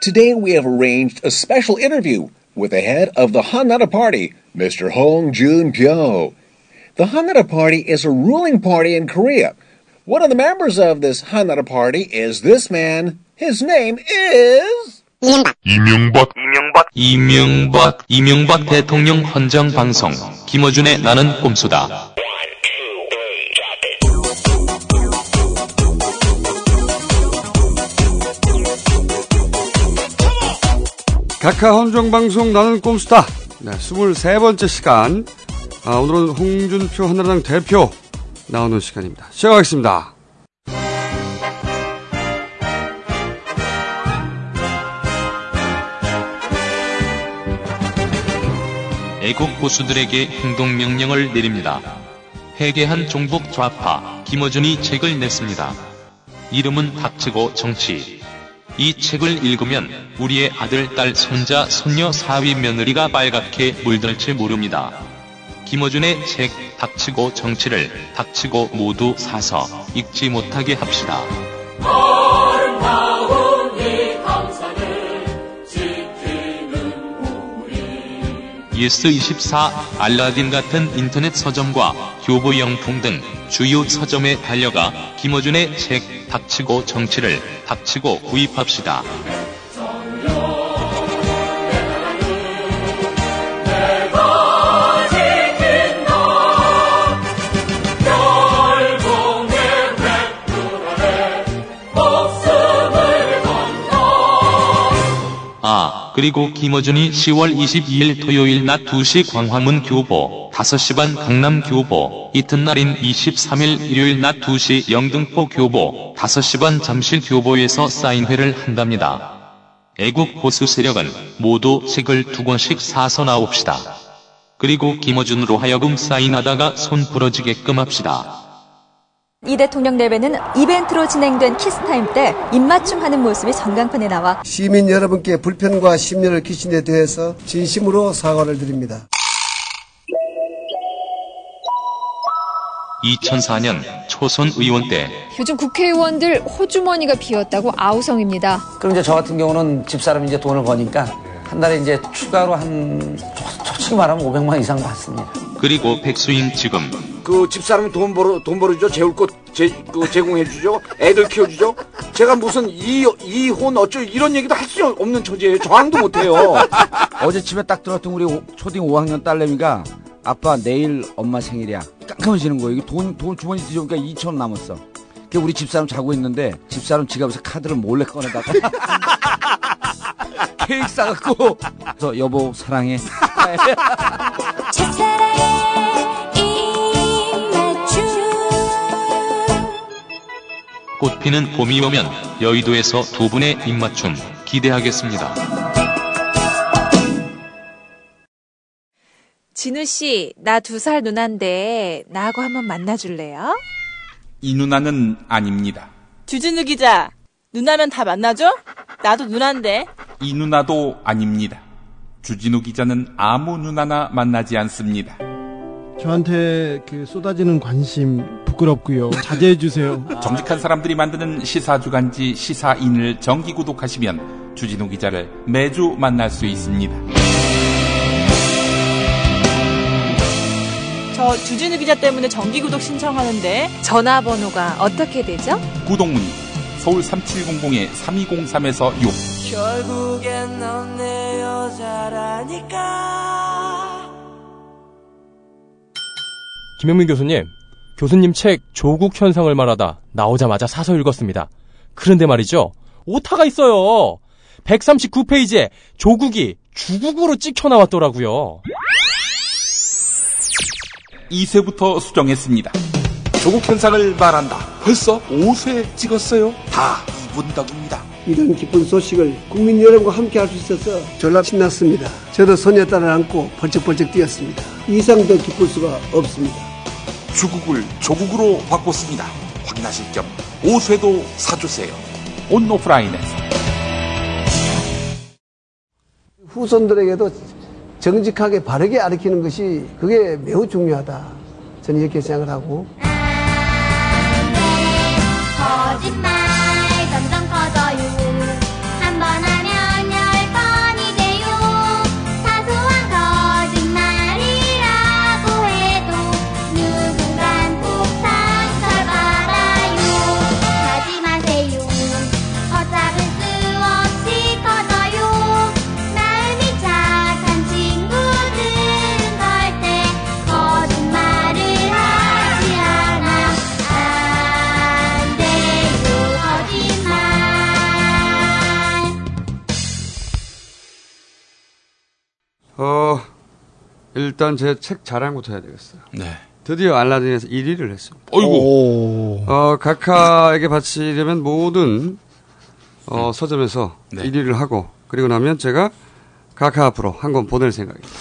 Today we have arranged a special interview with the head of the Hanada Party, Mr. Hong Jun Pyo. The Hanada Party is a ruling party in Korea. One of the members of this Hanada Party is this man. His name is. 이명박, 이명박 이명박 이명박, 이명박 대통령 헌정 방송. 김어준의 나는 꼼수다. 각하 헌정방송 나는 꼼수다. 네, 23번째 시간. 아, 오늘은 홍준표 한나라당 대표 나오는 시간입니다. 시작하겠습니다. 애국 보수들에게 행동 명령을 내립니다. 회개한 종북 좌파 김어준이 책을 냈습니다. 이름은 닥치고 정치. 이 책을 읽으면 우리의 아들, 딸, 손자, 손녀, 사위, 며느리가 빨갛게 물들지 모릅니다. 김어준의 책 닥치고 정치를 닥치고 모두 사서 읽지 못하게 합시다. 예스24, 알라딘 같은 인터넷 서점과 교보 영풍 등 주요 서점에 달려가 김어준의 책 닥치고 정치를 닥치고 구입합시다. 아, 그리고 김어준이 10월 22일 토요일 낮 2시 광화문 교보, 5시 반 강남 교보, 이튿날인 23일 일요일 낮 2시 영등포 교보, 5시 반 잠실 교보에서 사인회를 한답니다. 애국 보수 세력은 모두 책을 두 권씩 사서 나옵시다. 그리고 김어준으로 하여금 사인하다가 손 부러지게끔 합시다. 이 대통령 대회는 이벤트로 진행된 키스타임 때 입맞춤 하는 모습이 전광판에 나와 시민 여러분께 불편과 심려를 끼친 데 대해서 진심으로 사과를 드립니다. 2004년 초선 의원 때 요즘 국회의원들 호주머니가 비었다고 아우성입니다. 그럼 이제 저 같은 경우는 집사람이 이제 돈을 버니까 한 달에 이제 추가로 한, 조- 솔직히 말하면 500만 이상 받습니다. 그리고 백수인 지금 그 집사람은 돈 벌어 돈 벌어주죠. 재울 것 제, 그 제공해주죠. 애들 키워주죠. 제가 무슨 이 이혼 어쩌 이런 얘기도 할 수 없는 처지예요. 저항도 못해요. 어제 집에 딱 들어왔던 우리 오- 초딩 5학년 딸내미가 아빠 내일 엄마 생일이야. 깜깜해지는 거예요. 이게 돈, 돈 주머니 뒤져보니까 2천 남았어. 그 우리 집사람 자고 있는데 집사람 지갑에서 카드를 몰래 꺼내다가 케이크 사갖고 그래서 여보 사랑해. 첫사랑의 입맞춤 꽃피는 봄이 오면 여의도에서 두 분의 입맞춤 기대하겠습니다. 진우 씨, 나 두 살 누난데 나하고 한번 만나줄래요? 이 누나는 아닙니다. 주진우 기자 누나면 다 만나죠? 나도 누난데 이 누나도 아닙니다. 주진우 기자는 아무 누나나 만나지 않습니다. 저한테 그 쏟아지는 관심 부끄럽고요. 자제해 주세요. 정직한 사람들이 만드는 시사 주간지 시사인을 정기 구독하시면 주진우 기자를 매주 만날 수 있습니다. 저 주진우 기자 때문에 정기 구독 신청하는데 전화번호가 어떻게 되죠? 구독 문의 서울 3700에 3203에서 6 결국엔 넌 내 여자라니까. 김영민 교수님, 교수님 책 조국 현상을 말하다 나오자마자 사서 읽었습니다. 그런데 말이죠, 오타가 있어요. 139페이지에 조국이 주국으로 그 찍혀 나왔더라고요. 2세부터 수정했습니다. 조국 현상을 말한다. 벌써 5세 찍었어요. 다 이분 덕입니다. 이런 기쁜 소식을 국민 여러분과 함께 할 수 있어서 졸라 신났습니다. 저도 손녀딸을 안고 벌쩍벌쩍 뛰었습니다. 이상 더 기쁠 수가 없습니다. 주국을 조국으로 바꿨습니다. 확인하실 겸 5세도 사주세요. 온오프라인에서 후손들에게도 정직하게 바르게 가르치는 것이 그게 매우 중요하다. 저는 이렇게 생각을 하고 네, 거짓말 점점 커져요 한 번 하면 어, 일단 제 책 자랑부터 해야 되겠어요. 네. 드디어 알라딘에서 1위를 했습니다. 어이구. 오. 어, 각하에게 바치려면 모든 어, 서점에서 네. 1위를 하고 그리고 나면 제가 각하 앞으로 한 권 보낼 생각입니다.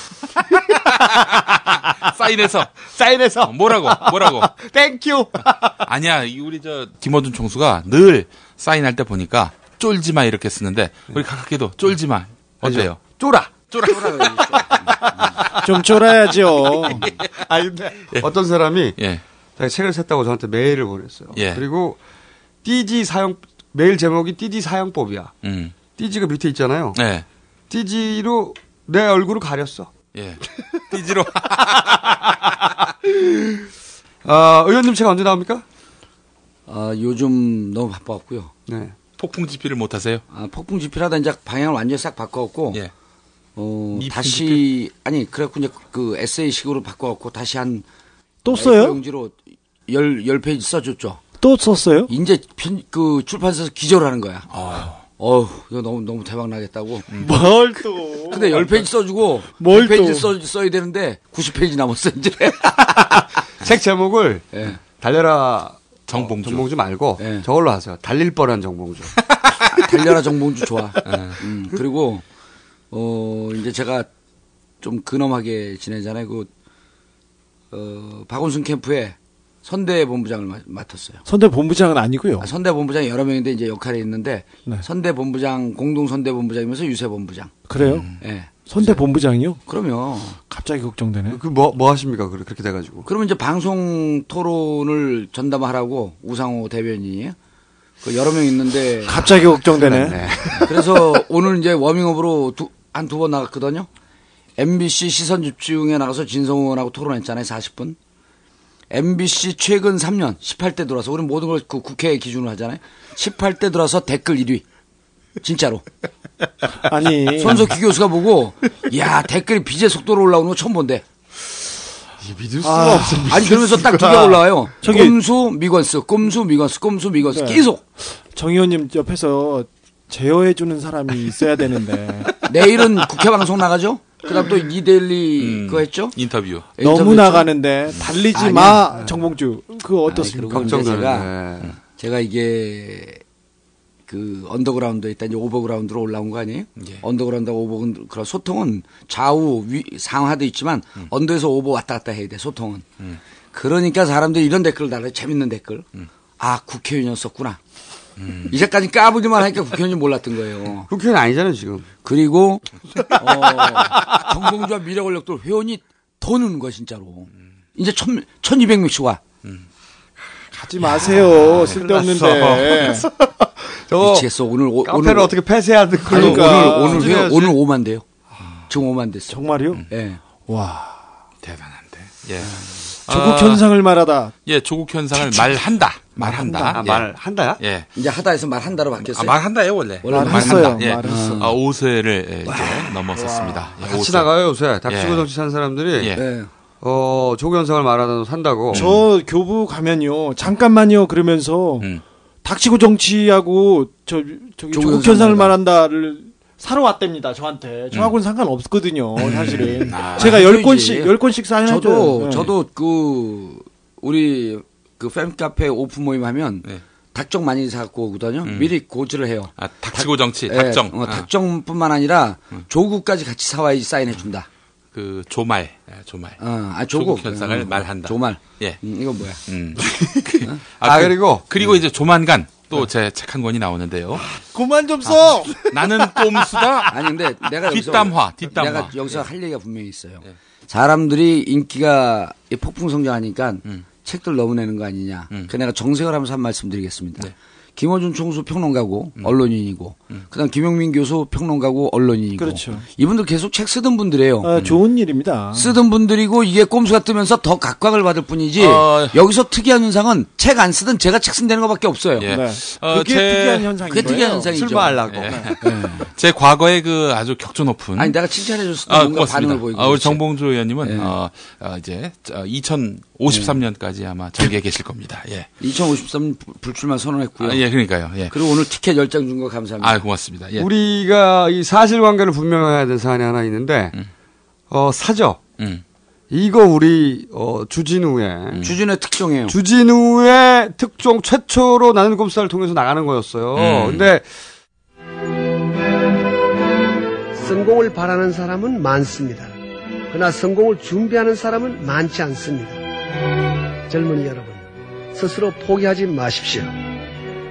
사인해서 사인해서 어, 뭐라고 뭐라고 땡큐. 아니야 이 우리 저 김어준 총수가 늘 사인할 때 보니까 쫄지마 이렇게 쓰는데 우리 각각께도 쫄지마 어때요? 쫄아. 쫄아 음. 좀 쫄아야죠. 아닌데. 어떤 사람이 예. 자기 책을 샀다고 저한테 메일을 보냈어요. 예. 그리고 띠지 사용 메일 제목이 띠지 사용법이야. 음. 띠지가 밑에 있잖아요. 네. 띠지로 내 얼굴을 가렸어. 예. 띠지로 아, 의원님 책 언제 나옵니까? 아, 요즘 너무 바빠갖고요. 네. 폭풍 집필을 못 하세요? 아, 폭풍 집필하다 이제 방향을 완전히 싹 바꿔갖고 예. 어, 미풍 다시 아니 그래갖고 이제 그 에세이식으로 바꿔갖고 다시 한또 또 써요? 용지로 열열 페이지 써줬죠. 또 썼어요? 이제 편, 그 출판사에서 기절하는 거야. 아. 어우, 이거 너무 너무 대박 나겠다고. 뭘 또? 근데 열 페이지 써주고 뭘 열 페이지 또? 써 써야 되는데 90 페이지 남았어 이제. 책 제목을 예. 달려라 정봉주. 정봉주 말고 네. 저걸로 하세요. 달릴 뻔한 정봉주. 달려라 정봉주 좋아. 음, 그리고 어 이제 제가 좀 근엄하게 지내잖아요. 그 어, 박원순 캠프에 선대 본부장을 마- 맡았어요. 선대 본부장은 아니고요. 아, 선대 본부장이 여러 명인데 이제 역할이 있는데 네. 선대 본부장 공동 선대 본부장이면서 유세 본부장. 그래요? 예. 음. 선대 본부장이요? 그럼요. 갑자기 걱정되네. 그 뭐 뭐 하십니까? 그래- 그렇게 돼 가지고. 그러면 이제 방송 토론을 전담하라고 우상호 대변인이 그 여러 명 있는데 갑자기 걱정되네. 그래서 오늘 이제 워밍업으로 한 두 번 나갔거든요. MBC 시선 집중에 나가서 진성 의원하고 토론했잖아요. 40분. MBC 최근 3년 18대 들어와서 우리 모든 걸 그 국회 기준으로 하잖아요. 18대 들어와서 댓글 1위. 진짜로. 아니 손석희 교수가 보고 야 댓글이 비제 속도로 올라오는 거 처음 본대. 믿을 수가 없어. 아니 그러면서 딱 두 개 올라와요. 저기- 꼼수 미건스, 꼼수 미건스, 꼼수 미건스 네. 계속. 정 의원님 옆에서 제어해주는 사람이 있어야 되는데 내일은 국회 방송 나가죠. 그다음 또 이데일리 그거 했죠. 인터뷰. 너무 인터뷰 나가는데 달리지 아니야. 네. 마 정봉주 그거 어떻습니까? 아니, 그리고 이제 제가 걱정되네. 제가 이게 그 언더그라운드에 있다 이제 오버그라운드로 올라온 거 아니에요? 예. 언더그라운드와 오버그라운드 그런 소통은 좌우 위 상하도 있지만 음. 언더에서 오버 왔다 갔다 해야 돼 소통은. 음. 그러니까 사람들이 이런 댓글을 달아요. 재밌는 댓글. 아 국회의원이었었구나. 이제까지 까부기만 하니까 국회의원이 몰랐던 거예요. 국회의원 아니잖아요, 지금. 그리고 어, 정봉주와 미래권력도 회원이 더 느는 거야 진짜로. 이제 천, 1200명씩 와. 가지 아, 마세요 아, 쓸데없는데 어, 저거 미치겠어. 오늘 오, 카페를 오늘 어떻게 폐쇄하든 그런 아니, 거 오늘 오늘 회원, 해야지. 오늘 5만 돼요. 지금 5만 됐어. 정말요? 예. 와 대단한데. 예. 조국 아, 현상을 말하다 예, 조국 현상을 말한다. 말한다. 아, 말 한다야? 예. 예. 이제 하다에서 말 한다로 아, 바뀌었어요. 말한다요, 원래. 원래 말했어요, 예. 말했어. 아, 5세를 예, 이제 넘었었습니다. 예, 같이 오세. 나가요 요새 닥치고 예. 정치 사는 사람들이 예. 예. 어 조경상을 말하다 어. 산다고 저 교부 가면요 잠깐만요 그러면서 음. 닥치고 정치하고 저 저기 조국 조국 현상을 현상을 말한다를 사러 왔답니다 저한테 저하고는 상관없거든요 사실은 제가 음. 아니, 열 그러지. 권씩 열 권씩 사인해줘요 저도 네. 저도 그 우리 그팬 카페 오픈 모임 하면 네. 음. 닭정 많이 사갖고 오거든요. 미리 고지를 해요. 아, 닥치고 정치, 예, 닥정. 어, 아, 음. 닭정뿐만 아니라 조국까지 같이 사와야지 사인해 준다. 그 조말. 예, 조말. 어, 아 조국, 조국 현상을 어, 말한다. 조말. 예. 음, 이거 뭐야? 음. 아, 그리고? 그리고 음. 이제 조만간 또 어. 제 책 한 권이 아, 나오는데요. 그만 좀 써. 나는 꼼수다. 아니 근데 내가 여기서 뒷담화, 뒷담화. 내가 여기서 할 얘기가 분명히 있어요. 네. 사람들이 인기가 이 폭풍 성장하니까 책들 너무 내는 거 아니냐. 그 내가 정색을 하면서 한 말씀 드리겠습니다. 김어준 총수 평론가고 언론인이고 그다음 김용민 교수 평론가고 언론인이고 그렇죠. 이분들 계속 책 쓰던 분들이에요. 아, 좋은 일입니다. 쓰던 분들이고 이게 꼼수가 뜨면서 더 각광을 받을 뿐이지 어. 여기서 특이한 현상은 책 안 쓰던 제가 책 쓴다는 것밖에 없어요. 예. 네. 어, 그게 제- 특이한 현상이에요. 그게 특이한 현상이죠. 예. 출마하려고 예. 제 과거에 그 아주 격조 높은 아니 내가 칭찬해 줬을 때 아, 뭔가 고맙습니다. 반응을 보이고 아, 우리 그렇지. 정봉주 의원님은 예. 어, 어, 이제 2053년까지 아마 정계에 계실 겁니다. 예. 2053 불- 불출마 선언했고요. 아, 예, 그러니까요. 예. 그리고 오늘 티켓 열 장 준 거 감사합니다. 예. 아, 고맙습니다. 예. 음. 우리가 이 사실관계를 분명해야 될 사안이 하나 있는데 어, 사죠. 음. 이거 우리 어, 주진우의 음. 주진우의 특종이에요. 주진우의 특종 최초로 나는 꼼수다를 통해서 나가는 거였어요. 음. 근데 성공을 바라는 사람은 많습니다. 그러나 성공을 준비하는 사람은 많지 않습니다. 젊은이 여러분, 스스로 포기하지 마십시오.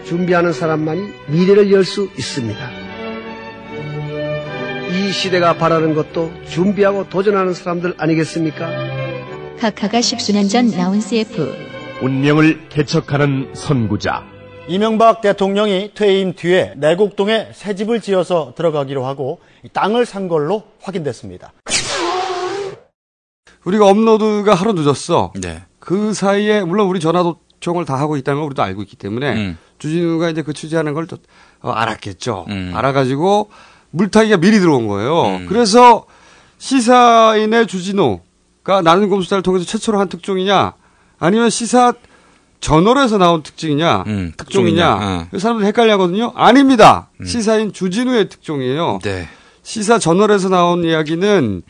준비하는 사람만이 미래를 열 수 있습니다. 이 시대가 바라는 것도 준비하고 도전하는 사람들 아니겠습니까? 카카가 10수년 전 나온 CF 운명을 개척하는 선구자. 이명박 대통령이 퇴임 뒤에 내곡동에 새 집을 지어서 들어가기로 하고 이 땅을 산 걸로 확인됐습니다. 우리가 업로드가 하루 늦었어. 네. 그 사이에 물론 우리 전화 도청을 다 하고 있다는 걸 우리도 알고 있기 때문에 주진우가 이제 그 취재하는 걸 또 어, 알았겠죠. 알아가지고 물타기가 미리 들어온 거예요. 그래서 시사인의 주진우가 나는 곰수다를 통해서 최초로 한 특종이냐 아니면 시사 저널에서 나온 특징이냐 음, 특종이냐 어. 그 음. 특종이냐, 사람들이 헷갈려하거든요. 아닙니다. 시사인 주진우의 특종이에요. 시사 저널에서 나온 이야기는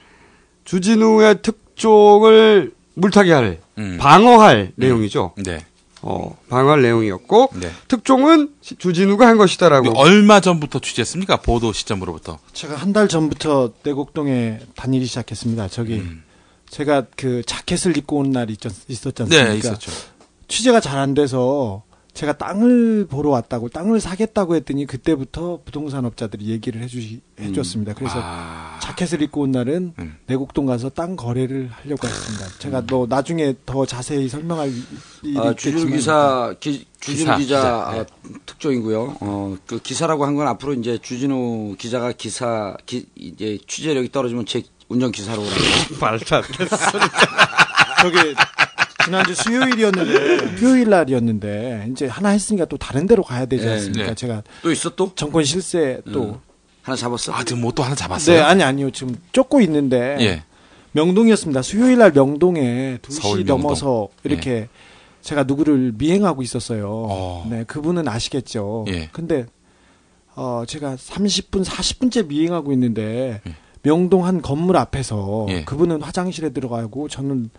주진우의 특종을 물타기할 음. 방어할 내용이죠. 네. 어, 방어할 내용이었고 특종은 시- 주진우가 한 것이다라고. 얼마 전부터 취재했습니까? 보도 시점으로부터. 제가 한 달 전부터 내곡동에 다니기 시작했습니다. 저기 음. 제가 그 자켓을 입고 온 날 있었, 있었지 않습니까? 네, 있었죠. 취재가 잘 안 돼서 제가 땅을 보러 왔다고 땅을 사겠다고 했더니 그때부터 부동산 업자들이 얘기를 해주시 음. 해줬습니다. 그래서 아. 자켓을 입고 온 날은 네. 내곡동 가서 땅 거래를 하려고 했습니다. 제가 너 나중에 더 자세히 설명할 일이 음. 아, 주진우 있겠지만 기사 기, 기사, 주진우 기자, 기사, 아, 네. 특종이고요. 어, 그 기사라고 한 건 앞으로 이제 주진우 기자가 기사 기, 이제 취재력이 떨어지면 제 운전 기사로 오라고. 말도 안 됐어. 저기 지난주 수요일이었는데 토요일 날이었는데 이제 하나 했으니까 또 다른 데로 가야 되지 예, 않습니까? 네. 제가 또 있어 또? 정권 실세 또 음. 하나 잡았어. 아 지금 뭐 또 하나 네, 아니 아니요. 지금 쫓고 있는데 예. 명동이었습니다. 수요일 날 명동에 2시 서울 명동. 넘어서 이렇게 예. 제가 누구를 미행하고 있었어요. 네, 그분은 아시겠죠. 예. 근데 어 제가 30분 40분째 미행하고 있는데 명동 한 건물 앞에서 예. 그분은 화장실에 들어가고 저는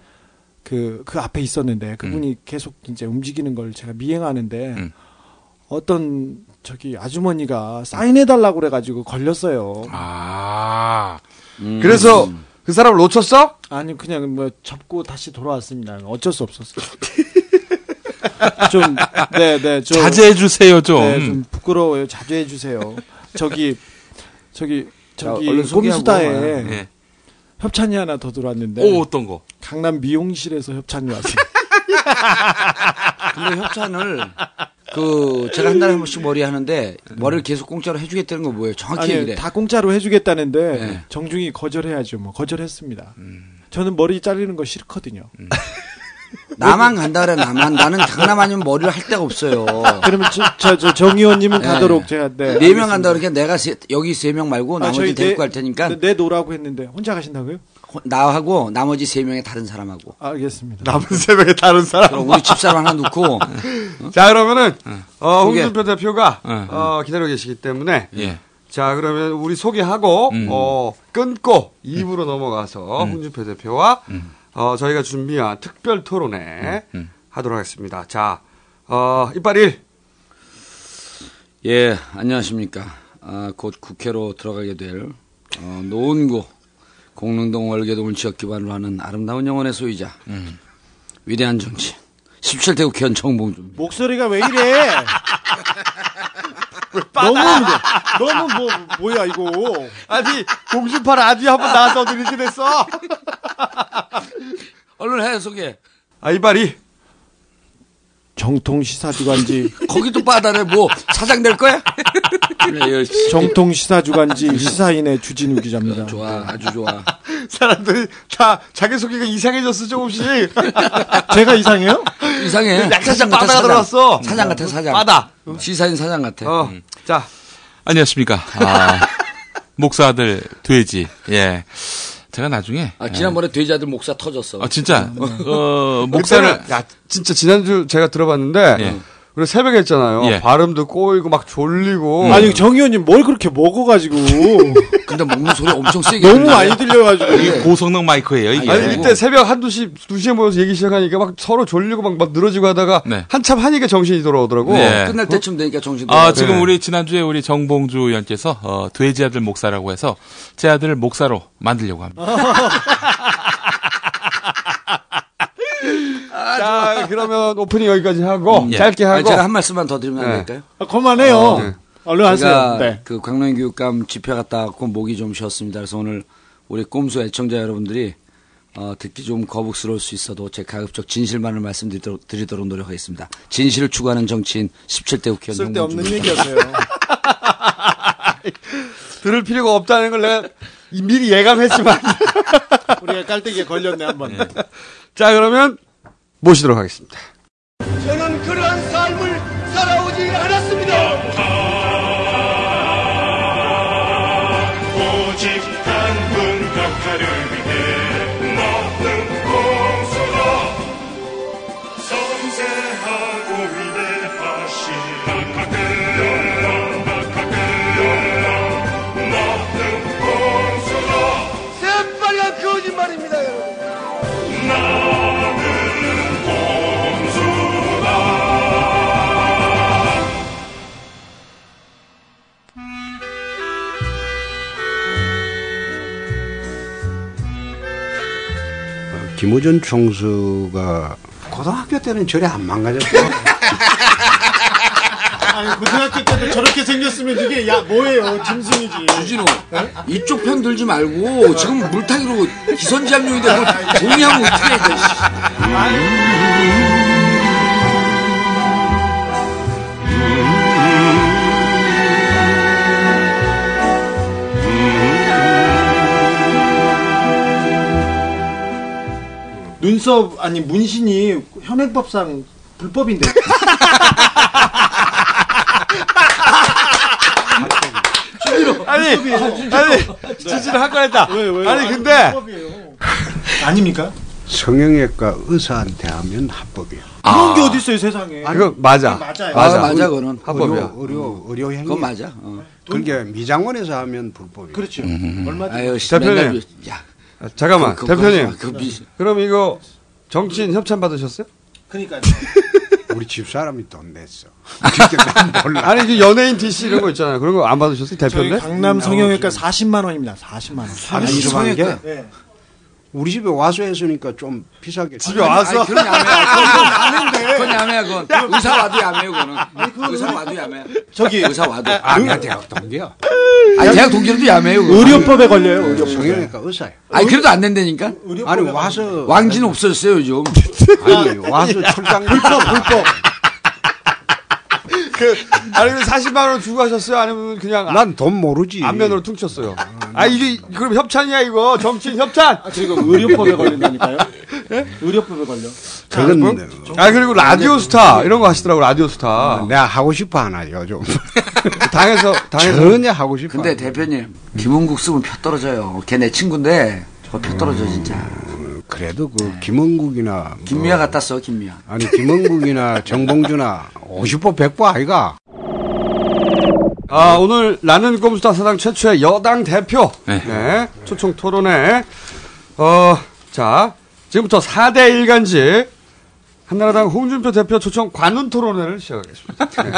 그 그 앞에 있었는데 음. 그분이 계속 이제 움직이는 걸 제가 미행하는데 어떤 저기 아주머니가 사인해 달라고 그래 가지고 걸렸어요. 아. 음. 그래서 음. 그 사람을 놓쳤어? 아니 그냥 뭐 접고 다시 돌아왔습니다. 어쩔 수 없었어요. 좀 네네 좀 자제해 주세요, 좀. 네, 좀 부끄러워요. 자제해 주세요. 저기 저기 저기 자, 얼른 소개하고 꼼수다에 네. 와요. 예. 협찬이 하나 더 들어왔는데 오, 어떤 거? 강남 미용실에서 협찬이 왔어요. 근데 협찬을 그 제가 한 달에 한 번씩 머리 하는데 머리를 계속 공짜로 해주겠다는 거 뭐예요? 정확히 아니 얘기해. 다 공짜로 해주겠다는데 네. 정중히 거절해야죠. 뭐 거절했습니다. 음. 저는 머리 자르는 거 싫거든요. 나만 간다 그래 나만 나는 강남 아니면 머리를 할 데가 없어요. 그러면 저, 저 정 의원님은 가도록 제가, 네, 네 명 알겠습니다. 간다 그러니까 내가 세- 여기 세 명 말고 아, 나머지 저희 데리고 네- 갈 테니까 네, 노라고 했는데 혼자 가신다고요? 나하고 나머지 세 명의 다른 사람하고 알겠습니다. 남은 세 명의 다른 사람. 그럼 우리 집사람 하나 놓고 자 그러면은 어, 소개. 홍준표 대표가 응, 어, 기다리고 계시기 때문에 예. 자 그러면 우리 소개하고 어, 끊고 입으로 넘어가서 홍준표 대표와 음. 어, 저희가 준비한 특별 토론회 하도록 하겠습니다. 자 어, 이빨 일 예, 안녕하십니까. 아, 곧 국회로 들어가게 될 어, 노원구 공릉동 월계동을 지역 기반으로 하는 아름다운 영혼의 소유자 음. 위대한 정치 17대 국회의원 정봉주 목소리가 왜 이래? 너무 뭐- 너무 뭐 뭐야 이거? 아니 공주파 라디오 한번 나와서 들리지 됐어. 얼른 해 소개. 아 이빨이 정통 시사주간지 거기도 빠다네 뭐 사장 될 거야? 네, 그래, 예, 씨. 정통 시사주간지 시사인의 주진우 기자입니다. 좋아 아주 좋아. 사람들이 다 자기 소개가 이상해졌어 조금씩. 제가 이상해요? 이상해. 네, 약간 사장 바다가 같아, 사장. 들어왔어. 음, 사장 같아 사장. 바다. 시사인 사장 같아. 음. 자 안녕하십니까. 아, 목사 아들 돼지. 예. 제가 나중에 아, 지난번에 돼지아들 목사 터졌어. 아, 진짜? 어, 목사를- 그때는- 야 진짜 지난주 제가 들어봤는데 우리 새벽에 했잖아요. 예. 발음도 꼬이고 막 졸리고. 아니 정 의원님 뭘 그렇게 먹어가지고 근데 먹는 소리 엄청 세게 너무 들리는데. 예. 많이 들려가지고. 이게 고성능 마이크예요 이게. 아니 이때 새벽 한두 시, 두 시에 모여서 얘기 시작하니까 막 서로 졸리고 막, 막 늘어지고 하다가 한참 하니까 정신이 돌아오더라고. 네. 끝날 때쯤 되니까 정신 네. 아, 지금 우리 지난주에 우리 정봉주 의원께서 어, 돼지 아들 목사라고 해서 제 아들을 목사로 만들려고 합니다. 아, 자, 그러면 오프닝 여기까지 하고 예. 짧게 하고 아니, 제가 한 말씀만 더 드리면 안 네. 어, 될까요? 어, 아, 그만해요. 얼른 하세요. 제가 네. 그 광명교육감 집회 갔다 왔고 목이 좀 쉬었습니다. 그래서 오늘 우리 꼼수 애청자 여러분들이 어, 듣기 좀 거북스러울 수 있어도 제 가급적 진실만을 말씀드리도록 드리도록 노력하겠습니다. 진실을 추구하는 정치인 17대 국회의원 쓸데없는 홍문주 얘기였어요. 들을 필요가 없다는 걸 내가 이- 미리 예감했지만. 우리가 깔때기에 걸렸네 한 번. 자, 그러면 모시도록 하겠습니다. 저는 그러한 삶을 살아오지 않았습니다. 오직 단군 각하를 위해 먹는 공수가 섬세하고 위대하신 각하께 영광 각하께 영광 먹는 공수가 새빨간 거짓말입니다, 여러분. 김호준 총수가 고등학교 때는 저래 안 망가졌고 아니 고등학교 때도 저렇게 생겼으면 이게 야 뭐예요 짐승이지. 주진호 이쪽 편 들지 말고 지금 물타기로 기선제압용인데 뭘 동의하고 어떻게 해? 눈썹 아니 문신이 현행법상 불법인데. 아니, 아니, 진짜 할 뻔했다. 아니, 근데 아닙니까? 성형외과 의사한테 하면 합법이야. 아. 아. 그런 게 어디 있어요 세상에. 그거 맞아. 맞아요. 맞아. 그거는 합법이야. 의료, 의료 의료 행위. 그건 맞아. 어. 음, 그게 미장원에서 하면 불법이야. 그렇죠. 아유, 씨, 맨날 대표님. 그- 야. 아, 잠깐만, 그- 그- 대표님. 그- 그 미- 그럼 이거 정치인 협찬 받으셨어요? 그러니까요. 우리 집 사람이 돈 냈어. 아, 아니, 그 연예인 DC 이런 거 있잖아요. 그런 거 안 받으셨어요? 대표인데? 음, 저희 강남 성형외과 40만 원입니다. 40만 원. 아니, 이상한 게 네. 우리 집에 와서 했으니까 좀 비싸게. 집에 와서? 아니, 그건 야매야. 그건, 아는데. 그건 야매야, 그건. 야. 의사 와도 야매요, 그거는. 의사 와도 야매야. 저기. 의사 와도. 아니야 대학 동기야. 아니, 대학 동기로도 야매요. 그거는. 아, 성형외과 그러니까 의사야. 아니, 그래도 안 된다니까? 아니 와서 왕진 없어졌어요, 요즘. 아니 와서 출장 불법, 불법. 그, 아니면 40만 원 주고 하셨어요? 아니면 그냥 난 돈 모르지. 안면으로 퉁쳤어요. 아 이게 그럼 협찬이야 이거 정치인 협찬. 아, 그리고 의료법에 걸린다니까요. 의료법에 걸려. 그건 예? 아 그리고 라디오 스타 이런 거 하시더라고 라디오 스타. 내가 하고 싶어 하나 요즘. 당해서 당해서 전혀 하고 싶어. 근데 대표님, 김원국 쓰면 표 떨어져요. 걔 내 친구인데, 저거 표 떨어져, 진짜. 그래도 그 김원국이나 뭐- 김미아 같다 써, 김미아. 아니 김원국이나 정봉주나 50% 100% 아이가 아 오늘 나는 꼼수다 사당 최초의 여당 대표 네. 초청 토론회 어자 지금부터 4대 1간지 한나라당 홍준표 대표 초청 관훈 토론회를 시작하겠습니다. 네.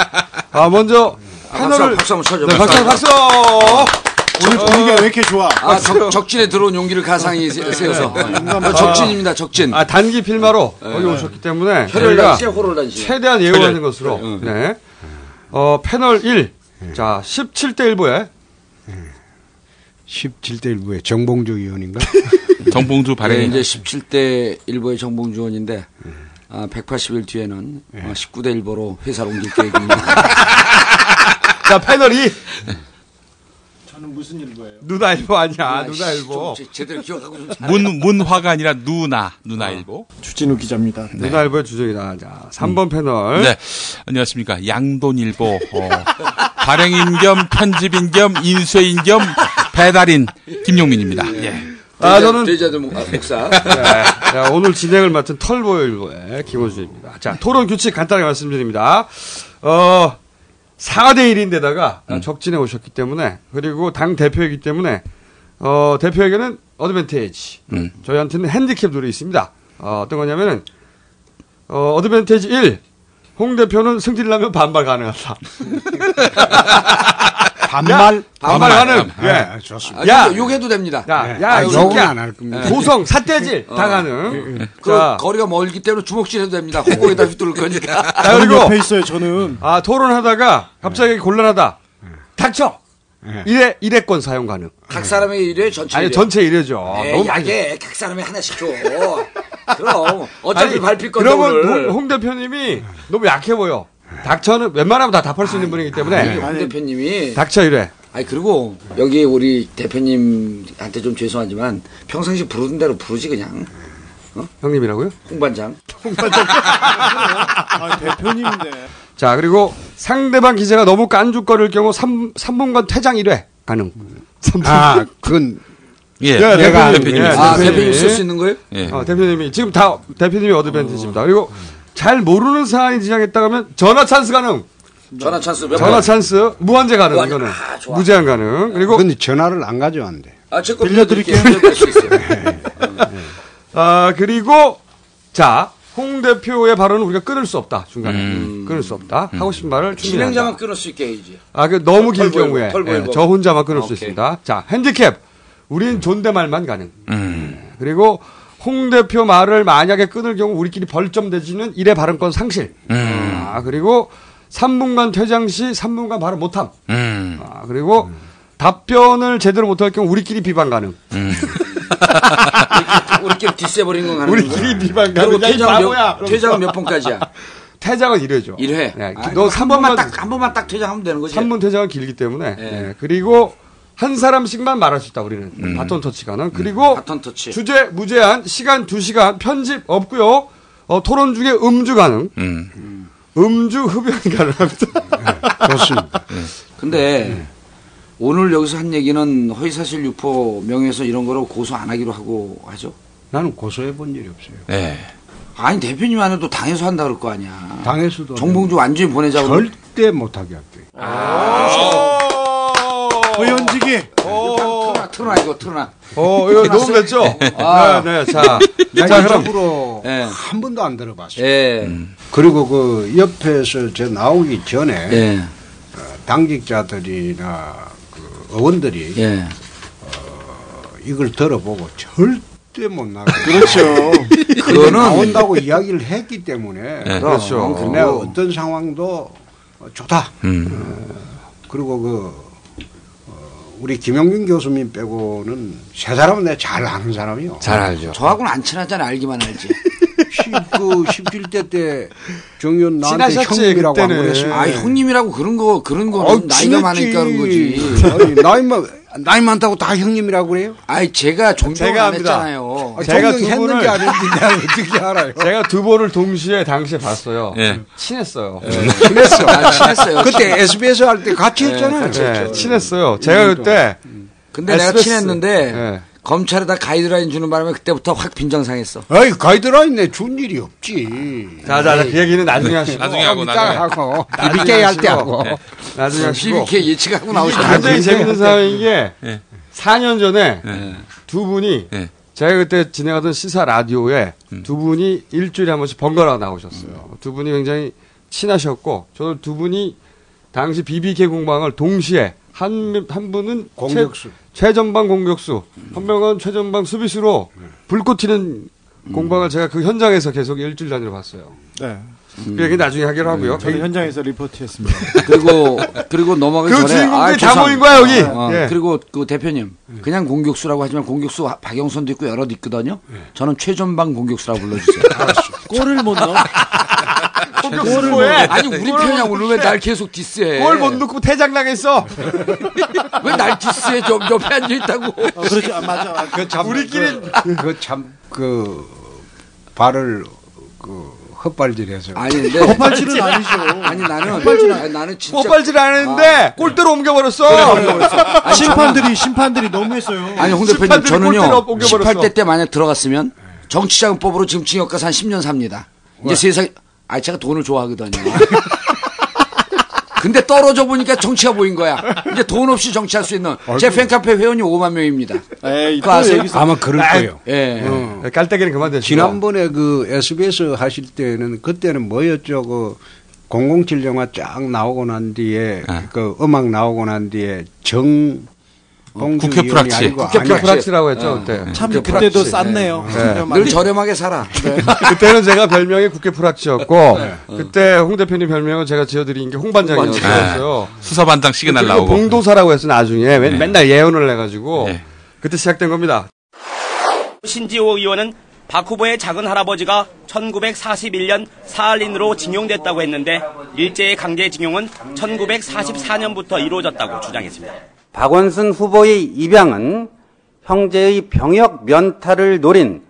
아 먼저 패널을 박수 한번 쳐줘, 네, 박수 한번 박수. 박수. 오늘 분위기가 왜 이렇게 좋아? 아, 적, 적진에 들어온 용기를 가상히 세- 세워서. 어, 적진입니다, 적진. 네. 아, 단기 필마로 네. 여기 오셨기 때문에 혈혈 저희가 단지에 호롤 단지. 최대한 예우하는 혈혈. 것으로. 네. 어, 패널 1. 자, 17대 1부에 17대 1부의 정봉주 의원인가? 정봉주 네, 발행. 이제 17대 일보의 정봉주 의원인데 아, 180일 뒤에는 예. 어, 19대 일보로 회사를 옮길 계획입니다. 자, 패널 2. 저는 무슨 일보예요? 누나 일보 아니야. 아, 누나 씨, 일보. 좀 제- 제대로 기억하고 좀 잘해. 문 문화가 아니라 누나 누나 일보. 주진우 기자입니다. 누나 일보의 주정이다. 자, 3번 패널. 네. 안녕하십니까. 양돈일보. 어, 발행인 겸 편집인 겸 인쇄인 겸 배달인 김용민입니다. 예. 아, 저는 돼지아들 목- 아, 목사. 네. 자, 오늘 진행을 맡은 털보일보의 김호준입니다. 자, 토론 규칙 간단하게 말씀드립니다. 어, 4대 1인데다가 음. 적진에 오셨기 때문에 그리고 당 대표이기 때문에 어, 대표에게는 어드밴테이지. 음. 저희한테는 핸디캡 룰이 있습니다. 어, 떤 거냐면은 어, 어드밴테이지 1. 홍 대표는 승질나면 반발 가능하다. 반발? 야, 반발 가능. 반 예. 예, 좋습니다. 야, 아, 욕해도 됩니다. 야, 예. 야, 아, 이 욕은 새끼야. 안할 겁니다. 고성, 삿대질 다 가능. 예. 어. 그 자. 거리가 멀기 때문에 주먹질 해도 됩니다. 코골에다 휘둘 거니까. 자, 아, 그리고 옆에 있어요, 저는. 아, 토론하다가 갑자기 네. 곤란하다. 닥쳐. 이래 이래권 사용 가능. 각 사람의 일에 네. 전체 아니 일회. 전체 이래죠. 예, 너무 많이- 약에 각 사람이 하나씩 줘. 그럼 어차피 아니, 밟힐 건데 그러면 오늘. 홍, 홍 대표님이 너무 약해 보여. 닥쳐는 웬만하면 다 답할 수 있는 분이기 때문에 아니, 홍 대표님이 네. 닥쳐 이래. 아니 그리고 여기 우리 대표님한테 좀 죄송하지만 평상시 부르는 대로 부르지 그냥. 형님이라고요? 어? 홍반장. 아, 대표님인데. 자 그리고 상대방 기자가 너무 깐죽거릴 경우 3, 삼분간 퇴장 이래 가능. 아, 그건 예, 내가 대표님. 아는 네. 아, 대표님 쓸 수 있는 거예요? 예. 어, 대표님이 지금 다 대표님이 어드밴티지입니다. 그리고 잘 모르는 사안이 지향했다 하면 전화 찬스 가능. 전화 찬스 몇 전화 번? 찬스 무한제 가능 무한제. 이거는 아, 좋아. 무제한 가능 그리고 예. 근데 전화를 안 가져왔는데. 아, 제거 빌려드릴게요. 예, 아 그리고 자 홍 대표의 발언은 우리가 끊을 수 없다 중간에 음. 음, 끊을 수 없다 하고 싶은 말을 준비한다. 진행자만 끊을 수 있게 해야지. 아그 너무 길 음. 털고 경우에 일고, 털고 예, 일고. 저 혼자만 끊을 수 오케이. 있습니다. 자 핸디캡 우린 존댓말만 가능. 음. 그리고 홍 대표 말을 만약에 끊을 경우 우리끼리 벌점 대지는 일의 발언권 상실. 음. 아, 그리고 3분간 퇴장 시 3분간 발언 못함. 음. 아, 그리고 답변을 제대로 못할 경우 우리끼리 비방 가능. 우리끼리 뒤세버린 건 가는 우리끼리 거야. 비방 가능. 그리고 야, 이 퇴장 바보야. 몇, 퇴장은 몇 번까지야? 퇴장은 이래죠. 1회. 네, 아, 너 3번만 한 번만 딱 한 번만 딱 퇴장하면 되는 거지. 3분 퇴장은 길기 때문에. 예. 네, 그리고 한 사람씩만 말할 수 있다 우리는. 바톤 터치 가능. 그리고 음. 바톤 터치. 주제 무제한 시간 2시간 편집 없고요. 어, 토론 중에 음주 가능. 음주 흡연 음. 네, 가능합니다. 좋습니다. 근데 네. 오늘 여기서 한 얘기는 허위사실 유포 명예훼손 이런 거로 고소 안 하기로 하고 하죠. 나는 고소해 본 일이 없어요. 아니 대표님 안 해도 당에서 한다 그럴 거 아니야. 당에서도 정봉주 완전히 보내자고. 그러면- 절대 못하게 그 할게요. 의원직이. 틀어놔, 틀어놔 이거 틀어놔. 어, 이거 너무 됐죠? 아. 네, 네, 자. 자, 자, 그럼 그럼. 앞으로 예. 한 번도 안 들어봤어요. 예. 그리고 그 옆에서 저 나오기 전에 예. 어, 당직자들이나 그 의원들이 예. 어, 이걸 들어보고 절대 못 나가. 그렇죠. 그거는 나온다고 이야기를 했기 때문에 그렇죠. 그럼 내가 어떤 상황도 어, 좋다. 어, 그리고 그 어, 우리 김영균 교수님 빼고는 세 사람은 내가 잘 아는 사람이요. 잘 알죠. 저하고는 안 친하잖아 알기만 알지. 그 17대 때 정의원 나한테 친하셨지, 형님이라고 안 그때는. 그랬습니까? 아 형님이라고 그런 거 그런 거는 어, 나이가 친했지. 많으니까 그런 거지. 아니, 나이 많 나이 많다고 다 형님이라고 그래요? 아니 제가 존경을 제가 안 합니다. 했잖아요. 아, 제가 존경했는지 두 분을- 안 했는지 내가 어떻게 알아요? 제가 두 번을 동시에 당시에 봤어요. 예. 친했어요. 친했어. 아, 친했어요. 예. 그렇죠. 그때 SBS 할 때 같이 했잖아요. 네, 친했어요. 제가 그때 음. 근데 내가 SBS. 친했는데 예. 검찰에다 가이드라인 주는 바람에 그때부터 확 빈정상했어. 아이 가이드라인에 준 일이 없지. 자, 자, 자, 그 얘기는 네. 나중에 하시고. 나중에 아, 하고, 어, 이따가 나중에. 하고 BBK 할 때 하고. 어, 네. 나중에 하시고. BBK 예측하고 굉장히 나오시는 재밌는 상황인 게 예. 4년 전에 예. 두 분이 예. 제가 그때 진행하던 시사 라디오에 음. 두 분이 일주일에 한 번씩 번갈아 나오셨어요. 두 분이 굉장히 친하셨고 저는 두 분이 당시 BBK 공방을 동시에 한 한 분은 공격수. 최, 전방 공격수 음. 한 명은 최전방 수비수로 음. 불꽃 튀는 공방을 제가 그 현장에서 계속 일주일 단위로 봤어요. 네. 그 얘기 나중에 하기로 하고요. 저는 현장에서 리포트했습니다. 그리고 그리고 넘어가기 그 전에 아, 주인공들이 다 죄송- 모인 거야, 여기. 어, 예. 그리고 그 대표님 그냥 공격수라고 하지만 공격수 하- 박영선도 있고 여러 있거든요. 예. 저는 최전방 공격수라고 불러주세요. 골을 못 넣어. 공격수 뭐해? 아니 우리 편이야 오늘 왜 날 계속 디스해? 골못 넣고 퇴장 당했어. 왜 날 디스해? 저 옆에 앉아 있다고. 어, 그렇죠. 아, 맞아. 아, 그, 참, 우리끼리 그 그참그 발을 그 헛발질해서 아니 근데 헛발질은 아니죠. 아니 나는 아니, 나는 진짜 헛발질 안 했는데 골대로 옮겨버렸어. 아니, 심판들이 심판들이 너무했어요. 아니 홍 대표님 심판들이 골대로 저는요 옮겨버렸어. 18대 때 만약 들어갔으면 정치자금법으로 지금 징역가서 한 10년 삽니다. 이제 세상 아 제가 돈을 좋아하거든요. 근데 떨어져 보니까 정치가 보인 거야. 이제 돈 없이 정치할 수 있는 제 팬카페 회원이 5만 명입니다. 에이, 그거 아세요? 아마 그럴 에이, 거예요. 예. 어. 깔때기는 그만 되시고. 지난번에 그 SBS 하실 때는 그때는 뭐였죠? 그 007 영화 쫙 나오고 난 뒤에 네. 그 음악 나오고 난 뒤에 정 어, 어, 국회 프락치. 국회 프락치라고 했죠, 그때. 참, 그때도 쌌네요. 네. 늘 저렴하게 살아. 그때는 제가 별명이 국회 프락치였고 그때 홍 대표님 별명은 제가 지어드린 게 홍반장이었어요. 네. 수사반장 시그널 그리고 나오고. 봉도사라고 해서 나중에 맨- 네. 맨날 예언을 해가지고 그때 시작된 겁니다. 신지호 의원은 박 후보의 작은 할아버지가 1941년 사할린으로 징용됐다고 했는데 일제의 강제징용은 1944년부터 이루어졌다고 주장했습니다. 박원순 후보의 입양은 형제의 병역 면탈을 노린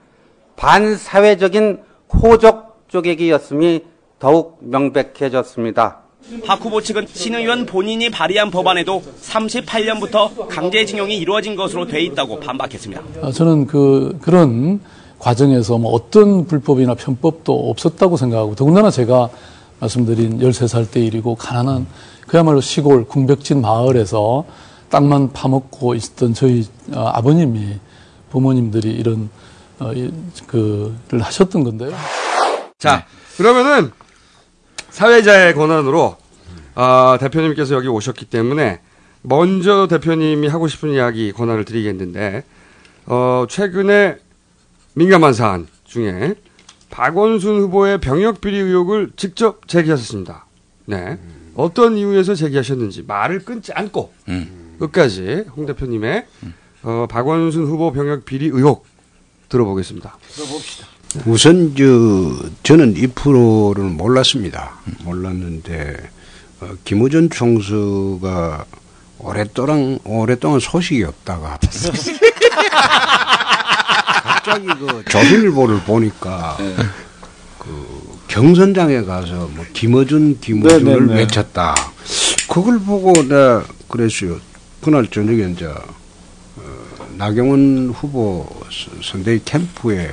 반사회적인 호적 쪼개기였음이 더욱 명백해졌습니다. 박 후보 측은 신 의원 본인이 발의한 법안에도 38년부터 강제징용이 이루어진 것으로 돼 있다고 반박했습니다. 아, 저는 그, 그런 과정에서 뭐 어떤 불법이나 편법도 없었다고 생각하고, 더군다나 제가 말씀드린 13살 때 일이고, 가난한, 그야말로 시골, 궁백진 마을에서 땅만 파먹고 있었던 저희 어, 아버님이, 부모님들이 이런, 어, 이, 그, 를 하셨던 건데요. 자, 그러면은 사회자의 권한으로 아, 대표님께서 여기 오셨기 때문에 먼저 대표님이 하고 싶은 이야기 권한을 드리겠는데 어, 최근에 민감한 사안 중에 박원순 후보의 병역 비리 의혹을 직접 제기하셨습니다. 네. 어떤 이유에서 제기하셨는지 말을 끊지 않고 끝까지 홍 대표님의 어, 박원순 후보 병역 비리 의혹 들어보겠습니다. 네. 우선 저 저는 이 프로를 몰랐습니다. 몰랐는데 어, 김우전 총수가 오랫동안 오랫동안 소식이 없다가 갑자기 그 조선일보를 보니까 네. 그 경선장에 가서 뭐 김어준 김어준을 네, 네, 네. 외쳤다. 그걸 보고 내가 그랬어요. 그날 저녁에 이제 어, 나경원 후보 선- 선대위 캠프에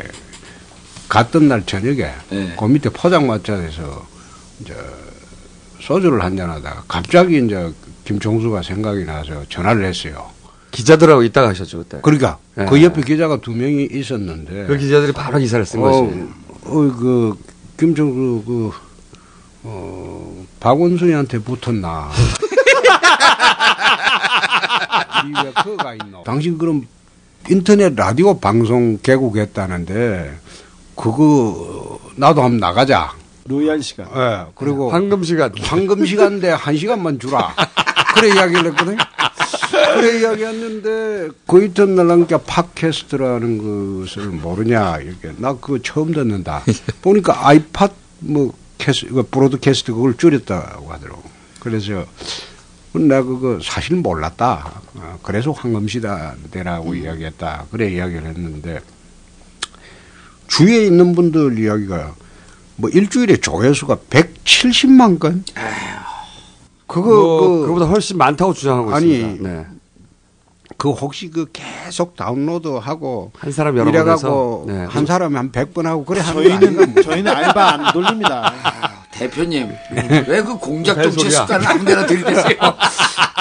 갔던 날 저녁에 네. 그 밑에 포장마차에서 이제 소주를 한잔 하다가 갑자기 이제 김종수가 생각이 나서 전화를 했어요. 기자들하고 있다가 하셨죠 그때. 그러니까 예. 그 옆에 기자가 두 명이 있었는데 그 기자들이 바로 기사를 쓴 것이네요. 네. 어, 그 김종수 그 어, 박원순이한테 붙었나? 이왜 그가 있노? 당신 그럼 인터넷 라디오 방송 개국했다는데 그거 나도 한번 나가자. 로얄 시간. 네. 예. 그리고 황금 시간. 황금 시간인데 한 시간만 주라. 그래 이야기를 했거든. 그래 이야기했는데 그 이튿날 남겨 팟캐스트라는 것을 모르냐 이렇게 나 그거 처음 듣는다. 보니까 아이팟 뭐 캐스 그 브로드캐스트 그걸 줄였다고 하더라고. 그래서 나 그거 사실 몰랐다. 어, 그래서 황금시대라고 음. 이야기했다. 그래 이야기를 했는데 주위에 있는 분들 이야기가 뭐 일주일에 조회수가 170만 건? 그거 뭐, 그거보다 훨씬 많다고 주장하고 아니, 있습니다. 네. 그 혹시 그 계속 다운로드하고 한 사람 여러 번 해서, 이래갖고 네. 한 사람이 한 100번 하고 그래 하는 저희는- 거 아닌가? 저희는 알바 안 돌립니다. 아, 대표님, 왜 그 공작 별 정치 소리야. 습관을 아무 데나 들이대세요?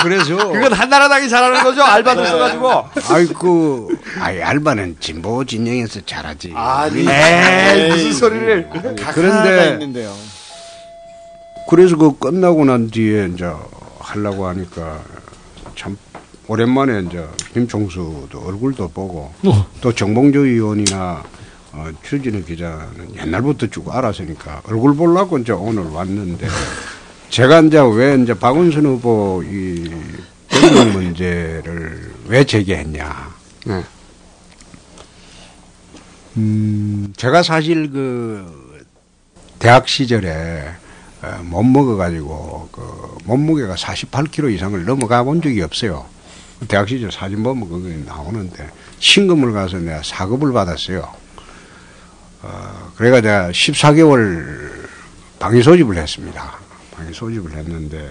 그래서 그건 한나라당이 잘하는 거죠. 알바들 네. 써가지고. 아이고, 아이 알바는 진보 진영에서 잘하지. 네. 아니, 에이, 에이, 아, 소리를. 예. 가사가 그런데 있는데요. 그래서 그 끝나고 난 뒤에 이제 하려고 하니까 참 오랜만에 이제 김종수도 얼굴도 보고 또 정봉주 의원이나 어, 추진우 기자는 옛날부터 쭉 알았으니까 얼굴 보려고 이제 오늘 왔는데 제가 이제 왜 이제 박원순 후보 이 병역 문제를 왜 제기했냐. 음, 제가 사실 그 대학 시절에 어, 못 먹어가지고 그 몸무게가 48kg 이상을 넘어가 본 적이 없어요. 대학 시절 사진 보면 그게 나오는데 신금을 가서 내가 사급을 받았어요. 어, 그래가 내가 14개월 방위 소집을 했습니다. 방위 소집을 했는데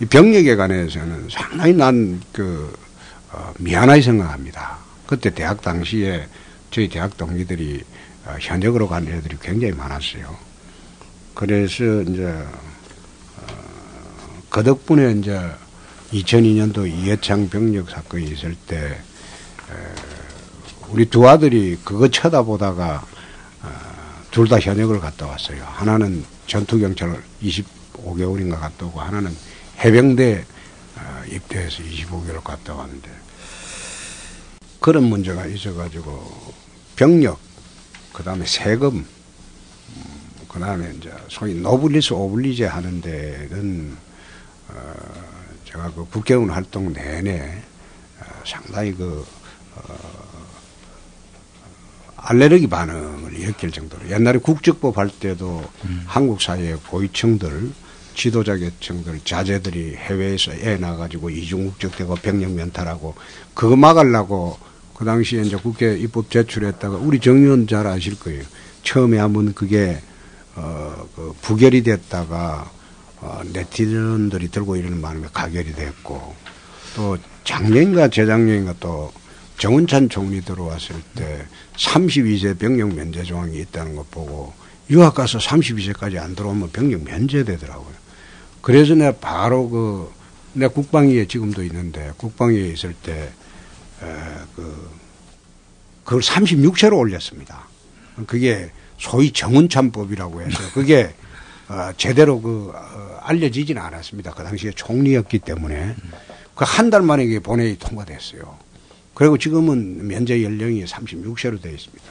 이 병력에 관해서는 상당히 난그 어, 미안하게 생각합니다. 그때 대학 당시에 저희 대학 동기들이 어, 현역으로 간 애들이 굉장히 많았어요. 그래서 이제 어, 그 덕분에 이제 2002년도 이해창 병력 사건이 있을 때 에, 우리 두 아들이 그거 쳐다보다가 어, 둘 다 현역을 갔다 왔어요. 하나는 전투경찰 25개월인가 갔다 오고 하나는 해병대 어, 입대해서 25개월 갔다 왔는데 그런 문제가 있어가지고 병력 그다음에 세금 음, 그다음에 이제 소위 노블리스 오블리제 하는 데는 어, 제가 그 국경운 활동 내내 어, 상당히 그 알레르기 반응을 일으킬 정도로 옛날에 국적법 할 때도 한국 사회의 고위층들 지도자 계층들 자제들이 해외에서 애 나가지고 이중국적되고 병력 면탈하고 그거 막으려고 그 당시에 이제 국회 입법 제출했다가 우리 정의원 잘 아실 거예요. 처음에 한번 그게 어그 부결이 됐다가 어, 네티즌들이 들고 이러는 마음에 가결이 됐고 또 작년인가 재작년인가 또 정은찬 총리 들어왔을 때 32세 병력 면제 조항이 있다는 거 보고 유학 가서 32세까지 안 들어오면 병력 면제되더라고요. 그래서 내가 바로 그, 내 국방위에 지금도 있는데 국방위에 있을 때, 에, 그, 그걸 36세로 올렸습니다. 그게 소위 정은참법이라고 해서 그게 어, 제대로 그, 어, 알려지진 않았습니다. 그 당시에 총리였기 때문에. 그 한 달 만에 이게 본회의 통과됐어요. 그리고 지금은 면제 연령이 36세로 되어 있습니다.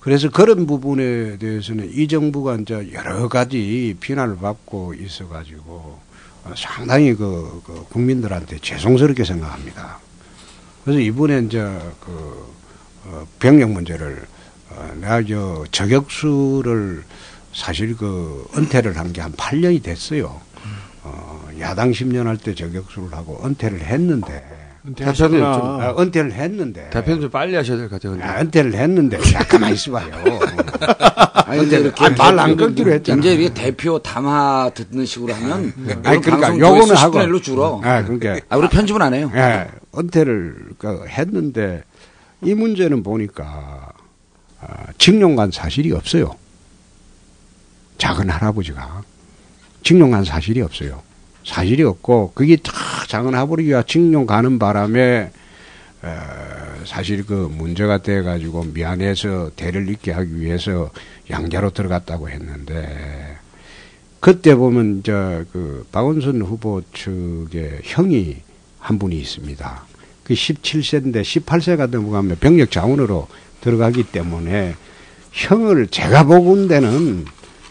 그래서 그런 부분에 대해서는 이 정부가 이제 여러 가지 비난을 받고 있어가지고 어, 상당히 그, 그 국민들한테 죄송스럽게 생각합니다. 그래서 이번에 이제 그 어, 병력 문제를 어, 내가 저 저격수를 사실 그 은퇴를 한 게 한 8년이 됐어요. 어, 야당 10년 할 때 저격수를 하고 은퇴를 했는데 은퇴하셨구나. 대표님 좀- 아, 은퇴를 했는데 대표님 좀 빨리 하셔야 될 것 같아요. 아, 은퇴를 했는데 잠깐만 있어봐요. 아니, 근데 이렇게 말안 끊기로 했잖아. 이제 이게 대표 담화 듣는 식으로 하면 아니 그러니까 요거는 하고. 로 줄어. 아 그러니까. 아, 우리 편집은 안 해요. 예, 은퇴를 그, 했는데 이 문제는 보니까 아, 징용관 사실이 없어요. 작은 할아버지가 징용관 사실이 없어요. 사실이 없고 그게 다 작은 할아버지가 징용 가는 바람에 에, 사실 그 문제가 돼 가지고 미안해서 대를 잇게 하기 위해서 양자로 들어갔다고 했는데 그때 보면 저그 박원순 후보 측의 형이 한 분이 있습니다. 그 17세인데 18세가 넘어가면 병력 자원으로 들어가기 때문에 형을 제가 보건대는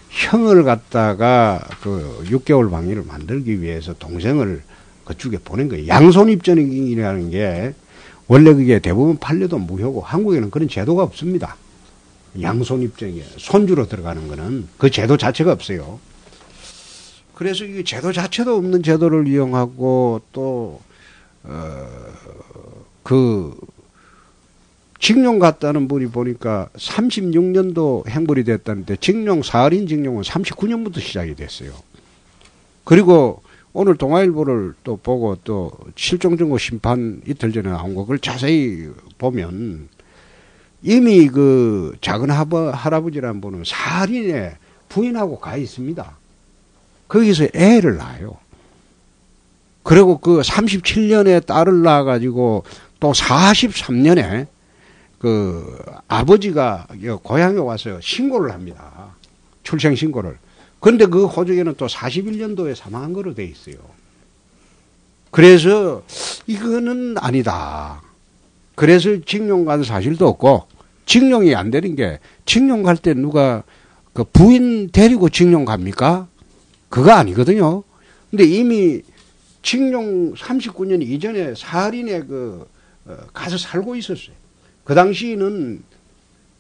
형을 갖다가 그 6개월 방위를 만들기 위해서 동생을 그쪽에 보낸 거예요. 양손 입전이라는 게 원래 그게 대부분 판례도 무효고 한국에는 그런 제도가 없습니다. 양손 입증에 손주로 들어가는 거는 그 제도 자체가 없어요. 그래서 이 제도 자체도 없는 제도를 이용하고 또, 어, 그, 징용 갔다는 분이 보니까 36년도 행불이 됐다는데 징용, 사흘인 징용은 39년부터 시작이 됐어요. 그리고 오늘 동아일보를 또 보고 또 실종신고 심판 이틀 전에 나온 거 그걸 자세히 보면 이미 그 작은 하버, 할아버지라는 분은 살인에 부인하고 가 있습니다. 거기서 애를 낳아요. 그리고 그 37년에 딸을 낳아가지고 또 43년에 그 아버지가 여- 고향에 와서 신고를 합니다. 출생 신고를. 그런데 그 호적에는 또 41년도에 사망한 거로 돼 있어요. 그래서 이거는 아니다. 그래서 징용 간 사실도 없고 징용이 안 되는 게 징용 갈 때 누가 그 부인 데리고 징용 갑니까? 그거 아니거든요. 근데 이미 징용 39년 이전에 살인에 그 어, 가서 살고 있었어요. 그 당시에는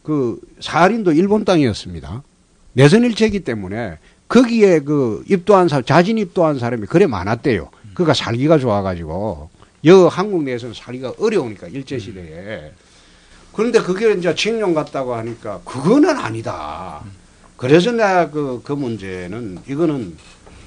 그 살인도 일본 땅이었습니다. 내선일체이기 때문에 거기에 그 입도한 사람, 자진 입도한 사람이 그래 많았대요. 그러니까 살기가 좋아가지고 여 한국 내에서는 살기가 어려우니까 일제 시대에. 그런데 그게 이제 징용 같다고 하니까 그거는 아니다. 그래서 내가 그, 그 문제는 이거는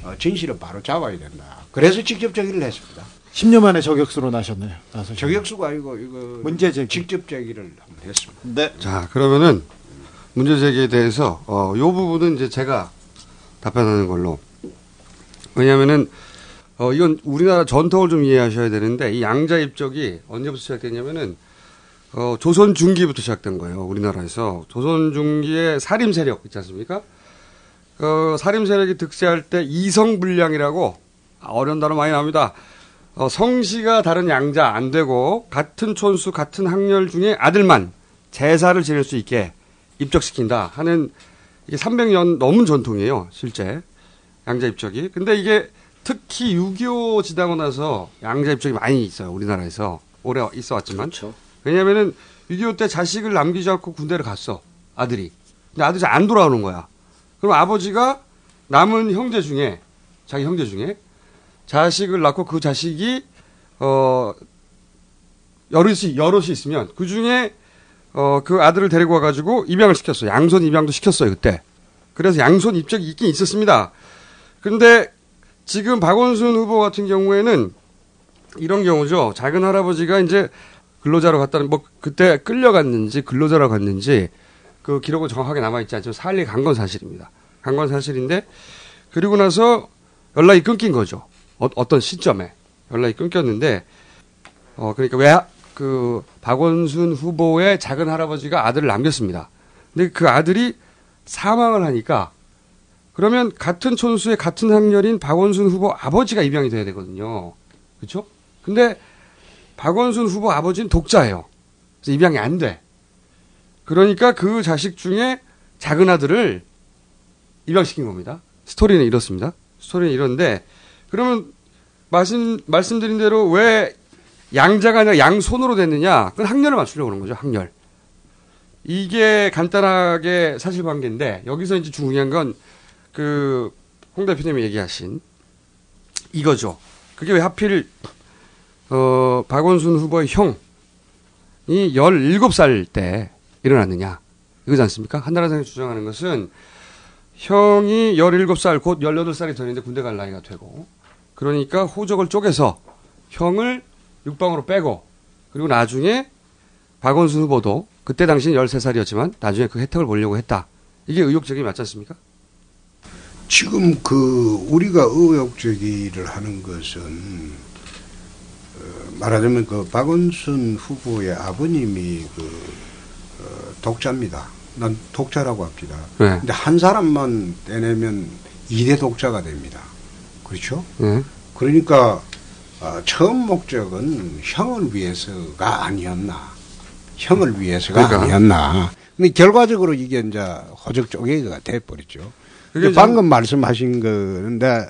어, 진실을 바로 잡아야 된다. 그래서 직접 제기를 했습니다. 10년 만에 저격수로 나셨네요. 나서 저격수가 아니고 이거 문제 제기. 직접 제기를 한번 했습니다. 네. 자, 그러면은 문제 제기에 대해서 어, 요 부분은 이제 제가 답변하는 걸로 왜냐면은 어 이건 우리나라 전통을 좀 이해하셔야 되는데 이 양자 입적이 언제부터 시작됐냐면은 어 조선 중기부터 시작된 거예요. 우리나라에서 조선 중기의 사림 세력 있지 않습니까? 어 사림 세력이 득세할 때 이성 불량이라고 아, 어려운 단어 많이 나옵니다. 어, 성씨가 다른 양자 안 되고 같은 촌수 같은 학렬 중에 아들만 제사를 지낼 수 있게 입적시킨다 하는 이게 300년 넘은 전통이에요 실제 양자 입적이 근데 이게 특히 6.25 지나고 나서 양자 입적이 많이 있어요 우리나라에서 오래 있어 왔지만 왜냐면은 6.25때 자식을 남기지 않고 군대를 갔어 아들이 근데 아들이 안 돌아오는 거야 그럼 아버지가 남은 형제 중에 자기 형제 중에 자식을 낳고 그 자식이 어 여럿이 여럿이 있으면 그 중에 어 그 아들을 데리고 와가지고 입양을 시켰어. 요 양손 입양도 시켰어요 그때. 그래서 양손 입적이 있긴 있었습니다. 근데 지금 박원순 후보 같은 경우에는 이런 경우죠. 작은 할아버지가 이제 근로자로 갔다는 뭐 그때 끌려갔는지 근로자로 갔는지 그 기록은 정확하게 남아있지 않지만 살리 간 건 사실입니다. 간 건 사실인데 그리고 나서 연락이 끊긴 거죠. 어, 떤 시점에 연락이 끊겼는데 어 그러니까 왜 그 박원순 후보의 작은 할아버지가 아들을 남겼습니다. 근데 그 아들이 사망을 하니까 그러면 같은 촌수의 같은 학렬인 박원순 후보 아버지가 입양이 돼야 되거든요. 그렇죠? 근데 박원순 후보 아버지는 독자예요. 그래서 입양이 안 돼. 그러니까 그 자식 중에 작은 아들을 입양시킨 겁니다. 스토리는 이렇습니다. 스토리는 이런데 그러면 말씀 말씀드린 대로 왜 양자가 아니라 양손으로 됐느냐? 그건 학렬을 맞추려고 그런 거죠. 학렬. 이게 간단하게 사실관계인데 여기서 이제 중요한 건 그 홍 대표님이 얘기하신 이거죠. 그게 왜 하필 어 박원순 후보의 형이 17살 때 일어났느냐. 이거지 않습니까? 한나라당이 주장하는 것은 형이 17살, 곧 18살이 되는데 군대 갈 나이가 되고, 그러니까 호적을 쪼개서 형을 육방으로 빼고, 그리고 나중에 박원순 후보도 그때 당시는 13살이었지만 나중에 그 혜택을 보려고 했다. 이게 의혹적이 맞지 않습니까? 지금 그 우리가 의혹 제기를 하는 것은 어, 말하자면 그 박원순 후보의 아버님이 그 어, 독자입니다. 난 독자라고 합니다. 네. 근데 한 사람만 떼내면 이대 독자가 됩니다. 그렇죠? 예. 그러니까 어, 처음 목적은 형을 위해서가 아니었나. 형을 위해서가 그러니까. 아니었나. 근데 결과적으로 이게 이제 호적 쪼개기가 돼버렸죠. 그게 근데 지금- 방금 말씀하신 거는데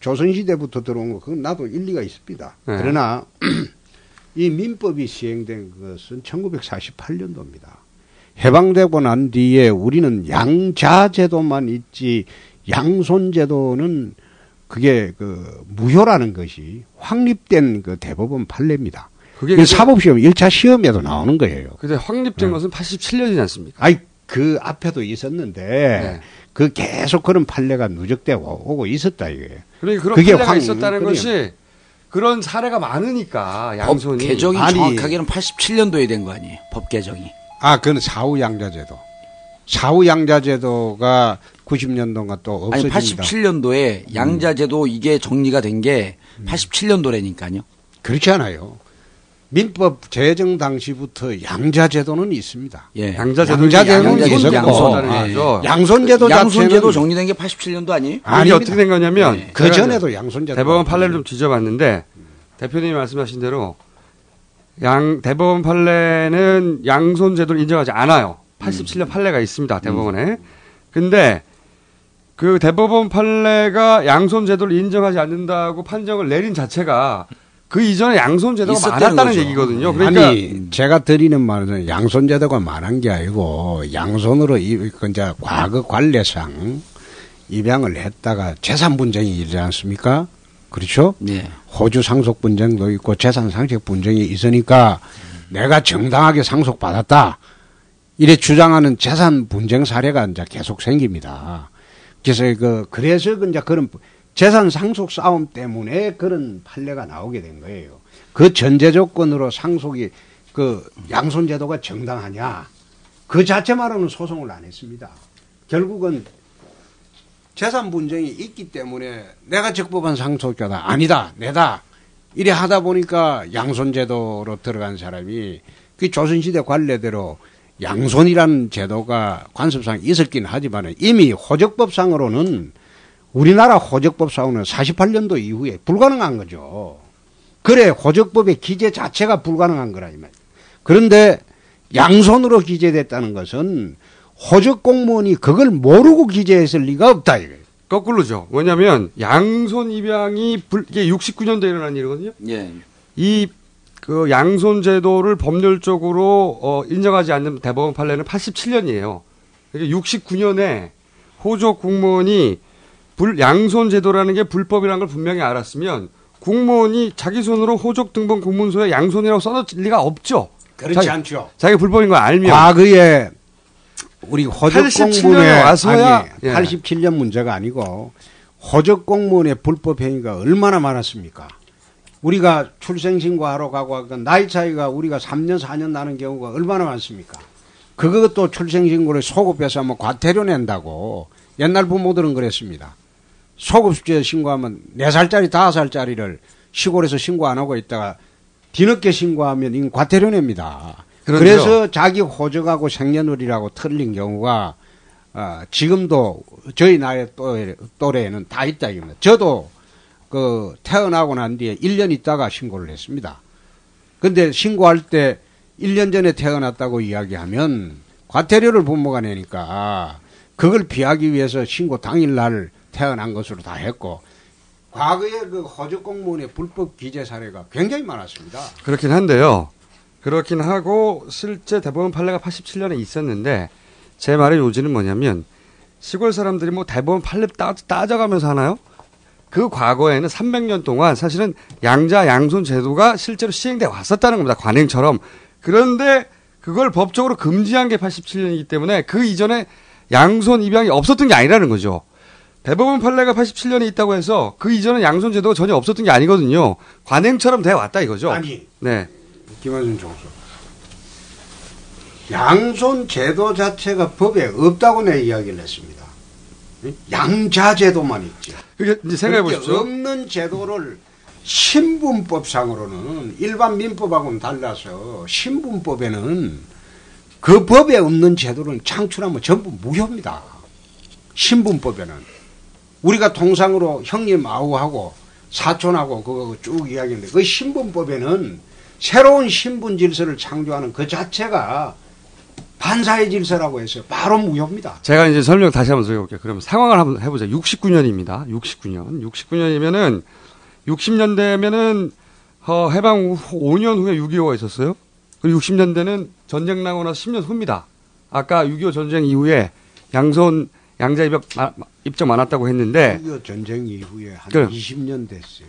조선시대부터 들어온 거 그건 나도 일리가 있습니다. 네. 그러나 이 민법이 시행된 것은 1948년도입니다. 해방되고 난 뒤에 우리는 양자제도만 있지 양손제도는 그게 그 무효라는 것이 확립된 그 대법원 판례입니다. 그게 그 근데- 사법시험 1차 시험에도 나오는 거예요. 네. 근데 확립된 것은 87년이지 않습니까? 네. 아이 그 앞에도 있었는데 그 계속 그런 판례가 누적되고 오고 있었다 이거예요. 그러니까 그런 그게 판례가 황- 있었다는 그래요. 것이 그런 사례가 많으니까 법 양손이 개정이 정확하게는 87년도에 된 거 아니에요? 법 개정이. 아, 그건 사후 양자제도. 사후 양자제도가 90년도가 또 아니 음, 없어집니다. 음. 87년도에 양자제도 이게 정리가 된 게 87년도라니까요. 그렇지 않아요. 민법 제정 당시부터 양자제도는 있습니다. 예. 양자제도 양자제도는 있었고 예. 양손제도 양손제도 자체는 정리된 게 87년도 아니에요? 아니 어떻게 된 거냐면 예. 그 전에도 양손제도 대법원 판례를 좀 뒤져봤는데 대표님이 말씀하신 대로 양 대법원 판례는 양손 제도를 인정하지 않아요. 87년 판례가 있습니다 대법원에. 근데 그 대법원 판례가 양손 제도를 인정하지 않는다고 판정을 내린 자체가 그 이전에 양손 제도가 많았다는 얘기거든요. 그러니까 아니 제가 드리는 말은 양손제도가 많은 게 아니고 양손으로 이 그 이제 과거 관례상 입양을 했다가 재산 분쟁이 일지 않습니까? 그렇죠? 네. 호주 상속 분쟁도 있고 재산 상속 분쟁이 있으니까 내가 정당하게 상속 받았다. 이래 주장하는 재산 분쟁 사례가 이제 계속 생깁니다. 그래서 그 그래서 그 이제 그런 재산 상속 싸움 때문에 그런 판례가 나오게 된 거예요. 그 전제 조건으로 상속이 그 양손 제도가 정당하냐 그 자체만으로는 소송을 안 했습니다. 결국은 재산 분쟁이 있기 때문에 내가 적법한 상속자다 아니다 내다 이래 하다 보니까 양손제도로 들어간 사람이 그 조선시대 관례대로 양손이라는 제도가 관습상 있었긴 하지만 이미 호적법상으로는 우리나라 호적법상으로는 48년도 이후에 불가능한 거죠. 그래 호적법의 기재 자체가 불가능한 거라 이 말. 그런데 양손으로 기재됐다는 것은 호적 공무원이 그걸 모르고 기재했을 리가 없다 이거예요. 거꾸로죠. 왜냐하면 양손 입양이 불, 이게 69년도에 일어난 일이거든요. 예. 이 그 양손 제도를 법률적으로 어, 인정하지 않는 대법원 판례는 87년이에요. 그러니까 69년에 호족 공무원이 불, 양손 제도라는 게 불법이라는 걸 분명히 알았으면 공무원이 자기 손으로 호족 등본 공문서에 양손이라고 써놓을 리가 없죠. 그렇지 자- 않죠. 자기 불법인 걸 알면 과거에 우리 호적 87년에 공무원의 와서야- 아니, 예. 87년 문제가 아니고 호적 공무원의 불법 행위가 얼마나 많았습니까? 우리가 출생신고하러 가고 하니까 나이 차이가 우리가 3년 4년 나는 경우가 얼마나 많습니까? 그것도 출생신고를 소급해서 뭐 과태료 낸다고 옛날 부모들은 그랬습니다. 소급수죄 신고하면 4살짜리 5살짜리를 시골에서 신고 안 하고 있다가 뒤늦게 신고하면 이건 과태료 냅니다. 그러죠. 그래서 자기 호적하고 생년월일하고 틀린 경우가 아, 지금도 저희 나이 또래, 또래에는 다 있다 이겁니다. 저도 그 태어나고 난 뒤에 1년 있다가 신고를 했습니다. 근데 신고할 때 1년 전에 태어났다고 이야기하면 과태료를 부모가 내니까 그걸 피하기 위해서 신고 당일 날 태어난 것으로 다 했고 과거에 그 호적 공무원의 불법 기재 사례가 굉장히 많았습니다. 그렇긴 한데요. 그렇긴 하고 실제 대법원 판례가 87년에 있었는데 제 말의 요지는 뭐냐면 시골 사람들이 뭐 대법원 판례 따, 따져가면서 하나요? 그 과거에는 300년 동안 사실은 양자 양손 제도가 실제로 시행돼 왔었다는 겁니다. 관행처럼. 그런데 그걸 법적으로 금지한 게 87년이기 때문에 그 이전에 양손 입양이 없었던 게 아니라는 거죠. 대법원 판례가 87년에 있다고 해서 그 이전에 양손 제도가 전혀 없었던 게 아니거든요. 관행처럼 돼 왔다 이거죠. 아니. 네. 김한준 총수. 양손 제도 자체가 법에 없다고 내 이야기를 했습니다. 양자 제도만 있지. 그게 이제 생각해 보십시오. 그렇게 없는 제도를 신분법상으로는 일반 민법하고는 달라서 신분법에는 그 법에 없는 제도는 창출하면 전부 무효입니다. 신분법에는 우리가 통상으로 형님 아우하고 사촌하고 그거 쭉 이야기했는데 그 신분법에는 새로운 신분 질서를 창조하는 그 자체가 반사의 질서라고 해서 바로 무효입니다. 제가 이제 설명 다시 한번 드려볼게요. 그럼 상황을 한번 해보자. 69년입니다. 69년. 69년이면은 60년대면은 어, 해방 후 5년 후에 6.25가 있었어요. 그리고 60년대는 전쟁 나고 나서 10년 후입니다. 아까 6.25 전쟁 이후에 양손 양자 입역 마- 입적 많았다고 했는데 6.25 전쟁 이후에 한 그럼. 20년 됐어요.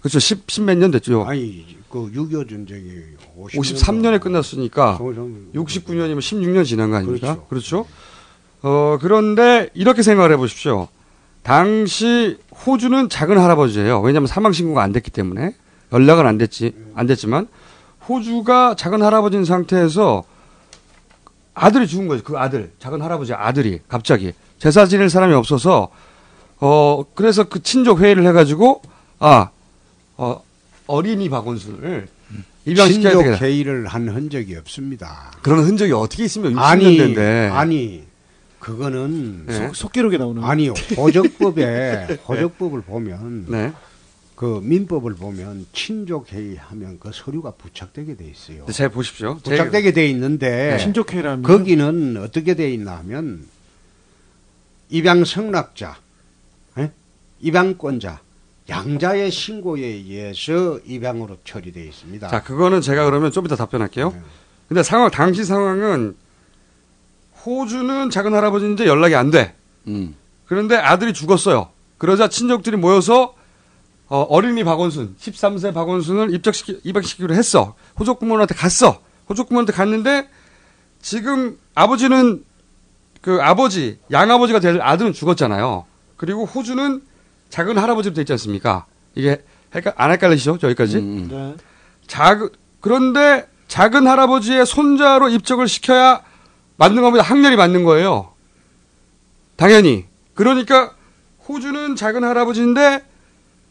그렇죠. 10, 10몇 년 됐죠. 아니, 그 6.25 전쟁이 50년 53년에 끝났으니까 69년이면 16년 지난 거 아닙니까? 그렇죠. 어, 그런데 이렇게 생각을 해 보십시오. 당시 호주는 작은 할아버지예요. 왜냐하면 사망 신고가 안 됐기 때문에 연락은 안 됐지 안 됐지만 호주가 작은 할아버지인 상태에서 아들이 죽은 거죠. 그 아들, 작은 할아버지 아들이 갑자기 제사 지낼 사람이 없어서 어 그래서 그 친족 회의를 해가지고 아 어, 어린이 박원순을 입양시켜야 친족 되겠다. 회의를 한 흔적이 없습니다. 그런 흔적이 어떻게 있으면 아니, 60년대인데. 아니, 그거는 네. 속- 속기록에 나오는 아니요. 네. 호적법에 호적법을 보면 네. 그 민법을 보면 친족 회의하면 그 서류가 부착되게 돼 있어요. 네, 잘 보십시오. 제- 부착되게 돼 있는데 네. 친족회의라면요? 거기는 어떻게 돼 있나 하면 입양 승낙자, 예? 입양권자, 양자의 신고에 의해서 입양으로 처리돼 있습니다. 자, 그거는 제가 그러면 좀 이따 답변할게요. 네. 근데 상황, 당시 상황은 호주는 작은 할아버지인데 연락이 안 돼. 음. 그런데 아들이 죽었어요. 그러자 친족들이 모여서 어, 어린이 박원순, 13세 박원순을 입적시키, 입양시키기로 했어. 호족 부모한테 갔어. 호족 부모한테 갔는데 지금 아버지는 그 아버지, 양아버지가 될 아들은 죽었잖아요. 그리고 호주는 작은 할아버지로 돼 있지 않습니까? 이게 헷갈- 안 헷갈리시죠? 여기까지? 작은 그런데 작은 할아버지의 손자로 입적을 시켜야 맞는 겁니다. 학렬이 맞는 거예요. 당연히. 그러니까 호주는 작은 할아버지인데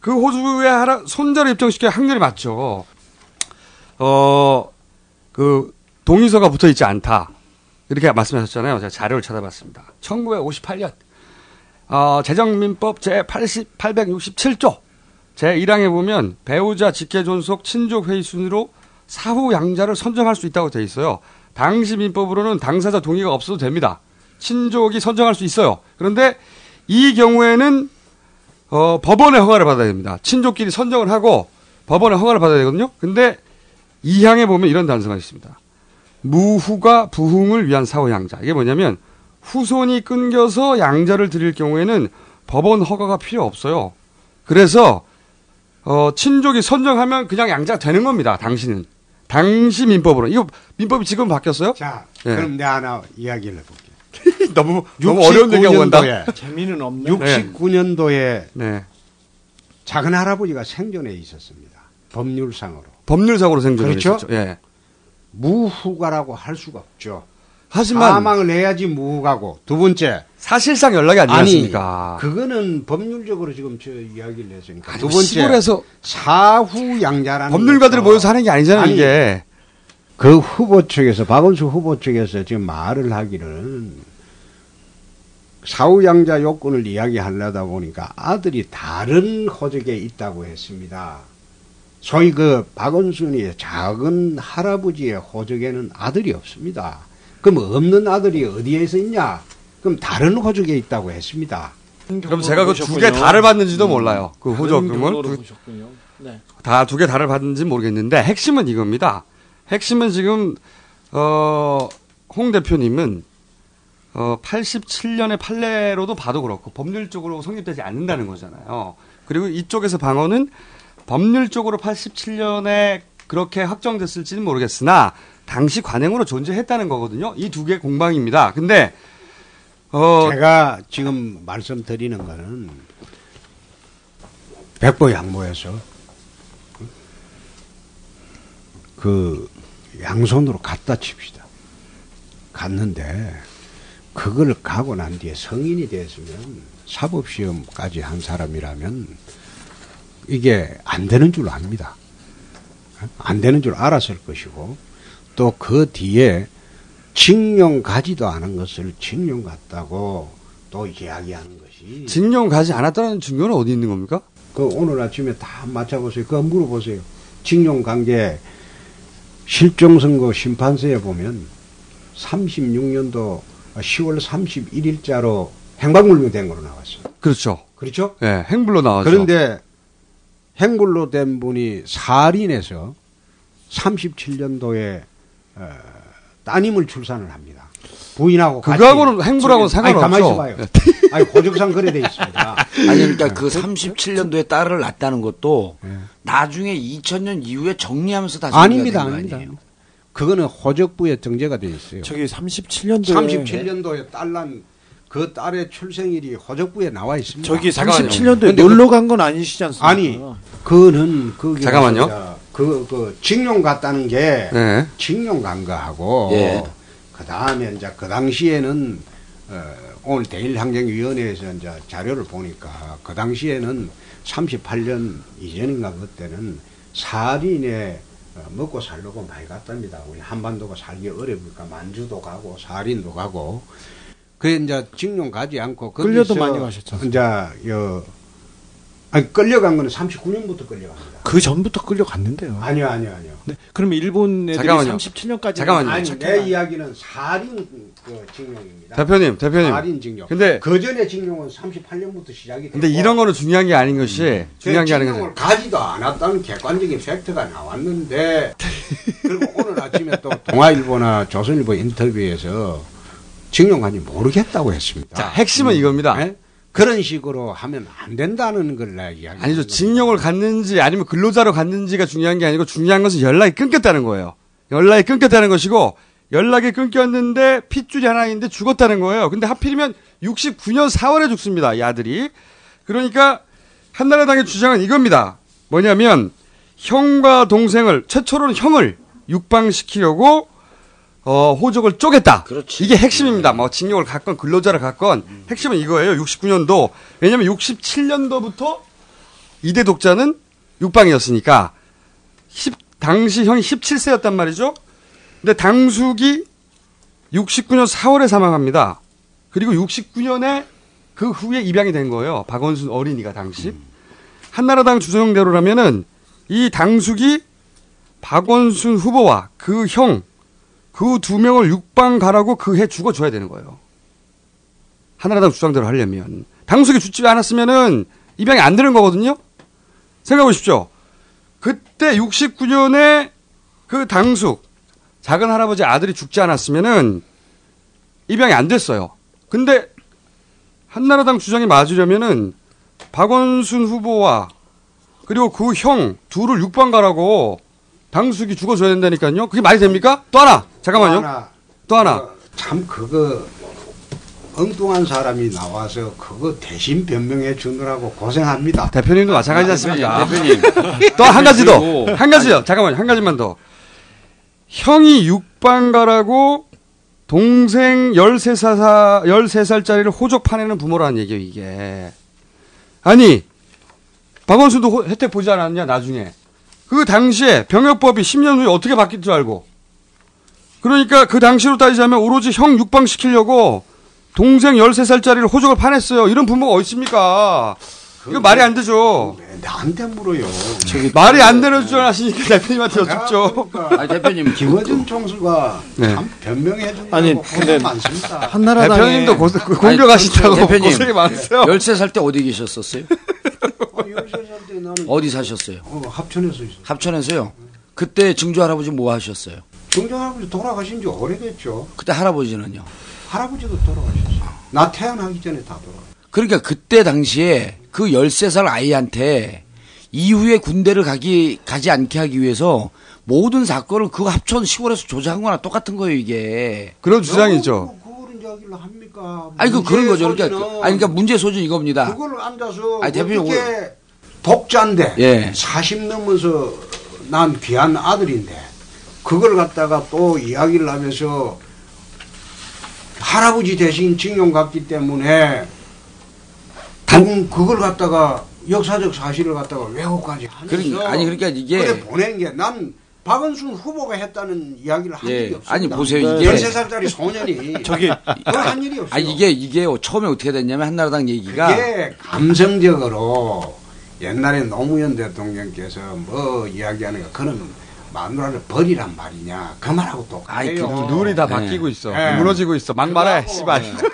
그 호주의 할아, 손자를 입정시켜 학렬이 맞죠. 어, 그 동의서가 붙어 있지 않다. 이렇게 말씀하셨잖아요. 제가 자료를 찾아봤습니다. 1958년 어, 재정민법 제 80, 867조 제 1항에 보면 배우자 직계존속 친족 회의 순으로 사후 양자를 선정할 수 있다고 돼 있어요. 당시 민법으로는 당사자 동의가 없어도 됩니다. 친족이 선정할 수 있어요. 그런데 이 경우에는 어, 법원의 허가를 받아야 됩니다. 친족끼리 선정을 하고 법원의 허가를 받아야 되거든요. 근데 이항에 보면 이런 단서가 있습니다. 무후가 부흥을 위한 사후 양자. 이게 뭐냐면 후손이 끊겨서 양자를 드릴 경우에는 법원 허가가 필요 없어요. 그래서 어, 친족이 선정하면 그냥 양자 되는 겁니다. 당신은 당시 민법으로 이거 민법이 지금 바뀌었어요? 자, 네. 그럼 내가 하나 이야기를 해볼게. 너무 너무 어려운 얘기하고 간다. 재미는 없네. 69년도에 네. 작은 할아버지가 생존해 있었습니다. 법률상으로. 법률상으로 생존을 그렇죠? 했었죠. 예. 무후가라고 할 수가 없죠. 하지만- 사망을 해야지 무후가고 두 번째 사실상 연락이 안 아니, 되었으니까. 그거는 법률적으로 지금 저 이야기를 했으니까 아니, 두 번째 시골에서 사후양자라는 법률가들이 모여서 하는 게 아니잖아요, 아니, 이게. 그 후보 측에서 박원수 후보 측에서 지금 말을 하기는 사후양자 요건을 이야기하려다 보니까 아들이 다른 호적에 있다고 했습니다. 소위 그 박원순이 작은 할아버지의 호적에는 아들이 없습니다. 그럼 없는 아들이 어디에서 있냐? 그럼 다른 호적에 있다고 했습니다. 그럼 제가 그 두 개 다를 받는지도 몰라요. 그 호적금을 두- 네. 다 두 개 다를 받는지 는 모르겠는데 핵심은 이겁니다. 핵심은 지금 어, 어홍 대표님은 어 87년의 판례로도 봐도 그렇고 법률적으로 성립되지 않는다는 거잖아요. 그리고 이쪽에서 방어는 법률적으로 87년에 그렇게 확정됐을지는 모르겠으나 당시 관행으로 존재했다는 거거든요. 이 두 개 공방입니다. 근데 어 제가 지금 말씀드리는 거는 백보 양보에서 그 양손으로 갖다 칩시다. 갔는데 그걸 가고 난 뒤에 성인이 됐으면 사법시험까지 한 사람이라면 이게 안 되는 줄 압니다. 안 되는 줄 알았을 것이고 또 그 뒤에 징용 가지도 않은 것을 징용 같다고 또 이야기하는 것이 징용 가지 않았다는 증거는 어디 있는 겁니까? 그 오늘 아침에 다 맞춰보세요. 그거 물어보세요. 징용 관계 실종선고 심판서에 보면 36년도 10월 31일자로 행방불명된 걸로 나왔어요. 그렇죠. 그렇죠? 예, 행불로 나왔죠. 그런데 행불로 된 분이 살인해서 37년도에 어, 따님을 출산을 합니다. 부인하고 그거하고는 같이. 행불하고는 네, 아니, 가만히 상관없죠. 있어봐요. 아니 고적상 그래 돼 있습니다. 그렇죠. 아니 그러니까 그 37년도에 딸을 낳았다는 것도 나중에 2000년 이후에 정리하면서 다시 네. 아닙니다, 얘기가 된거 아닙니다. 그거는 호적부에 정제가 돼 있어요. 저기 37년도에 37년도에 딸난 그 딸의 출생일이 호적부에 나와 있습니다. 저기 그 잠깐만요. 37년도에 근데 놀러 간 건 아니시지 않습니까? 아니, 그는 그게 잠깐만요. 진짜 그, 그 징용 갔다는 게 네. 징용 간 거하고 예. 그 다음에 이제 그 당시에는 어, 오늘 대일항쟁위원회에서 이제 자료를 보니까 그 당시에는 38년 이전인가 그때는 살인에 어, 먹고 살려고 많이 갔답니다. 우리 한반도가 살기 어려우니까 만주도 가고 살인도 가고 그래 이제 징용 가지 않고 끌려도 거기서 많이 가셨죠. 이제 여 아니, 끌려간 거는 39년부터 끌려갑니다. 그 전부터 끌려갔는데요. 아니요, 아니요, 아니요. 네. 그럼 일본 애들이 잠깐만요. 37년까지 잠깐만요. 아니, 내 이야기는 살인 그 징용입니다. 대표님, 대표님. 살인 징용. 근데- 그 전에 징용은 38년부터 시작이 되고. 근데 이런 거는 중요한 게 아닌 것이 중요한 게 아닌 것이 징용을 가지도 않았다는 객관적인 팩트가 나왔는데 그리고 오늘 아침에 또 동아일보나 조선일보 인터뷰에서 징용한지 모르겠다고 했습니다. 자, 핵심은 이겁니다. 그런 식으로 하면 안 된다는 걸 내가 이야기. 아니죠. 징용을 갔는지 아니면 근로자로 갔는지가 중요한 게 아니고 중요한 것은 연락이 끊겼다는 거예요. 연락이 끊겼다는 것이고 연락이 끊겼는데 핏줄이 하나 있는데 죽었다는 거예요. 근데 하필이면 69년 4월에 죽습니다. 이 아들이. 그러니까 한나라당의 주장은 이겁니다. 뭐냐면 형과 동생을 최초로는 형을 육방시키려고 어, 호적을 쪼갰다. 이게 핵심입니다. 뭐 징역을 갔건 근로자를 갔건 음. 핵심은 이거예요. 69년도. 왜냐면 67년도부터 이대 독자는 육방이었으니까 10 당시 형이 17세였단 말이죠. 근데 당숙이 69년 4월에 사망합니다. 그리고 69년에 그 후에 입양이 된 거예요. 박원순 어린이가 당시. 한나라당 주장대로라면은 이 당숙이 박원순 후보와 그 형, 그 두 명을 육방 가라고 그 해 죽어줘야 되는 거예요. 한나라당 주장대로 하려면. 당숙이 죽지 않았으면은 입양이 안 되는 거거든요? 생각해 보십시오. 그때 69년에 그 당숙, 작은 할아버지 아들이 죽지 않았으면은 입양이 안 됐어요. 근데 한나라당 주장이 맞으려면은 박원순 후보와 그리고 그 형 둘을 육방 가라고 당숙이 죽어줘야 된다니까요. 그게 말이 됩니까? 또 하나. 잠깐만요. 또 하나. 또 하나. 참 그거 엉뚱한 사람이 나와서 그거 대신 변명해 주느라고 고생합니다. 대표님도 마찬가지지 않습니까? 아, 대표님. 또 한 가지 더. 그리고- 한 가지요. 잠깐만요. 한 가지만 더. 형이 육방가라고 동생 13살, 13살짜리를 호적 파내는 부모라는 얘기예요, 이게. 아니, 박원순도 호- 혜택 보지 않았냐, 나중에. 그 당시에 병역법이 10년 후에 어떻게 바뀔 줄 알고. 그러니까 그 당시로 따지자면 오로지 형 육방시키려고 동생 13살짜리를 호적을 파냈어요. 이런 부모가 어디 있습니까? 이거 말이 안 되죠. 나한테 물어요. 말이 안 되는 줄 아시니까 대표님한테 여쭙죠. 아 대표님 김어준 총수가 네. 참 변명해 준다고 아니, 근데 고생 많습니다. 한나라당에- 대표님도 고- 그 공격하신다고 고생이 많으세요. 13살 때 어디 계셨었어요? 나는 어디 사셨어요? 뭐 합천에서 있어요. 합천에서요? 그때 증조 할아버지 뭐 하셨어요? 정정 할아버지 돌아가신 지 오래됐죠. 그때 할아버지는요? 할아버지도 돌아가셨어요. 나 태어나기 전에 다 돌아. 그러니까 그때 당시에 그 13살 아이한테 이후에 군대를 가기, 가지 않게 하기 위해서 모든 사건을 그 합천 시골에서 조작한 거나 똑같은 거예요, 이게. 그런 주장이죠. 뭐 아니, 그, 그런 거죠. 그러니까, 문제의 소지는- 아니, 그러니까 문제 소지 이겁니다. 그걸 앉아서 아니, 대표님, 어떻게 오늘- 독자인데 예. 40 넘어서 난 귀한 아들인데 그걸 갖다가 또 이야기를 하면서 할아버지 대신 징용 갔기 때문에 단 그걸 갖다가 역사적 사실을 갖다가 왜곡까지 하면서 그러니- 아니, 그러니까 이게- 그래 보낸 게 난 박은순 후보가 했다는 이야기를 한 예. 적이 없어요. 아니, 보세요, 이게- 13살짜리 소년이 그한 일이 없어요. 예, 아, 이게, 이게 처음에 어떻게 됐냐면 한나라당 얘기가. 그게 감성적으로 옛날에 노무현 대통령께서 뭐 이야기하는 거 그는 마누라를 버리란 말이냐 그 말하고 똑같아요. 아이, 네. 그 눈이 네. 다 바뀌고 있어. 무너지고 있어. 막말해, 씨발. 그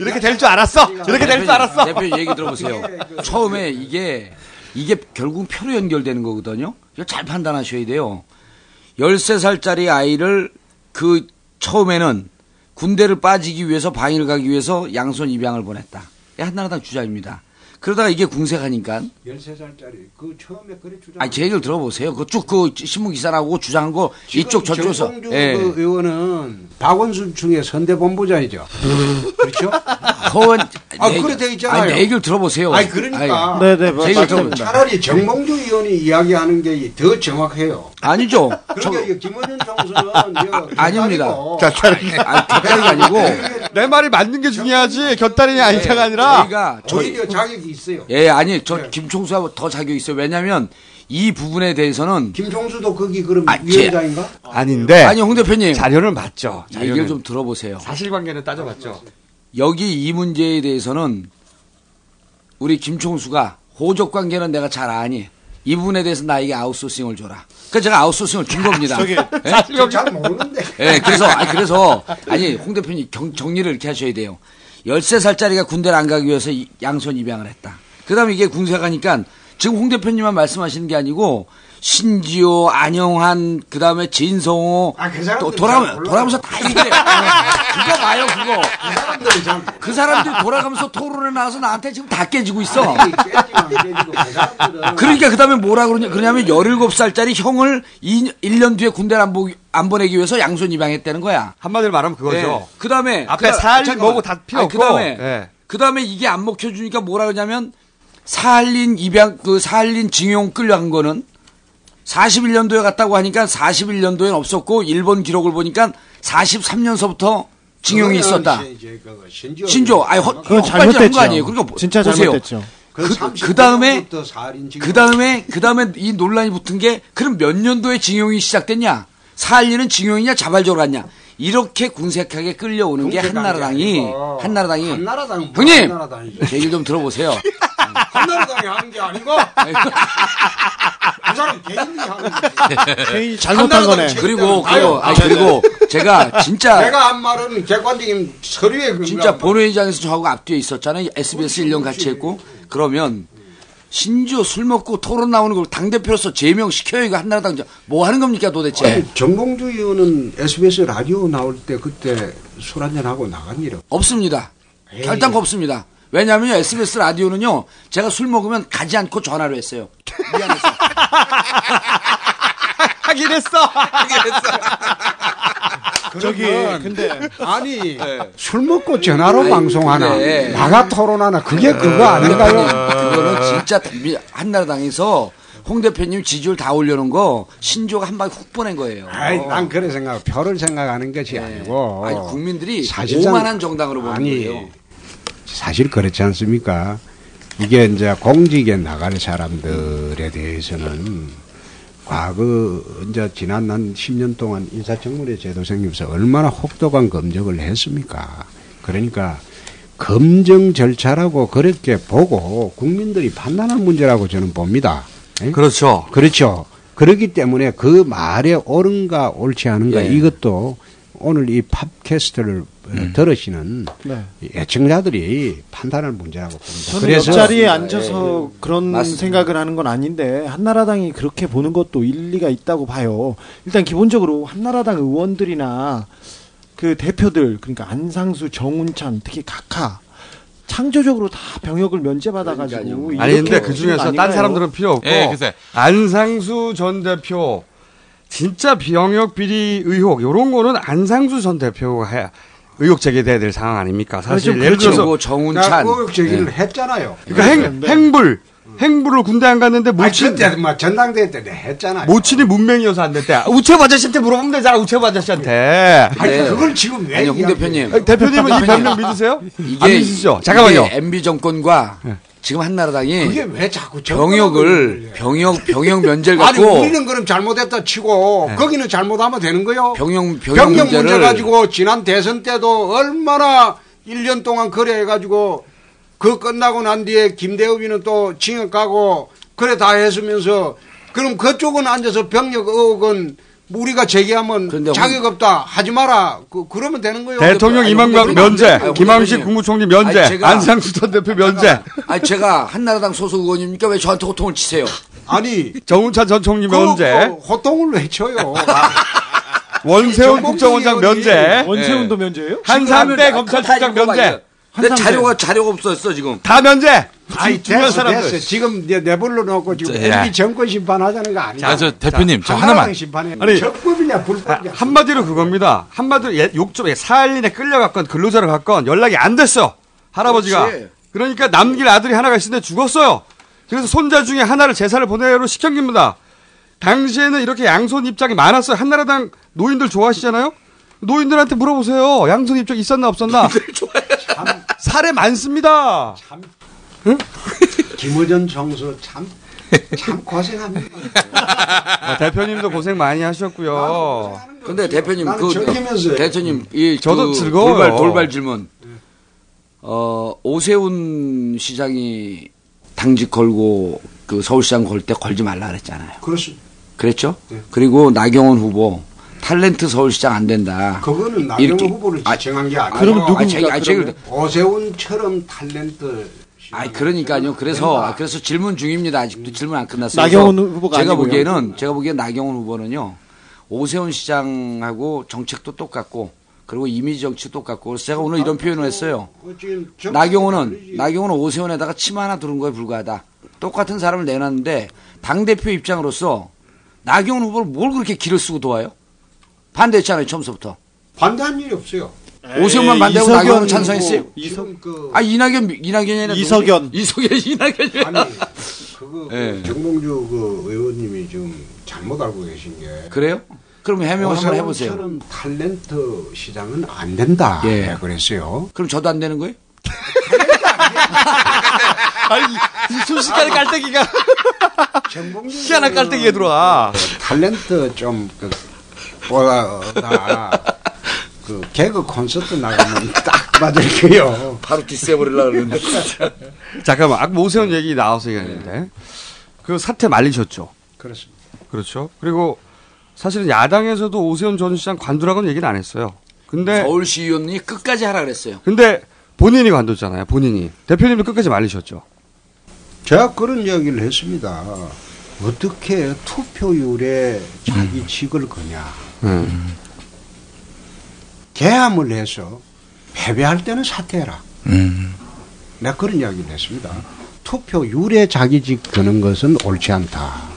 이렇게 될 줄 알았어. 이렇게 될 줄 알았어. 대표 얘기 들어보세요. 처음에 이게 이게 결국 표로 연결되는 거거든요. 이거 잘 판단하셔야 돼요. 13살짜리 아이를 그 처음에는 군대를 빠지기 위해서 방위를 가기 위해서 양손 입양을 보냈다. 이게 한나라당 주장입니다. 그러다가 이게 궁색하니까 13살짜리 그 처음에 그래 주장. 아제 얘기를 들어보세요. 그쭉그 신문 기사 나고 주장한 거 이쪽 저쪽에서 예. 정봉주 그 의원은 박원순 중에 선대본부장이죠. 그렇죠? 허원 아, 내- 그래 돼 있잖아요. 아니, 내 얘기를 들어보세요. 아니, 그러니까. 네, 아니, 제 얘기를 들어보세요. 네. 차라리 정몽주 의원이 이야기하는 게 더 정확해요. 아니죠. 그러니까 이 김원준 총수는 아닙니다. 네. 곁다리가 아니, 곁다리가 아니고. 내 말이 맞는 게 중요하지. 곁다리냐, 아니냐가 아니라. 네, 저희가 저희 오히려 자격이 네. 있어요. 예, 아니, 저 네. 김총수하고 더 자격 있어요. 왜냐면 이 부분에 대해서는 아, 김총수도 거기 그럼 위원장인가? 아닌데. 아니, 홍 대표님. 자료는 맞죠. 얘기를 자료는. 좀 들어보세요. 사실관계는 따져봤죠. 여기 이 문제에 대해서는 우리 김총수가 호적 관계는 내가 잘 아니. 이 부분에 대해서 나에게 아웃소싱을 줘라. 그러니까 제가 아웃소싱을 준 겁니다. 저기, 예? 잘 모르는데. 예, 그래서, 아니, 그래서, 아니, 홍 대표님 경- 정리를 이렇게 하셔야 돼요. 13살짜리가 군대를 안 가기 위해서 이- 양손 입양을 했다. 그 다음에 이게 궁색하니까 지금 홍 대표님만 말씀하시는 게 아니고 신지호, 안영환, 그 다음에 진성호. 또 돌아가면, 돌아가면서 다 얘기해요. 그거 봐요, 그거. 그 사람들 돌아가면서 토론에 나와서 나한테 지금 다 깨지고 뭐 있어. 그러니까 그 다음에 뭐라 그러냐, 그러냐면 17살짜리 형을 2, 1년 뒤에 군대를 안, 보기, 안 보내기 위해서 양손 입양했다는 거야. 한마디로 말하면 그거죠. 그 다음에. 앞에 살 뭐고 다 필요 그 없고. 다음에. 예. 그 다음에 이게 안 먹혀주니까 뭐라 그러냐면 사할린 입양, 그 사할린 징용 끌려간 거는 41년도에 갔다고 하니까 41년도엔 없었고 일본 기록을 보니까 43년서부터 징용이 있었다. 신조, 아니 헛, 그건 헛발질한 거 잘못됐죠. 아니에요. 뭐, 그러니까 보- 진짜 보세요. 잘못됐죠. 그, 그 다음에 그 다음에 그 다음에 이 논란이 붙은 게 그럼 몇 년도에 징용이 시작됐냐? 사할리는 징용이냐 자발적으로 갔냐? 이렇게 군색하게 끌려오는 게 군색한 게 한나라당이 아니고. 한나라당이 한나라당 뭐 형님 한나라당이죠. 제 얘기를 좀 들어보세요. 한나라당이 하는 게 아니고 그 사람 개인이 하는 거지. 네. 개인이 잘못한 한나라당 거네. 그리고 아유, 그리고 아 아유, 그리고 제가 진짜 내가 한 말은 객관적인 서류에 그 근거한 진짜 말. 본회의장에서 저하고 앞뒤에 있었잖아요. SBS 1년 같이 했고. 그러면, 신지호 술 먹고 토론 나오는 걸 당대표로서 제명시켜요. 이거 한나라당. 저- 뭐 하는 겁니까 도대체? 아니, 정봉주 의원은 SBS 라디오 나올 때 그때 술 한잔하고 나간 일 없- 예, 없습니다. 네. 결단코 없습니다. 왜냐하면 SBS 라디오는요, 제가 술 먹으면 가지 않고 전화를 했어요. 하긴 했어. 하긴 했어. 저기 그러면- 네. 근데 아니 술 먹고 전화로 아이, 방송하나 그래. 나가 토론하나 예, 그게 그거 그 아닌가요? 거는 진짜 미- 한나라당에서 홍 대표님 지지율 다 올려놓은 거 신조가 한 방에 훅 보낸 거예요. 네. 아이, 난 그런 생각, 표를 생각하는 것이 아니고. 아니, 국민들이 사실상- 오만한 정당으로 보는 아니, 거예요. 사실 그렇지 않습니까? 이게 이제 공직에 나갈 사람들에 대해서는 과거 이제 지난 한 10년 동안 인사청문회 제도 생기면서 얼마나 혹독한 검증을 했습니까? 그러니까 검증 절차라고 그렇게 보고 국민들이 판단할 문제라고 저는 봅니다. 예? 그렇죠. 그렇죠. 그렇기 때문에 그 말에 옳은가 옳지 않은가 예. 이것도 오늘 이 팟캐스트를 음. 들으시는 네. 애청자들이 판단할 문제라고 봅니다. 저는 옆자리에 예, 앉아서 그런 네. 맞습니다. 생각을 하는 건 아닌데 한나라당이 그렇게 보는 것도 일리가 있다고 봐요. 일단 기본적으로 한나라당 의원들이나 그 대표들 그러니까 안상수, 정운찬 특히 각하 창조적으로 다 병역을 면제받아가지고 아니 이렇게 근데 그 중에서 오는 거 딴 아닌가요? 사람들은 필요 없고 예, 글쎄. 안상수 전 대표 진짜 병역 비리 의혹 요런 거는 안상수 전 대표가 해야 의혹 제기돼야 될 상황 아닙니까? 사실 예를 들어서 나 의혹 제기를 했잖아요. 네. 그러니까 행, 행불 행불을 군대 안 갔는데 모친 그때 막 전당대회 때 내가 했잖아요. 모친이 문맹이어서 안 됐대. 우체부 아저씨한테 물어보면 되잖아. 우체부 아저씨한테. 근데- 아니, 홍 이야기해? 대표님. 아니, 대표님은 이 변명 믿으세요? 안 믿으시죠? 잠깐만요. 이게 MB 아, 정권과 지금 한나라당이 그게 왜 자꾸 정권을 병역을 병역 병역 면제를 아니 갖고 우리는 그럼 잘못했다 치고 네. 거기는 잘못하면 되는 거요. 병역 병역, 병역 문제를 문제 가지고 지난 대선 때도 얼마나 1년 동안 거래해가지고 그 끝나고 난 뒤에 김대우비는 또 징역 가고 그래 다 했으면서 그럼 그쪽은 앉아서 병역 의혹은 우리가 제기하면 자격 없다 하지 마라 그, 그러면 되는 거예요. 대통령 아니, 이명박 근데 면제, 아니, 김항식 대표님. 국무총리 면제, 아니, 제가- 안상수 전 대표 면제. 아니 제가 한나라당 소속 의원입니까? 왜 저한테 호통을 치세요? 아니 정운찬 전 총리 면제, 호통을 왜 쳐요? 원세훈 정봉주 국정원장 아. 의원이 면제, 원세훈도 면제예요? 아, 한상대 검찰총장 면제. 근데 자료가 자료가 없었어 지금. 다 면제. 아니 중요한 됐어 사람들. 됐어 지금 이제 내버려 놓고 지금 자, 야. 우리 정권 심판하자는 거 아니야? 자, 저 대표님, 저 하나만. 심판해. 아니, 아, 적법이냐 불법이냐? 한마디로 그겁니다. 한마디로 얘- 욕조에 사할린에 끌려갔건 근로자로 갔건 연락이 안 됐어. 할아버지가. 그렇지. 그러니까 남길 아들이 하나가 있었는데 죽었어요. 그래서 손자 중에 하나를 제사를 보내로 시킨 겁니다. 당시에는 이렇게 양손 입장이 많았어요. 한나라당 노인들 좋아하시잖아요. 노인들한테 물어보세요. 양손 입장 있었나 없었나. 사례 많습니다. 김호전 정수 참 참 고생합니다. 아, 대표님도 고생 많이 하셨고요. 근데 대표님 나는 그 즐기면서 해. 음, 대표님 이 저도 그 즐거워요. 돌발 돌발 질문. 어 오세훈 시장이 당직 걸고 그 서울시장 걸 때 걸지 말라 그랬잖아요. 그렇습니다. 네. 그랬죠? 그리고 나경원 후보 탤런트 서울시장 안 된다. 그거는 나경원 이렇게- 후보를 지칭한 게 아니고 그럼 누굽니까, 아, 제가- 아, 제가- 오세훈처럼 탤런트 아니 그러니까요. 그래서 아, 그래서 질문 중입니다. 아직도 질문 안 네. 끝났어요. 나경원 그래서 후보가 제가 아니고요. 보기에는 제가 보기에 나경원 후보는요. 오세훈 시장하고 정책도 똑같고 그리고 이미지 정치 똑같고 그래서 제가 아, 오늘 이런 표현을 했어요. 어, 지금 정- 나경원은 나경원은 오세훈에다가 치마 하나 두른 거에 불과하다. 똑같은 사람을 내놨는데 당 대표 입장으로서 나경원 후보를 뭘 그렇게 길을 쓰고 도와요? 반대했잖아요 처음서부터. 반대한 일이 없어요. 오세훈만 반대하고 나경원 찬성했어요. 이성 그 아 이낙연 이낙연이 아니라 이석연. 누구지? 이석연 이낙연이 아니 그거 네. 예. 정봉주 그 의원님이 지금 잘못 알고 계신 게 그래요? 그럼 해명을 한번 해보세요. 오세훈처럼 탤런트 시장은 안 된다. 네, 예. 그랬어요. 그럼 저도 안 되는 거예요? 순식간에 깔때기가 희한한 깔때기에 들어와. 탤런트 좀 그, 보다 그 개그 콘서트 나가면 딱 맞을게요. 바로 뒤세버리려고 그러는데. 잠깐만, 아까 오세훈 얘기 나와서 네. 얘기하는데 그 사태 말리셨죠. 그렇습니다. 그렇죠. 그리고 사실은 야당에서도 오세훈 전 시장 관두라고는 얘기는 안 했어요. 근데 서울시의원이 끝까지 하라 그랬어요. 근데 본인이 관뒀잖아요. 본인이 대표님도 끝까지 말리셨죠. 제가 그런 이야기를 했습니다. 어. 어떻게 투표율에 자기 직을 거냐. 음. 개함을 해서 패배할 때는 사퇴해라. 음. 내가 그런 이야기를 했습니다. 투표율에 자기 직 거는 것은 옳지 않다.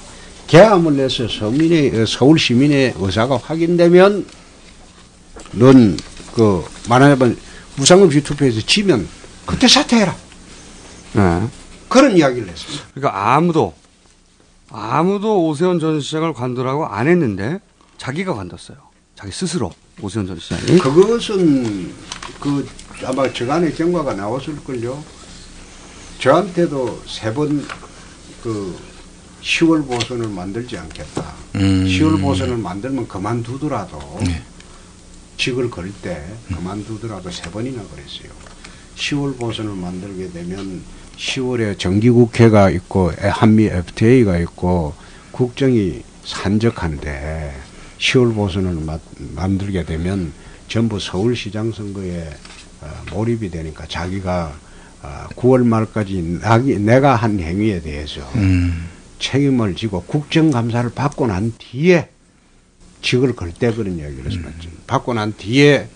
개함을 해서 서민의, 어, 서울 시민의 의사가 확인되면 넌 그 말하자면 무상금 씨 투표에서 지면 그때 사퇴해라. 어. 네. 그런 이야기를 했습니다. 그러니까 아무도 아무도 오세훈 전 시장을 관두라고 안 했는데 자기가 관뒀어요. 자기 스스로 오세훈 전 시장이. 그- 그것은 그 아마 저간의 경과가 나왔을걸요. 저한테도 세 번 그 10월 보선을 만들지 않겠다. 음. 10월 보선을 만들면 그만두더라도 직을 걸 때 그만두더라도 세 번이나 그랬어요. 10월 보선을 만들게 되면 10월에 정기국회가 있고 에, 한미 FTA가 있고 국정이 산적한데 10월 보선을 마- 만들게 되면 전부 서울시장 선거에 어, 몰입이 되니까 자기가 어, 9월 말까지 나기, 내가 한 행위에 대해서 음. 책임을 지고 국정감사를 받고 난 뒤에 직을 걸 때 그런 이야기를 음. 했습니다. 받고 난 뒤에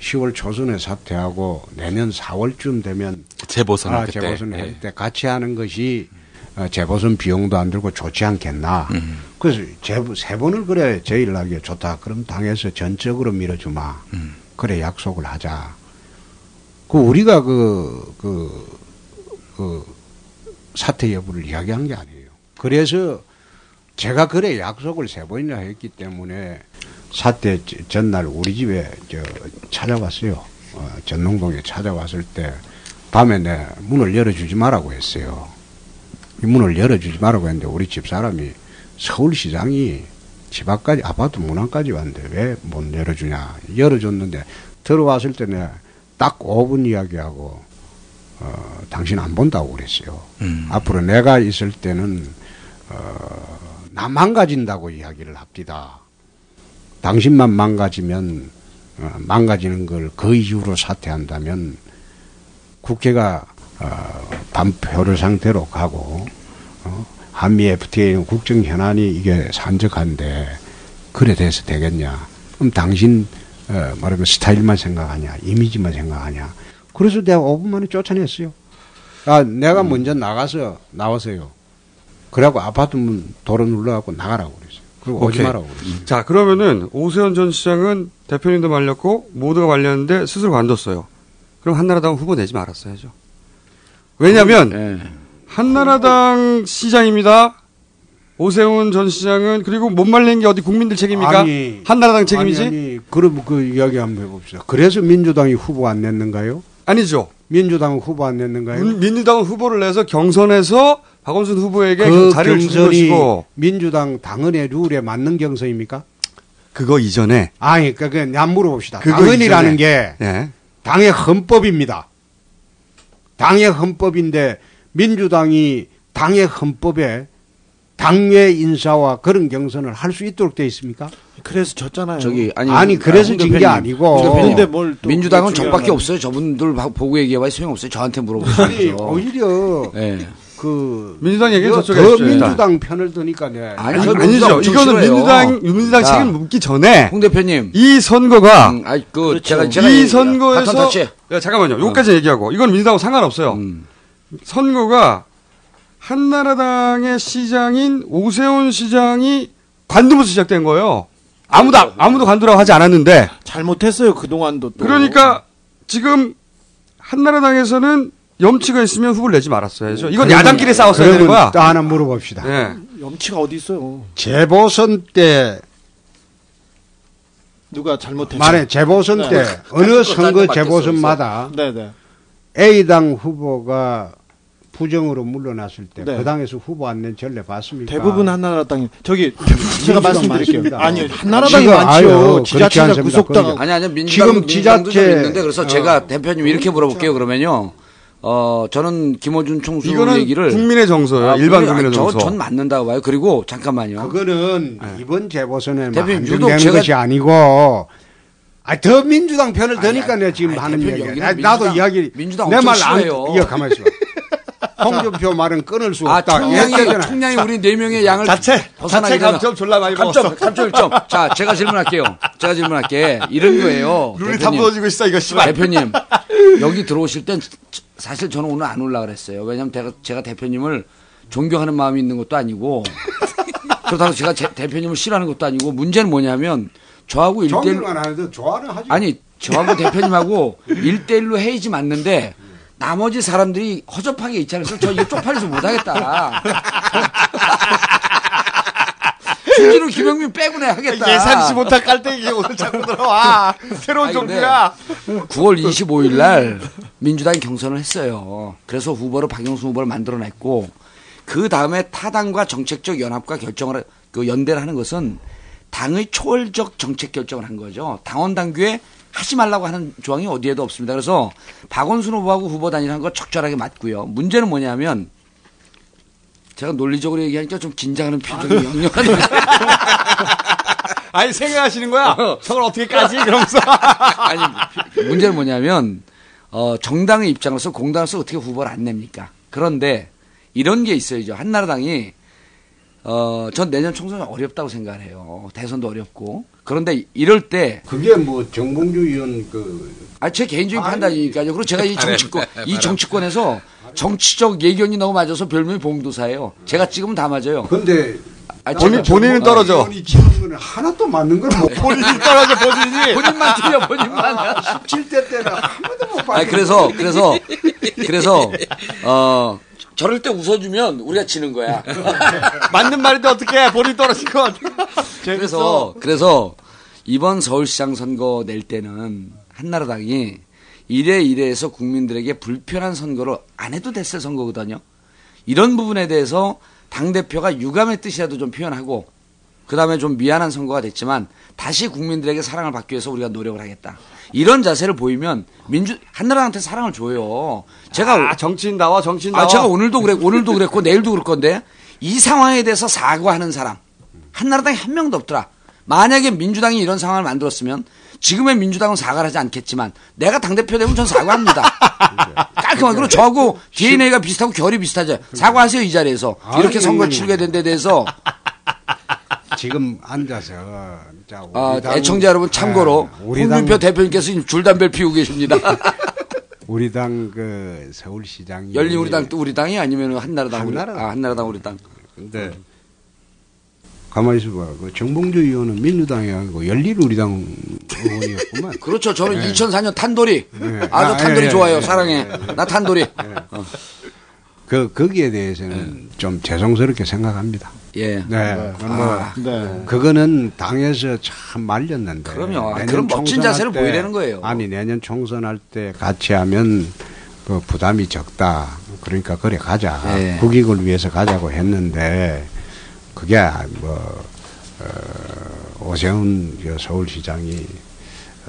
10월 초순에 사퇴하고 내년 4월쯤 되면 재보선 아, 할 때. 예. 재보선 할 때 같이 하는 것이 어, 재보선 비용도 안 들고 좋지 않겠나. 음. 그래서 재보, 세 번을 그래 제일 나기에 좋다. 그럼 당에서 전적으로 밀어주마. 음. 그래 약속을 하자. 그 우리가 그, 그, 그 사퇴 여부를 이야기한 게 아니에요. 그래서 제가 그래 약속을 세 번이나 했기 때문에 사퇴 저- 전날 우리 집에 저 찾아왔어요. 어, 전농동에 찾아왔을 때 밤에 내 문을 열어주지 말라고 했어요. 이 문을 열어주지 말라고 했는데 우리 집 사람이 서울시장이 집 앞까지 아파트 문 앞까지 왔는데 왜 못 열어주냐 열어줬는데 들어왔을 때 내가 딱 5분 이야기하고 어, 당신 안 본다고 그랬어요. 앞으로 내가 있을 때는 어, 나 망가진다고 이야기를 합디다. 당신만 망가지면 어, 망가지는 걸 그 이유로 사퇴한다면 국회가 어, 반표를 상태로 가고 어, 한미 FTA는 국정 현안이 이게 산적한데 그래 돼서 되겠냐? 그럼 당신 어, 말하면 스타일만 생각하냐, 이미지만 생각하냐? 그래서 내가 5분 만에 쫓아냈어요. 아, 내가 먼저 나가서 나와서요. 그래갖고 아파트 문 도로 눌러갖고 나가라고 그랬어요. 그리고 오지 오케이. 마라고 그랬어요. 자, 그러면은 오세훈 전 시장은 대표님도 말렸고 모두가 말렸는데 스스로 관뒀어요. 그럼 한나라당 후보 내지 말았어야죠. 왜냐면 네. 한나라당 시장입니다. 오세훈 전 시장은 그리고 못 말린 게 어디 국민들 책임입니까? 아니, 그러니까 한나라당 책임이지? 아니, 아니, 그럼 그 이야기 한번 해봅시다. 그래서 민주당이 후보 안 냈는가요? 아니죠. 민주당은 후보 안 냈는가요? 민- 민주당은 후보를 내서 경선에서 박원순 후보에게 그 자리를 주는 경선이 것이고 민주당 당헌의 룰에 맞는 경선입니까? 그거 이전에 아니, 그러니까 그냥 안 물어봅시다. 그거 당헌이라는 이전에. 게 예. 당의 헌법입니다. 당의 헌법인데 민주당이 당의 헌법에 당의 인사와 그런 경선을 할 수 있도록 돼 있습니까? 그래서 졌잖아요. 저기 아니, 음. 그래서 진 게 아니고 네. 민주당은 저 저밖에 없어요. 저분들 봐- 보고 얘기해봐야 소용없어요. 저한테 물어보시죠. 오히려 예. 그 민주당 얘기는 더 저쪽에 하시죠. 민주당 편을 드니까 네. 아니, 아니, 저는 아니죠. 민주당 엄청 이거는 싫어요. 민주당 민주당 자, 책임 묻기 전에 홍 대표님. 이 선거가 음, 아이, 그 제가 제가 이 얘기- 바톤 선거에서 터치. 음. 야, 잠깐만요. 여기까지 얘기하고 이건 민주당하고 상관없어요. 선거가 한나라당의 시장인 오세훈 시장이 관두면서 시작된 거예요. 아무도 아무도 관두라고 하지 않았는데 잘못했어요 그 동안도. 그러니까 지금 한나라당에서는 염치가 있으면 후보를 내지 말았어야죠. 이건 그러면- 야당끼리 싸웠어야 되는 그러면 거야. 또 아, 하나 물어봅시다. 예. 염치가 어디 있어요? 재보선 때 누가 잘못했죠? 말해 재보선 네. 때 어느 선거 재보선마다 네네. A당 후보가 부정으로 물러났을 때 그 네. 당에서 후보 안 낸 전례 봤습니까? 대부분 한나라당이 저기 제가 민주당 말씀드릴게요. 많습니다. 아니 한나라당이 지금, 많지요. 아유, 그렇지 지자체가 않습니다. 구속당하고 어. 아니 아니 민주당 지금 지자체 있는데 그래서 제가 대표님 이렇게 물어볼게요 그러면요. 어 저는 김어준 총수 이거는 얘기를 아, 국민의 정서예요. 일반 국민- 국민의 저- 정서. 전 맞는다고 봐요. 그리고 잠깐만요. 그거는 이번 재보선에 뭐 대표님, 만 유독 된 제가- 것이 아니고 아, 더 민주당 편을 드니까 내가 지금 하는 대표님, 이야기야. 나, 여기는 나도 민주당- 이야기를 민주당 내 엄청 말 안 싫어해요. 이거 가만히 있어. 봐. 홍준표 말은 끊을 수 아, 없다. 총량이, 얘기하잖아. 총량이 우리 네 명의 양을 자체, 벗어나게 자체 감점 졸라 많이 감점, 먹었어. 감점 1점. 자, 제가 질문할게요. 제가 질문할게. 이런 거예요. 눈이 대표님. 탐부어지고 있어, 이거, 씨발. 대표님, 여기 들어오실 땐 저- 사실 저는 오늘 안 올라 그랬어요. 왜냐면 제가, 제가 대표님을 존경하는 마음이 있는 것도 아니고 그렇다고 제가 제- 대표님을 싫어하는 것도 아니고 문제는 뭐냐면 저하고 일대 정리를 일 안 하는데 좋아는 하지. 아니 저하고 대표님하고 일대일로 헤이지 맞는데 나머지 사람들이 허접하게 있잖아요. 그래서 저 이거 쪽팔려서 못하겠다. 실제로 김영민 빼고내 하겠다. 예상치 못한 깔때기 오늘 자꾸 들어와. 새로운 아니, 종류야. 9월 25일 날 민주당이 경선을 했어요. 그래서 후보로 박영수 후보를 만들어냈고 그 다음에 타당과 정책적 연합과 결정을 그 연대를 하는 것은 당의 초월적 정책 결정을 한 거죠. 당원 당규에 하지 말라고 하는 조항이 어디에도 없습니다. 그래서 박원순 후보하고 후보 단일한 거 적절하게 맞고요. 문제는 뭐냐면 제가 논리적으로 얘기하니까 좀 긴장하는 표정이 역력하네요. 아, 아니, 생각하시는 거야. 저걸 어떻게 까지? 그러면서. 아니, 문제는 뭐냐면 어, 정당의 입장으로서 공당에서 어떻게 후보를 안 냅니까? 그런데 이런 게 있어야죠. 한나라당이 어, 전 내년 총선이 어렵다고 생각을 해요. 대선도 어렵고. 그런데 이럴 때 그게 뭐 정봉주 의원 그 아, 제 개인적인 판단이니까요. 그리고 제가 이 바람, 정치권, 이 바람. 정치권에서 정치적 예견이 너무 맞아서 별명이 봉도사예요. 제가 찍으면 다 맞아요. 근데 아, 본인- 제가- 본인은 떨어져. 본인이 하나도 맞는 건 못. 본인이 떨어져 본인이. 본인만 틀려 본인만. 아, 17대 때는 아무도 못 봤어. 아 그래서 그래서 그래서 어 저럴 때 웃어주면 우리가 지는 거야. 맞는 말인데 어떻게 해? 본인 떨어지고. 그래서 그래서 이번 서울시장 선거 낼 때는 한나라당이 이래 이래해서 국민들에게 불편한 선거를 안 해도 됐을 선거거든요. 이런 부분에 대해서 당 대표가 유감의 뜻이라도 좀 표현하고 그 다음에 좀 미안한 선거가 됐지만 다시 국민들에게 사랑을 받기 위해서 우리가 노력을 하겠다. 이런 자세를 보이면 민주 한나라한테 사랑을 줘요. 제가 아, 정치인 나와 정치인 아 나와. 제가 오늘도 그래 오늘도 그랬고 내일도 그럴 건데 이 상황에 대해서 사과하는 사람 한나라당에 한 명도 없더라. 만약에 민주당이 이런 상황을 만들었으면 지금의 민주당은 사과를 하지 않겠지만 내가 당대표 되면 전 사과합니다. 깔끔하게 그리고 저하고 DNA가 비슷하고 결이 비슷하죠. 사과하세요 이 자리에서 그러니까. 이렇게 아니, 선거 아니. 치르게 된 데 대해서 지금 앉아서 자, 우리 아, 당- 애청자 여러분 참고로 아, 우리 당 홍준표 대표님께서 지금 줄담배를 피우고 계십니다. 우리 당 그 서울시장 열린 우리 당 또 우리 당이 아니면 한나라당 우리 예. 한나라당. 아, 한나라당 우리 당. 네. 가만히 있어봐. 그 정봉주 의원은 민주당이 아니고 열린 우리 당 의원이었구만. 그렇죠. 저는 예. 2004년 탄도리. 아, 저 아, 탄도리 예, 좋아해요. 예, 사랑해. 나 탄도리. 어. 그 거기에 대해서는 좀 죄송스럽게 생각합니다. 네. 예. 네. 아, 뭐, 네. 그거는 당에서 참 말렸는데. 그럼요. 아, 내년 그런 멋진 총선할 자세를 때- 뭐 보이라는 거예요. 아니 내년 총선할 때 같이 하면 그 부담이 적다. 그러니까 그래 가자. 예. 국익을 위해서 가자고 했는데 그게 뭐 어, 오세훈 저 서울시장이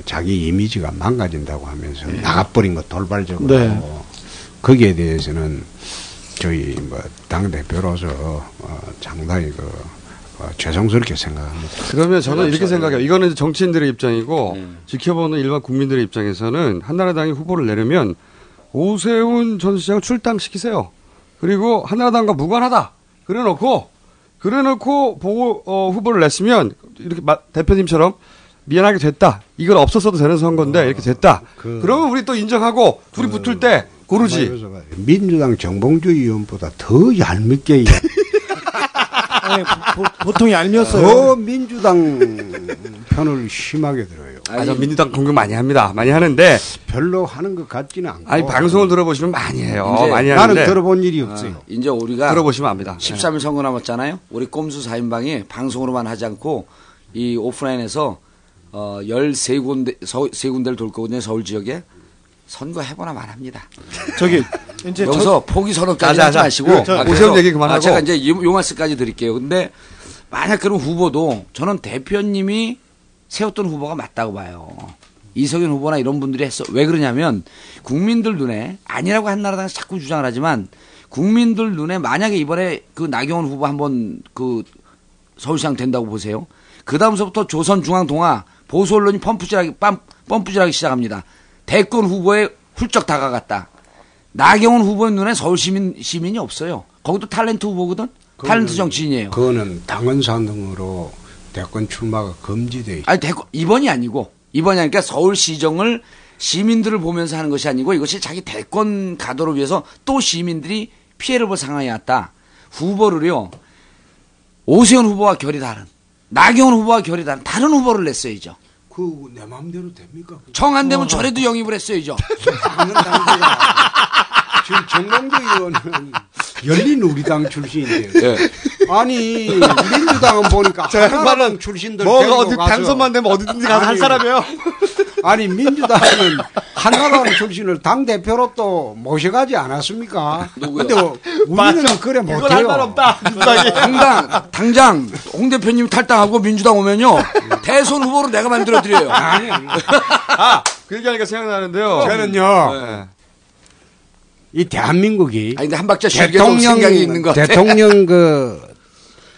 자기 이미지가 망가진다고 하면서 나가버린 거 돌발적으로 네. 거기에 대해서는 저희 뭐당 대표로서 어, 상당히 그 어, 죄송스럽게 생각합니다. 그러면 저는 이렇게 생각해요. 이거는 이제 정치인들의 입장이고 지켜보는 일반 국민들의 입장에서는 한나라당이 후보를 내려면 오세훈 전 시장을 출당시키세요. 그리고 한나라당과 무관하다. 그래놓고 그래놓고 보고 어, 후보를 냈으면 이렇게 마- 대표님처럼 미안하게 됐다. 이건 없었어도 되는 선거인데 이렇게 됐다. 그, 러면 우리 또 인정하고 둘이 붙을 때 고르지. 민주당 정봉주 의원보다 더 얄밉게 이- 네, 보, 통이 알면서요. 더 민주당 편을 심하게 들어요. 아, 저 민주당 공격 많이 합니다. 많이 하는데 별로 하는 것 같지는 않고. 아니 방송을 들어보시면 많이 해요. 이제 많이 나는 하는데 들어본 일이 없어요. 네. 아, 이제 우리가 들어보시면 압니다. 13일 선거 남았잖아요. 우리 꼼수 4인방이 방송으로만 하지 않고 이 오프라인에서 어 13군데 서, 세 군데를 돌 거거든요. 서울 지역에 선거 해보나 말합니다. 저기 이제 여기서 포기 선언까지 하지 마시고 저- 아, 오세훈 그래서- 얘기 그만하고. 아, 제가 이제 요- 요 말씀까지 드릴게요. 근데 만약 그런 후보도 저는 대표님이 세웠던 후보가 맞다고 봐요. 이석윤 후보나 이런 분들이 했어. 왜 그러냐면 국민들 눈에 아니라고 한나라당에서 자꾸 주장을 하지만 국민들 눈에 만약에 이번에 그 나경원 후보 한번 그 서울시장 된다고 보세요. 그 다음서부터 조선중앙동아 보수 언론이 펌프질하기 빰, 펌프질하기 시작합니다. 대권 후보에 훌쩍 다가갔다. 나경원 후보의 눈에 서울 시민 시민이 없어요. 거기도 탤런트 후보거든. 탤런트 정치인이에요. 그거는 당원산 등으로 대권 출마가 금지돼 있죠. 아니 대권 이번이 아니고 이번이 아니니까 서울 시정을 시민들을 보면서 하는 것이 아니고 이것이 자기 대권 가도를 위해서 또 시민들이 피해를 볼 상황이 왔다. 후보를요. 오세훈 후보와 결이 다른 나경원 후보와 결이 다른 다른 후보를 냈어야죠. 그 내 마음대로 됩니까? 정 안 어. 되면 저래도 영입을 했어야죠. 지금 정광조 의원은 열린 우리당 출신인데요. 아니 민주당은 보니까 저 양반은 한나라당 출신들 뭐가 데리고 어디 가서 당선만 되면 어디든지 가서 한 사람이에요. 아니 민주당은 한나라당 출신을 당 대표로 또 모셔가지 않았습니까? 근데 우리는 그래 못해요. 없다. 당장 당장 홍 대표님 탈당하고 민주당 오면요 대선 후보로 내가 만들어 드려요. 아, 그 얘기하니까 생각나는데요. 저는요. 네. 이 대한민국이 아니, 근데 한 박자 쉬는 게좀 생각이 있는 것 같아. 대통령 그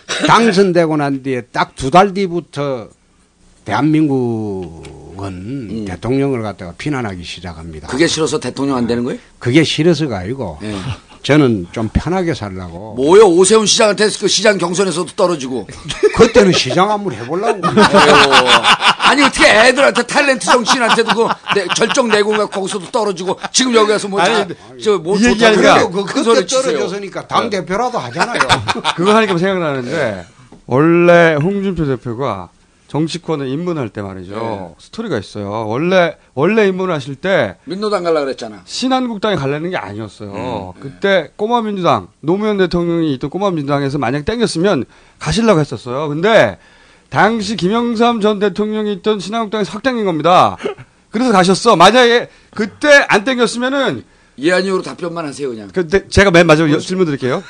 당선되고 난 뒤에 딱 두 달 뒤부터 대한민국은 음. 대통령을 갖다가 비난하기 시작합니다. 그게 싫어서 대통령 안 되는 거예요? 그게 싫어서가 아니고 예. 저는 좀 편하게 살라고 뭐요 오세훈 시장한테 그 시장 경선에서도 떨어지고 그때는 시장 한번 해보려고 아니 어떻게 애들한테 탤런트 정치인한테도 그 내- 절정 내공과 거기서도 떨어지고 지금 여기 와서 뭐 아니, 뭐저뭐 이 얘기하니까 그, 큰 그때 소리 치세요. 네. 떨어졌으니까 당 대표라도 하잖아요. 그거 하니까 생각나는데 원래 홍준표 대표가 정치권에 입문할 때 말이죠 네. 스토리가 있어요. 원래 원래 입문하실 때 민노당 갈라 그랬잖아. 음, 네. 신한국당에 가려는 게 아니었어요. 그때 꼬마민주당 노무현 대통령이 있던 꼬마민주당에서 만약 땡겼으면 가시려고 했었어요. 근데 당시 김영삼 전 대통령이 있던 신한국당에서 확 땡긴 겁니다. 그래서 가셨어. 만약에 그때 안 땡겼으면은 예안이로 답변만 하세요 그냥. 그때 네, 제가 맨 마지막 질문 드릴게요.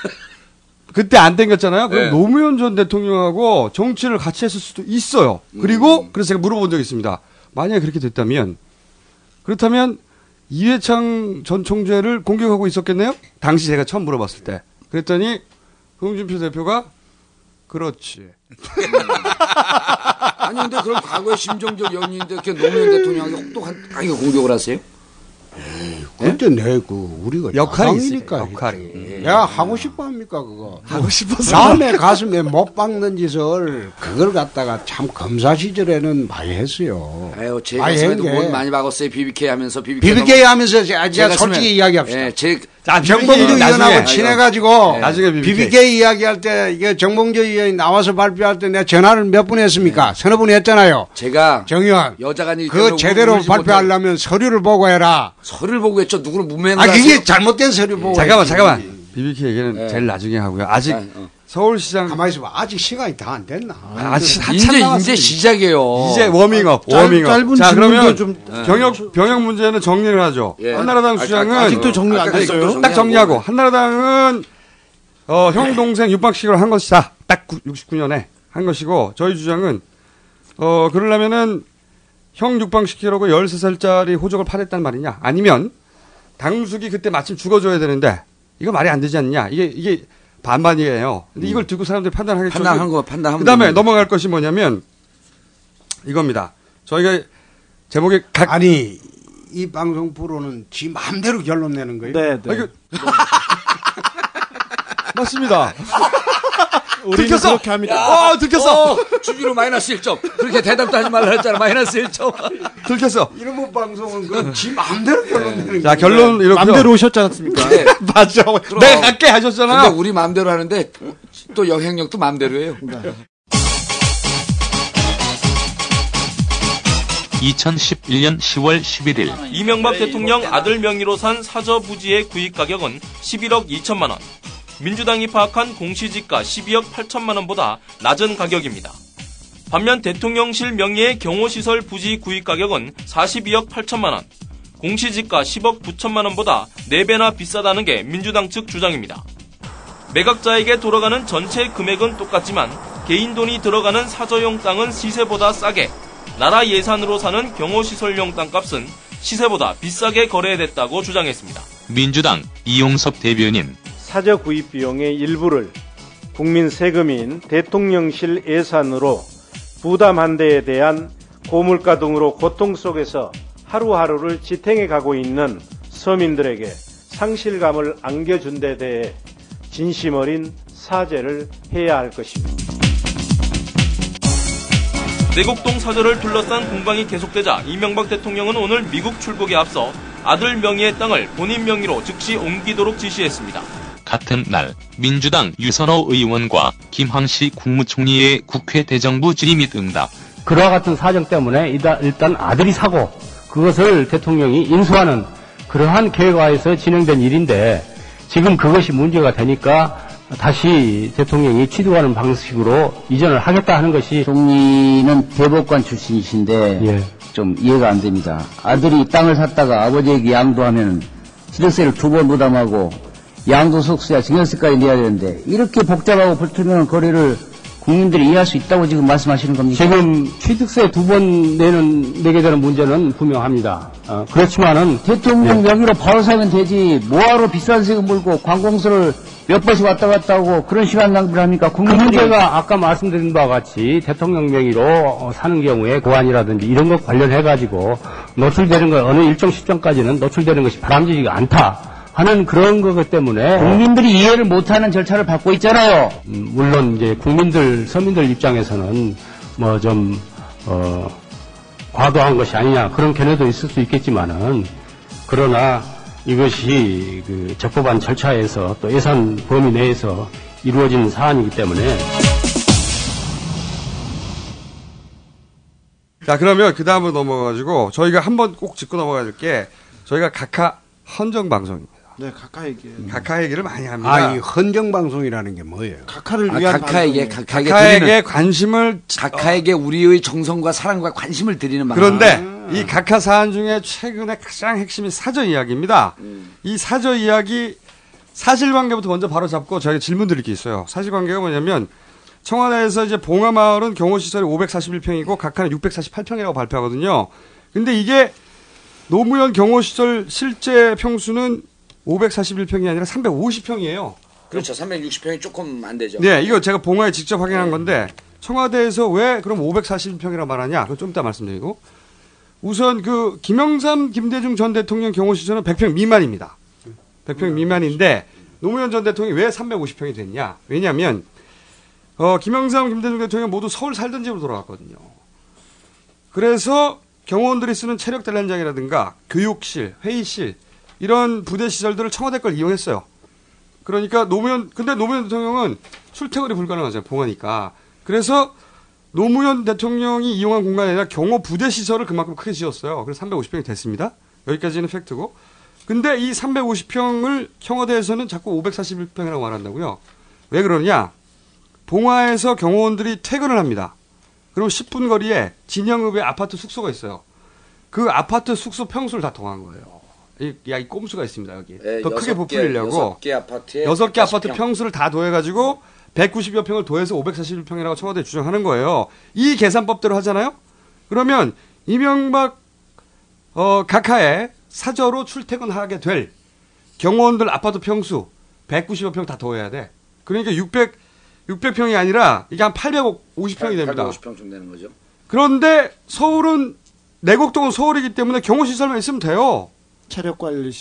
그때 안 땡겼잖아요. 그럼 네. 노무현 전 대통령하고 정치를 같이 했을 수도 있어요. 음. 그리고 그래서 제가 물어본 적이 있습니다. 만약에 그렇게 됐다면 그렇다면 이회창 전 총재를 공격하고 있었겠네요? 당시 제가 처음 물어봤을 때. 그랬더니 홍준표 대표가 그렇지. 아니 근데 그런 과거의 심정적 연인인데 이렇게 노무현 대통령이 혹독한 아니 공격을 하세요? 예? 그때 내그 우리가 역할이 있어요. 야당이니까 역할이. 내가 하고 싶어 합니까 그거? 하고 싶어서. 남의 가슴에 못 박는 짓을 그걸 갖다가 참 검사 시절에는 많이 했어요. 아유 제 많이 한 가슴에도 게. 돈 많이 박았어요 BBK 하면서 BBK. BBK 하면서 제가 솔직히 이야기합시다. 예, 제 자, 정봉주 아, 의원하고 예. 친해가지고 BBK. 이야기할 때 이게 정봉주 의원이 나와서 발표할 때 내가 전화를 몇 분 했습니까? 서너 분 했잖아요. 네. 제가 정 의원 여자간이 그 제대로 발표하려면 서류를 보고 해라. 서류를 보고 했죠. 누구를 문맹을 아 하세요? 그게 잘못된 서류 보고. 잠깐만 해야지. 잠깐만. BBK 얘기는 네. 제일 나중에 하고요. 아직 어. 서울시장 가만히 있어봐. 아직 시간이 다 안 됐나? 아, 시- 한참 이제 남았습니다. 이제 시작이에요. 이제 워밍업, 짧- 워밍업. 짧은 자, 질문도 그러면 좀- 병역 병역 문제는 정리를 하죠. 예. 한나라당 아직- 주장은 아직도 정리 안 아직- 됐어요? 아직도 정리 딱 안 정리하고 한나라당은 어, 형 동생 육박식으로 한 것이다. 딱 69년에 한 것이고 저희 주장은 어 그러려면은 형 육방시키려고 13살짜리 호적을 팔았단 말이냐? 아니면 당숙이 그때 마침 죽어줘야 되는데 이거 말이 안 되지 않느냐? 이게 이게 반반이에요. 근데 이걸 듣고 사람들이 판단하겠죠. 판단한 거 아, 판단하면 그다음에 되는 넘어갈 것이 뭐냐면 이겁니다. 저희가 제목에 각 아니 이 방송 프로는 지 마음대로 결론 내는 거예요. 네, 네. 그 맞습니다. 우리는 들켰어! 그렇게 합니다. 아, 들켰어. 주기로 마이너스 1점. 그렇게 대답도 하지 말라 했잖아. 마이너스 1점. 들켰어. 이런 방송은 그지 마음대로 결론 내는 거예요. 자 결론 이렇게 맘대로 오셨지 않습니까? 네. 맞아. 내가 갖게 하셨잖아요. 근데 우리 마음대로 하는데 또 영향력도 마음대로 해요. 네. 2011년 10월 11일 이명박 대통령 아들 명의로 산 사저 부지의 구입 가격은 11억 2천만 원. 민주당이 파악한 공시지가 12억 8천만 원보다 낮은 가격입니다. 반면 대통령실 명의의 경호시설 부지 구입 가격은 42억 8천만 원. 공시지가 10억 9천만 원보다 4배나 비싸다는 게 민주당 측 주장입니다. 매각자에게 돌아가는 전체 금액은 똑같지만 개인 돈이 들어가는 사저용 땅은 시세보다 싸게 나라 예산으로 사는 경호시설용 땅값은 시세보다 비싸게 거래됐다고 주장했습니다. 민주당 이용섭 대변인 사저 구입 비용의 일부를 국민 세금인 대통령실 예산으로 부담한 데에 대한 고물가 등으로 고통 속에서 하루하루를 지탱해 가고 있는 서민들에게 상실감을 안겨준 데 대해 진심 어린 사죄를 해야 할 것입니다. 내곡동 사저를 둘러싼 공방이 계속되자 이명박 대통령은 오늘 미국 출국에 앞서 아들 명의의 땅을 본인 명의로 즉시 옮기도록 지시했습니다. 같은 날 민주당 유선호 의원과 김황시 국무총리의 국회 대정부 질의 및 응답 그와 같은 사정 때문에 이다- 일단 아들이 사고 그것을 대통령이 인수하는 그러한 계획하에서 진행된 일인데 지금 그것이 문제가 되니까 다시 대통령이 취득하는 방식으로 이전을 하겠다 하는 것이 예. 총리는 대법관 출신이신데 좀 이해가 안 됩니다. 아들이 땅을 샀다가 아버지에게 양도하면 취득세를 두 번 부담하고 양도소득세와 증여세까지 내야 되는데 이렇게 복잡하고 불투명한 거래를 국민들이 이해할 수 있다고 지금 말씀하시는 겁니까? 지금 취득세 두 번 내는 내게 되는 문제는 분명합니다. 어, 그렇지만은 대통령 네. 명의로 바로 사면 되지 뭐하러 비싼 세금 물고 관공서를 몇 번씩 왔다 갔다 하고 그런 시간 낭비를 합니까? 그 국민들이 문제가 아까 말씀드린 바와 같이 대통령 명의로 어, 사는 경우에 고안이라든지 이런 것 관련해가지고 노출되는 것 어느 일정 시점까지는 노출되는 것이 바람직이가 않다 하는 그런 것 때문에 국민들이 이해를 못하는 절차를 받고 있잖아요. 음, 물론 이제 국민들 서민들 입장에서는 뭐 좀 어, 과도한 것이 아니냐 그런 견해도 있을 수 있겠지만은 그러나 이것이 그 적법한 절차에서 또 예산 범위 내에서 이루어진 사안이기 때문에 자, 그러면 그 다음으로 넘어가가지고 저희가 한번 꼭 짚고 넘어가야 될 게 저희가 각하 헌정 방송입니다. 네, 각하 얘기. 각하 얘기를 많이 합니다. 아, 이 헌정 방송이라는 게 뭐예요? 각하를 아, 위한 각하에게 방송이에요. 각하에게, 각하에게 관심을 어. 각하에게 우리의 정성과 사랑과 관심을 드리는 아. 방송. 그런데 이 각하 사안 중에 최근에 가장 핵심이 사저 이야기입니다. 이 사저 이야기 사실관계부터 먼저 바로 잡고 저희가 질문 드릴 게 있어요. 사실관계가 뭐냐면 청와대에서 이제 봉화마을은 경호시설이 541평이고 각하는 648평이라고 발표하거든요. 근데 이게 노무현 경호시설 실제 평수는 541평이 아니라 350평이에요. 그렇죠. 360평이 조금 안 되죠. 네, 이거 제가 봉화에 직접 확인한 건데 청와대에서 왜 그럼 540평이라 말하냐? 그건 좀 이따 말씀드리고 우선 그 김영삼, 김대중 전 대통령 경호 시설은 100평 미만입니다. 100평 미만인데 노무현 전 대통령이 왜 350평이 됐냐? 왜냐하면 어, 김영삼, 김대중 대통령 모두 서울 살던 집으로 돌아갔거든요. 그래서 경호원들이 쓰는 체력 단련장이라든가 교육실, 회의실 이런 부대 시설들을 청와대 걸 이용했어요. 그러니까 노무현 근데 노무현 대통령은 출퇴근이 불가능하잖아요. 봉하니까. 그래서 노무현 대통령이 이용한 공간이 아니라 경호 부대 시설을 그만큼 크게 지었어요. 그래서 350평이 됐습니다. 여기까지는 팩트고. 근데 이 350평을 청와대에서는 자꾸 541평이라고 말한다고요. 왜 그러냐? 봉화에서 경호원들이 퇴근을 합니다. 그리고 10분 거리에 진영읍에 아파트 숙소가 있어요. 그 아파트 숙소 평수를 다 더한 거예요. 이, 야, 이 꼼수가 있습니다, 네, 여기. 더 크게 부풀리려고. 예, 아파트에 여섯 개 아파트 평수를 다 더해가지고 190여 평을 더해서 541평이라고 청와대 주장하는 거예요. 이 계산법대로 하잖아요. 그러면 이명박 어, 각하에 사저로 출퇴근하게 될 경호원들 아파트 평수 190여 평 다 더해야 돼. 그러니까 600 600평이 아니라 이게 한 850평이 됩니다. 예, 850평 좀 되는 거죠. 그런데 서울은 내곡동은 서울이기 때문에 경호 시설만 있으면 돼요.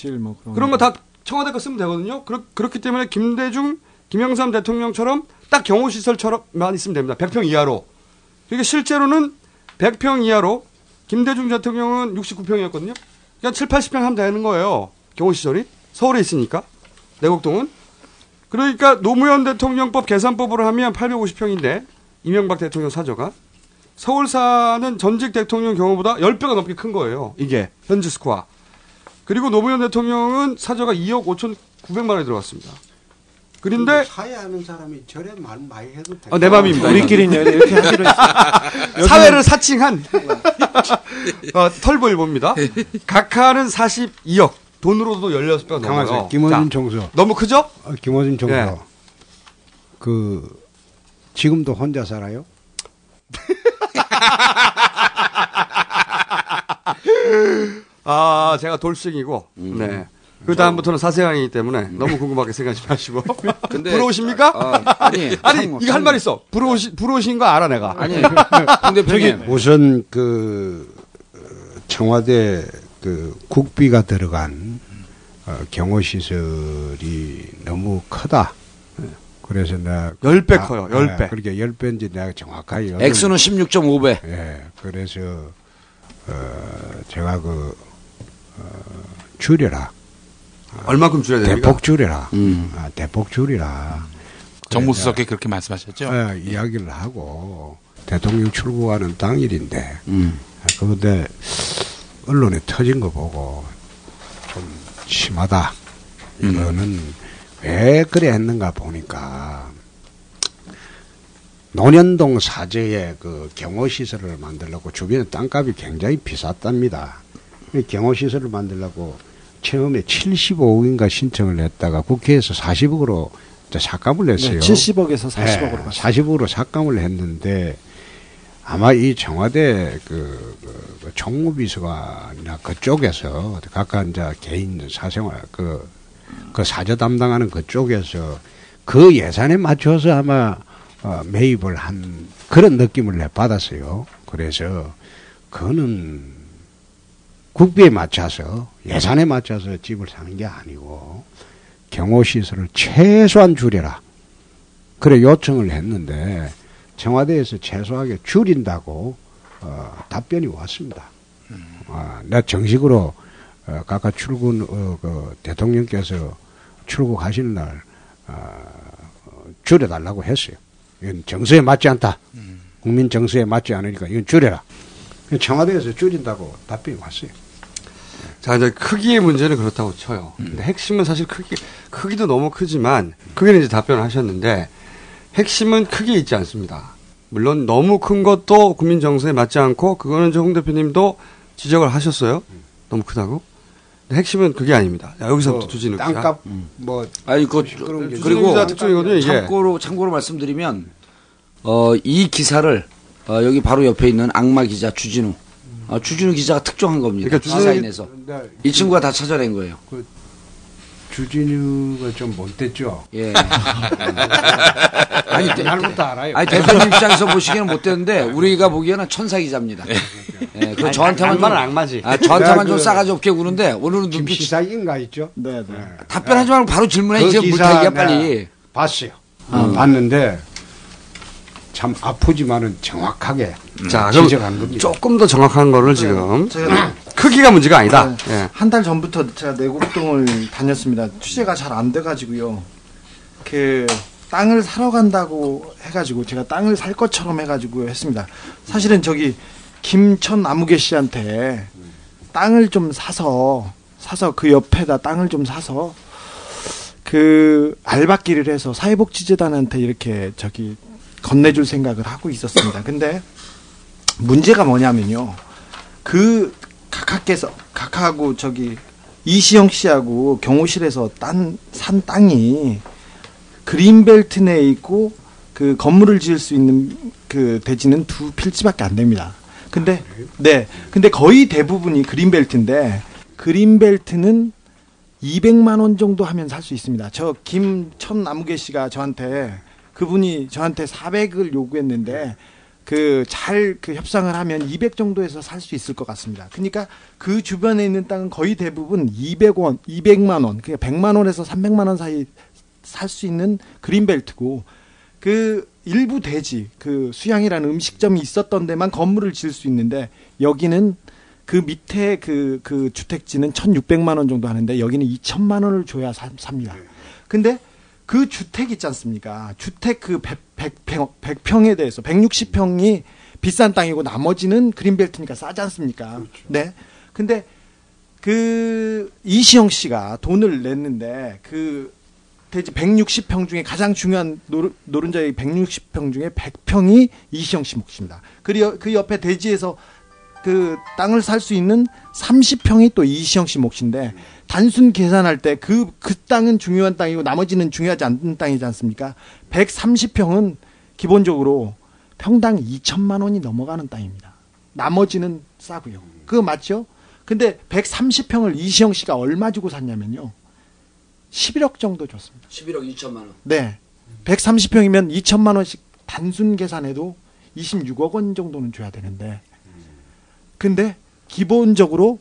체력관리실 뭐 그런. 그런 거 다 청와대 거 쓰면 되거든요. 그렇, 그렇기 때문에 김대중, 김영삼 대통령처럼 딱 경호시설처럼만 있으면 됩니다. 100평 이하로. 그러니까 실제로는 100평 이하로 김대중 대통령은 69평이었거든요. 그러니까 7, 80평 하면 되는 거예요. 경호시설이. 서울에 있으니까. 내곡동은. 그러니까 노무현 대통령법 계산법으로 하면 850평인데 이명박 대통령 사저가 서울사는 전직 대통령 경우보다 10배가 넘게 큰 거예요. 이게 현지 스코어. 그리고 노무현 대통령은 사저가 2억 5천 9백만 원에 들어갔습니다. 그런데 뭐 사회하는 사람이 저래 말 많이 해도 돼. 어, 내 맘입니다. 사회를 사칭한 어, 털보일보입니다. 각하는 42억, 돈으로도 16배가 넘어요. 가만있어. 김원준 자, 총수. 너무 크죠? 김원준 총수. 예. 그 지금도 혼자 살아요? 아, 제가 돌싱이고, 네. 그 다음부터는 사생활이기 때문에 너무 궁금하게 생각하지 마시고. 부러우십니까? 아, 아니, 아니, 참, 이거 참. 할 말 있어. 부러우시, 부러우신 거 알아, 내가. 아니, 근데 저기 우선 그 어, 청와대 그 국비가 들어간 어, 경호 시설이 너무 크다. 그래서 내가 아, 예, 열배 커요, 열 배. 그렇게 열 배인지 내가 정확하게 액수는 16.5배. 예, 그래서 어, 제가 그 어, 줄여라. 얼마큼 줄여야 됩니까? 음. 대폭 줄여라. 아, 대폭 줄이라. 정무수석이 그렇게 말씀하셨죠? 네. 예, 이야기를 하고 대통령 출국하는 당일인데 아, 그런데 언론에 터진 거 보고 좀 심하다. 이거는 왜 그래 했는가 보니까 논현동 사저에 그 경호시설을 만들려고 주변에 땅값이 굉장히 비쌌답니다. 이 경호시설을 만들려고 처음에 75억인가 신청을 했다가 국회에서 40억으로 이제 삭감을 했어요. 네, 70억에서 40억 으로 네, 40억으로 삭감을 했는데 아마 이 청와대 그, 그, 그 총무비서관이나 그쪽에서 각각 이제 개인 사생활 그, 그 사저 담당하는 그쪽에서 그 예산에 맞춰서 아마 어, 매입을 한 그런 느낌을 내 받았어요. 그래서 그거는 국비에 맞춰서 예산에 맞춰서 집을 사는 게 아니고 경호 시설을 최소한 줄여라. 그래 요청을 했는데 청와대에서 최소하게 줄인다고 어, 답변이 왔습니다. 아, 내가 정식으로 어, 각하 출근 어, 그 대통령께서 출국하시는 날 아, 어, 줄여달라고 했어요. 이건 정서에 맞지 않다. 국민 정서에 맞지 않으니까 이건 줄여라. 청와대에서 줄인다고 답변이 왔어요. 자, 이제 크기의 문제는 그렇다고 쳐요. 근데 핵심은 사실 크기, 크기도 너무 크지만, 크게는 이제 답변을 하셨는데, 핵심은 크게 있지 않습니다. 물론 너무 큰 것도 국민 정서에 맞지 않고, 그거는 이제 홍 대표님도 지적을 하셨어요. 너무 크다고. 근데 핵심은 그게 아닙니다. 야, 여기서부터 주진우 기자. 어, 땅값 음. 뭐 아니 그 시끄러운 게 주진우 그리고 기자 특종이거든요, 이게. 참고로 참고로 말씀드리면 어, 이 기사를 어, 여기 바로 옆에 있는 악마 기자 주진우 어, 주진우 기자가 특종한 겁니다. 그러니까 주진우 기사인에서 기- 네. 이 친구가 다 찾아낸 거예요. 주진우가 그, 좀 못됐죠. 예. 아니 대- 날부터 알아요. 아니 대표님 입장에서 보시기에는 못됐는데 우리가 보기에는 천사 기자입니다. 예, 그 아니, 저한테만 좀- 악마는 악마지. 아, 저한테만 내가 좀 네. 그- 싸가지 없게 구는데 오늘은 눈빛 시사인가 있죠? 그 네, 네. 답변하지 말고 바로 질문해 이제 물타기야 빨리. 네. 봤어요. 음. 봤는데 참 아프지만은 정확하게 자, 그럼 음. 지적한 겁니다. 네, 조금 더 정확한 거를 지금. 제가- 크기가 문제가 아니다. 예. 한 달 전부터 제가 내곡동을 다녔습니다. 취재가 잘 안 돼가지고요. 그 땅을 사러 간다고 해가지고 제가 땅을 살 것처럼 해가지고 했습니다. 사실은 저기 김천 나무개 씨한테 땅을 좀 사서 사서 그 옆에다 땅을 좀 사서 그 알박기를 해서 사회복지재단한테 이렇게 저기 건네줄 생각을 하고 있었습니다. 근데 문제가 뭐냐면요. 그 각하께서 각하하고 저기 이시영 씨하고 경호실에서 딴 산 땅이 그린벨트 내에 있고 그 건물을 지을 수 있는 그 대지는 두 필지밖에 안 됩니다. 근데 네. 근데 거의 대부분이 그린벨트인데 그린벨트는 200만 원 정도 하면 살 수 있습니다. 저 김천 나무개 씨가 저한테 그분이 저한테 400을 요구했는데 그 잘 그 협상을 하면 200 정도에서 살 수 있을 것 같습니다. 그러니까 그 주변에 있는 땅은 거의 대부분 200원, 200만 원, 그러니까 100만 원에서 300만 원 사이 살 수 있는 그린벨트고 그 일부 대지 그 수양이라는 음식점이 있었던 데만 건물을 지을 수 있는데 여기는 그 밑에 그, 그 주택지는 1,600만 원 정도 하는데 여기는 2천만 원을 줘야 삽- 삽니다. 근데 그 주택 있지 않습니까? 주택 그 100, 100, 100, 평에 대해서 160평이 비싼 땅이고 나머지는 그린벨트니까 싸지 않습니까? 네. 근데 그 이시영 씨가 돈을 냈는데 그 대지 160평 중에 가장 중요한 노, 노른자의 160평 중에 100평이 이시영 씨 몫입니다. 그, 리- 그 옆에 대지에서 그 땅을 살 수 있는 30평이 또 이시영 씨 몫인데 단순 계산할 때 그 그 땅은 중요한 땅이고 나머지는 중요하지 않는 땅이지 않습니까? 130평은 기본적으로 평당 2천만 원이 넘어가는 땅입니다. 나머지는 싸고요. 그거 맞죠? 근데 130평을 이시영 씨가 얼마 주고 샀냐면요. 11억 정도 줬습니다. 11억 2천만 원. 네. 130평이면 2천만 원씩 단순 계산해도 26억 원 정도는 줘야 되는데. 근데 기본적으로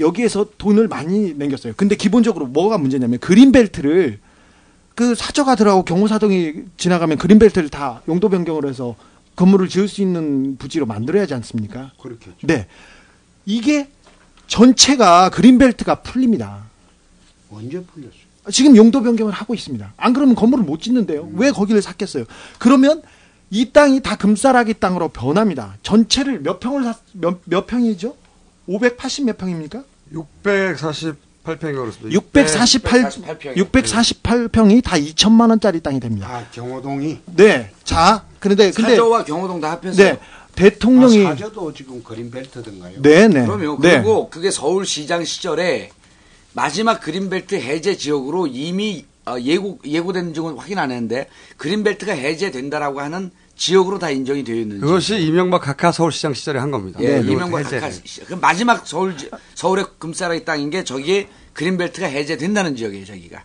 여기에서 돈을 많이 남겼어요. 근데 기본적으로 뭐가 문제냐면 그린벨트를 그 사저가들하고 경호사동이 지나가면 그린벨트를 다 용도 변경을 해서 건물을 지을 수 있는 부지로 만들어야 하지 않습니까? 그렇게. 네. 이게 전체가 그린벨트가 풀립니다. 언제 풀렸어요? 아, 지금 용도 변경을 하고 있습니다. 안 그러면 건물을 못 짓는데요. 음. 왜 거기를 샀겠어요? 그러면 이 땅이 다 금싸라기 땅으로 변합니다. 전체를 몇 평을 샀, 몇, 몇 평이죠? 580 몇 평입니까? 648평이 그렇습니다. 네, 648, 648평이 다 2천만 원짜리 땅이 됩니다. 아, 경호동이? 네. 자, 그런데 근데 사저와 경호동 다 합해서. 네. 대통령이 아, 사저도 지금 그린벨트든가요? 네, 네. 그럼요. 네. 그리고 그게 서울시장 시절에 마지막 그린벨트 해제 지역으로 이미 어, 예고 예고된 적은 확인 안 했는데 그린벨트가 해제된다라고 하는 지역으로 다 인정이 되어 있는지. 그것이 이명박 각하 서울시장 시절에 한 겁니다. 예, 그것도 이명박 해제를. 각하 시- 그 마지막 서울 지- 서울의 금싸라기 땅인 게 저기에 그린벨트가 해제된다는 지역이에요, 저기가.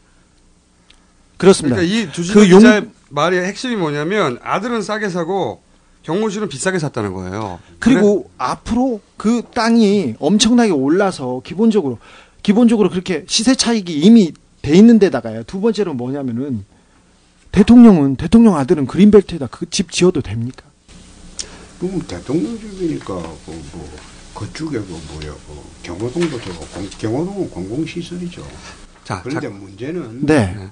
그렇습니다. 그러니까 이 주진우 그 용- 기자의 말의 핵심이 뭐냐면 아들은 싸게 사고 경호 씨는 비싸게 샀다는 거예요. 그리고 앞으로 그 땅이 엄청나게 올라서 기본적으로 기본적으로 그렇게 시세 차익이 이미 돼 있는 데다가요. 두 번째로 뭐냐면은 대통령은 대통령 아들은 그린벨트에다 그 집 지어도 됩니까? 그럼 대통령 집이니까 뭐, 뭐 그쪽에 그 뭐야 그 경호동도 저 공, 경호동은 공공시설이죠. 자, 그런데 자- 문제는 네.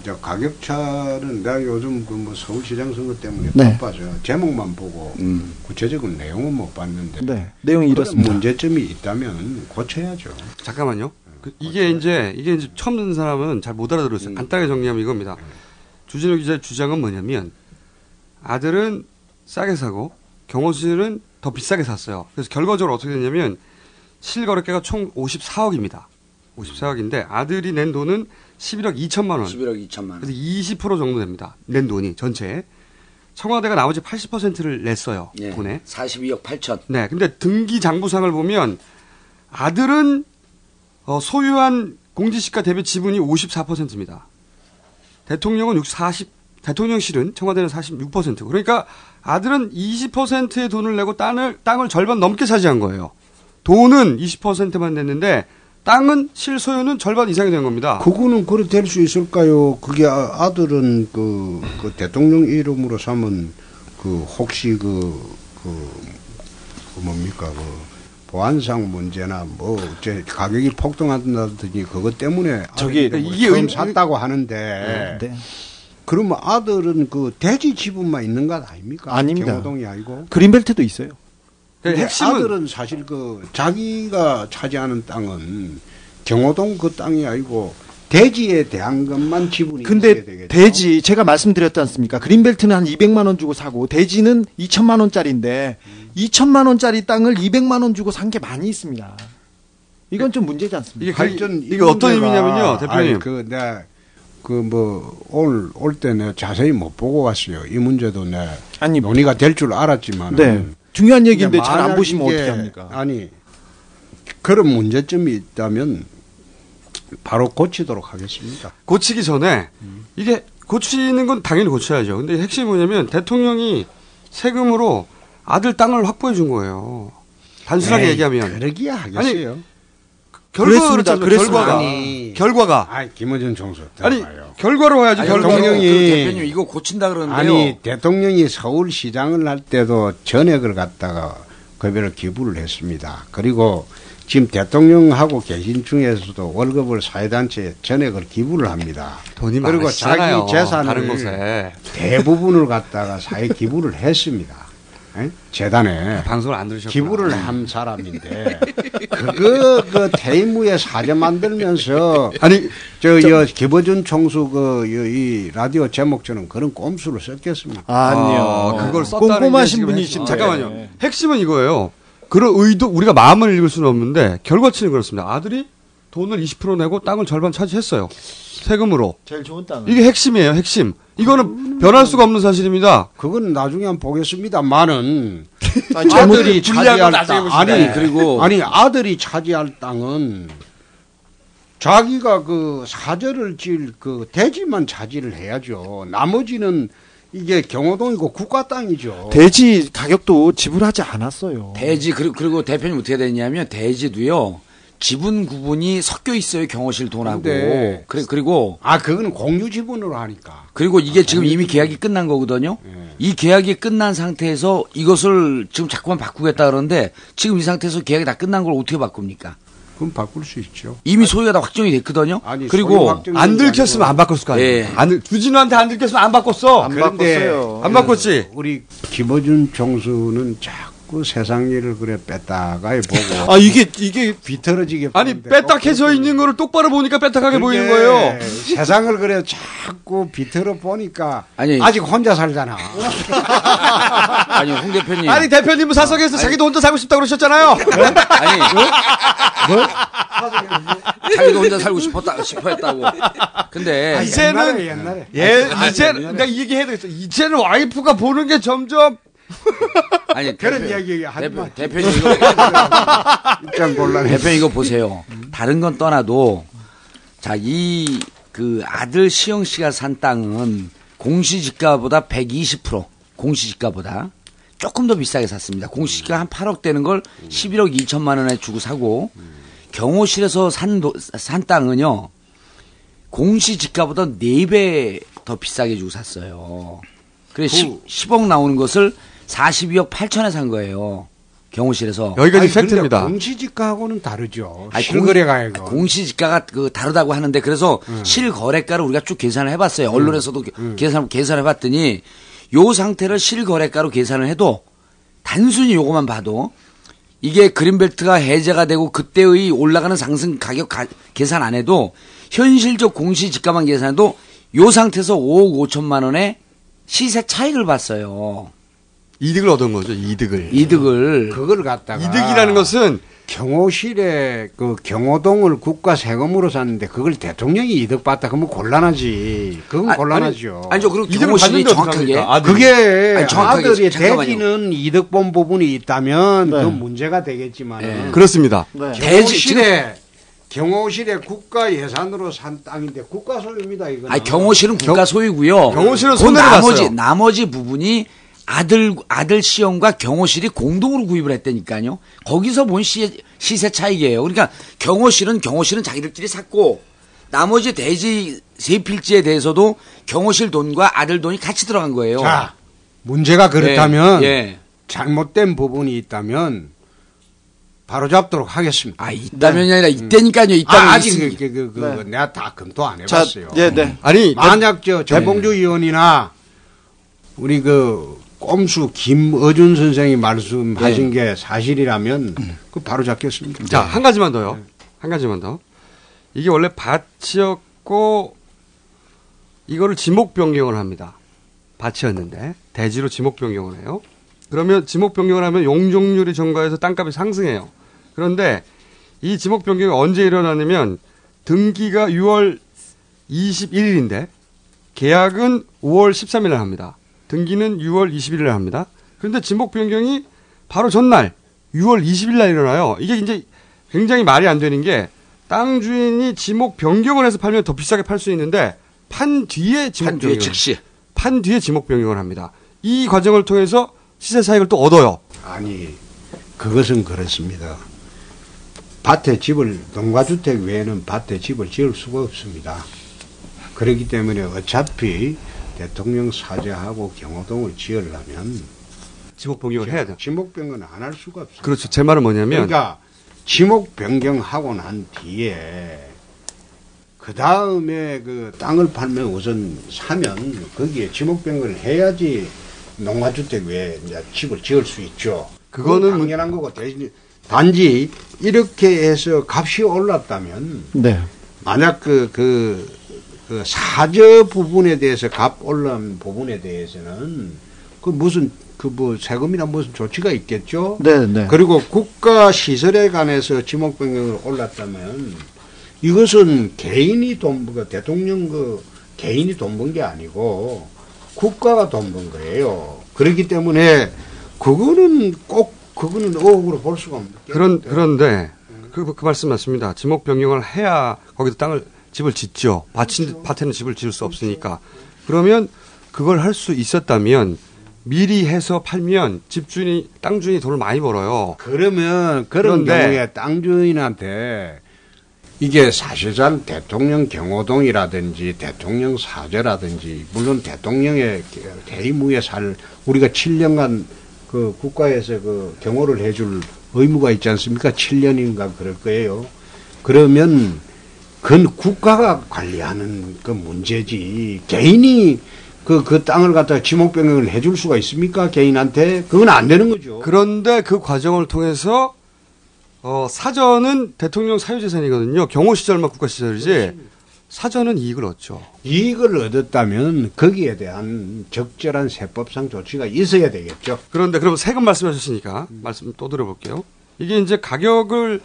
이제 가격 차는 내가 요즘 그 뭐 서울시장 선거 때문에 네. 음. 바빠서 제목만 보고 구체적인 내용은 못 봤는데 네, 내용이 그런 이렇습니다. 문제점이 있다면 고쳐야죠. 잠깐만요. 네, 그 이게 이제 이게 이제 처음 듣는 사람은 잘 못 음. 알아들었어요. 간단하게 정리하면 네. 이겁니다. 주진우 기자의 주장은 뭐냐면 아들은 싸게 사고 경호 씨는 더 비싸게 샀어요. 그래서 결과적으로 어떻게 됐냐면 실거래가가 총 54억입니다. 54억인데 아들이 낸 돈은 11억 2천만 원. 11억 2천만 원. 그래서 20% 정도 됩니다. 낸 돈이 전체. 청와대가 나머지 80%를 냈어요. 예. 돈에. 42억 8천. 네, 근데 등기 장부상을 보면 아들은 어, 소유한 공시지가 대비 지분이 54%입니다. 대통령은 6, 40, 대통령실은 청와대는 46%. 그러니까 아들은 20%의 돈을 내고 땅을 땅을 절반 넘게 차지한 거예요. 돈은 20%만 냈는데 땅은 실소유는 절반 이상이 된 겁니다. 그거는 그래 될 수 있을까요? 그게 아- 아들은 그, 그 대통령 이름으로 삼은 그 혹시 그, 그, 그 뭡니까 그 보안상 문제나 뭐 어째 가격이 폭등한다든지 그것 때문에 저기 아들 이름으로 뭐 이게 처음 은- 샀다고 하는데 그러면 아들은 그 대지 지분만 있는 것 아닙니까? 아닙니다. 경호동이 아니고 그린벨트도 있어요. 근데 아들은 사실 그 자기가 차지하는 땅은 경호동 그 땅이 아니고 대지에 대한 것만 지분이 있어야 근데 되겠죠. 대지 제가 말씀드렸지 않습니까? 그린벨트는 한 200만 원 주고 사고 대지는 2천만 원짜리인데 2천만 원짜리 땅을 200만 원 주고 산 게 많이 있습니다. 이건 좀 문제지 않습니까? 이게 발전 이게 어떤 의미냐면요, 대표님. 아니, 그 내가 그뭐 오늘 올 때 내가 자세히 못 보고 왔어요. 이 문제도 내 논의가 될 줄 알았지만 네. 중요한 얘기인데 잘안 보시면 어떻게 합니까? 아니 그런 문제점이 있다면 바로 고치도록 하겠습니다. 고치기 전에 이게 고치는 건 당연히 고쳐야죠. 근데 핵심이 뭐냐면 대통령이 세금으로 아들 땅을 확보해 준 거예요. 단순하게 에이, 얘기하면. 그러기야 하겠어요. 결과가 그렇잖아요. 결과가. 결과가. 아, 김어준 총수. 아니, 결과로 해야지 아니, 결과로. 대통령이- 그 대표님, 이거 고친다 그러는데요. 아니 대통령이 서울시장을 할 때도 전액을 갖다가 급여를 기부를 했습니다. 그리고 지금 대통령하고 계신 중에서도 월급을 사회단체에 전액을 기부를 합니다. 돈이 그리고 많으시잖아요. 자기 재산을 다른 곳에. 대부분을 갖다가 사회 기부를 했습니다. 예? 재단에 방송을 안 들으셨구나. 네. 기부를 한 사람인데 그거 그 대의무에 사제 만들면서 아니 저여 김어준 총수 그이 라디오 제목 저는 그런 꼼수를 썼겠습니다. 아, 그걸 썼다는 예, 게 지금 핵심- 잠깐만요. 핵심은 이거예요. 그런 의도 우리가 마음을 읽을 수는 없는데 결과치는 그렇습니다. 아들이 돈을 20% 내고 땅을 절반 차지했어요. 세금으로. 제일 좋은 땅. 이게 핵심이에요. 핵심. 이거는 변할 수가 없는 사실입니다. 그건 나중에 한번 보겠습니다만은 아니, 잘못 아들이 차지할 분량은 나중에 땅 보시네. 아니 네, 그리고 그리고- 아니 아들이 차지할 땅은 자기가 그 사절을 지을 그 대지만 차지를 해야죠. 나머지는 이게 경호동이고 국가 땅이죠. 대지 가격도 지불하지 않았어요. 대지 그리고, 그리고 대표님 어떻게 됐냐면 대지도요 지분 구분이 섞여 있어요 경호실 돈하고 근데- 그래 그리고 아 그건 공유 지분으로 하니까 그리고 이게 지금 이미 계약이 끝난 거거든요. 이 계약이 끝난 상태에서 이것을 지금 자꾸만 바꾸겠다 그러는데 지금 이 상태에서 계약이 다 끝난 걸 어떻게 바꿉니까? 그럼 바꿀 수 있죠. 이미 소유가 다 확정이 됐거든요. 소유 그리고 확정이 안 들켰으면 안 바꿨을 거 아니에요. 예. 안, 주진우한테 안 들켰으면 예. 안 예. 바꿨어. 안 바꿨지. 우리 김어준 총수는 자꾸 세상 일을 그래 뺐다가 보고 아, 이게- 이게 비틀어지게 아니 빼딱해져 있는 거를 똑바로 보니까 빼딱하게 보이는 거예요. 세상을 그래 자꾸 비틀어 보니까 아니. 아직 혼자 살잖아. 아니 홍 대표님 아니 대표님은 사석에서 자기도 혼자 살고 싶다고 그러셨잖아요. 네? 아니 자기도 혼자 살고 싶었다 싶어 했다고. 아, 근데 네. 아, 이제는 예 이제 내가 이 얘기해드렸어. 이제는 와이프가 보는 게 점점 아니 그런 대표- 이야기 하지 대표- 마. 대표님 이거 대표 이거 보세요. 다른 건 떠나도 자 이 그 아들 시영 씨가 산 땅은 공시지가보다 120% 공시지가보다 조금 더 비싸게 샀습니다. 공시지가 한 8억 되는 걸 11억 2천만 원에 주고 사고 경호실에서 산, 도- 산 땅은요 공시지가보다 4배 더 비싸게 주고 샀어요. 그래 10, 10억 나오는 것을 42억 8천에 산 거예요. 경호실에서. 아니, 근데 공시지가하고는 다르죠. 아니, 실거래가액은 공시- 공시지가가 그 다르다고 하는데 그래서 실거래가를 우리가 쭉 계산을 해봤어요. 언론에서도 게- 계산 계산을 해봤더니 요 상태를 실거래가로 계산을 해도 단순히 요거만 봐도 이게 그린벨트가 해제가 되고 그때의 올라가는 상승 가격 가- 계산 안 해도 현실적 공시지가만 계산해도 요 상태에서 5억 5천만 원의 시세 차익을 봤어요. 이득을 얻은 거죠. 이득을. 이득을 그걸 갖다가 이득이라는 것은 경호실에 그 경호동을 국가 세금으로 샀는데 그걸 대통령이 이득 봤다 그러면 곤란하지. 그건 곤란하죠. 아, 아니죠. 그리고 음, 경호실이 정확하게 그게 아니, 정확하게 아들이 잠깐만요. 대지는 이득 본 부분이 있다면 그건 문제가 되겠지만 네. 은 그렇습니다. 경호실에 경호실에 국가 예산으로 산 땅인데 국가 소유입니다 이거. 아니 경호실은 국가 소유고요. 경호실은 그 손해를 나머지 봤어요. 나머지 부분이 아들 아들 시험과 경호실이 공동으로 구입을 했다니까요. 거기서 본 시, 시세 차익이에요. 그러니까 경호실은 경호실은 자기들끼리 샀고 나머지 대지 세 필지에 대해서도 경호실 돈과 아들 돈이 같이 들어간 거예요. 자, 문제가 그렇다면 예, 예. 잘못된 부분이 있다면 바로 잡도록 하겠습니다. 음. 아 있다면이 아니라 있다니까요. 있다면 아, 아직 있으니까. 그, 그, 그, 그, 내가 다 검토 안 자, 해봤어요. 예, 네. 음. 아니 만약 저 재봉주 의원이나 우리 그 꼼수 김어준 선생이 말씀하신 게 사실이라면 그 바로 잡겠습니다. 예. 음. 자, 한 가지만 더요. 한 가지만 더. 이게 원래 밭이었고 이거를 지목 변경을 합니다. 밭이었는데 대지로 지목 변경을 해요. 그러면 지목 변경을 하면 용적률이 증가해서 땅값이 상승해요. 그런데 이 지목 변경이 언제 일어나냐면 등기가 6월 21일인데 계약은 5월 13일에 합니다. 등기는 6월 21일에 합니다. 그런데 지목 변경이 바로 전날 6월 20일 날 일어나요. 이게 이제 굉장히 말이 안 되는 게 땅 주인이 지목 변경을 해서 팔면 더 비싸게 팔 수 있는데 판 뒤에 지목 판 뒤에 변경을- 즉시. 판 뒤에 지목 변경을 합니다. 이 과정을 통해서 시세 차익을 또 얻어요. 아니 그것은 그렇습니다. 밭에 집을 농가주택 외에는 밭에 집을 지을 수가 없습니다. 그렇기 때문에 어차피 대통령 사제하고 경호동을 지으려면 지목 변경을 해야 돼요. 지목 변경은 안 할 수가 없어요. 그렇죠. 제 말은 뭐냐면 그러니까 지목 변경하고 난 뒤에 그 다음에 그 땅을 팔면 우선 사면 거기에 지목 변경을 해야지 농가주택 외에 이제 집을 지을 수 있죠. 그거는 그건 당연한 거고 대신 단지 이렇게 해서 값이 올랐다면 네. 만약 그, 그, 그 사저 부분에 대해서 값 올라온 부분에 대해서는 그 무슨 그 뭐 세금이나 무슨 조치가 있겠죠. 네, 네. 그리고 국가 시설에 관해서 지목 변경을 올랐다면 이것은 개인이 돈, 그 대통령 그 개인이 돈 번 게 아니고 국가가 돈 번 거예요. 그렇기 때문에 그거는 꼭 그거는 의혹으로 볼 수가 없는 그런 그런데 그, 그 말씀 맞습니다. 지목 변경을 해야 거기서 땅을 집을 짓죠. 밭인, 그렇죠. 밭에는 집을 지을 수 없으니까. 그러면 그걸 할 수 있었다면 미리 해서 팔면 집주인이 땅주인이 돈을 많이 벌어요. 그러면 그런 그런데- 경우에 땅 주인한테 이게 사실상 대통령 경호동이라든지 대통령 사저라든지 물론 대통령의 대임 후에 살 우리가 7년간 그 국가에서 그 경호를 해줄 의무가 있지 않습니까? 7년인가 그럴 거예요. 그러면 그건 국가가 관리하는 그 문제지 개인이 그, 그 땅을 갖다가 지목 변경을 해줄 수가 있습니까? 개인한테? 그건 안 되는 거죠. 그런데 그 과정을 통해서 어, 사전은 대통령 사유재산이거든요. 경호 시절만 국가 시절이지. 사전은 이익을 얻죠. 이익을 얻었다면 거기에 대한 적절한 세법상 조치가 있어야 되겠죠. 그런데 그럼 세금 말씀해 주시니까 말씀 또 드려볼게요. 이게 이제 가격을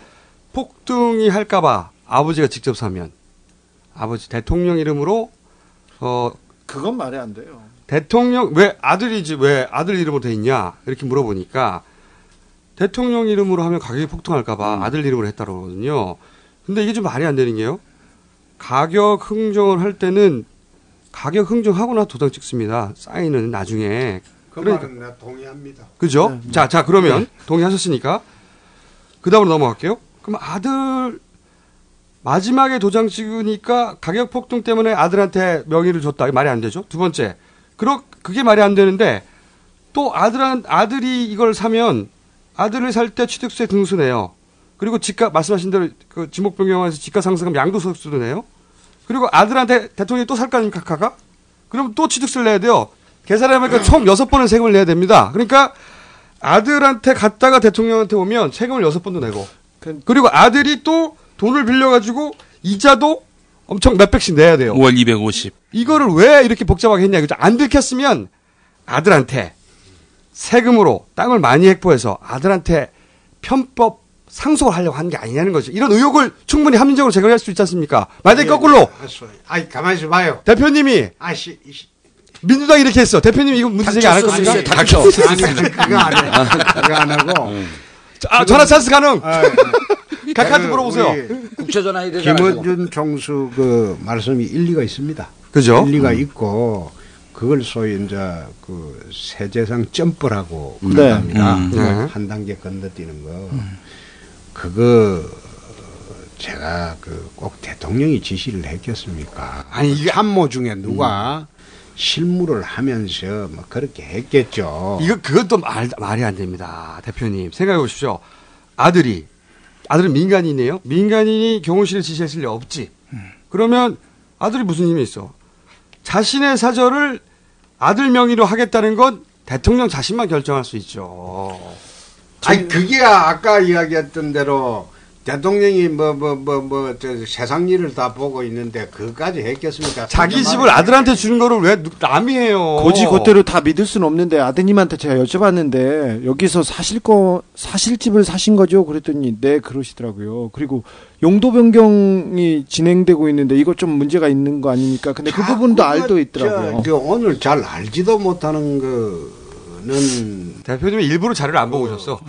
폭등이 할까봐 아버지가 직접 사면 아버지 대통령 이름으로 어 그건 말이 안 돼요. 대통령 왜 아들이지 왜 아들 이름으로 돼 있냐 이렇게 물어보니까 대통령 이름으로 하면 가격이 폭등할까봐 음. 아들 이름으로 했다고 그러거든요. 근데 이게 좀 말이 안 되는 게요. 가격 흥정을 할 때는 가격 흥정하고 나 도장 찍습니다. 사인은 나중에 그 말은 나 동의합니다. 그죠? 자, 자, 그러면 네. 동의하셨으니까 그 다음으로 넘어갈게요. 그럼 아들 마지막에 도장 찍으니까 가격 폭등 때문에 아들한테 명의를 줬다. 이게 말이 안 되죠. 두 번째. 그러 그게 말이 안 되는데 또 아들한 아들이 이걸 사면 아들을 살 때 취득세 등수네요. 그리고 집가 말씀하신 대로 그 지목 변경해서 집가 상승금 양도소득세도 내요. 그리고 아들한테 대통령이 또 살까 아닙니까 카카가? 그럼 또 취득세를 내야 돼요. 계산을 해보니까 총 여섯 번은 세금을 내야 됩니다. 그러니까 아들한테 갔다가 대통령한테 오면 세금을 여섯 번도 내고 그리고 아들이 또 돈을 빌려가지고 이자도 엄청 몇백씩 내야 예. 돼요. 5월 250. 이거를 왜 이렇게 복잡하게 했냐. 그죠? 안 들켰으면 아들한테 세금으로 땅을 많이 획보해서 아들한테 편법 상속을 하려고 하는 게 아니냐는 거죠. 이런 의혹을 충분히 합리적으로 제거할 수 있지 않습니까? 네. 만약에 거꾸로 아이 가만히 있어 봐요. 대표님이 아씨 이씨. 민주당이 이렇게 했어. 대표님 이거 문제 제기 안 할 닥쳤어, 겁니까? 이제 닥쳤어. 아니, 아니, 그거 안 해. 그거 안 하고. 아, 전화 찬스 가능. 각하한테 예. 그 각하한테 물어보세요. 국채 전화에 대해서 김원준 총수 그 말씀이 일리가 있습니다. 그죠? 일리가 음. 있고 그걸 소위 이제 그 세제상 점프라고 음. 그런답니다. 네. 음. 한 단계 건너뛰는 거. 그거 제가 그 꼭 대통령이 지시를 했겠습니까? 아니 이게 참모 중에 누가 실무를 하면서 뭐 그렇게 했겠죠. 이거 그것도 말, 말이 안 됩니다. 대표님 생각해 보십시오. 아들이 아들은 민간인이에요. 민간인이 경호실을 지시했을 리 없지. 그러면 아들이 무슨 힘이 있어? 자신의 사절을 아들 명의로 하겠다는 건 대통령 자신만 결정할 수 있죠. 아니 그게 아까 이야기했던 대로 대통령이 뭐 뭐 뭐 뭐 세상 일을 다 보고 있는데 그까지 했겠습니까? 그러니까 자기 집을 아들한테 주는 거를 왜 누- 남이 해요? 고지 어. 고대로 다 믿을 수는 없는데 아드님한테 제가 여쭤봤는데 여기서 사실 거 사실 집을 사신 거죠? 그랬더니 네 그러시더라고요. 그리고 용도 변경이 진행되고 있는데 이거 좀 문제가 있는 거 아닙니까? 근데 그 부분도 알도 있더라고요. 저, 저 오늘 잘 알지도 못하는 그 거는 대표님이 일부러 자료를 안 보고 오셨어.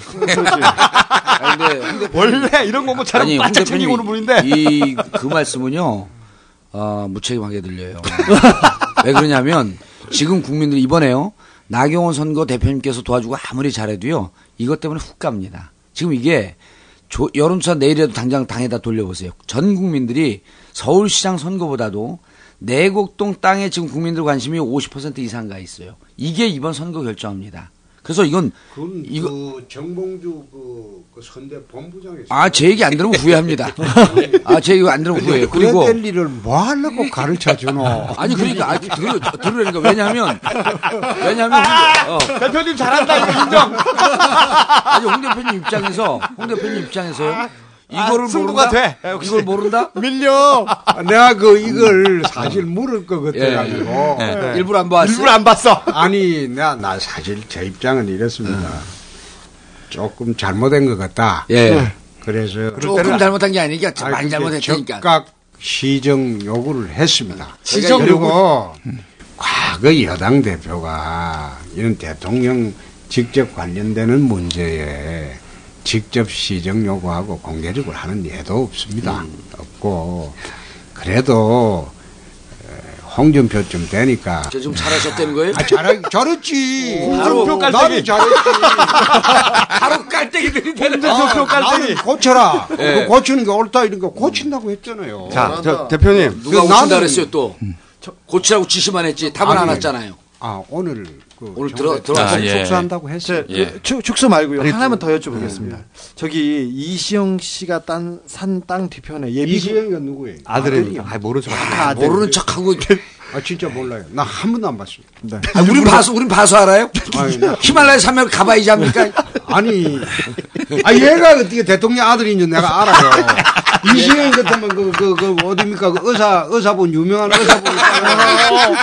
원래 이런 거뭐 자료 아니, 바짝 홍 대표님, 챙기고 오는 뭐 분인데. 이, 그 말씀은요, 아, 무책임하게 들려요. 왜 그러냐면, 지금 국민들이 이번에요, 나경원 선거 대표님께서 도와주고 아무리 잘해도요, 이것 때문에 훅 갑니다. 지금 이게, 조- 여론조사 내일이라도 당장 당에다 돌려보세요. 전 국민들이 서울시장 선거보다도 내곡동 땅에 지금 국민들 관심이 50% 이상 가 있어요. 이게 이번 선거 결정합니다. 그래서 이건 그건 이거- 그 정봉주 그, 그 선대 본부장에서 아 제 얘기 안 들으면 후회합니다. 아 제 얘기 안 들으면 후회해요. 그리고 그러니까 그리고 일을 뭐 하려고 가르쳐 주노? 아니 그러니까 아니, 들으 들으라니까 왜냐하면 왜냐하면 대표님 잘한다 이거 인정. 아니 홍 대표님 입장에서 홍 대표님 입장에서요. 이거를 아, 승부가 모른다. 돼, 이걸 모른다. 밀려. 내가 그 이걸 사실 물을 것 같아가지고 예, 예. 네. 일부러 안 봤어요? 일부러 안 봤어. 아니 나, 나 사실 제 입장은 이랬습니다. 조금 잘못된 것 같다. 네. 예. 그래서 조금 잘못한 게 아니니까 아니, 근데 많이 잘못했으니까. 적각 시정 요구를 했습니다. 시정 그리고 과거 여당 대표가 이런 대통령 직접 관련되는 문제에 직접 시정 요구하고 공개적으로 하는 예도 없습니다. 음. 없고 그래도 에, 홍준표쯤 되니까 저 지금 잘하셨다는 거예요? 어. 아, 잘하, 잘했지. 홍준표 나는 깔때기. 잘했지. 바로 깔때기들이 아, 되는 홍준표 깔때기. 고쳐라. 예. 그거 고치는 게 옳다 이런 거 고친다고 했잖아요. 자, 저 대표님. 어, 누가 나는- 고친다 그랬어요 또. 고치라고 지시만 했지 답은 안 아니, 왔잖아요. 아 오늘 그 오늘 정부에 들어 들어 아, 예. 축소한다고 했어요. 제- 예. 그 축- 축소 말고요. 아니, 하나만 더 음, 여쭤보겠습니다. 저기 이시영 씨가 딴 산 땅 뒤편에 예비 이시영이가 누구예요? 아들이요. 아, 모르죠. 모르는 척하고 아 진짜 몰라요. 나 한 번도 안 봤어요. 아, 우린 봐서 우린 봐서 알아요? 아니, 나- 히말라야 산맥 가봐야지 합니까? 아니. 아 얘가 어떻게 대통령 아들인지 내가 알아요. 이시영 같으면 그그그 어디입니까 그 의사 의사분 유명한 의사분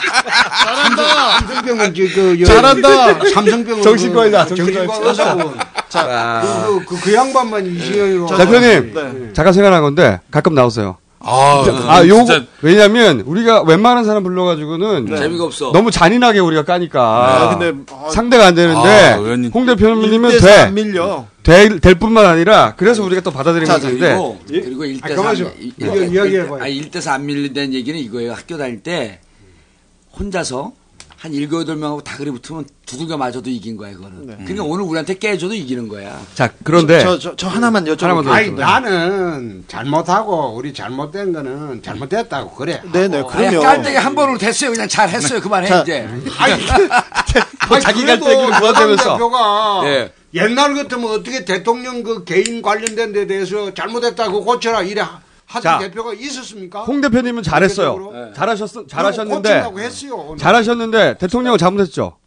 잘한다 삼성병원 그 잘한다. 삼성병원 그 정신과이다, 정신과 정신과. 의사분 자그그 그, 그 양반만 이시영이고 네. 대표님, 네. 잠깐 생각난 건데 가끔 나오세요. 아, 아, 요 왜냐면 우리가 웬만한 사람 불러가지고는 네. 재미가 없어. 너무 잔인하게 우리가 까니까 아, 근데, 상대가 안 되는데 아, 의원님. 홍 대표님은 일대사 돼. 안 밀려. 될, 될 뿐만 아니라 그래서 우리가 또 받아들이는 자, 건데 그리고 그리고 아, 1대 3 가만히 있어. 이거 이야기해봐요. 아, 1대 3 밀린다는 얘기는 이거예요. 학교 다닐 때 혼자서 한 일곱 여덟 명하고 다 그리 붙으면 두들겨 맞아도 이긴 거야, 이거는. 그러니까 오늘 우리한테 깨줘도 이기는 거야. 자 그런데 저- 저- 저 하나만 여쭤볼게요. 하나만 더 아니 여쭤봐요. 나는 잘못하고 우리 잘못된 거는 잘못됐다고 그래. 어. 네네 아니, 깔때기 한 번으로 됐어요. 그냥 잘 했어요. 그만해 자, 이제. 그, 아니, 자기 그래도 갈등을 구하자면서. 당 대표가 예. 옛날 같으면 어떻게 대통령 그 개인 관련된 데 대해서 잘못했다고 고쳐라 이래 하- 하던 자, 대표가 있었습니까? 홍 대표님은 잘했어요. 공개적으로? 잘하셨 그리고 잘하셨는데 고친다고 했어요. 오늘. 잘하셨는데 대통령은 잘못했죠.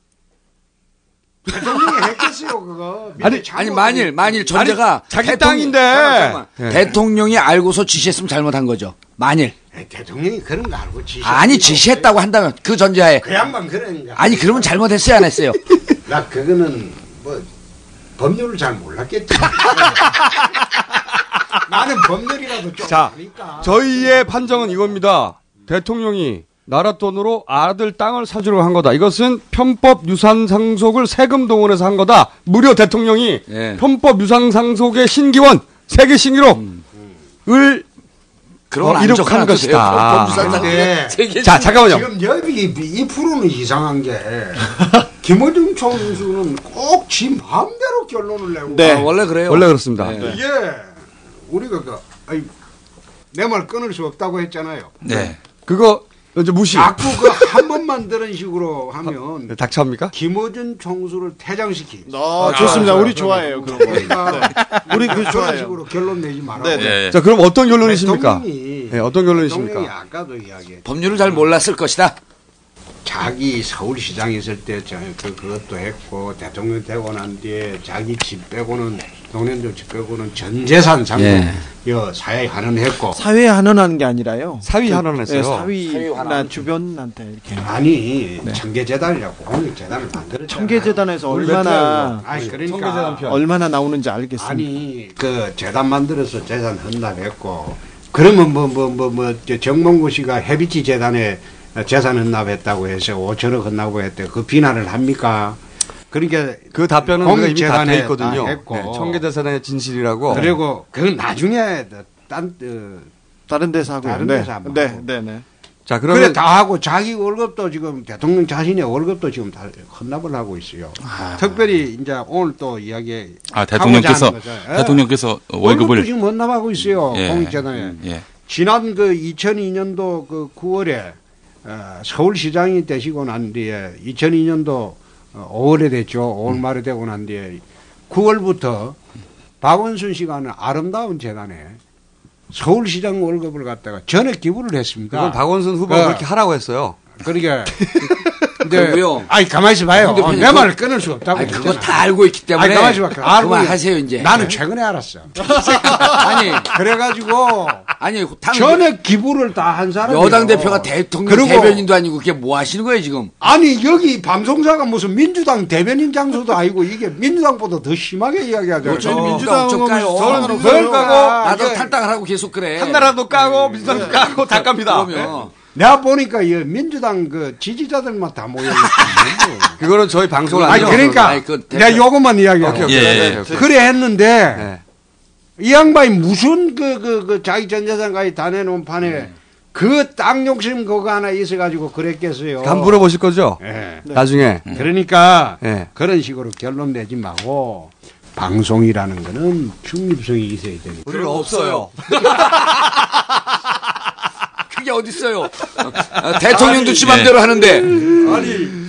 대통령이 했겠어요 그거. 아니, 아니 만일 만일 전제가 아니, 자기 대통령- 땅인데. 잠깐만, 잠깐만. 예. 대통령이 알고서 지시했으면 잘못한 거죠. 만일 대통령이 그런 거 알고 지시. 아니 지시했다고 한다면 그 전제하에 그 양반 그러니까. 아니 그러면 잘못했어요 안 했어요? 나 그거는 뭐 법률을 잘 몰랐겠지. 나는 법률이라도 좀 자, 아니까. 저희의 판정은 이겁니다. 대통령이 나라 돈으로 아들 땅을 사주려고 한 거다. 이것은 편법 유산 상속을 세금 동원해서 한 거다. 무려 대통령이 예. 편법 유산 상속의 신기원 세계 신기록을 그런 어, 안 이룩한 적어놔도 돼요. 것이다. 편법 유산 상속의 네. 세계 자, 잠깐만요. 지금 여기 이 프로는 이상한 게 김어준 총수는 꼭 지 마음대로 결론을 내고. 네. 아, 원래 그래요. 원래 그렇습니다. 네. 이게 우리가 그, 아니, 내 말 끊을 수 없다고 했잖아요. 네. 그거 이제 무시. 자꾸 그 한 번만 들은 식으로 하면 네, 닥쳐합니까? 김어준 총수를 퇴장시키. 아, 좋습니다. 우리 좋아해요, 그런 거. 그러니까 우리 그거 그런 좋아해요. 식으로 결론 내지 말아. 네, 네. 자, 그럼 어떤 결론이십니까? 대통령이- 네, 어떤 대통령이 결론이십니까? 아까도 이야기했죠. 법률을 잘 몰랐을 것이다. 자기 서울시장 있을 때 저- 그- 그것도 했고 대통령 되고 난 뒤에 자기 집 빼고는 동년도 집 빼고는 전 재산 상속 예. 여 사회 한원했고 사회에 한원하는 게 아니라요. 사위 저- 한원했어요. 예, 사위, 사위 나 한원. 주변한테 이렇게. 네. 아니 청계재단이라고 공익재단을 만들었잖아. 청계재단에서 우리 베테랑. 얼마나 아니, 그러니까. 얼마나 나오는지 알겠습니다. 아니 그 재단 만들어서 재산 헌납했고 그러면 뭐 뭐 뭐뭐 정몽구 씨가 해비치 재단에 재산 헌납했다고 해서 5천억 헌납을 했대 그 비난을 합니까? 그러니까 그 답변은 우리가 이미 다 공익재단에 돼 있거든요. 다 했고. 네, 청계대사의 진실이라고. 그리고 그건 나중에 딴 어, 다른 데서 하고 다른 네. 데서 한번 네, 하고. 네, 네. 자 그래다 하고 자기 월급도 지금 대통령 자신의 월급도 지금 다 헌납을 하고 있어요. 아, 특별히 이제 오늘 또 이야기 아, 대통령께서, 하고자 하는 거죠. 예. 대통령께서 월급도 월급을. 지금 헌납하고 있어요. 예. 공익재단에 예. 지난 그 2002년도 그 9월에 어, 서울시장이 되시고 난 뒤에 2002년도 어, 5월에 됐죠. 5월 말에 되고 난 뒤에 9월부터 박원순 씨가 는 아름다운 재단에 서울시장 월급을 갖다가 전액 기부를 했습니다. 그건 박원순 후보가 그러니까 그렇게 하라고 했어요. 그러니까 그리고요. 아니 가만히 있어 봐요. 근데 어, 내 그거- 말을 끊을 수 없다고. 아니, 그거 다 알고 있기 때문에 아니, 가만히 있어 봐. 알고 그만하세요, 이제. 네. 나는 최근에 알았어. 아니 그래가지고 아니 당- 전액 기부를 다 한 사람. 여당 대표가 대통령 그리고- 대변인도 아니고 그게 뭐 하시는 거예요 지금? 아니 여기 방송사가 무슨 민주당 대변인 장소도 아니고 이게 민주당보다 더 심하게 이야기하잖아요. 어쩌면 그렇죠. 뭐 민주당은 서울 뭘 까고 그러니까 나도 탈당하라고 계속 그래. 네. 한나라도 까고 민주당도 까고 다 깝니다. 그러면 내가 보니까 이 민주당 그 지지자들만 다 모여. 그거는 저희 방송을 안 아니 해요. 그러니까 아니, 그 대표- 내가 요것만 이야기해. 오케이, 오케이, 예, 예, 오케이. 그래 했는데 네. 이 양반이 무슨 그 그 그 자기 전재산까지 다 내놓은 판에 네. 그 땅 욕심 그거 하나 있어가지고 그랬겠어요. 간 물어보실 거죠? 예. 네. 나중에. 네. 그러니까 예. 그런 식으로 결론 내지 마고 방송이라는 거는 중립성이 있어야 됩니다. 우리는 없어요. 그게 어디 있어요? 어, 대통령도 아니, 지 맘대로 예. 하는데.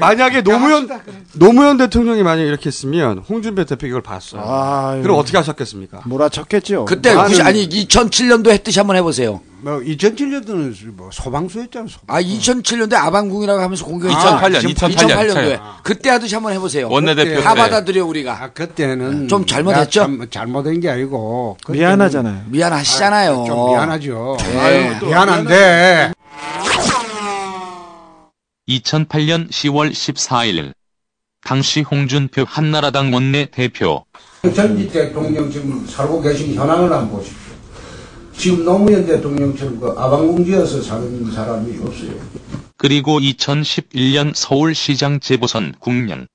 만약에 노무현 노무현 대통령이 만약 에 이렇게 했으면 홍준표 대표 이걸 봤어요. 그럼 어떻게 하셨겠습니까? 몰아쳤겠죠. 그때 나는- 구시- 아니 2007년도 했듯이 한번 해보세요. 뭐 2007년도는 뭐 소방수였잖아. 아 2007년도에 아방궁이라고 하면서 공격이 아, 2008년 2008년, 2008년도에 아. 그때 하듯이 한번 해보세요. 원내대표 다 때. 받아들여 우리가. 그때는 네. 좀 잘못했죠? 내가 참- 잘못된 게 아니고 그때는- 미안하잖아요. 미안하시잖아요. 아, 좀 미안하죠. 네. 아유, 또 미안한데 2008년 10월 14일 당시 홍준표 한나라당 원내 대표 전직 대통령 지금 살고 계신 현황을 안 보십시오. 지금 노무현 대통령처럼 그 아방궁지어서 사는 사람이 없어요. 그리고 2011년 서울시장 재보선 국면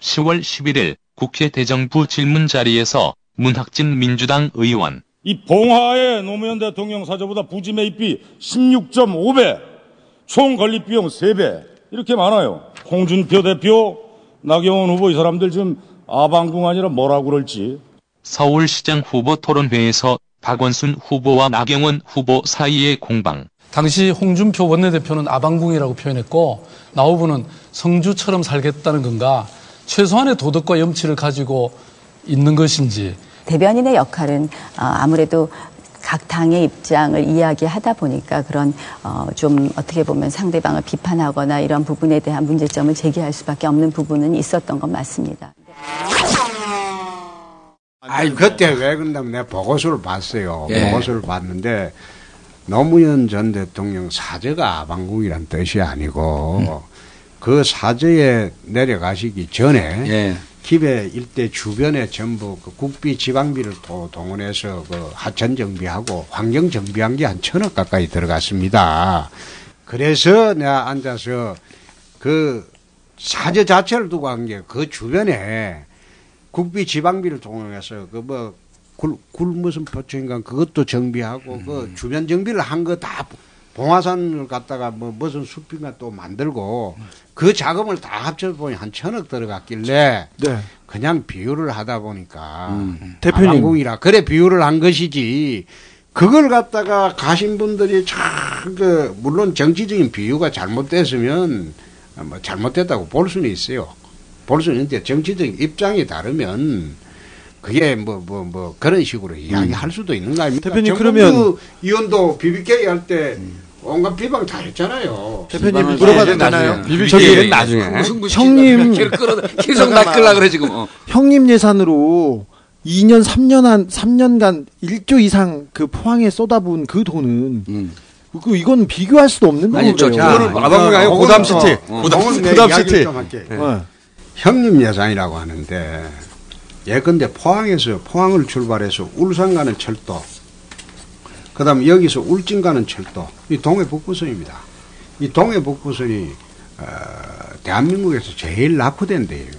10월 11일 국회 대정부 질문 자리에서 문학진 민주당 의원 이 봉화의 노무현 대통령 사저보다 부지 매입비 16.5배, 총 건립 비용 3배 이렇게 많아요. 홍준표 대표, 나경원 후보 이 사람들 지금 아방궁 아니라 뭐라 그럴지 서울시장 후보 토론회에서 박원순 후보와 나경원 후보 사이의 공방 당시 홍준표 원내대표는 아방궁이라고 표현했고 나우부는 성주처럼 살겠다는 건가 최소한의 도덕과 염치를 가지고 있는 것인지 대변인의 역할은 어, 아무래도 각 당의 입장을 이야기하다 보니까 그런 어, 좀 어떻게 보면 상대방을 비판하거나 이런 부분에 대한 문제점을 제기할 수밖에 없는 부분은 있었던 건 맞습니다. 아니 그때 왜 그런다면 내가 보고서를 봤어요. 예. 보고서를 봤는데 노무현 전 대통령 사제가 아방궁이란 뜻이 아니고 그 사제에 내려가시기 전에 기배 일대 주변에 전부 그 국비 지방비를 또 동원해서 그 하천 정비하고 환경 정비한 게 한 천억 가까이 들어갔습니다. 그래서 내가 앉아서 그 사제 자체를 두고 한 게 그 주변에 국비 지방비를 동원해서 그뭐 굴, 굴 무슨 표층인가 그것도 정비하고 그 주변 정비를 한 거 다 봉화산을 갖다가 뭐 무슨 숲인가 또 만들고 그 자금을 다 합쳐보니 한 천억 들어갔길래 네. 그냥 비유를 하다 보니까 음, 대표님. 방공이라 그래 비유를 한 것이지 그걸 갖다가 가신 분들이 참그 물론 정치적인 비유가 잘못됐으면 뭐 잘못됐다고 볼 수는 있어요. 볼 수는 있는데 정치적인 입장이 다르면 그게 뭐 뭐 뭐 그런 식으로 이야기할 수도 있는 거 아닙니까? 음. 대표님, 정봉주 그러면- 의원도 BBK 할 때 온갖 비방 다 했잖아요. 네? 대표님 물어봐도 되나요? 저기 그 형님 계속 낚으려 그래 지금. 어. 형님 예산으로 2년 3년 한 3년간 1조 이상 그 포항에 쏟아부은 그 돈은 그 이건 비교할 수도 없는 음. 아니죠. 거예요. 그러니까 어. 자, 그거는 어, 아방궁이 아니고 고담시티. 고담시티. 고담시티. 네. 형님 예산이라고 하는데 예컨대 포항에서 포항을 출발해서 울산 가는 철도 그다음에 여기서 울진 가는 철도 이 동해북부선입니다. 이 동해북부선이 어, 대한민국에서 제일 낙후된 데예요.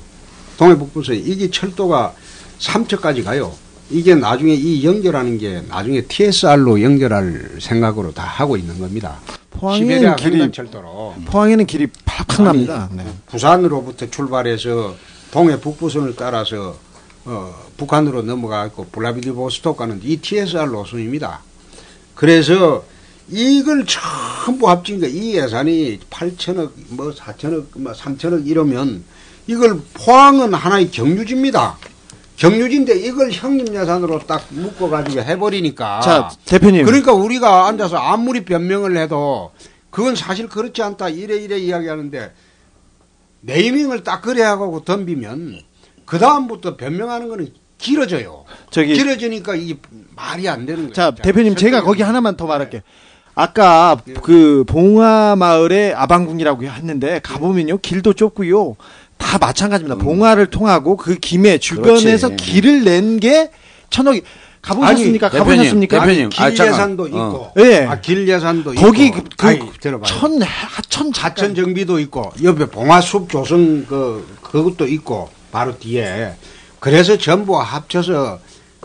동해북부선 이게 철도가 3척까지 가요. 이게 나중에 이 연결하는 게 나중에 TSR로 연결할 생각으로 다 하고 있는 겁니다. 포항에는 시베리아 길이 횡단철도로 포항에는 길이 팍팍 납니다. 네. 부산으로부터 출발해서 동해 북부선을 따라서 어, 북한으로 넘어가고 블라비디보스톡 가는 이 TSR 노선입니다. 그래서 이걸 전부 합친 거, 이 예산이 8천억, 뭐 4천억, 뭐 3천억 이러면 이걸 포항은 하나의 경유지입니다. 경유지인데 이걸 형님 예산으로 딱 묶어가지고 해버리니까. 자, 대표님. 그러니까 우리가 앉아서 아무리 변명을 해도 그건 사실 그렇지 않다. 이래 이래 이야기하는데 네이밍을 딱 그래 하고 덤비면 그 다음부터 변명하는 거는 길어져요. 저기- 길어지니까 이게 말이 안 되는 거예요. 네. 자, 대표님 제가 거기 하나만 더 말할게. 아까 그 봉화 마을의 아방궁이라고 했는데 가보면요 길도 좁고요 음. 다 마찬가지입니다. 봉화를 통하고 그 김해 주변에서 그렇지. 길을 낸 게 천억이 가보셨습니까? 가보셨습니까? 아, 어. 예. 길 예산도 거기 있고. 그- 아이, 들어봐요. 그러니까. 천 하천 하천 정비도 있고 옆에 봉화숲 조성 그 그것도 있고 바로 뒤에 그래서 전부 합쳐서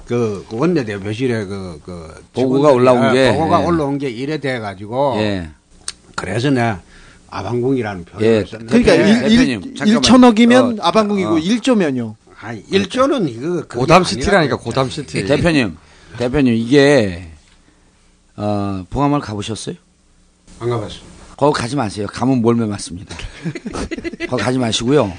그 원내대표실에 그, 그 보고가 올라온 예, 게, 보고가 예. 올라온 게 이래 돼 가지고 예. 그래서 내가 아방궁이라는 예. 표현을 썼는데 어, 그러니까 일, 일, 일천억이면 아방궁이고 일조면요 아니, 1조는 이거 그게 아니라고요. 네, 대표님, 대표님 이게 어, 봉화마을 가보셨어요? 안 가봤어요. 거기 가지 마세요. 가면 몰매 맞습니다. 거기 가지 마시고요.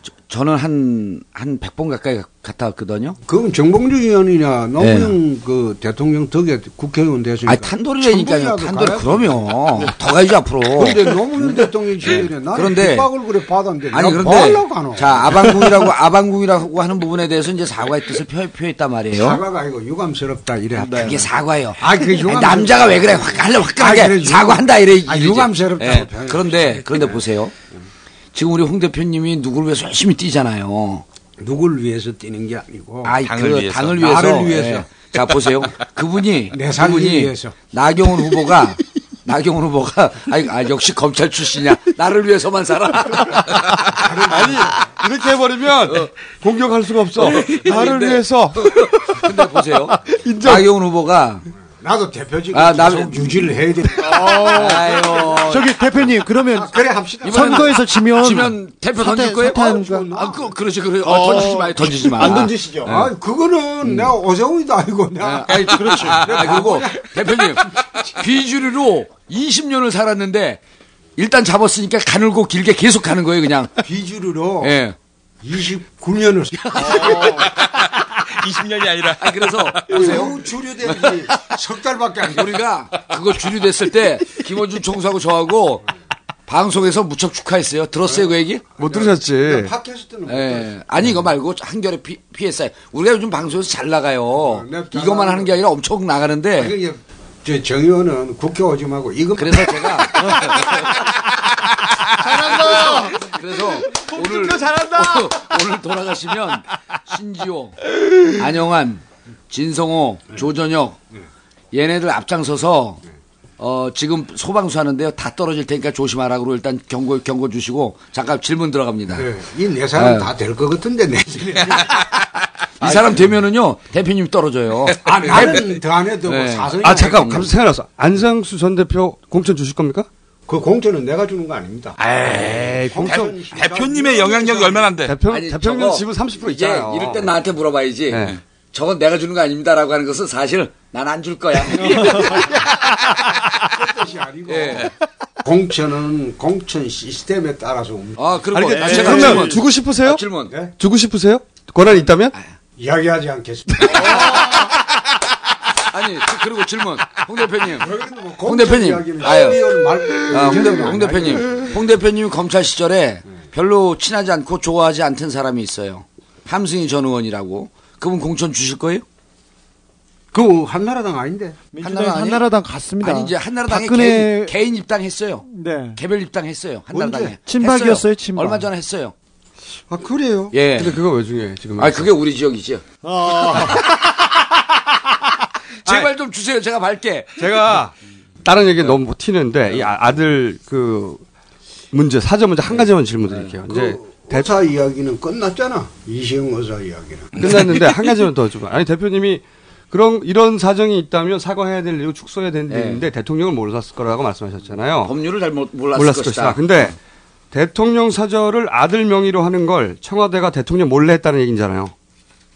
저, 저는 한, 한 100번 가까이 가- 갔다 왔거든요. 그럼 정봉주 의원이나 노무현 예. 그 대통령 덕에 국회의원 되시니까 아니, 탄도리라니까요. 천불이라도 탄도리, 가야지. 그러면. 더 가야지, 앞으로. 근데 노무현 대통령이 지금 나는 어. 네. 그런데- 핍박을 그래 받았는데 아니, 내가 그런데. 뭐 하려고 하노? 자, 아방궁이라고, 아방궁이라고 하는 부분에 대해서 이제 사과의 뜻을 표, 표했단 말이에요. 사과가 아니고 유감스럽다 이래. 그게 사과예요. 아, 그 아니, 유감. 남자가 왜 그래? 화끈하려 화끈하게 아, 그래, 유감. 사과한다 이래. 아, 이러지. 유감스럽다고 예. 표현해. 그런데 그런데 보세요. 지금 우리 홍 대표님이 누구를 위해서 열심히 뛰잖아요. 누굴 위해서 뛰는 게 아니고 아이, 당을 그, 위해서. 당을 위해서. 예. 나를 위해서. 자 보세요. 그분이 내 삶을 그분이 위해서. 나경원 후보가 나경원 후보가 아이, 아, 역시 검찰 출신이야. 나를 위해서만 살아. 아니 이렇게 해버리면 어. 공격할 수가 없어. 나를 네. 위해서. 근데 보세요. 나경원 후보가 나도 대표직 아, 아, 나- 계속 유지를 해야 돼. 저기 대표님 그러면 그래 합시다. 선거에서 지면 지면 대표 던질 거예요? 사퇴하는 어, 아, 그, 그러지, 그러지. 어, 던지지 마요, 던지지 마. 안 던지시죠. 예. 아, 그거는 내가 어세훈이도 아니고 내가 아니, 그렇죠. 그리고 대표님, 비주류로 20년을 살았는데, 일단 잡았으니까 가늘고 길게 계속 가는 거예요, 그냥. 비주류로? 예. 29년을. 어. 20년이 아니라. 그래서, 보세요. 주류된 석 달밖에 안 우리가 그거 주류됐을 때, 김원준 총수하고 저하고, 방송에서 무척 축하했어요. 들었어요, 그 얘기? 네, 못 들으셨지. 그러니까 팟캐스트는 예. 아니 이거 말고 한결에 피, PSI 우리가 요즘 방송에서 잘 나가요. 잘 이것만 나가는 하는 게 아니라 엄청 나가는데. 아니, 이게 저 정의원은 국회 오지 말고 이거 그래서 제가 잘한다. 그래서 홍준표 잘한다. 오늘, 어, 오늘 돌아가시면 신지호, 안영환, 진성호, 조전혁 얘네들 앞장서서 어 지금 소방수 하는데요 다 떨어질 테니까 조심하라 고 일단 경고 경고 주시고 잠깐 질문 들어갑니다. 이네 사람 예. 다 될 것 같은데 내 집에. 이 사람 되면은요 대표님 떨어져요. 아, 네. 나는 더 안 해도 뭐 사선이 아, 잠깐, 아니거든요. 갑자기 생각났어. 안상수 전 대표 공천 주실 겁니까? 그 공천은 내가 주는 거 아닙니다. 에이, 네, 공천. 대표님의 영향력이 얼마나인데? 대표- 대표님 지분 30% 있잖아요. 예, 이럴 땐 나한테 물어봐야지. 네. 저건 내가 주는 거 아닙니다라고 하는 것은 사실 난 안 줄 거야. 예. 공천은 공천 시스템에 따라서 움직여. 아, 아니, 근데 그러면 주고 싶으세요? 예? 주고 싶으세요? 권한이 있다면? 아, 이야기하지 않겠습니다. 어. 아니 그- 그리고 질문 홍 대표님. 홍 공천 대표님. 이야기는 아유. 시비를 말- 아, 네. 홍, 대, 이제는 안 표님 홍 대표님 검찰 시절에 별로 친하지 않고 좋아하지 않던 사람이 있어요. 함승희 전 의원이라고. 그분 공천 주실 거예요? 그 한나라당 아닌데. 한나라당, 아니에요? 한나라당 갔습니다. 아니 이제 한나라당에 박근혜- 개인, 개인 입당했어요. 네. 개별 입당했어요. 한나라당에. 언제? 친박이었어요, 했어요. 친박. 얼마 전에 했어요. 아, 그래요? 예. 근데 그거 왜 중요해, 지금? 아 그게 우리 지역이죠. 아. 제발 그 좀 주세요. 제가 밝게. 아, 제가 다른 얘기 너무 못 튀는데 이 아- 아들 그 문제 사저 문제 한 가지만 질문 드릴게요. 네. 이제 대사 그 이야기는 끝났잖아. 이시영 의사 이야기는. 끝났는데 한 가지만 더 좀. 아니 대표님이 그런 이런 사정이 있다면 사과해야 될 일이고 축소해야 될 네. 일인데 대통령을 몰랐을 거라고 말씀하셨잖아요. 네. 법률을 잘 몰- 몰랐을, 몰랐을 것이다. 네. 것이다. 근데 대통령 사저를 아들 명의로 하는 걸 청와대가 대통령 몰래 했다는 얘기잖아요.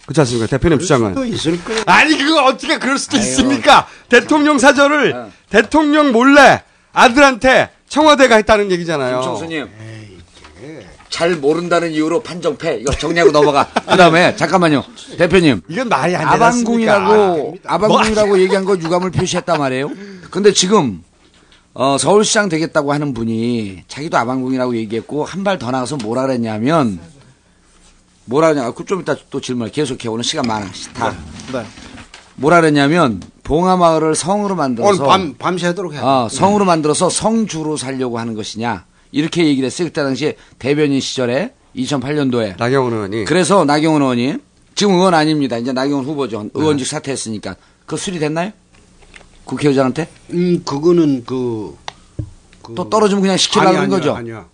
그렇지 않습니까? 대표님 주장은. 또 있을 거예요. 아니 그거 어떻게 그럴 수도 있습니까? 대통령 사절을 네. 대통령 몰래 아들한테 청와대가 했다는 얘기잖아요. 김총수님. 잘 모른다는 이유로 판정패. 이거 정리하고 넘어가. 그 다음에, 잠깐만요. 대표님. 이건 말이 안 되지 않습니까? 아방궁이라고, 아방궁이라고 얘기한 거 유감을 표시했단 말이에요. 근데 지금, 어, 서울시장 되겠다고 하는 분이 자기도 아방궁이라고 얘기했고, 한 발 더 나가서 뭐라 그랬냐면, 뭐라 그랬냐. 그좀 이따 또 질문 계속해. 오늘 시간 많아. 다. 네. 뭐라 그랬냐면, 봉하마을을 성으로 오늘 만들어서. 밤, 밤새도록 해요. 아, 성으로 만들어서 성주로 살려고 하는 것이냐 이렇게 얘기를 했어요. 그때 당시 대변인 시절에 2008년도에 나경원 의원이 그래서 나경원 의원이 지금 의원 아닙니다. 이제 나경원 네. 후보죠. 의원직 사퇴했으니까 그 수리됐나요? 국회의장한테? 음 그거는 그. 또 떨어지면 그냥 시키라는 아니, 아니요, 거죠. 아니요.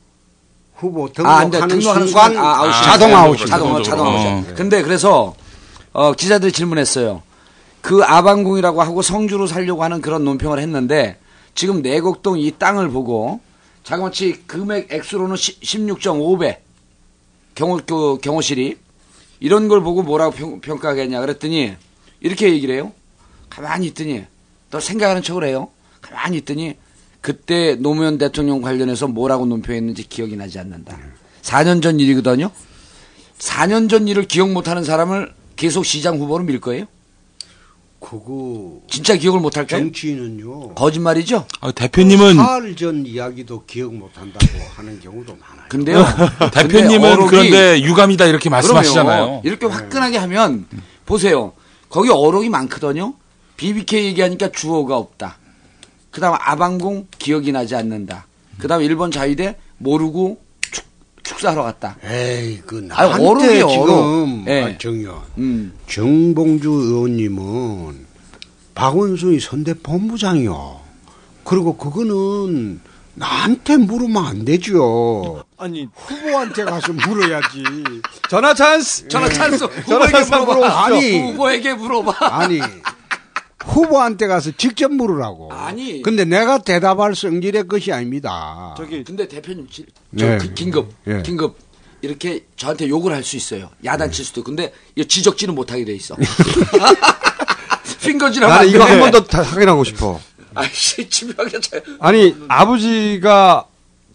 후보 아, 안 돼. 등록하는 등록하는 순간, 순간 아, 아웃이네. 자동 아웃이 자동 아웃, 자동 아웃. 어. 근데 그래서 어, 기자들이 질문했어요. 그 아방궁이라고 하고 성주로 살려고 하는 그런 논평을 했는데 지금 내곡동 이 땅을 보고 자그마치 금액 액수로는 16.5배 경호 그 경호실이 이런 걸 보고 뭐라고 평, 평가하겠냐 그랬더니 이렇게 얘기를 해요. 가만히 있더니 또 생각하는 척을 해요. 가만히 있더니 그때 노무현 대통령 관련해서 뭐라고 논평했는지 기억이 나지 않는다. 4년 전 일이거든요. 4년 전 일을 기억 못하는 사람을 계속 시장 후보로 밀 거예요? 그거 진짜 기억을 못할 거예요? 정치인은요. 그 거짓말이죠? 그 사흘 전 이야기도 기억 못한다고 하는 경우도 많아요. 근데요. 대표님은 근데 그런데 유감이다 이렇게 말씀하시잖아요. 그럼요. 이렇게 화끈하게 하면 보세요. 거기 어록이 많거든요. BBK 얘기하니까 주어가 없다. 그다음 아방공 기억이 나지 않는다. 그다음 일본 자위대 모르고 축, 사하러 갔다. 에이 그 아유, 나한테 어록이요, 지금 어록. 예. 아, 정요 음. 정봉주 의원님은 박원순이 선대 본부장이요. 그리고 그거는 나한테 물으면 안 되죠. 아니 후보한테 가서 물어야지. 전화 찬스. 전화 찬스. 예. 전화 찬스 후보에게 물어봐. 아니. 후보에게 물어봐. 아니 후보한테 가서 직접 물으라고. 아니. 근데 내가 대답할 성질의 것이 아닙니다. 저기 근데 대표님 지- 저 네. 기- 긴급 예. 긴급 이렇게 저한테 욕을 할 수 있어요. 야단칠 수도. 근데 이거 지적지는 못하게 돼 있어. 핑거질하면 나는 안 이거 돼. 한 번 더 확인하고 싶어. 아이씨 집요하게 잘. 아니 아버지가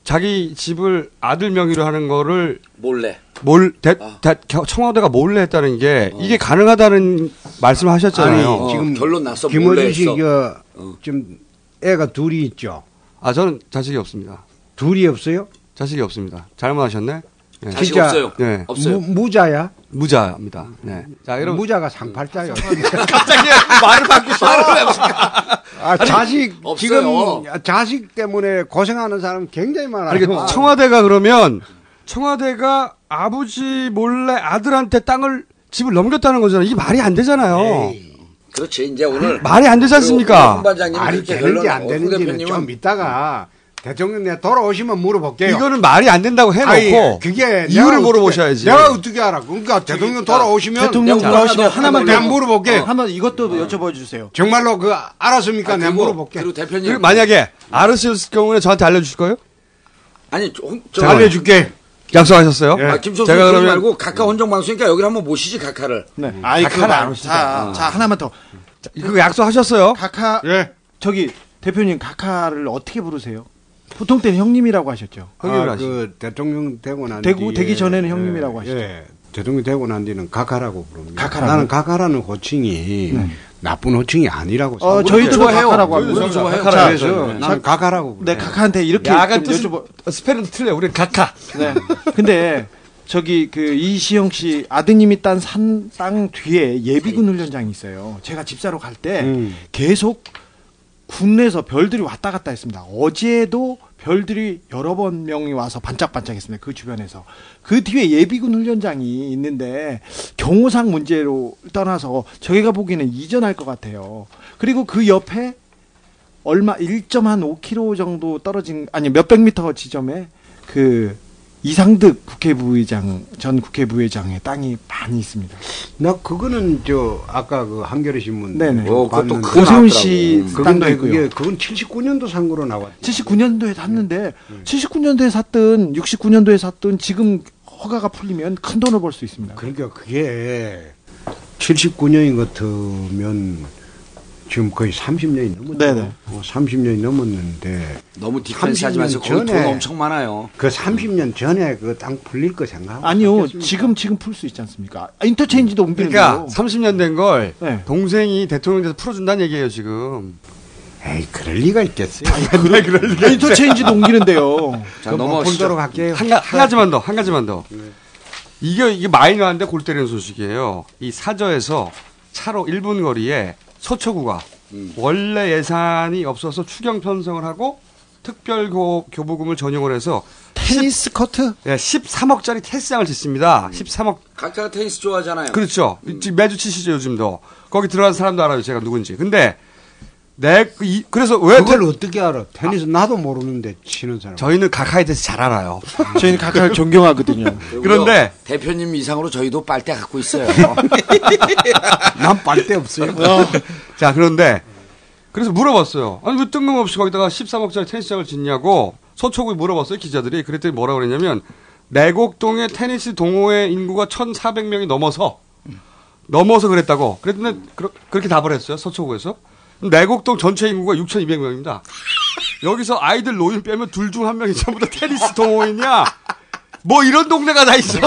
자기 집을 아들 명의로 하는 거를 몰래. 몰 대, 아. 대- 겨- 청와대가 몰래 했다는 게 이게 가능하다는 말씀을 하셨잖아요. 아니, 지금 결론 났어, 몰래 김원준 했어. 씨가 지금 애가 둘이 있죠. 아 저는 자식이 없습니다. 둘이 없어요? 자식이 없습니다. 잘못하셨네. 예. 자식 진짜 없어요. 예. 무, 자야 무자입니다. 네. 자, 여러분. 무자가 상팔자요. 갑자기 말을 바꾸셔. 아, 자식 없어요. 지금 자식 때문에 고생하는 사람 굉장히 아니, 많아요. 그러니까 청와대가 그러면 청와대가 아버지 몰래 아들한테 땅을 집을 넘겼다는 거잖아요. 이게 말이 안 되잖아요. 그렇지 이제 오늘 말이 안 되지 않습니까? 반장님 아니 되는지 안 되는지는 좀 이따가 대통령 내 돌아오시면 물어볼게요. 이거는 말이 안 된다고 해놓고 아니, 그게 이유를 내가 물어보셔야지. 어떻게- 내가 어떻게 알아? 그러니까 대통령 돌아오시면 대통령 자, 돌아오시면 하나만 내가 더- 물어볼게. 어, 하나만 이것도 여쭤봐 주세요. 정말로 그 알았습니까? 내가 물어볼게. 그리고 대표님 그리고 만약에 알았을 경우에 저한테 알려주실 거예요? 아니 저, 홍- 저- 제가 알려줄게. 약속하셨어요? 예. 아, 김종수 제가 그러지 그러면 말고 각하 혼정 방송이니까 여기를 한번 모시지 각하를. 어. 네. 아이 그거 안 자, 자 하나만 더. 이거 약속하셨어요? 각하. 예. 저기 대표님 각하를 어떻게 부르세요? 보통 때는 형님이라고 하셨죠. 아, 그 대통령 되고 난 되고- 뒤에- 되기 전에는 형님이라고 예, 하시죠. 예. 대통령 되고 난 뒤는 각하라고 부릅니다. 각하라고? 네. 나는 각하라는 호칭이 나쁜 호칭이 아니라고. 어, 저희도 각하라고 합니다. 각하라고 그래서 자, 나는 각하라고. 네, 각하한테 이렇게 야간 좀 어, 뜻 스펠은 틀려. 우리 각하. 네. 근데 저기 그 이시영 씨 아드님이 딴 산 땅 뒤에 예비군 훈련장이 있어요. 제가 집사로 갈 때 음. 계속 국내에서 별들이 왔다 갔다 했습니다. 어제도 별들이 여러 번 명이 와서 반짝반짝했습니다. 그 주변에서 그 뒤에 예비군 훈련장이 있는데 경호상 문제로 떠나서 저희가 보기에는 이전할 것 같아요. 그리고 그 옆에 얼마 1.5km 정도 떨어진 아니 몇백 미터 지점에 그 이상득 국회부의장 전 국회부의장의 땅이 많이 있습니다. 나 그거는 저 아까 그 한겨레 신문. 네네. 어, 그것도 봤는데 그거 오세훈 씨 나왔더라고. 그건 땅도 근데 있고요. 그게 그건 79년도 상으로 네. 나왔. 79년도에 샀는데 79년도에 샀든 69년도에 샀든 지금 허가가 풀리면 큰 돈을 벌 수 있습니다. 그러니까 그게 79년인 것 같으면 지금 거의 30년이 넘었죠. 네네. 30년이 넘었는데 너무 디펜스 하지 마세요. 거기 돈 엄청 많아요. 그 30년 전에 그 땅 풀릴 거 생각하고 아니요, 있겠습니까? 지금 지금 풀 수 있지 않습니까? 아, 인터체인지도 옮기는 그러니까 거예요. 네. 30년 된 걸 동생이 대통령 돼서 풀어준다는 얘기예요 지금. 에이 그럴 리가 있겠어요. 그럴 그럴 리가 인터체인지도 옮기는데요. 자 넘어가시죠. 그럼 뭐 풀도록 할게요. 한, 가- 네. 한 가지만 더, 한 가지만 더. 이게 이게 마이너한데 골 때리는 소식이에요. 이 사저에서 차로 1분 거리에 서초구가 음. 원래 예산이 없어서 추경 편성을 하고 특별 교, 교부금을 전용을 해서 테니스 커트? 예, 13억짜리 테스장을 짓습니다. 13억 각자가 테니스 좋아하잖아요. 그렇죠. 지금 매주 치시죠 요즘도. 거기 들어간 사람도 알아요 제가 누군지. 근데 내 그 이- 그래서 왜 그걸 어떻게 알아? 테니스 나도 모르는데 치는 사람. 저희는 가카에 대해서 잘 알아요. 저희는 가카를 존경하거든요. 그런데 대표님 이상으로 저희도 빨대 갖고 있어요. 난 빨대 없어요. 자, 그런데 그래서 물어봤어요. 아니 왜 뜬금없이 거기다가 13억짜리 테니스장을 짓냐고 서초구에 물어봤어요 기자들이. 그랬더니 뭐라고 그랬냐면 내곡동의 테니스 동호회 인구가 1,400명이 넘어서 넘어서 그랬다고. 그랬더니 그렇게 답을 했어요 서초구에서. 내곡동 전체 인구가 6,200명입니다. 여기서 아이들 노인 빼면 둘 중 한 명이 전부 다 테니스 동호인이야. 뭐 이런 동네가 다 있어.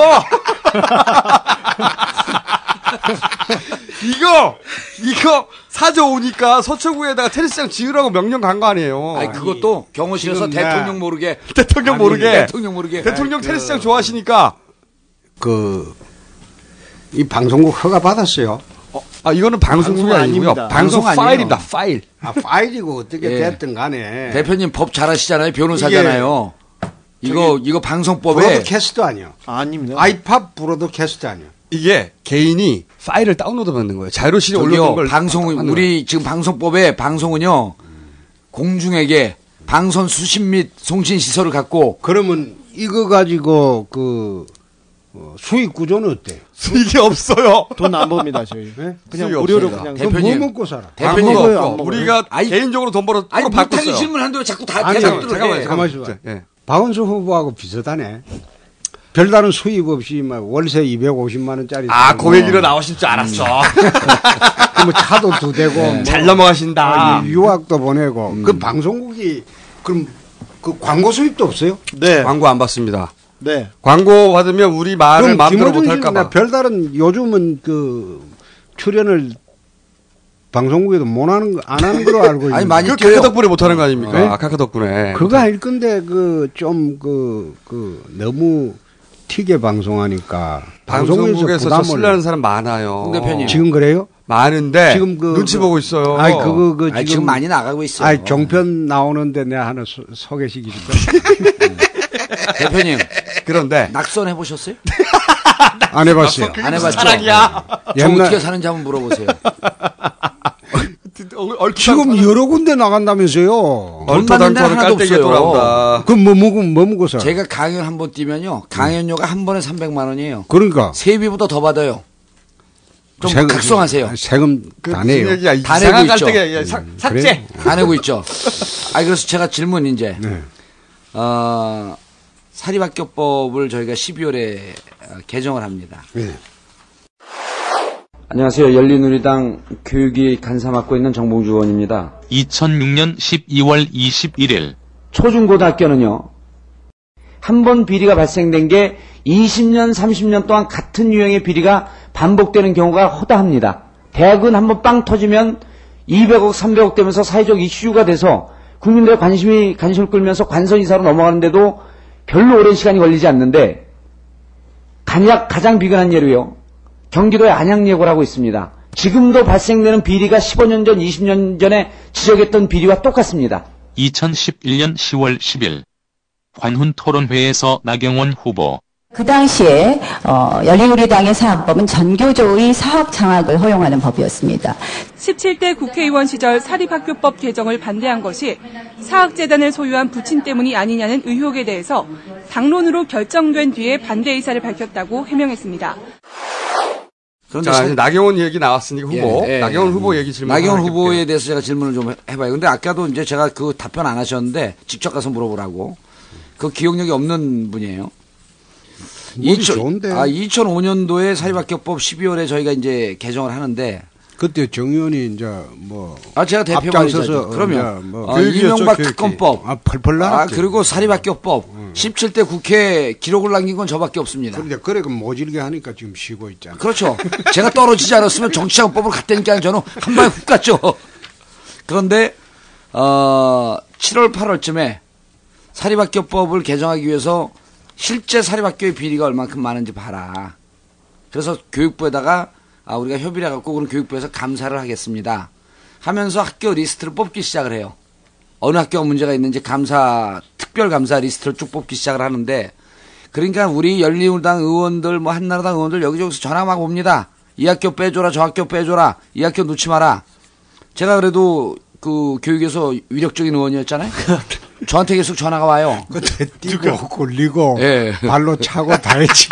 이거 이거 사저 오니까 서초구에다가 테니스장 지으라고 명령 간 거 아니에요. 네. 아니, 그것도 경호실에서 대통령 모르게 대통령 아니, 모르게 대통령 모르게 대통령 아이, 테니스장 좋아하시니까 그, 이 방송국 허가 받았어요. 아, 이거는 방송국이 아니고요. 방송 파일입니다, 파일. 아, 파일이고 어떻게 예. 됐든 간에. 대표님 법 잘하시잖아요. 변호사잖아요. 이거 이거 방송법에 브로드캐스트 아니요. 아닙니다. 아이팝 브로드캐스트 아니요. 이게 개인이 파일을 다운로드 받는 거예요. 자료실에 올려놓은 걸 방송 받는 우리 지금 방송법에 방송은요 공중에게 방송 수신 및 송신 시설을 갖고 그러면 이거 가지고 그 어, 수익 구조는 어때요? 네? 수익이 없어요. 돈 안 법니다 저희. 그냥 무료로 그냥 대표님, 뭐 먹고 살아? 대표님 안 먹어요, 안 없고 먹어요. 우리가 개인적으로 돈 벌어 아니, 또 물타기 바꿨어요. 질문한다고 자꾸 다 아니, 대답 들어. 잠깐만요, 잠깐만요. 박원순 후보하고 비슷하네. 별다른 수입 없이 막 월세 250만 원짜리. 아, 음. 살고. 그 얘기로 나오실 줄 알았어. 뭐 차도 두 대고 뭐 네. 잘 넘어가신다. 음. 유- 유학도 보내고 그 방송국이 그럼 그 광고 수입도 없어요? 네. 광고 안 받습니다. 네. 광고 받으면 우리 말을 그럼 마음대로 김어준 못 씨는 할까봐. 별다른 요즘은 그 출연을 방송국에도 못 하는 거- 안 하는 걸로 알고 있는데. 그 카카 덕분에 못 하는 거 아닙니까? 아, 카카 덕분에. 그거 아닐 건데 그 좀 그 그 너무 튀게 방송하니까 방송국에서 저 부담을- 신뢰하는 사람 많아요. 홍 대표님. 지금 그래요? 많은데 지금 그- 눈치 그- 보고 있어요. 아니, 그거 그 지금 많이 나가고 아이 종편 나오는데 내가 하나 소, 소개시키니까 대표님. 그런데 낙선 해보셨어요? 안 해봤어요. 안 해봤죠. 저 옛날- 어떻게 사는지 한번 물어보세요. 지금 여러 군데 나간다면서요. 얼토당토 하는 깔때기에 돌아온다. 그럼 뭐 먹고 뭐 먹고 살? 제가 강연 한 번 뛰면요. 강연료가 한 번에 300만 원이에요. 그러니까 세비보다 더 받아요. 좀 세금- 각성하세요. 세금 그 다 내요. 다 내고 내고 있죠. 있죠. 음, 그래요? 예, 네. 삭제. 다 내고 있죠. 아 그래서 제가 질문 이제 어, 사립학교법을 저희가 12월에 어, 개정을 합니다. 네. 안녕하세요. 열린우리당 교육위 간사 맡고 있는 정봉주 의원입니다. 2006년 12월 21일 초중고등학교는요. 한 번 비리가 발생된 게 20년, 30년 동안 같은 유형의 비리가 반복되는 경우가 허다합니다. 대학은 한 번 빵 터지면 200억, 300억 되면서 사회적 이슈가 돼서 국민들의 관심이 관심을 끌면서 관선 이사로 넘어가는데도 별로 오랜 시간이 걸리지 않는데 간략 가장 비근한 예로요. 경기도의 안양예고를 하고 있습니다. 지금도 발생되는 비리가 15년 전, 20년 전에 지적했던 비리와 똑같습니다. 2011년 10월 10일 관훈 토론회에서 나경원 후보 그 당시에 어, 열린우리당의 사업법은 전교조의 사업 장악을 허용하는 법이었습니다. 17대 국회의원 시절 사립학교법 개정을 반대한 것이 사학재단을 소유한 부친 때문이 아니냐는 의혹에 대해서 당론으로 결정된 뒤에 반대 의사를 밝혔다고 해명했습니다. 그런데 자, 사- 이제 나경원 얘기 나왔으니까 후보. 예, 예. 나경원 후보 얘기 질문. 나경원 하나 후보에 대해서 제가 질문을 좀 해- 해봐요. 근데 아까도 이제 제가 그 답변 안 하셨는데 직접 가서 물어보라고. 그 기억력이 없는 분이에요. 머리 좋은데. 아, 2005년도에 사립학교법 12월에 저희가 이제 개정을 하는데 그때 정 의원이 이제 뭐 아 제가 대표관이죠. 앞장서서 그러면 이제 뭐 어, 교육이었죠, 이명박 교육이. 특검법, 아, 펄펄 아 나왔죠. 그리고 사립학교법 17대 국회 기록을 남긴 건 저밖에 없습니다. 그런데 그래 그 모질게 하니까 지금 쉬고 있잖아. 그렇죠. 제가 떨어지지 않았으면 정치학법으로 갔다니까 저는 한 방에 훅 갔죠. 그런데 어, 7월 8월쯤에 사립학교법을 개정하기 위해서 실제 사립학교의 비리가 얼만큼 많은지 봐라. 그래서 교육부에다가 아, 우리가 협의를 해갖고 그럼 교육부에서 감사를 하겠습니다. 하면서 학교 리스트를 뽑기 시작을 해요. 어느 학교가 문제가 있는지 감사 특별 감사 리스트를 쭉 뽑기 시작을 하는데 그러니까 우리 열린우당 의원들 뭐 한나라당 의원들 여기저기서 전화 막 옵니다. 이 학교 빼줘라 저 학교 빼줘라 이 학교 놓지 마라. 제가 그래도 그 교육에서 위력적인 의원이었잖아요. 저한테 계속 전화가 와요. 그때 뛰고 굴리고 예. 발로 차고 다 했지.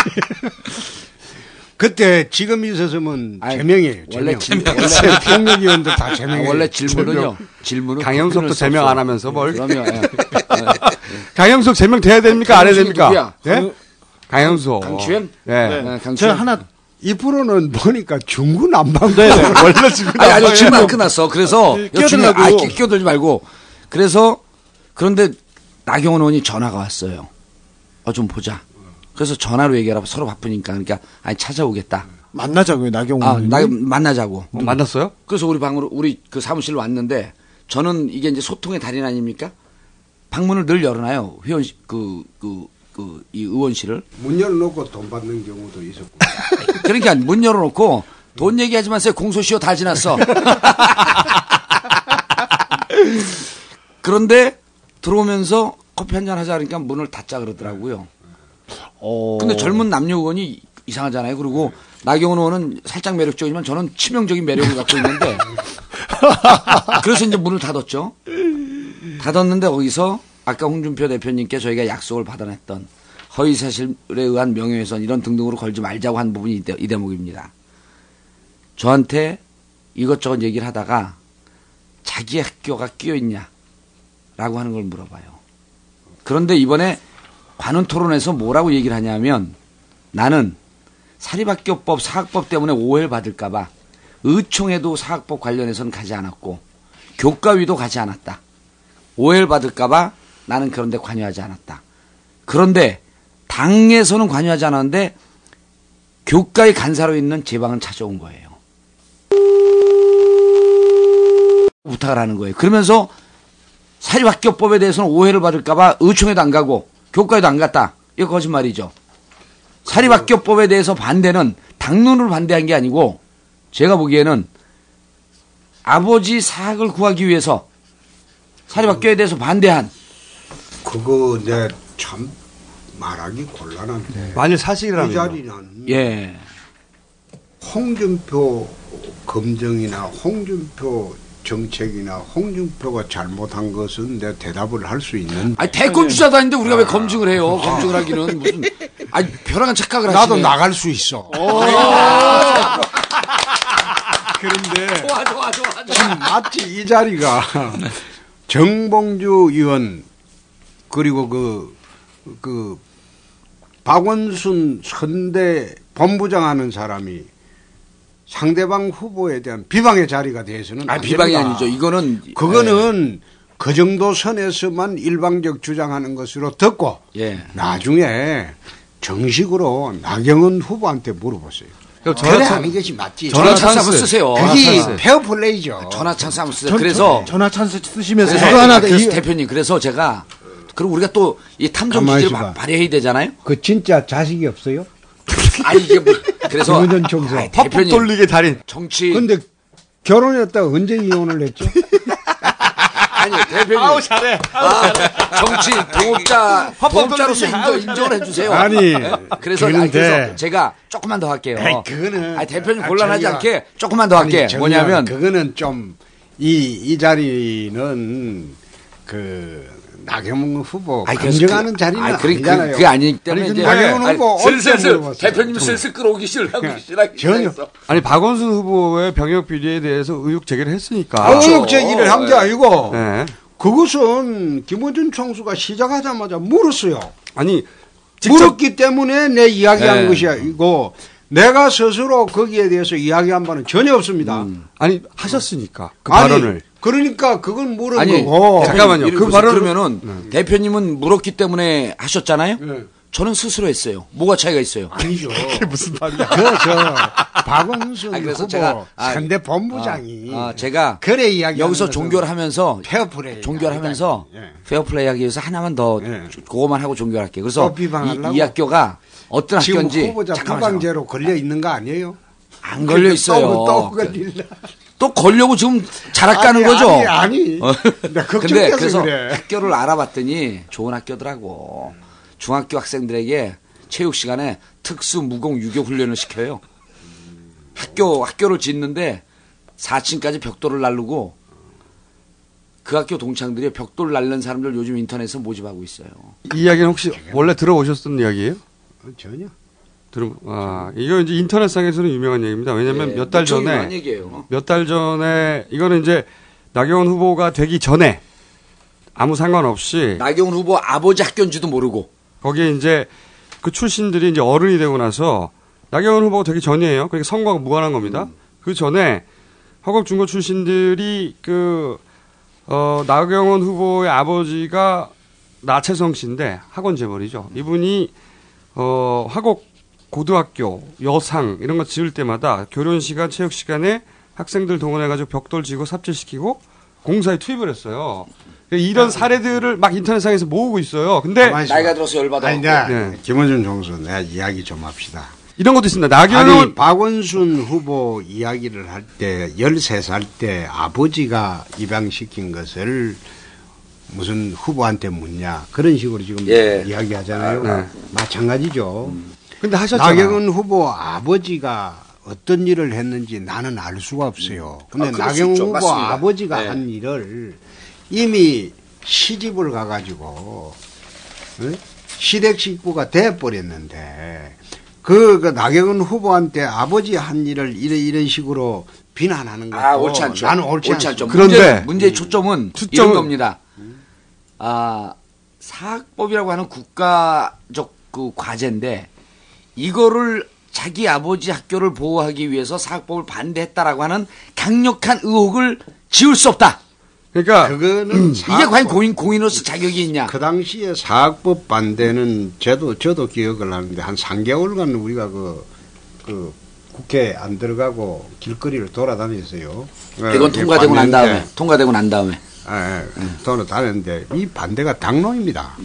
그때 지금 있었으면 제명이에요. 원래 질- 제명. 원래 평력위원도 다 제명이에요. 아, 원래 질문은요. 질문은 강영석도 세 제명 안 하면서 뭘. 그럼요. 예. 강영석 제명 돼야 됩니까? 안 해야 강영석이 됩니까? 누구야? 예? 강영석. 강추현? 예. 네. 저 하나 이 프로는 보니까 중구난방. 원래 네, 아니, 아니 지금 안 끝났어. 그래서 네, 여중에 끼어들라고. 아, 끼- 끼어들지 말고. 그래서 그런데 나경원 의원이 전화가 왔어요. 어 좀 보자. 그래서 전화로 얘기하라. 서로 바쁘니까 그러니까 아니 찾아오겠다. 만나자고요 나경원. 아, 의원님. 나 만나자고. 어, 만났어요? 그래서 우리 방으로 우리 그 사무실로 왔는데 저는 이게 이제 소통의 달인 아닙니까? 방문을 늘 열어놔요. 회원 그그 그 이 의원실을. 문 열어놓고 돈 받는 경우도 있었고. 그러니까 문 열어놓고 돈 얘기하지 마세요. 공소시효 다 지났어. 그런데 들어오면서 커피 한 잔 하자 그러니까 문을 닫자 그러더라고요. 근데 젊은 남녀 의원이 이상하잖아요. 그리고 나경원 의원은 살짝 매력적이지만 저는 치명적인 매력을 갖고 있는데 그래서 이제 문을 닫았죠. 닫았는데 거기서 아까 홍준표 대표님께 저희가 약속을 받아냈던 허위사실에 의한 명예훼손 이런 등등으로 걸지 말자고 한 부분이 이, 대, 목입니다 저한테 이것저것 얘기를 하다가 자기 학교가 끼어있냐 라고 하는 걸 물어봐요. 그런데 이번에 관훈 토론에서 뭐라고 얘기를 하냐면 나는 사립학교법 사학법 때문에 오해를 받을까봐 의총에도 사학법 관련해서는 가지 않았고 교과위도 가지 않았다. 오해를 받을까봐 나는 그런데 관여하지 않았다. 그런데 당에서는 관여하지 않았는데 교과의 간사로 있는 제 방은 찾아온 거예요. 부탁을 하는 거예요. 그러면서 사립학교법에 대해서는 오해를 받을까봐 의총에도 안 가고 교과에도 안 갔다. 이거 거짓말이죠. 사립학교법에 대해서 반대는 당론으로 반대한 게 아니고 제가 보기에는 아버지 사학을 구하기 위해서 사립학교에 대해서 반대한 그거 내 참 말하기 곤란한데. 네. 만일 사실이라면. 이 자리는 예. 홍준표 검증이나 홍준표 정책이나 홍준표가 잘못한 것은 내 대답을 할 수 있는. 아니 대권 주자도 아닌데 우리가 왜 검증을 해요? 검증을 하기는 무슨 아니 벼랑한 착각을 하시네. 나도 나갈 수 있어. 아, 그런데 좋아 좋아 좋아 지금 마치 이 자리가 정봉주 의원 그리고 그, 그 박원순 선대 본부장 하는 사람이 상대방 후보에 대한 비방의 자리가 돼서는 아, 안 비방이 됩니다. 아니죠. 이거는 예. 그거는 그 정도 선에서만 일방적 주장하는 것으로 듣고 예. 나중에 정식으로 나경원 후보한테 물어보세요. 그럼 전화 그래 찬스. 하는 것이 맞지. 예, 전화 찬스 한번 쓰세요. 전화 찬스. 그게 페어플레이죠. 전화 찬스 한번 쓰세요. 전- 그래서 전화 찬스 쓰시면서 그래서 그거 하나 더 그래서 이- 대표님 그래서 제가 그리고 우리가 또 이 탐정 가만히 기질 있어봐. 발휘해야 되잖아요. 그 진짜 자식이 없어요? 아니 이게 뭐 그래서 김은전 총사. 아이, 대표님 달인. 정치. 근데 결혼했다가 언제 이혼을 했죠? 아니 대표님 아우 잘해 정치 동업자 화법 동업자로서 돌리기. 인정, 인정을 해주세요 아니, 네. 그래서 아니, 그런데- 그래서 제가 조금만 더 할게요 아니, 그거는 아니, 대표님 아, 곤란하지 저기요. 않게 조금만 더 할게 아니, 뭐냐면 정의야, 그거는 좀 이 이 자리는 그 나경원 후보 아니, 그래서 검증하는 그- 자리는 아니, 아니, 그게- 그- 잖아요 그게 아니기 때문에 이제- 나경원 아니, 후보 슬슬- 언제 물어봤어요? 그러니까 대표님 슬슬 끌어오기 싫어하고 싫어하기 전혀. 시작했어. 아니 박원순 후보의 병역 비리에 대해서 의혹 제기를 했으니까. 아, 의혹 제기를 한 게 아니고 네. 그것은 김어준 총수가 시작하자마자 물었어요. 아니 물었기 때문에 내 이야기한 네. 것이 이고 내가 스스로 거기에 대해서 이야기한 바는 전혀 없습니다. 음. 아니 하셨으니까 그 아니, 발언을 그러니까 그건 물은 아니 거고. 어. 잠깐만요. 그 그 발언 발언을- 그러면은 네. 대표님은 물었기 때문에 하셨잖아요. 저는 스스로 했어요. 뭐가 차이가 있어요? 아니죠. 그게 무슨 말이야? 저 박원순 아, 그래서 후보 제가, 아, 상대 본부장이 아, 아, 제가 그래 이야기 여기서 종결하면서 페어플레이 예. 종결하면서 페어플레이 하기 위해서 하나만 더 그거만 하고 어, 종결할게요. 그래서 예. 비방하려고? 이, 이 학교가 어떤 지금 학교인지 후보자 잠깐만요. 부방제로 걸려 있는 거 아니에요? 그 안 걸려 있어요. 또, 또 걸릴라. 또 걸려고 지금 아니, 자락가는 거죠? 아니, 아니. 어. 나 근데 걱정돼서 그래서 그래. 학교를 알아봤더니 좋은 학교더라고. 중학교 학생들에게 체육 시간에 특수 무공 유교 훈련을 시켜요. 학교 학교를 짓는데 4층까지 벽돌을 날르고 그 학교 동창들이 벽돌 날른 사람들 요즘 인터넷에 모집하고 있어요. 이 이야기는 혹시 원래 들어오셨던 이야기예요? 전혀. 들어 아 이거 이제 인터넷상에서는 유명한 얘기입니다. 왜냐하면 예, 몇 달 무척 전에 유명한 얘기예요. 몇 달 전에 이거는 이제 나경원 후보가 되기 전에 아무 상관없이 나경원 후보 아버지 학교인지도 모르고 거기에 이제 그 출신들이 이제 어른이 되고 나서 나경원 후보가 되기 전이에요. 그러니까 선거와 무관한 겁니다. 음. 그 전에 허걱중고 출신들이 그 어, 나경원 후보의 아버지가 나채성 씨인데 학원 재벌이죠. 이분이 어, 화곡 고등학교 여상 이런 거 지을 때마다 교련 시간 체육 시간에 학생들 동원해 가지고 벽돌 지고 삽질시키고 공사에 투입을 했어요. 그러니까 아. 이런 사례들을 막 인터넷상에서 모으고 있어요. 근데 가만히 있어봐. 아니, 나 네. 예. 김원준 총수 내가 이야기 좀 합시다. 이런 것도 있습니다. 아니 나경원 박원순 후보 이야기를 할 때 13살 때 아버지가 입양시킨 것을 무슨 후보한테 묻냐 그런 식으로 지금 예. 이야기하잖아요. 네. 마찬가지죠. 근데 하셨잖아요. 나경원 후보 아버지가 어떤 일을 했는지 나는 알 수가 없어요. 근데 아, 그럴 수 나경원 있죠. 후보 맞습니다. 아버지가 네. 한 일을 이미 시집을 가가지고 응? 시댁 식구가 돼버렸는데 그, 그 나경원 후보한테 아버지 한 일을 이런 이런 식으로 비난하는 것도 아, 옳지 않죠. 나는 옳지, 옳지 않죠. 않죠. 네. 문제, 문제의 초점은 이런 겁니다. 아, 사학법이라고 하는 국가적 그 과제인데 이거를 자기 아버지 학교를 보호하기 위해서 사학법을 반대했다라고 하는 강력한 의혹을 지울 수 없다. 음, 그러니까 그거는 이게 과연 공인 공인으로서 자격이 있냐? 그 당시에 사학법 반대는 저도 저도 기억을 하는데 한 3개월간 우리가 그, 그 국회 안 들어가고 길거리를 돌아다녔어요. 네, 예, 이건 통과되고 난 다음에 통과되고 난 다음에 아, 돌아다녔는데 이 반대가 당론입니다.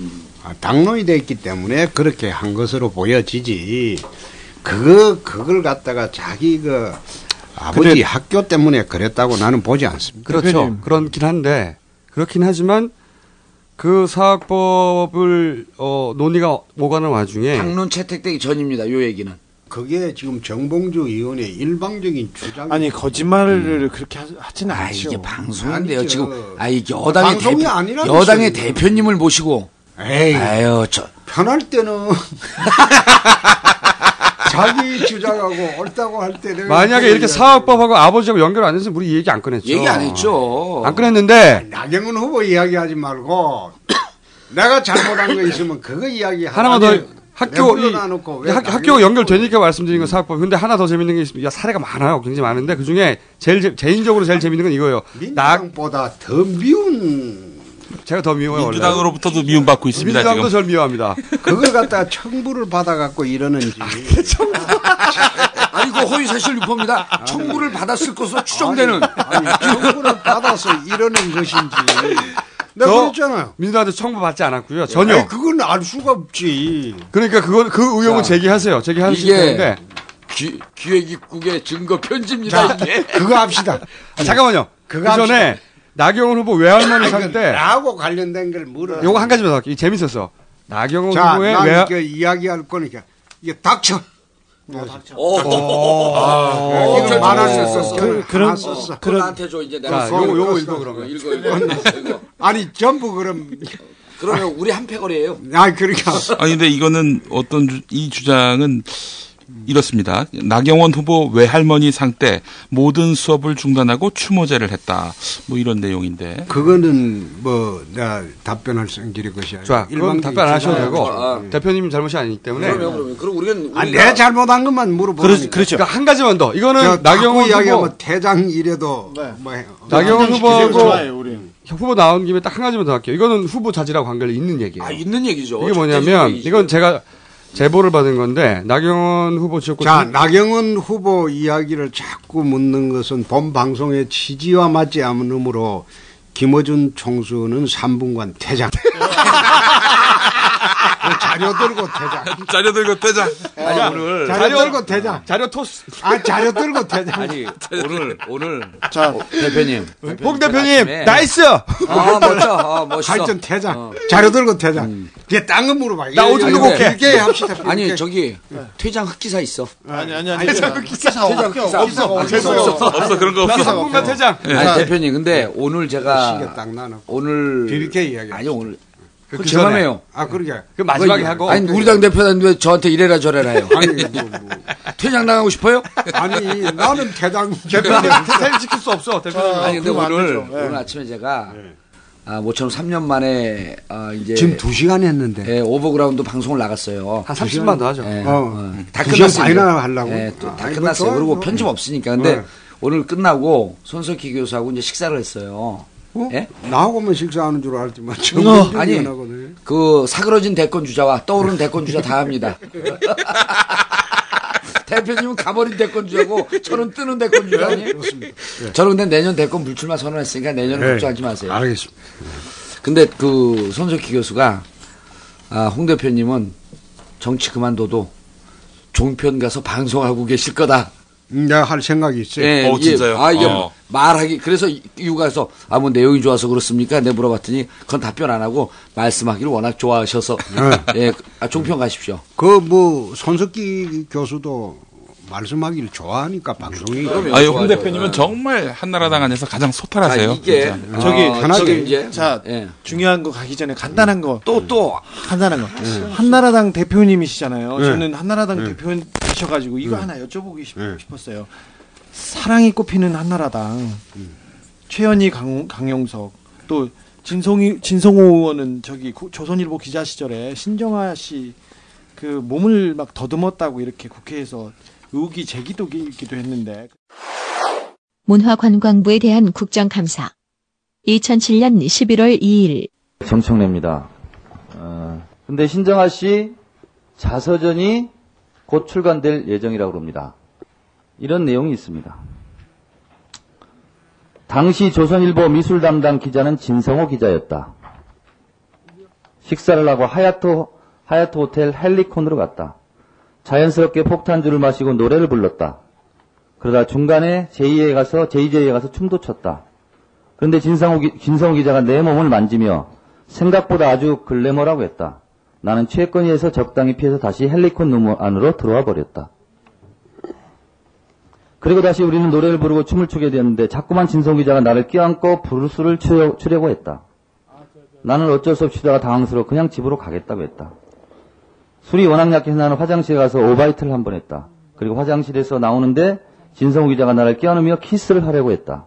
아, 당론이 돼 있기 때문에 그렇게 한 것으로 보여지지. 그거 그걸 갖다가 자기 그 아버지 근데- 학교 때문에 그랬다고 나는 보지 않습니다. 그렇죠. 그렇긴 한데 그렇긴 하지만 그 사학법을 어, 논의가 오가는 와중에 당론 채택되기 전입니다. 요 얘기는. 그게 지금 정봉주 의원의 일방적인 주장. 아니 거짓말을 그렇게 하, 하진 아 않죠. 이게 아니죠. 방송인데요 어. 지금 아 이게 여당의 방송이 대표, 아니라는 여당의 소리예요. 대표님을 모시고 에이 아유 저 편할 때는 자기 주장하고 옳다고 할 때는 만약에 이렇게 사학법하고 아버지하고 연결 안 했으면 우리 얘기 안 꺼냈죠. 네. 얘기 안 했죠. 안 꺼냈는데 어. 나경원 후보 이야기하지 말고 내가 잘못한 거 있으면 그거 이야기 하나만 더 학교 이, 놔놓고 그 왜 학, 학교 연결되니까 음. 말씀드린 건 사학법. 근데 하나 더 재밌는 게 있습니다. 야, 사례가 많아요. 굉장히 많은데 그 중에 제일 제- 개인적으로 제일 재밌는 건 이거예요. 민주당보다 더 미운 제가 더 네. 미워요. 원래. 민주당으로부터도 미움받고 있습니다. 민주당도 지금. 절 미워합니다. 그걸 갖다가 청부를 받아갖고 이러는지 아니 그 허위 사실 유포입니다. 청구를 받았을 것으로 추정되는 청부를 받아서 이러는 것인지 내가 저 그랬잖아요. 예. 민주당한테 청구받지 않았고요. 전혀. 아니, 그건 알 수가 없지. 그러니까 그건 그 의혹은 제기하세요. 제기하실 이게 텐데. 기, 기획입국의 증거 예? 편지입니다 이게. 그거 합시다. 아, 잠깐만요. 그 그거 전에 합시다. 나경원 후보 외할머니 살 때 나하고 관련된 걸 물어. 요거 한 가지만 더 할게요. 재밌었어. 나경원 자, 후보의 난 외 이렇게 이야기할 거니까 이게 어, 닥쳐. 어. 오. 아, 오. 이거 말하는 썼어. 그- 그런 어, 그럼 나한테 줘 이제 내가. 요거 요거 어, 읽어 그러면. 읽어 읽어. 읽어. 아니 전부 그럼 그러면 우리 한 패거리예요. 아 그러니까 아니 근데 이거는 어떤 주- 이 주장은 이렇습니다. 나경원 후보 외할머니 상때 모든 수업을 중단하고 추모제를 했다. 뭐 이런 내용인데. 그거는 뭐 내가 답변할 성질이 것이 아니고 자, 그럼 답변 안 하셔도 되고 대표님 잘못이 아니기 때문에 그럼요, 그럼요. 그럼 우리는 아, 내 잘못한 것만 물어보는 그렇- 그렇죠. 그러니까 한 가지만 더. 이거는 나경원 후보- 이야기하면 대장 이래도 네. 뭐 해요. 나경원 좋아해요, 후보하고 우리는. 후보 나온 김에 딱 한 가지만 더 할게요. 이거는 후보 자질하고 관계가 있는 얘기예요. 아, 있는 얘기죠. 이게 절대 뭐냐면 얘기죠. 이건 제가 제보를 받은 건데 나경원 후보 지역구 그 자, 그 중- 나경원 후보 이야기를 자꾸 묻는 것은 본 방송의 취지와 맞지 않으므로 김어준 총수는 3분간 퇴장. 자료 들고 퇴장. 자료 네. 들고 퇴장. 아니, 오늘 자료 들고 퇴장. 자료 토스. 아, 자료 들고 퇴장. 아니 오늘 오늘 자, 대표님. 홍 대표님, 네. 아침에- 나이스! 아, 멋져. 아, 멋있어. 하여튼 퇴장. 자료 들고 퇴장. 이제 딴거 물어봐. 나 오줌 누고 올게. 길게 합시다. 아니 길게. 네. 저기 퇴장 흑기사 있어. 아니, 아니, 아니. 기사 퇴장 흑기사 퇴장 없어. 흑기사 없어. 없어. 아, 없어. 없어. 없어. 그런 거 없어. 나는 없어. 한국만 퇴장. 네. 아니 네. 대표님 근데 오늘 시계 제가 딱 나눠. 오늘 BBK 이야기. 아니 오늘 그 그 전에. 죄송해요. 음. 아, 그러게. 왜, 아니 우리 당 대표는 왜 저한테 이래라 저래라 해요. 아니, 퇴장 나가고 싶어요? 아니 나는 대장 퇴장 시킬 수 없어. 대표님. 아니 근데 그러면 안 오늘 되죠. 네. 예. 오늘 아침에 제가 아, 모처럼 3년 만에 아, 이제 지금 2시간 했는데. 예, 오버그라운드 방송을 나갔어요. 한 30분 만 더 네. 하죠. 어. 다 두 시간 끝났어요. 반이나 하려고? 예, 또, 아, 다 아니, 끝났어요. 그거 그리고 뭐. 편집 없으니까. 근데 네. 오늘 끝나고 손석희 교수하고 이제 식사를 했어요. 예? 나하고만 식사하는 줄 알았지만 정 어 문 아니 그 사그러진 대권 주자와 떠오른 대권 주자 다 합니다. 대표님은 가버린 대권 주자고 저는 뜨는 네, 대권 주자니. 저는 근데 내년 대권 불출마 선언했으니까 내년은 네. 걱정하지 마세요. 알겠습니다. 근데 그 손석희 교수가 아, 홍 대표님은 정치 그만둬도 종편 가서 방송하고 계실 거다. 음, 내가 할 생각이 있어요. 어. 예, 이게- 아, 이게 말하기 그래서 이- 이유가서 아 뭐 내용이 좋아서 그렇습니까? 내가 물어봤더니 그건 답변 안 하고 말씀하기를 워낙 좋아하셔서 네. 예, 아, 종편 가십시오. 그 뭐 손석기 교수도 말씀하기를 좋아하니까 방송이. 아유, 홍 대표님은 정말 한나라당 안에서 가장 소탈하세요. 진짜. 저기 아, 편하게. 저기 아, 자 네. 중요한 거 가기 전에 간단한 거 또 또 간단한 거 예. 한나라당 대표님이시잖아요. 예. 저는 한나라당 예. 대표이셔가지고 이거 네. 음. 하나 여쭤보기 싶, 예. 었어요 사랑이 꽃피는 한나라당 최현희 강, 강용석 또 진송이 진송호 의원은 저기 구- 조선일보 기자 시절에 신정아 씨 그 몸을 막 더듬었다고 이렇게 국회에서 의혹이 제기도 있기도 했는데 문화관광부에 대한 국정감사. 2007년 11월 2일 정청래입니다. 어, 근데 신정아 씨 자서전이 곧 출간될 예정이라고 합니다. 이런 내용이 있습니다. 당시 조선일보 미술 담당 기자는 진성호 기자였다. 식사를 하고 하야토, 하야토 호텔 헬리콘으로 갔다. 자연스럽게 폭탄주를 마시고 노래를 불렀다. 그러다 중간에 제2에 가서, 제2제에 가서 춤도 췄다. 그런데 진상호, 기, 진상호 기자가 내 몸을 만지며 생각보다 아주 글래머라고 했다. 나는 최권위에서 적당히 피해서 다시 헬리콘 루머 안으로 들어와 버렸다. 그리고 다시 우리는 노래를 부르고 춤을 추게 되었는데 자꾸만 진성 기자가 나를 껴안고 부르스를 추려, 추려고 했다. 나는 어쩔 수 없이 다가 당황스러워 그냥 집으로 가겠다고 했다. 술이 워낙 약해서 나는 화장실에 가서 오바이트를 한 번 했다. 그리고 화장실에서 나오는데 진성우 기자가 나를 껴안으며 키스를 하려고 했다.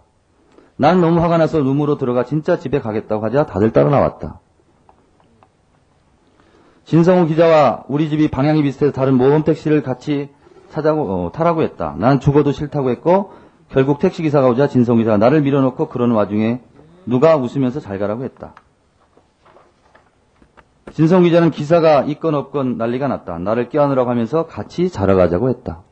난 너무 화가 나서 룸으로 들어가 진짜 집에 가겠다고 하자 다들 따라 나왔다. 진성우 기자와 우리 집이 방향이 비슷해서 다른 모범 택시를 같이 찾아고 어, 타라고 했다. 난 죽어도 싫다고 했고 결국 택시 기사가 오자 진성우 기자가 나를 밀어놓고 그러는 와중에 누가 웃으면서 잘 가라고 했다. 진성 기자는 기사가 있건 없건 난리가 났다. 나를 껴안으라고 하면서 같이 자러 가자고 했다.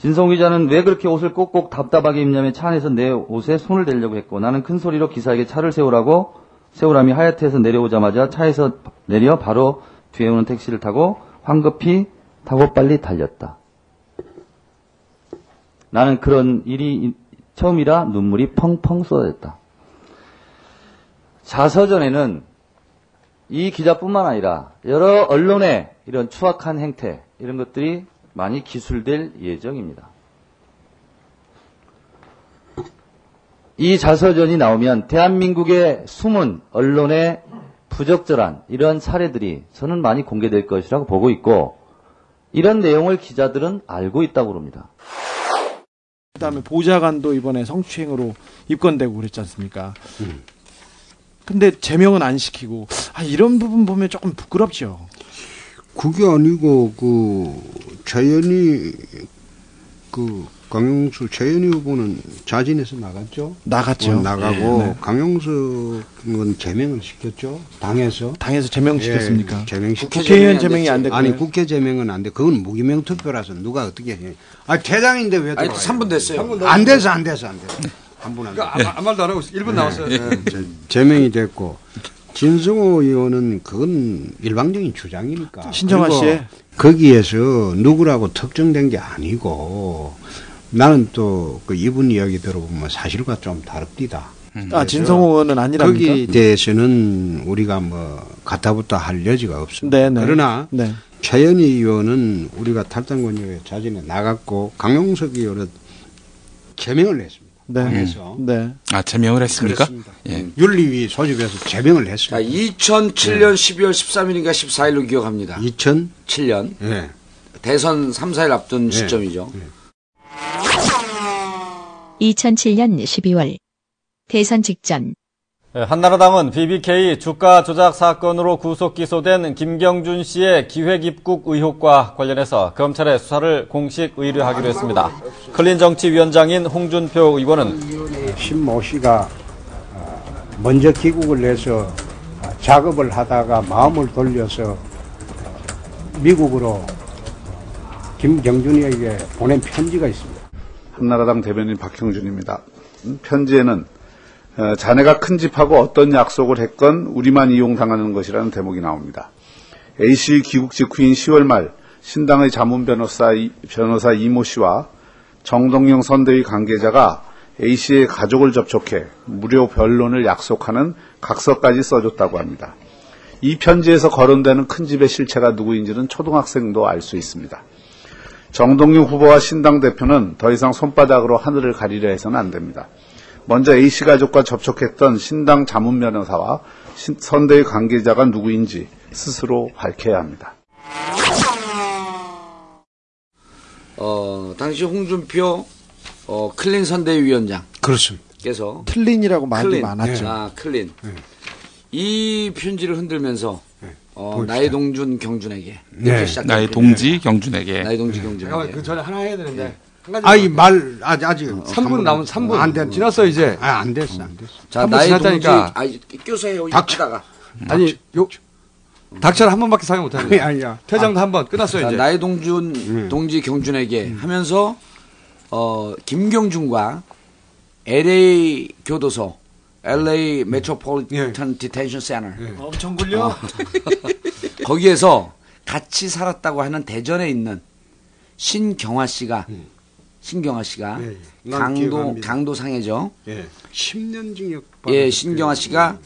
진성 기자는 왜 그렇게 옷을 꼭꼭 답답하게 입냐며 차 안에서 내 옷에 손을 대려고 했고 나는 큰 소리로 기사에게 차를 세우라고 세우람이 하얏트에서 내려오자마자 차에서 내려 바로 뒤에 오는 택시를 타고 황급히 타고 빨리 달렸다. 나는 그런 일이 이- 처음이라 눈물이 펑펑 쏟아졌다. 자서전에는 이 기자뿐만 아니라 여러 언론의 이런 추악한 행태 이런 것들이 많이 기술될 예정입니다. 이 자서전이 나오면 대한민국의 숨은 언론의 부적절한 이런 사례들이 저는 많이 공개될 것이라고 보고 있고 이런 내용을 기자들은 알고 있다고 그럽니다. 그다음에 보좌관도 이번에 성추행으로 입건되고 그랬지 않습니까? 근데 제명은 안 시키고 아, 이런 부분 보면 조금 부끄럽죠. 그게 아니고 그 최연희 그 강용수 최연희 후보는 자진해서 나갔죠. 나갔죠. 어, 나가고 예, 네. 강용수는 제명을 시켰죠. 당에서 당에서 제명 시켰습니까? 예, 제명 시켰- 국회의원 제명이 안 됐고요. 아니 국회 제명은 안 돼. 그건 무기명 투표라서 누가 어떻게 해? 아 퇴장인데 왜? 아니, 들어와요? 3분 됐어요. 안 돼서 안 돼서 안 돼서 한 분 안 돼. 그러니까 아무 말도 안 예. 하고 1분 남았어요. 네. 네. 제명이 됐고 진승호 의원은 그건 일방적인 주장이니까. 신정아 그리고 씨의? 거기에서 누구라고 특정된 게 아니고 나는 또 그 이분 이야기 들어보면 사실과 좀 다릅니다. 아 진성호 의원은 아니랍니까? 거기에 대해서는 우리가 뭐 갖다붙다 할 여지가 없습니다. 네네. 그러나 네. 최연희 의원은 우리가 탈당권역에 자진해 나갔고 강용석 의원은 제명을 했습니다. 네. 당에서 네. 아, 제명을 했습니까? 그렇습니다. 음, 예. 윤리위 소집해서 제명을 했습니다. 2007년 12월 13일인가 14일로 기억합니다. 2007년 예. 대선 3, 4일 앞둔 예. 시점이죠. 2007년 12월 대선 직전 예, 한나라당은 BBK 주가 조작 사건으로 구속 기소된 김경준 씨의 기획 입국 의혹과 관련해서 검찰에 수사를 공식 의뢰하기로 했습니다. 클린 정치 위원장인 홍준표 의원은 신모 씨가 어, 먼저 귀국을 해서 어, 작업을 하다가 마음을 돌려서 어, 미국으로 어, 김경준에게 보낸 편지가 있습니다. 한나라당 대변인 박형준입니다. 음, 편지에는 어, 자네가 큰 집하고 어떤 약속을 했건 우리만 이용당하는 것이라는 대목이 나옵니다. A씨 귀국 직후인 10월 말 신당의 자문 변호사, 이- 변호사 이모 씨와 정동영 선대위 관계자가 A씨의 가족을 접촉해 무료 변론을 약속하는 각서까지 써줬다고 합니다. 이 편지에서 거론되는 큰 집의 실체가 누구인지는 초등학생도 알 수 있습니다. 정동윤 후보와 신당 대표는 더 이상 손바닥으로 하늘을 가리려 해서는 안 됩니다. 먼저 A씨 가족과 접촉했던 신당 자문 변호사와 신- 선대위 관계자가 누구인지 스스로 밝혀야 합니다. 어, 당시 홍준표 어, 클린 선대위원장 그렇습니다. 께서 뭐 틀린이라고 말이 클린. 많았죠. 아, 클린. 이 편지를 흔들면서 어, 봅시다. 나의 동준 경준에게 이렇게 네. 시작합니다. 나의 동지 경준에게. 나의 동지 경준. 잠깐만, 그 전에 아, 하나 해야 되는데. 한 가지 예. 아이 말 아직 아직 삼분 남은- 삼 분. 안 됐. 지났어, 이제. 아, 안 됐어 안 됐어. 자, 한번 나의 동지 지났다니까. 아, 껴서요. 이다가 아니, 요 닥쳐를 한 번밖에 사용 못 하는 아니, 아니야. 퇴장도 한 번 끝났어요, 자, 이제. 네. 음. 나의 동준 동지 경준에게 하면서 어, 김경준과 LA 교도소 네. LA 메트로폴리탄 디텐션 센터 엄청 굴려. 어, 네. 거기에서 같이 살았다고 하는 대전에 있는 신경화 씨가 음. 신경화 네, 씨가 예, 예. 난 강도 기억합니다. 강도 상해죠. 예. 10년 징역. 예, 신경화 씨가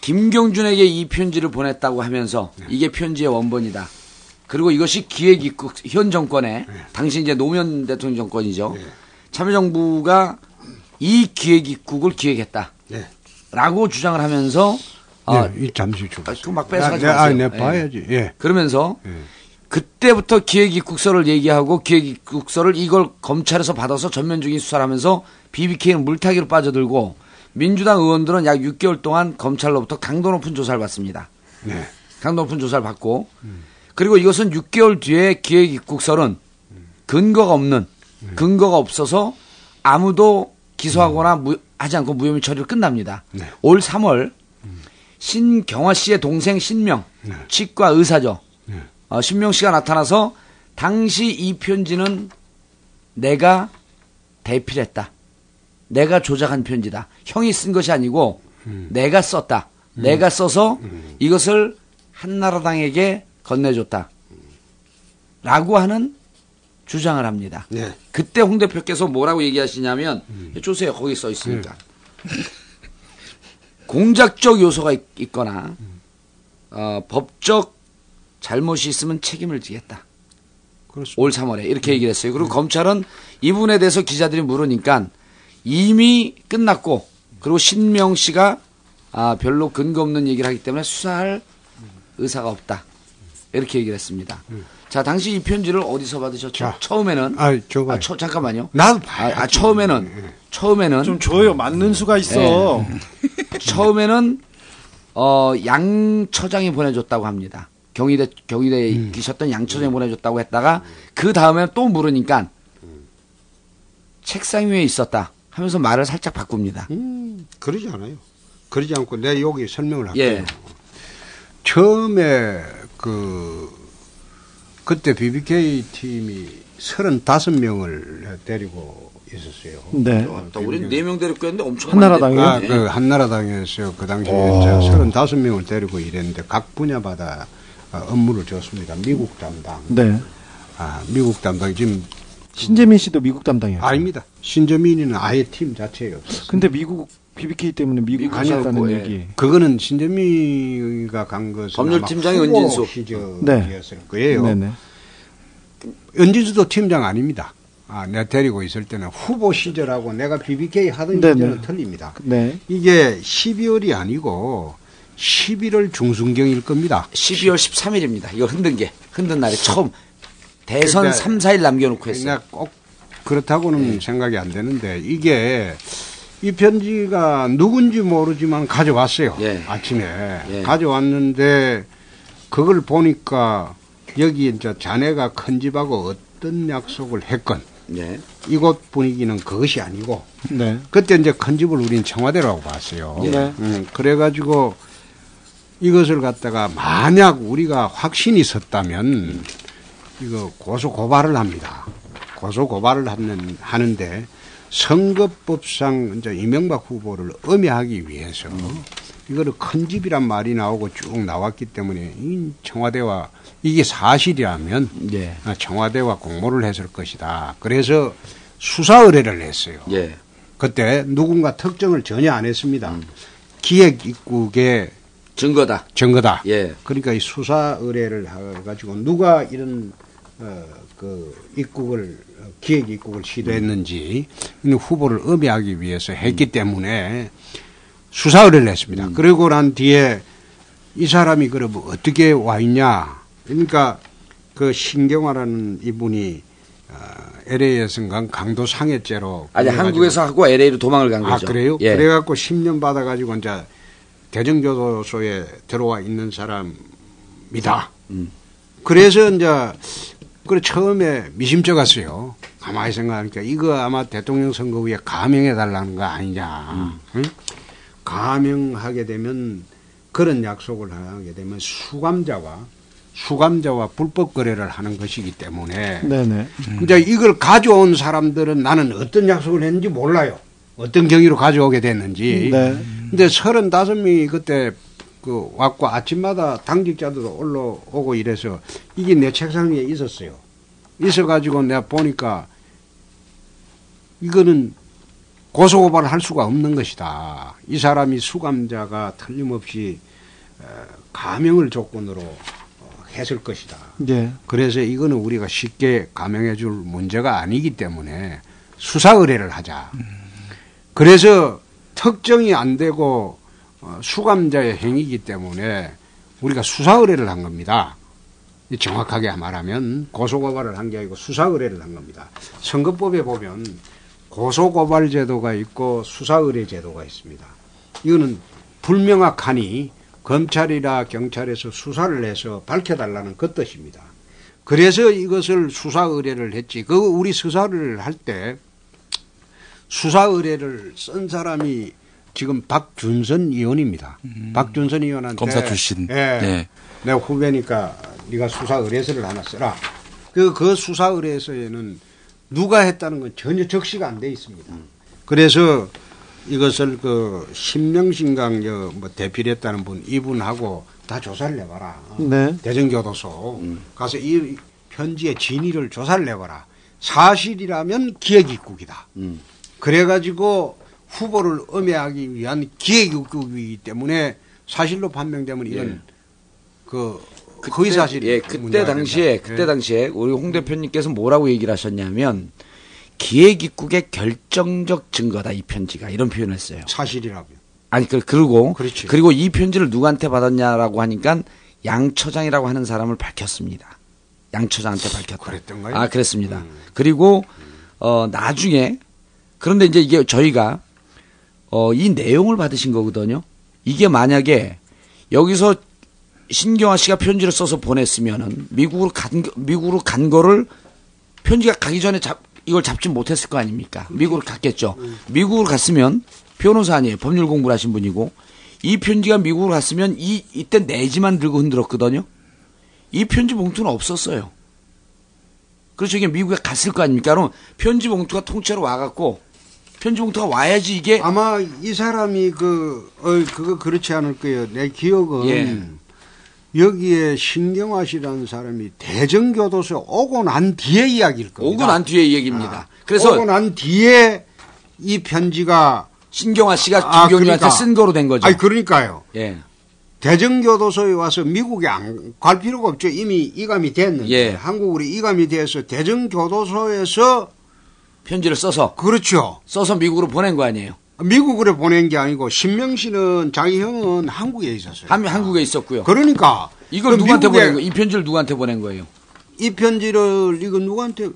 김경준에게 이 편지를 보냈다고 하면서 네. 이게 편지의 원본이다. 그리고 이것이 기획 입국 현 정권에 네. 당시 이제 노무현 대통령 정권이죠. 참여정부가 이 기획 입국을 기획했다. 예. 라고 주장을 하면서 아, 예, 이 잠시 좀. 그막 뺏어가지 아, 네, 아, 마세요. 네, 봐야지. 예. 그러면서 그때부터 기획 입국서를 얘기하고 기획 입국서를 이걸 검찰에서 받아서 전면적인 수사를 하면서 BBK는 물타기로 빠져들고 민주당 의원들은 약 6개월 동안 검찰로부터 강도 높은 조사를 받습니다. 네. 음, 강도 높은 조사를 받고 그리고 이것은 6개월 뒤에 기획 입국설은 근거가 없는 근거가 없어서 아무도 기소하거나 무- 하지 않고 무혐의 처리로 끝납니다. 네. 올 3월 신경화 씨의 동생 신명 네. 치과 의사죠. 어, 신명 씨가 나타나서 당시 이 편지는 내가 대필했다. 내가 조작한 편지다. 형이 쓴 것이 아니고 내가 썼다. 내가 써서 음. 이것을 한나라당에게 건네줬다. 라고 하는 주장을 합니다. 그때 홍 대표께서 뭐라고 얘기하시냐면, 주세요. 거기 써 있으니까. 공작적 요소가 있, 거나 어, 법적 잘못이 있으면 책임을 지겠다. 올 3월에 이렇게 얘기를 했어요. 그리고 검찰은 이분에 대해서 기자들이 물으니까 이미 끝났고 그리고 신명 씨가 아, 별로 근거 없는 얘기를 하기 때문에 수사할 의사가 없다. 이렇게 얘기를 했습니다. 자, 당시 이 편지를 어디서 받으셨죠? 처음에는 아, 저거. 처- 잠깐만요. 나도 예. 아, 아, 처음에는 처음에는 좀 줘요. 맞는 수가 있어. 처음에는 어, 양 처장이 보내줬다고 합니다. 경희대 경희대에 음. 계셨던 양 처장이 보내줬다고 했다가 그 다음에 또 물으니까 음. 책상 위에 있었다 하면서 말을 살짝 바꿉니다. 음. 그러지 않아요. 그러지 않고 내가 여기 설명을 할게요. 예. 처음에 그 그때 BBK 팀이 35명을 데리고 있었어요. 네. 아, 우린 네명 데리고 했는데 네. 엄청 아, 그 한나라당에서 그 당시에 이제 35명을 데리고 일했는데 각 분야마다 어, 업무를 줬습니다. 미국 담당. 네. 아, 미국 담당 지금 신재민 씨도 미국 담당이에요. 아닙니다. 신재민이는 아예 팀 자체에 없었어요. 네. 근데 미국 BBK 때문에 미국 가셨다는 예. 얘기. 예. 그거는 신재민이가 간 것은 법률팀장이 아마 후보 은진수. 시절이었을 거예요. 네. 네네. 은진수도 팀장 아닙니다. 아, 내가 데리고 있을 때는 후보 시절하고 내가 BBK 하던 네네. 시절은 틀립니다. 네. 이게 12월이 아니고 11월 중순경일 겁니다. 12월 13일입니다. 이거 흔든 게 흔든 날에 처음 대선 3, 4일 남겨놓고 했어요. 그러니까 네. 꼭 그렇다고는 생각이 안 되는데 이게 이 편지가 누군지 모르지만 가져왔어요. 예. 아침에 가져왔는데 그걸 보니까 여기 이제 자네가 큰 집하고 어떤 약속을 했건 네. 이곳 분위기는 그것이 아니고 네. 그때 이제 큰 집을 우린 청와대라고 봤어요. 예. 네. 음, 그래가지고 이것을 갖다가 만약 우리가 확신이 있었다면 이거 고소 고발을 합니다. 고소 고발을 하는 하는데 선거법상 이제 이명박 후보를 음해하기 위해서 이거를 큰 집이란 말이 나오고 쭉 나왔기 때문에 이 청와대와 이게 사실이라면 아, 청와대와 공모를 했을 것이다. 그래서 수사 의뢰를 했어요. 예. 그때 누군가 특정을 전혀 안 했습니다. 기획 입국의 증거다. 증거다. 예. 그러니까 이 수사 의뢰를 해가지고 누가 이런 어 그 입국을 어, 기획 입국을 시도했는지 이런 후보를 음해하기 위해서 했기 때문에 수사 의뢰를 했습니다. 음. 그리고 난 뒤에 이 사람이 그러면 어떻게 와 있냐? 그러니까 그 신경화라는 이분이 어, LA에서인가 강도 상해죄로 아니 그래가지고 한국에서 하고 LA로 도망을 간 아 거죠. 그래요? 예. 그래갖고 10년 받아가지고 이제 대전교도소에 들어와 있는 사람이다. 그래서 이제 그 처음에 미심쩍 갔어요. 가만히 생각하니까 이거 아마 대통령 선거 후에 가명해 달라는 거 음. 아니냐. 응? 가명하게 되면 그런 약속을 하게 되면 수감자와 수감자와 불법 거래를 하는 것이기 때문에 네네. 이제 이걸 가져온 사람들은 나는 어떤 약속을 했는지 몰라요. 어떤 경위로 가져오게 됐는지. 네. 근데 35명이 그때 그 왔고 아침마다 당직자들 올라오고 이래서 이게 내 책상 위에 있었어요. 있어가지고 내가 보니까 이거는 고소고발을 할 수가 없는 것이다. 이 사람이 수감자가 틀림없이 어, 가명을 조건으로 어, 했을 것이다. 예. 그래서 이거는 우리가 쉽게 감형해 줄 문제가 아니기 때문에 수사 의뢰를 하자. 그래서 특정이 안 되고 어, 수감자의 행위이기 때문에 우리가 수사 의뢰를 한 겁니다. 이 정확하게 말하면 고소고발을 한 게 아니고 수사 의뢰를 한 겁니다. 선거법에 보면 고소고발 제도가 있고 수사 의뢰 제도가 있습니다. 이거는 불명확하니 검찰이나 경찰에서 수사를 해서 밝혀달라는 그 뜻입니다. 그래서 이것을 수사 의뢰를 했지. 그 우리 수사를 할 때 수사 의뢰를 쓴 사람이 지금 박준선 의원입니다. 박준선 의원한테 음. 검사 출신. 예. 예. 내 후배니까 네가 수사 의뢰서를 하나 써라. 그, 그 수사 의뢰서에는 누가 했다는 건 전혀 적시가 안 돼 있습니다. 그래서 이것을 그 신명신강 뭐 대필 했다는 분 이분하고 다 조사를 해봐라. 네. 대전교도소 가서 이 편지의 진위를 조사를 해봐라. 사실이라면 기획입국이다. 그래가지고 후보를 음해하기 위한 기획입국이기 때문에 사실로 판명되면 이건 예. 그 거의 사실 예, 그때 당시에 네. 예. 그때 당시에 우리 홍 대표님께서 뭐라고 얘기를 하셨냐면 기획 입국의 결정적 증거다 이 편지가 이런 표현을 했어요. 사실이라고요. 아니 그 그리고 그렇지. 그리고 이 편지를 누구한테 받았냐라고 하니까 양 처장이라고 하는 사람을 밝혔습니다. 양 처장한테 밝혔다. 그랬던가요? 아 그랬습니다. 그리고 어 나중에 그런데 이제 이게 저희가 어 이 내용을 받으신 거거든요. 이게 만약에 여기서 신경아 씨가 편지를 써서 보냈으면은 미국으로 간 거- 미국으로 간 거를 편지가 가기 전에 잡 이걸 잡지 못했을 거 아닙니까? 미국으로 갔겠죠. 미국으로 갔으면 변호사 아니에요. 법률 공부를 하신 분이고 이 편지가 미국으로 갔으면 이 이때 내지만 들고 흔들었거든요. 이 편지 봉투는 없었어요. 그렇죠. 이게 미국에 갔을 거 아닙니까? 그럼 편지 봉투가 통째로 와갖고 편지 봉투가 와야지 이게 아마 이 사람이 그 어, 그거 그렇지 않을 거예요. 내 기억은 예. 음, 여기에 신경화 씨라는 사람이 대전교도소에 오고 난 뒤에 이야기일 겁니다. 아, 오고 난 뒤의 얘기입니다. 그래서 오고 난 뒤에 이 편지가 아, 그러니까. 신경화 씨가 김경준한테 쓴 거로 된 거죠. 아니 그러니까요. 예. 대전교도소에 와서 미국에 안 갈 필요가 없죠. 이미 이감이 됐는데 예. 한국으로 이감이 돼서 대전교도소에서 편지를 써서 그렇죠. 써서 미국으로 보낸 거 아니에요? 미국으로 보낸 게 아니고 신명 씨는 자기 형은 한국에 있었어요. 한, 한국에 있었고요. 그러니까 이걸 그럼 누구한테 미국에- 보낸 거예요? 이 편지를 누구한테 보낸 거예요? 이 편지를 이거 누구한테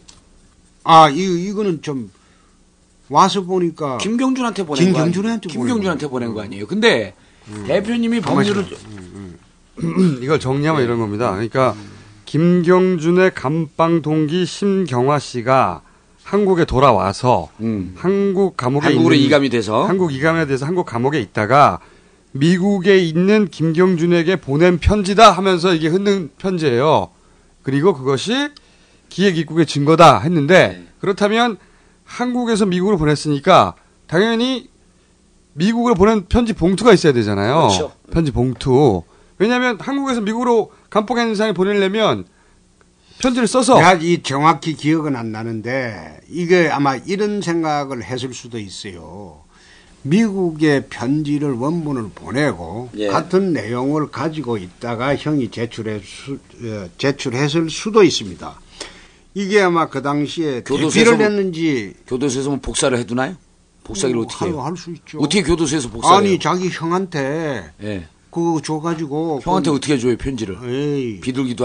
아 이 이거는 좀 와서 보니까 김경준한테 보낸 거 아니에요? 김경준한테 김경준한테 보낸 거 아니에요? 근데 음. 대표님이 가만히 법률을 이걸 정리하면 이런 겁니다. 그러니까 김경준의 감방 동기 심경화 씨가 한국에 돌아와서 한국 감옥에 음. 한국으로 있는- 이감이 돼서? 한국 이감에 돼서 한국 감옥에 있다가 미국에 있는 김경준에게 보낸 편지다 하면서 이게 흔든 편지예요. 그리고 그것이 기획 입국의 증거다 예. 했는데 그렇다면 한국에서 미국으로 보냈으니까 당연히 미국으로 보낸 편지 봉투가 있어야 되잖아요. 그렇죠. 편지 봉투. 왜냐하면 한국에서 미국으로 간폭 행사에 보내려면 편지를 써서 내가 이 정확히 기억은 안 나는데 이게 아마 이런 생각을 했을 수도 있어요. 미국에 편지를 원본을 보내고 예. 같은 내용을 가지고 있다가 형이 제출했 수, 어, 제출했을 수도 있습니다. 이게 아마 그 당시에 교도소에서 뭐 대피를 했는지 교도소에서 뭐 복사를 해두나요? 복사기를 뭐 어떻게 해요? 할- 할수 있죠. 어떻게 교도소에서 복사해요? 아니 자기 형한테 예. 그거 줘가지고 형한테 그 어떻게 줘요 편지를? 비둘기도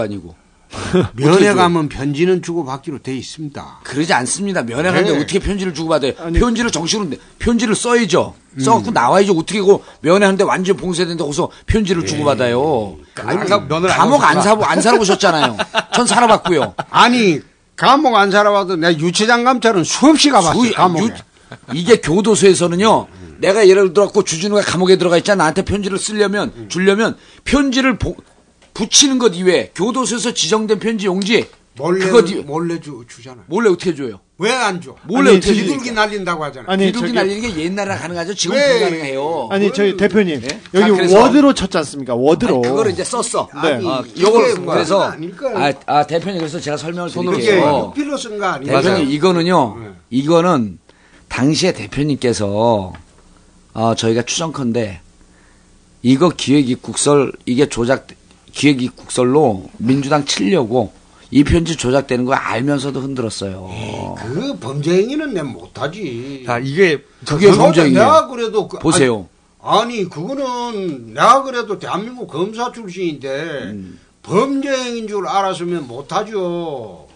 아니고. 어떻게 면회 줘요? 가면 편지는 주고 받기로 돼 있습니다. 그러지 않습니다. 면회가는데 네. 어떻게 편지를 주고받아요? 편지를 정식으로 내- 편지를 써야죠. 음. 써갖고 나와야죠. 어떻게 그 면회하는데 완전 히 봉쇄된다고 해서 편지를 주고받아요. 아니, 가- 면을 안 감옥 안 오셨구나. 사고 안 살아보셨잖아요. 전 살아봤고요. 아니 감옥 안 살아봐도 내 유치장 감찰은 수없이 가봤어 수- 요 감옥에. 아, 이게 교도소에서는요. 내가 예를 들어갖고 주진우가 감옥에 들어가 있잖아. 나한테 편지를 쓰려면 주려면 편지를 보- 붙이는 것 이외에 교도소에서 지정된 편지 용지 몰래 그것 이외- 몰래 주, 주잖아. 몰래 어떻게 줘요? 왜 안 줘? 몰래 아니, 어떻게 비둘기 날린다고 하잖아. 아니, 저기- 비둘기 날리는 게 옛날에 가능하죠. 지금 왜? 불가능해요. 아니 저희 대표님 자, 여기 네? 그래서- 워드로 쳤지 않습니까? 워드로. 아니, 그거를 이제 썼어. 네. 아니, 아, 이게 요걸 뭐야. 그래서 아닐 거예요. 아, 아, 대표님 그래서 제가 설명을 그게 드릴게요. 육필로 쓴 거 아니야? 대표님 이거는요. 네. 이거는 당시에 대표님께서 어, 저희가 추정컨대 이거 기획입국설 이게 조작 기획입국설로 민주당 치려고 이 편지 조작되는 거 알면서도 흔들었어요. 그 범죄 행위는 내 못하지. 자, 이게 그게 그거는 범죄 내가 행위예요. 그래도 그- 보세요. 아니, 아니, 그거는 내가 그래도 대한민국 검사 출신인데 음. 범죄 행인 위줄 알았으면 못하죠.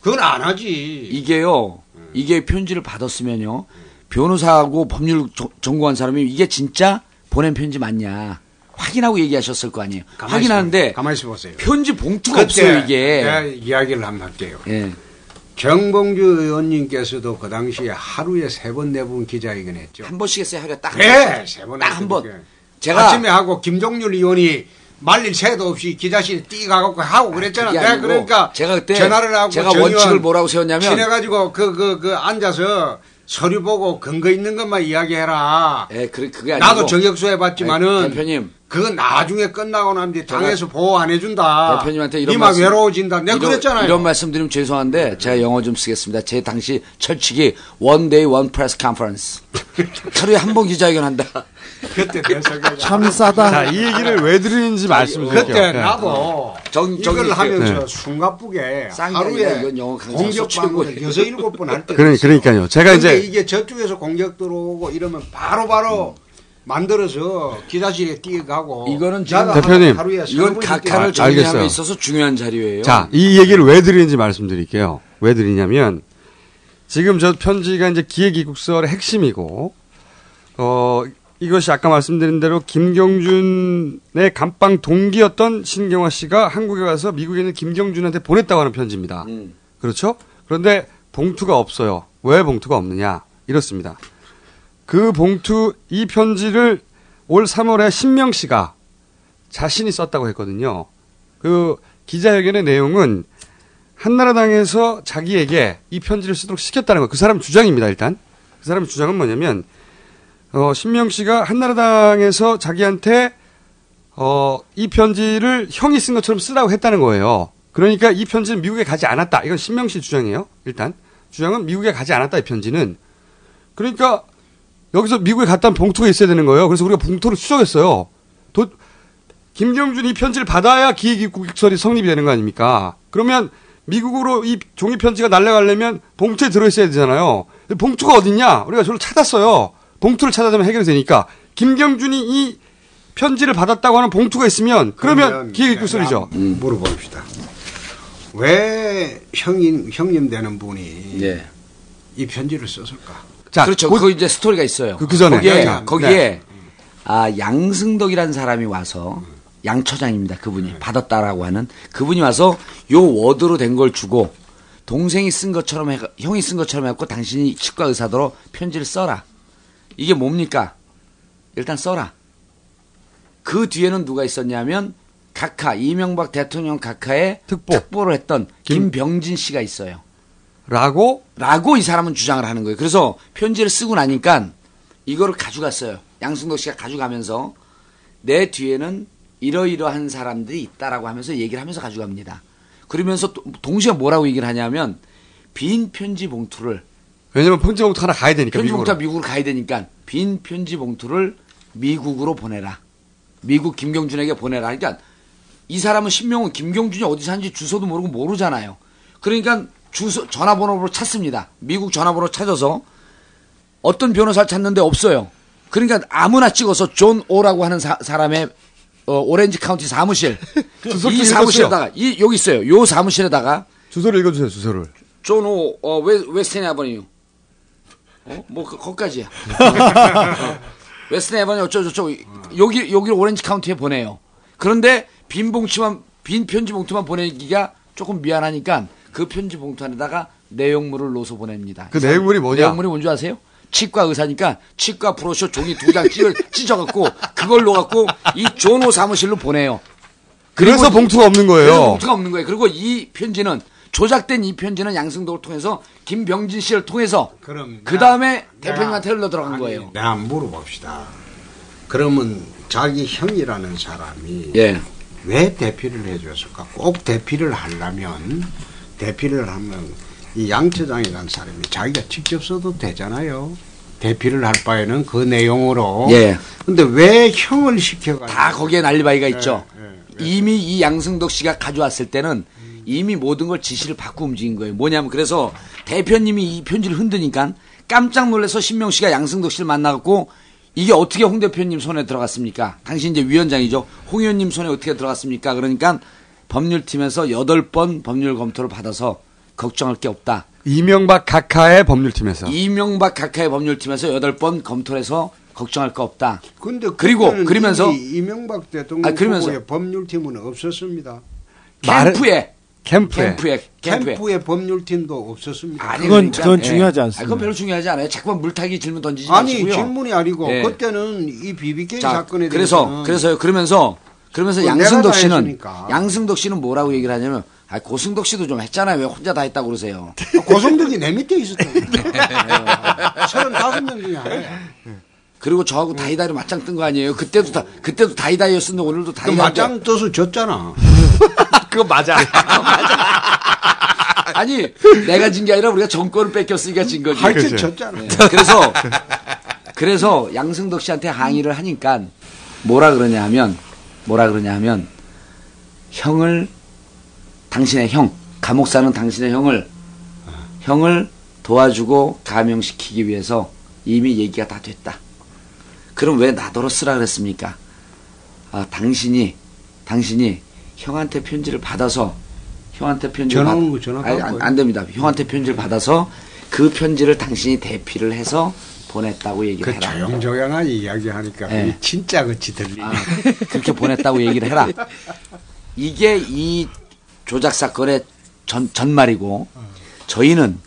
그건 안 하지. 이게요. 이게 편지를 받았으면요. 변호사하고 법률 조- 전공한 사람이 이게 진짜 보낸 편지 맞냐 확인하고 얘기하셨을 거 아니에요. 가만히 확인하는데 있어, 가만히 있어 보세요. 네. 편지 봉투가 없어요 내가 이게. 이야기를 한번 할게요. 예. 정봉주 의원님께서도 그 당시에 하루에 세 번 네 번 기자회견 했죠. 한 번씩 했어요 하루에 딱. 네, 세번 딱 한 번. 제가- 아침에 하고 김종률 의원이 말릴 새도 없이 기자실에 뛰어가고 하고 그랬잖아. 그게 내가 아니고 그러니까 제가 그때 전화를 하고 제가 정의원 원칙을 뭐라고 세웠냐면 친해가지고 그 그 그 앉아서 서류 보고 근거 있는 것만 이야기해라. 예, 그 그게 아니고 나도 저격수 해봤지만은 아니, 대표님 그건 나중에 끝나고 난 뒤에 제가 당에서 보호 안 해준다. 아, 대표님한테 이런 니마 말씀- 외로워진다. 내가 이런- 그랬잖아요. 이런 말씀드리면 죄송한데 제가 영어 좀 쓰겠습니다. 제 당시 철칙이 one day one press conference. 하루에 한 번 기자회견한다. 그때 참 싸다. 자, 이 얘기를 왜 드리는지 말씀드릴게요. 그때 네. 나도 정- 이걸 정의롭게. 하면서 네. 숨가쁘게 쌍이 아니라 하루에 이건 영어 강사 공격방을 최고예요. 여섯 일곱 번 할 때. 그러니- 그러니까요. 제가 이제- 이게 저쪽에서 공격 들어오고 이러면 바로바로 만들어서 기자실에 띄가고 이거는 지금 대표님, 이건 각하를 아, 알겠어요. 정리함에 있어서 중요한 자료예요. 자, 이 얘기를 왜 드리는지 말씀드릴게요. 왜 드리냐면 지금 저 편지가 이제 기획 이국설의 핵심이고 어 이것이 아까 말씀드린 대로 김경준의 감방 동기였던 신경화 씨가 한국에 와서 미국에 있는 김경준한테 보냈다고 하는 편지입니다. 그렇죠? 그런데 봉투가 없어요. 왜 봉투가 없느냐? 이렇습니다. 그 봉투 이 편지를 올 3월에 신명 씨가 자신이 썼다고 했거든요. 그 기자회견의 내용은 한나라당에서 자기에게 이 편지를 쓰도록 시켰다는 거예요. 그 사람 주장입니다, 일단. 그 사람 주장은 뭐냐면, 어, 신명 씨가 한나라당에서 자기한테, 어, 이 편지를 형이 쓴 것처럼 쓰라고 했다는 거예요. 그러니까 이 편지는 미국에 가지 않았다. 이건 신명 씨 주장이에요, 일단. 주장은 미국에 가지 않았다, 이 편지는. 그러니까 여기서 미국에 갔다는 봉투가 있어야 되는 거예요. 그래서 우리가 봉투를 추적했어요. 도, 김경준이 편지를 받아야 기획입국설이 성립이 되는 거 아닙니까? 그러면 미국으로 이 종이 편지가 날아가려면 봉투에 들어있어야 되잖아요. 봉투가 어딨냐? 우리가 저를 찾았어요. 봉투를 찾아내면 해결이 되니까. 김경준이 이 편지를 받았다고 하는 봉투가 있으면 그러면 네, 기획입국설이죠. 음. 음. 물어봅시다. 왜 형님 형님 되는 분이 이 편지를 썼을까? 자, 네. 그렇죠. 곧- 그 이제 스토리가 있어요. 그- 그 전에. 거기에, 그러니까. 네. 거기에 네. 아 양승덕이라는 사람이 와서 양처장입니다. 그분이 받았다라고 하는 그분이 와서 요 워드로 된 걸 주고 동생이 쓴 것처럼 해 형이 쓴 것처럼 해갖고 당신이 치과 의사더러 편지를 써라. 이게 뭡니까? 일단 써라. 그 뒤에는 누가 있었냐면 각하 이명박 대통령 각하의 특보. 를 했던 김병진 씨가 있어요. 라고 라고 이 사람은 주장을 하는 거예요. 그래서 편지를 쓰고 나니까 이거를 가져갔어요. 양승덕 씨가 가져가면서 내 뒤에는 이러이러한 사람들이 있다라고 하면서 얘기를 하면서 가져갑니다. 그러면서 또 동시에 뭐라고 얘기를 하냐면 빈 편지 봉투를 왜냐면 편지 봉투 하나 가야 되니까 편지 미국으로. 봉투가 미국으로 가야 되니까 빈 편지 봉투를 미국으로 보내라. 미국 김경준에게 보내라. 그러니까 이 사람은 신명은 김경준이 어디 사는지 주소도 모르고 모르잖아요. 그러니까 주소 전화번호로 찾습니다. 미국 전화번호 찾아서 어떤 변호사를 찾는데 없어요. 그러니까 아무나 찍어서 존 오라고 하는 사, 람의 어, 오렌지 카운티 사무실 주소를 그 이 읽어주세요. 사무실에다가 이 여기 있어요. 요 사무실에다가 주소를 읽어주세요, 주소를. 존 오, 어, 웨, 웨스턴 아버뉴. 어? 뭐, 그, 거기까지야. 어. 웨스턴 아버뉴 어쩌고저쩌고. 여기, 여기를 오렌지 카운티에 보내요. 그런데 빈 봉투만, 빈 편지 봉투만 보내기가 조금 미안하니까 그 편지 봉투 안에다가 내용물을 넣어서 보냅니다. 그 내용물이 뭐냐? 내용물이 뭔지 아세요? 치과 의사니까 치과 브로셔 종이 두 장 찢어갖고 그걸 넣어갖고 이 존호 사무실로 보내요. 그래서 그리고 봉투가 없는 거예요. 그래서 봉투가 없는 거예요. 그리고 이 편지는 조작된 이 편지는 양승덕을 통해서 김병진 씨를 통해서 그럼 그 다음에 대표님한테 흘러 들어간 거예요. 내가 물어봅시다. 그러면 자기 형이라는 사람이 예. 왜 대피를 해줬을까? 꼭 대피를 하려면 대피를 하면 이 양처장이라는 사람이 자기가 직접 써도 되잖아요. 대피를 할 바에는 그 내용으로. 예. 아, 근데 왜 형을 시켜가지고 다 거기에 난리바위가 네. 있죠. 예, 예. 이미 이 양승덕 씨가 가져왔을 때는 이미 모든 걸 지시를 받고 움직인 거예요. 뭐냐면 그래서 대표님이 이 편지를 흔드니까 깜짝 놀라서 신명 씨가 양승덕 씨를 만나갖고 이게 어떻게 홍 대표님 손에 들어갔습니까? 당신 이제 위원장이죠. 홍 의원님 손에 어떻게 들어갔습니까? 그러니까 법률팀에서 여덟 번 법률 검토를 받아서 걱정할 게 없다. 이명박 각하의 법률팀에서. 이명박 각하의 법률팀에서 여덟 번 검토를 해서 걱정할 거 없다. 근데 그리고 그때는 그러면서 이미 이명박 대통령 아, 그러면서- 후보의 법률팀은 없었습니다. 캠프에 캠프에. 캠프에 캠프에 캠프에 법률팀도 없었습니다. 아니, 그러니까, 예. 아, 그건 별로 중요하지 않아요. 자꾸만 물타기 질문 던지지 아니 마시고요. 질문이 아니고 예. 그때는 이 BBK 자, 사건에 그래서 대해서는 그래서요. 그러면서 그러면서 그건 내가 양승덕 다 씨는 했으니까. 양승덕 씨는 뭐라고 얘기를 하냐면 아, 고승덕 씨도 좀 했잖아요. 왜 혼자 다 했다고 그러세요? 아, 고승덕이 내 밑에 있었다. 서른다섯 명 중에 하나야. 그리고 저하고 다이다이로 맞짱 뜬 거 아니에요? 그때도 다 그때도 다이다이였었는데 오늘도 그 다이다이. 맞짱 떠서 졌잖아. 그거 맞아. 아니 내가 진 게 아니라 우리가 정권을 뺏겼으니까 진 거지. 하여튼 그죠. 졌잖아. 네. 그래서 그래서 양승덕 씨한테 항의를 하니까 뭐라 그러냐 하면 뭐라 그러냐 하면 형을 당신의 형 감옥 사는 당신의 형을 형을 도와주고 감형시키기 위해서 이미 얘기가 다 됐다. 그럼 왜 나더러 쓰라 그랬습니까? 아, 당신이, 당신이 형한테 편지를 받아서, 형한테 편지를 전화 받- 오는 거 전화 아니, 받고. 안, 안 됩니다. 형한테 편지를 받아서 그 편지를 당신이 대피를 해서 보냈다고 얘기를 그 해라. 조용조용한 이야기하니까 네. 그게 진짜 같이 들리네. 아, 그렇게 보냈다고 얘기를 해라. 이게 이 조작 사건의 전, 전말이고 저희는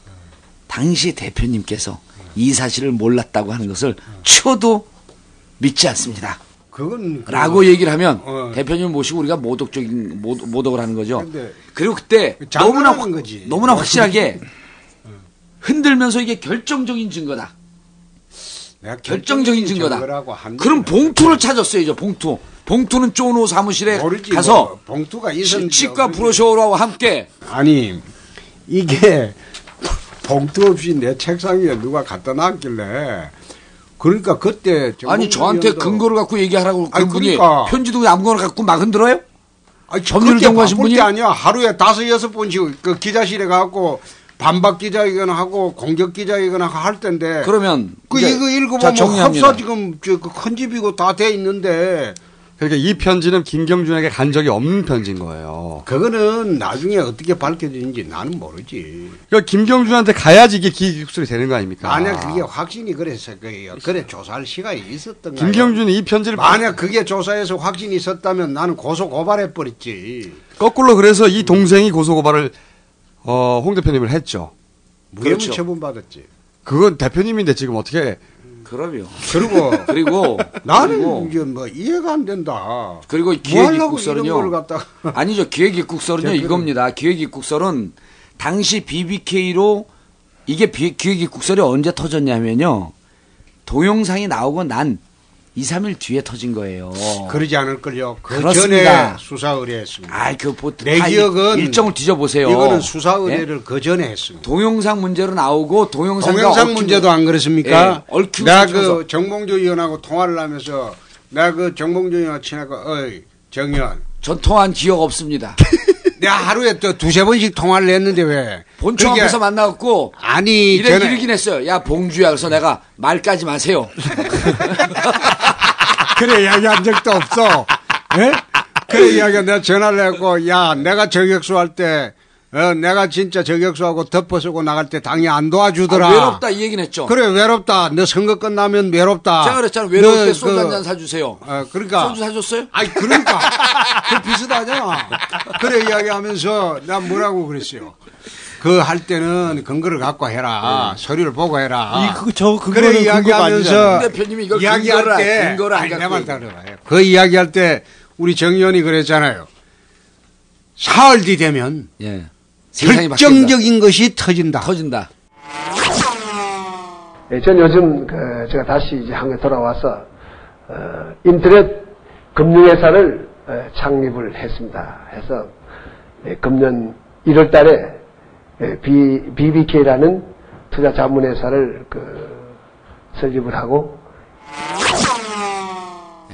당시 대표님께서 이 사실을 몰랐다고 하는 것을 쳐도 믿지 않습니다. 그건 그- 라고 얘기를 하면 어. 대표님 모시고 우리가 모독적인 모- 모독을 하는 거죠. 근데 그리고 그때 너무나 확- 장난한 거지. 어. 너무나 확실하게 흔들면서 이게 결정적인 증거다. 내가 결정적인 증거다. 증거라고 하면 그럼 봉투를 찾았어야죠. 봉투. 봉투는 쪼노 사무실에 가서 뭐 봉투가 시- 있었는지 치과 브로셔와 함께 아니 이게 봉투 없이 내 책상 위에 누가 갖다 놨길래 그러니까 그때 아니 저한테 정몽 근거를 갖고 얘기하라고 아니, 그분이 그러니까. 편지도 아무거나 갖고 막 흔들어요? 아니, 법률 그때 전공하신 바쁠 분이 때 아니야 하루에 다섯 여섯 번씩 그 기자실에 가고 반박 기자회견 하고 공격 기자회견 하고 할 텐데 그러면 그 이제 이거 자, 읽어보면 정리합니다. 합사 지금 저큰 집이고 다 돼 있는데 그러니까 이 편지는 김경준에게 간 적이 없는 편지인 거예요. 그거는 나중에 어떻게 밝혀지는지 나는 모르지. 그러니까 김경준한테 가야지 이게 기기국술이 되는 거 아닙니까? 만약 그게 확신이 그래서 그래요. 그래 조사할 시간이 있었던 거야. 김경준이 이 편지를 만약 그게 조사에서 확신이 있었다면 나는 고소 고발해 버렸지. 거꾸로 그래서 이 동생이 고소고발을 어, 홍 대표님을 했죠. 무혐의 그렇죠. 처분 받았지. 그건 대표님인데 지금 어떻게 그럼요. 그리고 그리고 나는 그리고- 이제 뭐 이해가 안 된다. 그리고 뭐 하려고 이런 걸 기획입국설은요. 갖다가 아니죠. 기획입국설은요. 대표님. 이겁니다. 기획입국설은 당시 BBK로 이게 비- 기획입국설이 언제 터졌냐면요. 동영상이 나오고 난 2, 3일 뒤에 터진 거예요. 그러지 않을걸요. 그 어. 그렇습니다. 전에 수사 의뢰했습니다. 아그 내 기억은 일정을 뒤져보세요. 이거는 수사 예? 의뢰를 그 전에 했습니다. 동영상 문제로 나오고 동영상과 동영상 얽히고- 문제도 안 그렇습니까? 예, 얽히고 내가 섞여서. 그 정봉주 의원하고 통화를 하면서 내가 그 정봉주 의원 친하고 어이 정의원 전통한 기억 없습니다. 내가 아, 하루에 또 두세 번씩 통화를 했는데 왜 본청 그게 앞에서 만나갖고 아니 이래 저는- 이러긴 했어요. 야 봉주야 그래서 내가 말까지 마세요. 그래 이야기한 적도 없어. 예? 그래 이야기 내가 전화를 했고 야 내가 저격수 할 때 어, 내가 진짜 저격수하고 덮어쓰고 나갈 때 당이 안 도와주더라. 아, 외롭다 이 얘기는 했죠. 그래 외롭다. 너 선거 끝나면 외롭다. 제가 그랬잖아요. 외로울 너 때 소주 그- 한 잔 사주세요. 그러니까. 소주 사줬어요? 아니 그러니까 그 비슷하잖아. 그래 이야기하면서 난 뭐라고 그랬어요. 그 할 때는 근거를 갖고 해라. 서류를 보고 해라. 이- 그- 저 그거는 그래 근거가 이야기하면서 아니잖아요. 대표님이 이걸 이야기할 근거를 안- 때 근거를 안 아니, 내 갖고 말 따라와요. 그 이야기할 때 우리 정의원이 그랬잖아요. 사흘 뒤 되면 예, 세상이 결정적인 것이 터진다. 터진다. 예, 전 요즘 그 제가 다시 이제 한국에 돌아와서 어, 인터넷 금융회사를 어, 창립을 했습니다. 해서 예, 금년 1월 달에 예, B, BBK라는 투자 자문회사를 그 설립을 하고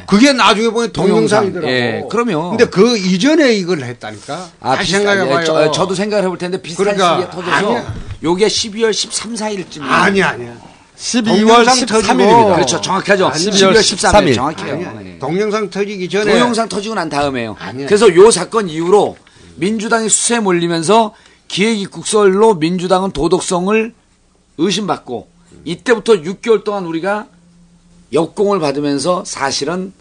그게 나중에 보면 동영상이더라고. 예, 그럼요. 근데 그 이전에 이걸 했다니까. 아, 다시 비슷- 생각해봐요. 예, 저, 도 생각을 해볼 텐데 비슷한 그러니까, 시기에 터져서 아니야. 요게 12월 13, 14일쯤. 아니야, 아니야. 12월 13일 입니다. 그렇죠, 정확하죠. 12월 13일, 정확해요. 네. 동영상 터지기 전에 동영상 터지고 난 다음에요. 아니야. 그래서 요 사건 이후로 민주당이 수세에 몰리면서 기획입국설로 민주당은 도덕성을 의심받고 이때부터 6개월 동안 우리가 역공을 받으면서 사실은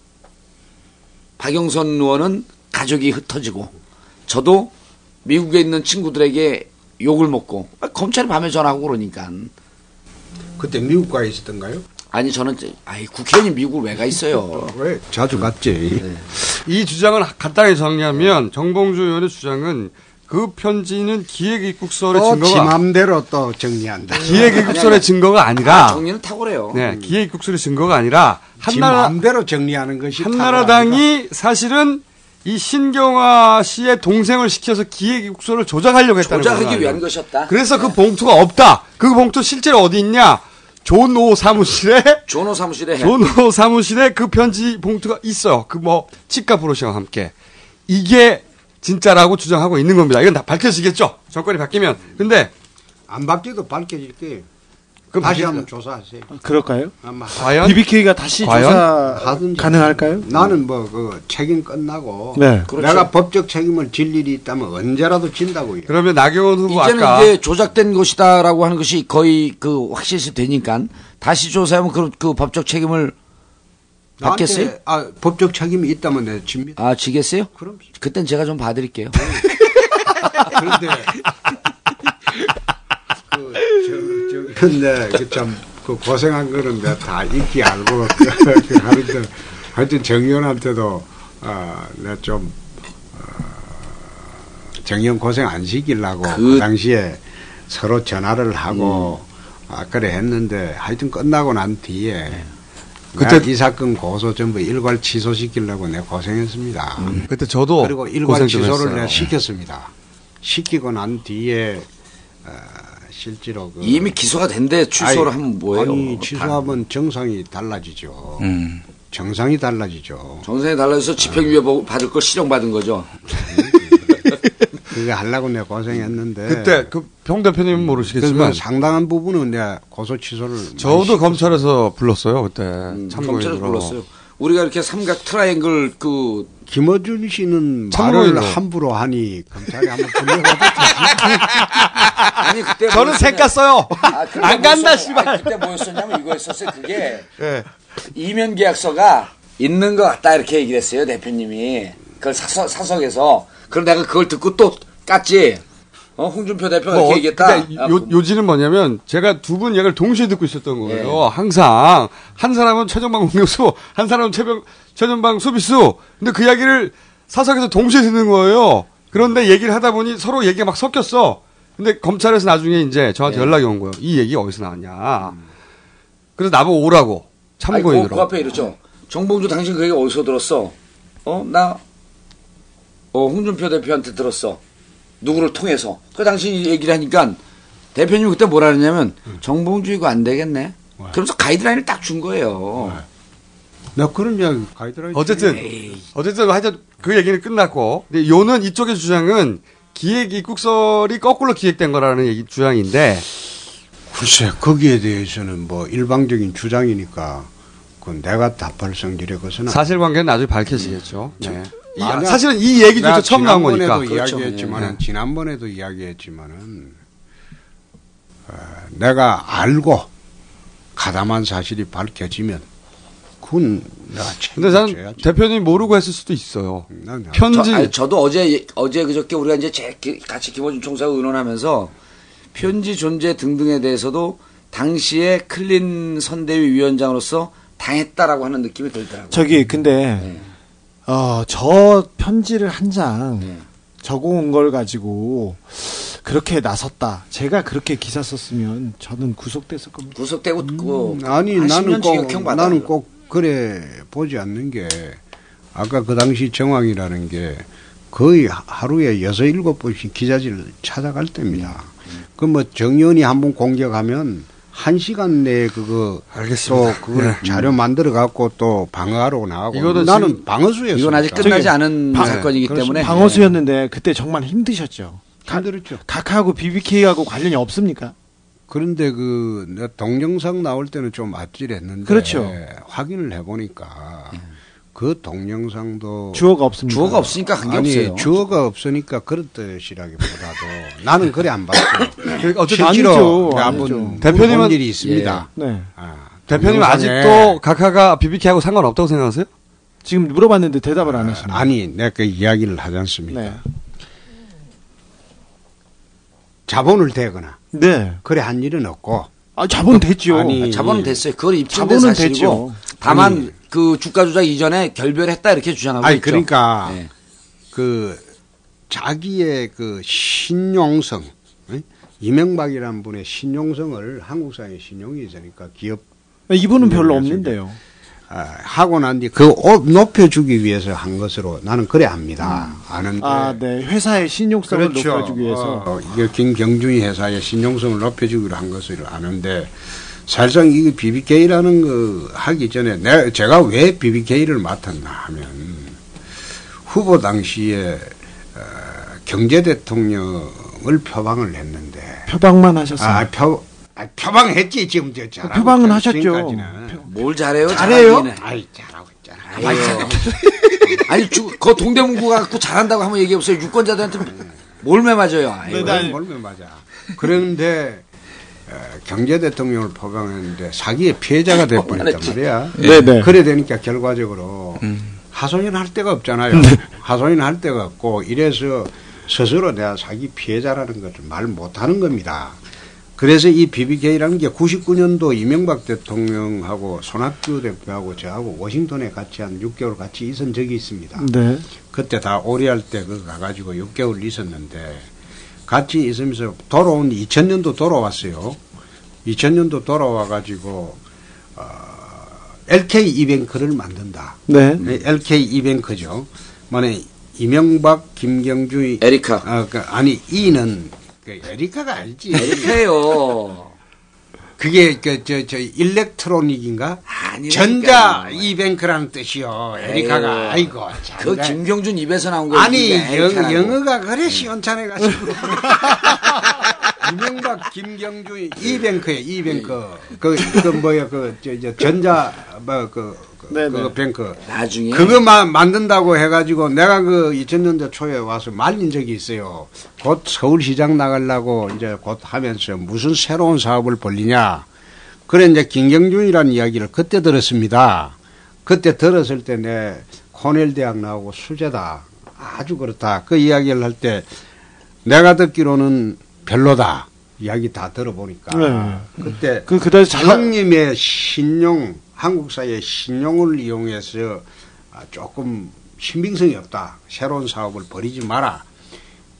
박영선 의원은 가족이 흩어지고 저도 미국에 있는 친구들에게 욕을 먹고 아, 검찰이 밤에 전화하고 그러니까 그때 미국 가 있었던가요? 아니 저는 이제, 아이 국회의원이 미국을 왜 가 있어요? 왜? 자주 갔지. 이 주장을 간단하게 정리하면 정봉주 의원의 주장은 그 편지는 기획입국설의 또 증거가 지맘대로 또 정리한다. 기획입국설의 증거가 아니라 탁월해요. 네, 기획국술의 증거가 아니라 음. 지 한나라 마음대로 정리하는 것이 한나라당이 사실은 이 신경화 씨의 동생을 시켜서 기획국소를 조작하려고 했다는 조작하기 거잖아요. 위한 것이었다. 네. 그래서 그 봉투가 없다. 그 봉투 실제로 어디 있냐? 존오 사무실에 존호 사무실에 존오 사무실에 그 편지 봉투가 있어요. 그 뭐 치과 브로시와 함께 이게 진짜라고 주장하고 있는 겁니다. 이건 다 밝혀지겠죠. 정권이 바뀌면. 근데 안 바뀌어도 밝혀질 게 그럼 다시 비밀- 한번 조사하세요. 그럴까요? 아마 과연? BBK가 다시 조사 가능할까요? 나는 뭐 그 책임 끝나고 네. 내가 그렇죠. 법적 책임을 질 일이 있다면 언제라도 진다고요. 그러면 나경원 후보 이제는 아까 이제 이게 조작된 것이다라고 하는 것이 거의 그 확실시 되니까 다시 조사하면 그, 그 법적 책임을 나한테, 받겠어요? 아, 법적 책임이 있다면 내 집니다. 아 지겠어요? 그럼 그땐 제가 좀 봐드릴게요. 그런데 그, 저, 저, 근데 그참그 고생한 거는 내가 다 익히 알고 그 하는데 하여튼 정연한테도 어, 내가 좀 어, 정연 고생 안 시키려고 그, 당시에 서로 전화를 하고 아 그래 했는데 하여튼 끝나고 난 뒤에 그때 그때- 이 사건 고소 전부 일괄 취소시키려고 내가 고생했습니다. 음. 그때 저도 그리고 일괄 고생 좀 취소를 내가 했어요. 시켰습니다. 시키고 난 뒤에 어, 실제로 그 이미 기소가 된데 취소를 하면 뭐예요? 음. 아니 취소하면 정상이 달라지죠. 정상이 달라지죠. 정상이 달라져서 집행유예 보- 받을 걸 실형받은 거죠. 그거 하려고 내가 고생했는데 그때 그병 대표님 모르시겠지만 네. 그래서 상당한 부분은 내가 고소 취소를 저도 검찰에서 불렀어요 그때 음, 검찰에서 참고인으로. 불렀어요. 우리가 이렇게 삼각 트라이앵글 그 김어준 씨는 참고인으로. 말을 함부로 하니 검찰이 한번 아니 그때 저는 색 갔어요. 아, 안 간다, 씨발. 그때 뭐였었냐면 이거였었어요. 그게 이면 계약서가 있는 것 같다 이렇게 얘기를 했어요 대표님이 그걸 사석, 사석에서 그럼 내가 그걸 듣고 또 깠지 어, 홍준표 대표가 뭐, 이렇게 얘기했다 아, 음. 그러니까 요, 요지는 뭐냐면 제가 두 분 얘기를 동시에 듣고 있었던 거예요. 예. 항상 한 사람은 최전방 공격수, 한 사람은 최병, 최전방 수비수. 근데 그 이야기를 사석에서 동시에 듣는 거예요. 그런데 얘기를 하다 보니 서로 얘기가 막 섞였어. 근데 검찰에서 나중에 이제 저한테 예. 연락이 온 거예요. 이 얘기 어디서 나왔냐. 그래서 나보고 오라고 아니, 그, 그 참고인으로. 앞에 이러죠 정봉주 당신 그 얘기 어디서 들었어 어나 어, 홍준표 대표한테 들었어 누구를 통해서 그 당신 이 얘기를 하니까 대표님이 그때 뭐라 그러냐면 정봉주 이거 안 되겠네 그러면서 가이드라인을 딱 준 거예요 나 그런 이야기 가이드라인 어쨌든 어쨌든 하여튼 그 얘기는 끝났고 근데 요는 이쪽의 주장은 기획 입국설이 거꾸로 기획된 거라는 얘기- 주장인데 글쎄 거기에 대해서는 뭐 일방적인 주장이니까 그건 내가 답할 성질의 것은 아니- 사실관계는 나중에 음. 밝혀지겠죠. 네. 이- 만약- 사실은 이 얘기조차 내가 처음 나온 거니까. 그렇죠. 네. 지난번에도 이야기했지만은 지난번에도 이야기했지만은 어, 내가 알고 가담한 사실이 밝혀지면 그건 내가 근데 저는 책임져야지. 대표님 모르고 했을 수도 있어요. 음, 편지 저, 아니, 저도 어제 어제 그저께 우리가 이제 제- 기- 같이 김원준 총사하고 의논하면서 편지 존재 등등에 대해서도 당시에 클린 선대위 위원장으로서 당했다라고 하는 느낌이 들더라고요. 저기 네. 근데 어, 저 편지를 한 장 네. 적어온 걸 가지고 그렇게 나섰다. 제가 그렇게 기사 썼으면 저는 구속됐을 겁니다. 구속되고 그 음, 아니 한 나는 꼭 10년 징역형 받아요. 나는 꼭 그래 보지 않는 게 아까 그 당시 정황이라는 게 거의 하- 하루에 여섯 일곱 번씩 기자질을 찾아갈 때입니다. 음, 그 뭐 정연이 한번 공격하면 한 시간 내에 그거 알겠습니다. 또 그걸 네. 예. 자료 만들어 갖고 또 방어하러 나가고 이거는 나는 지금- 방어수였어요. 이건 아직 끝나지 않은 사건이기 때문에 방어수였는데 그때 정말 힘드셨죠. 네. 힘들었죠. 각하고 BBK하고 관련이 없습니까? 그런데 그 내가 동영상 나올 때는 좀 아찔했는데 그렇죠. 확인을 해보니까 그 동영상도 주어가 없습니다. 주어가 없으니까 관계 아니, 없어요. 주어가 없으니까 그렇듯이라기보다도 나는 그래 안 봤어. 그러니까 어쨌든 실제로 아니죠. 아니죠. 대표님은- 한번 대표님은 뭐, 일이 있습니다. 아, 예. 네. 대표님 동영상에- 아직도 각하가 BBK하고 상관없다고 생각하세요? 지금 물어봤는데 대답을 안 하시네요. 아니 내가 그 이야기를 하지 않습니까? 자본을 대거나 네. 그래 한 일은 없고 아 자본 됐죠. 아니, 자본은 됐어요. 그걸 입증된 예, 자본은 사실이고 됐죠. 다만 아니. 그 주가 조작 이전에 결별했다 이렇게 주장하고 아니 있죠. 그러니까 그 자기의 그 신용성 응? 이명박이라는 분의 신용성을 한국 사회의 신용이 있으니까 기업 이분은 별로 없는데요. 아, 하고 난 뒤 그 높여주기 위해서 한 것으로 나는 그래 합니다. 아는데 아, 네. 그렇죠. 회사의 신용성을 높여주기 위해서. 그렇죠. 어, 이게 김경준이 회사의 신용성을 높여주기로 한 것을 아는데 사실상 이 BBK라는 거 하기 전에 내, 제가 왜 BBK를 맡았나 하면 후보 당시에 어, 경제 대통령을 표방을 했는데 표방만 하셨어요. 아, 표 아, 표방했지 지금 저 잘하고 표방은 있잖아, 하셨죠. 지금까지는. 뭘 잘해요? 잘해요? 잘하긴 해. 아이 잘하고 있잖아. 아니, 아니 주, 그 동대문구 갖고 잘한다고 한번 얘기해 보세요. 유권자들한테 몰매 맞아요. 뭐 아이고. 몰면 맞아. 그런데 어, 경제 대통령을 포방했는데 사기의 피해자가 돼버렸단 어, 그랬지. 말이야. 네네. 음. 그래 되니까 결과적으로 하소연 할 데가 없잖아요. 네. 하소연 할 데가 없고 이래서 스스로 내가 사기 피해자라는 것을 말 못하는 겁니다. 그래서 이 BBK라는 게 99년도 이명박 대통령하고 손학규 대표하고 저하고 워싱턴에 같이 한 6개월 같이 있은 적이 있습니다. 네. 그때 다 오리할 때 그거 가가지고 6개월 있었는데 같이 있으면서 돌아온 2000년도 돌아왔어요. 2000년도 돌아와가지고 어, LK 이뱅크를 만든다. 네. LK 이뱅크죠. 만에 이명박, 김경주, 에리카. 아니 이는 그 에리카가 알지. 에리카요. 그게 그저저 일렉트로닉인가? 아니라니까요. 그러니까. 전자 이뱅크라는 뜻이요. 에리카가 에이, 아이고. 참. 그 김경준 입에서 나온 거 아니 이게 영, 에리카라고. 영어가 그래 시원찮아 가지고 이명박 김경주 예, 이뱅크에 이뱅크 그그 뭐야 그저 저, 전자 뭐그 네, 그, 그 뱅크 나중에 그것만 만든다고 해가지고 내가 그 2000년대 초에 와서 말린 적이 있어요. 곧 서울시장 나가려고 이제 곧 하면서 무슨 새로운 사업을 벌리냐. 그래 이제 김경준이라는 이야기를 그때 들었습니다. 그때 들었을 때 내 코넬 대학 나오고 수제다. 아주 그렇다. 그 이야기를 할 때 내가 듣기로는 별로다. 이야기 다 들어보니까. 네. 그때 그- 그다지 잘 나- 형님의 신용 한국 사회의 신용을 이용해서 아, 조금 신빙성이 없다. 새로운 사업을 벌이지 마라.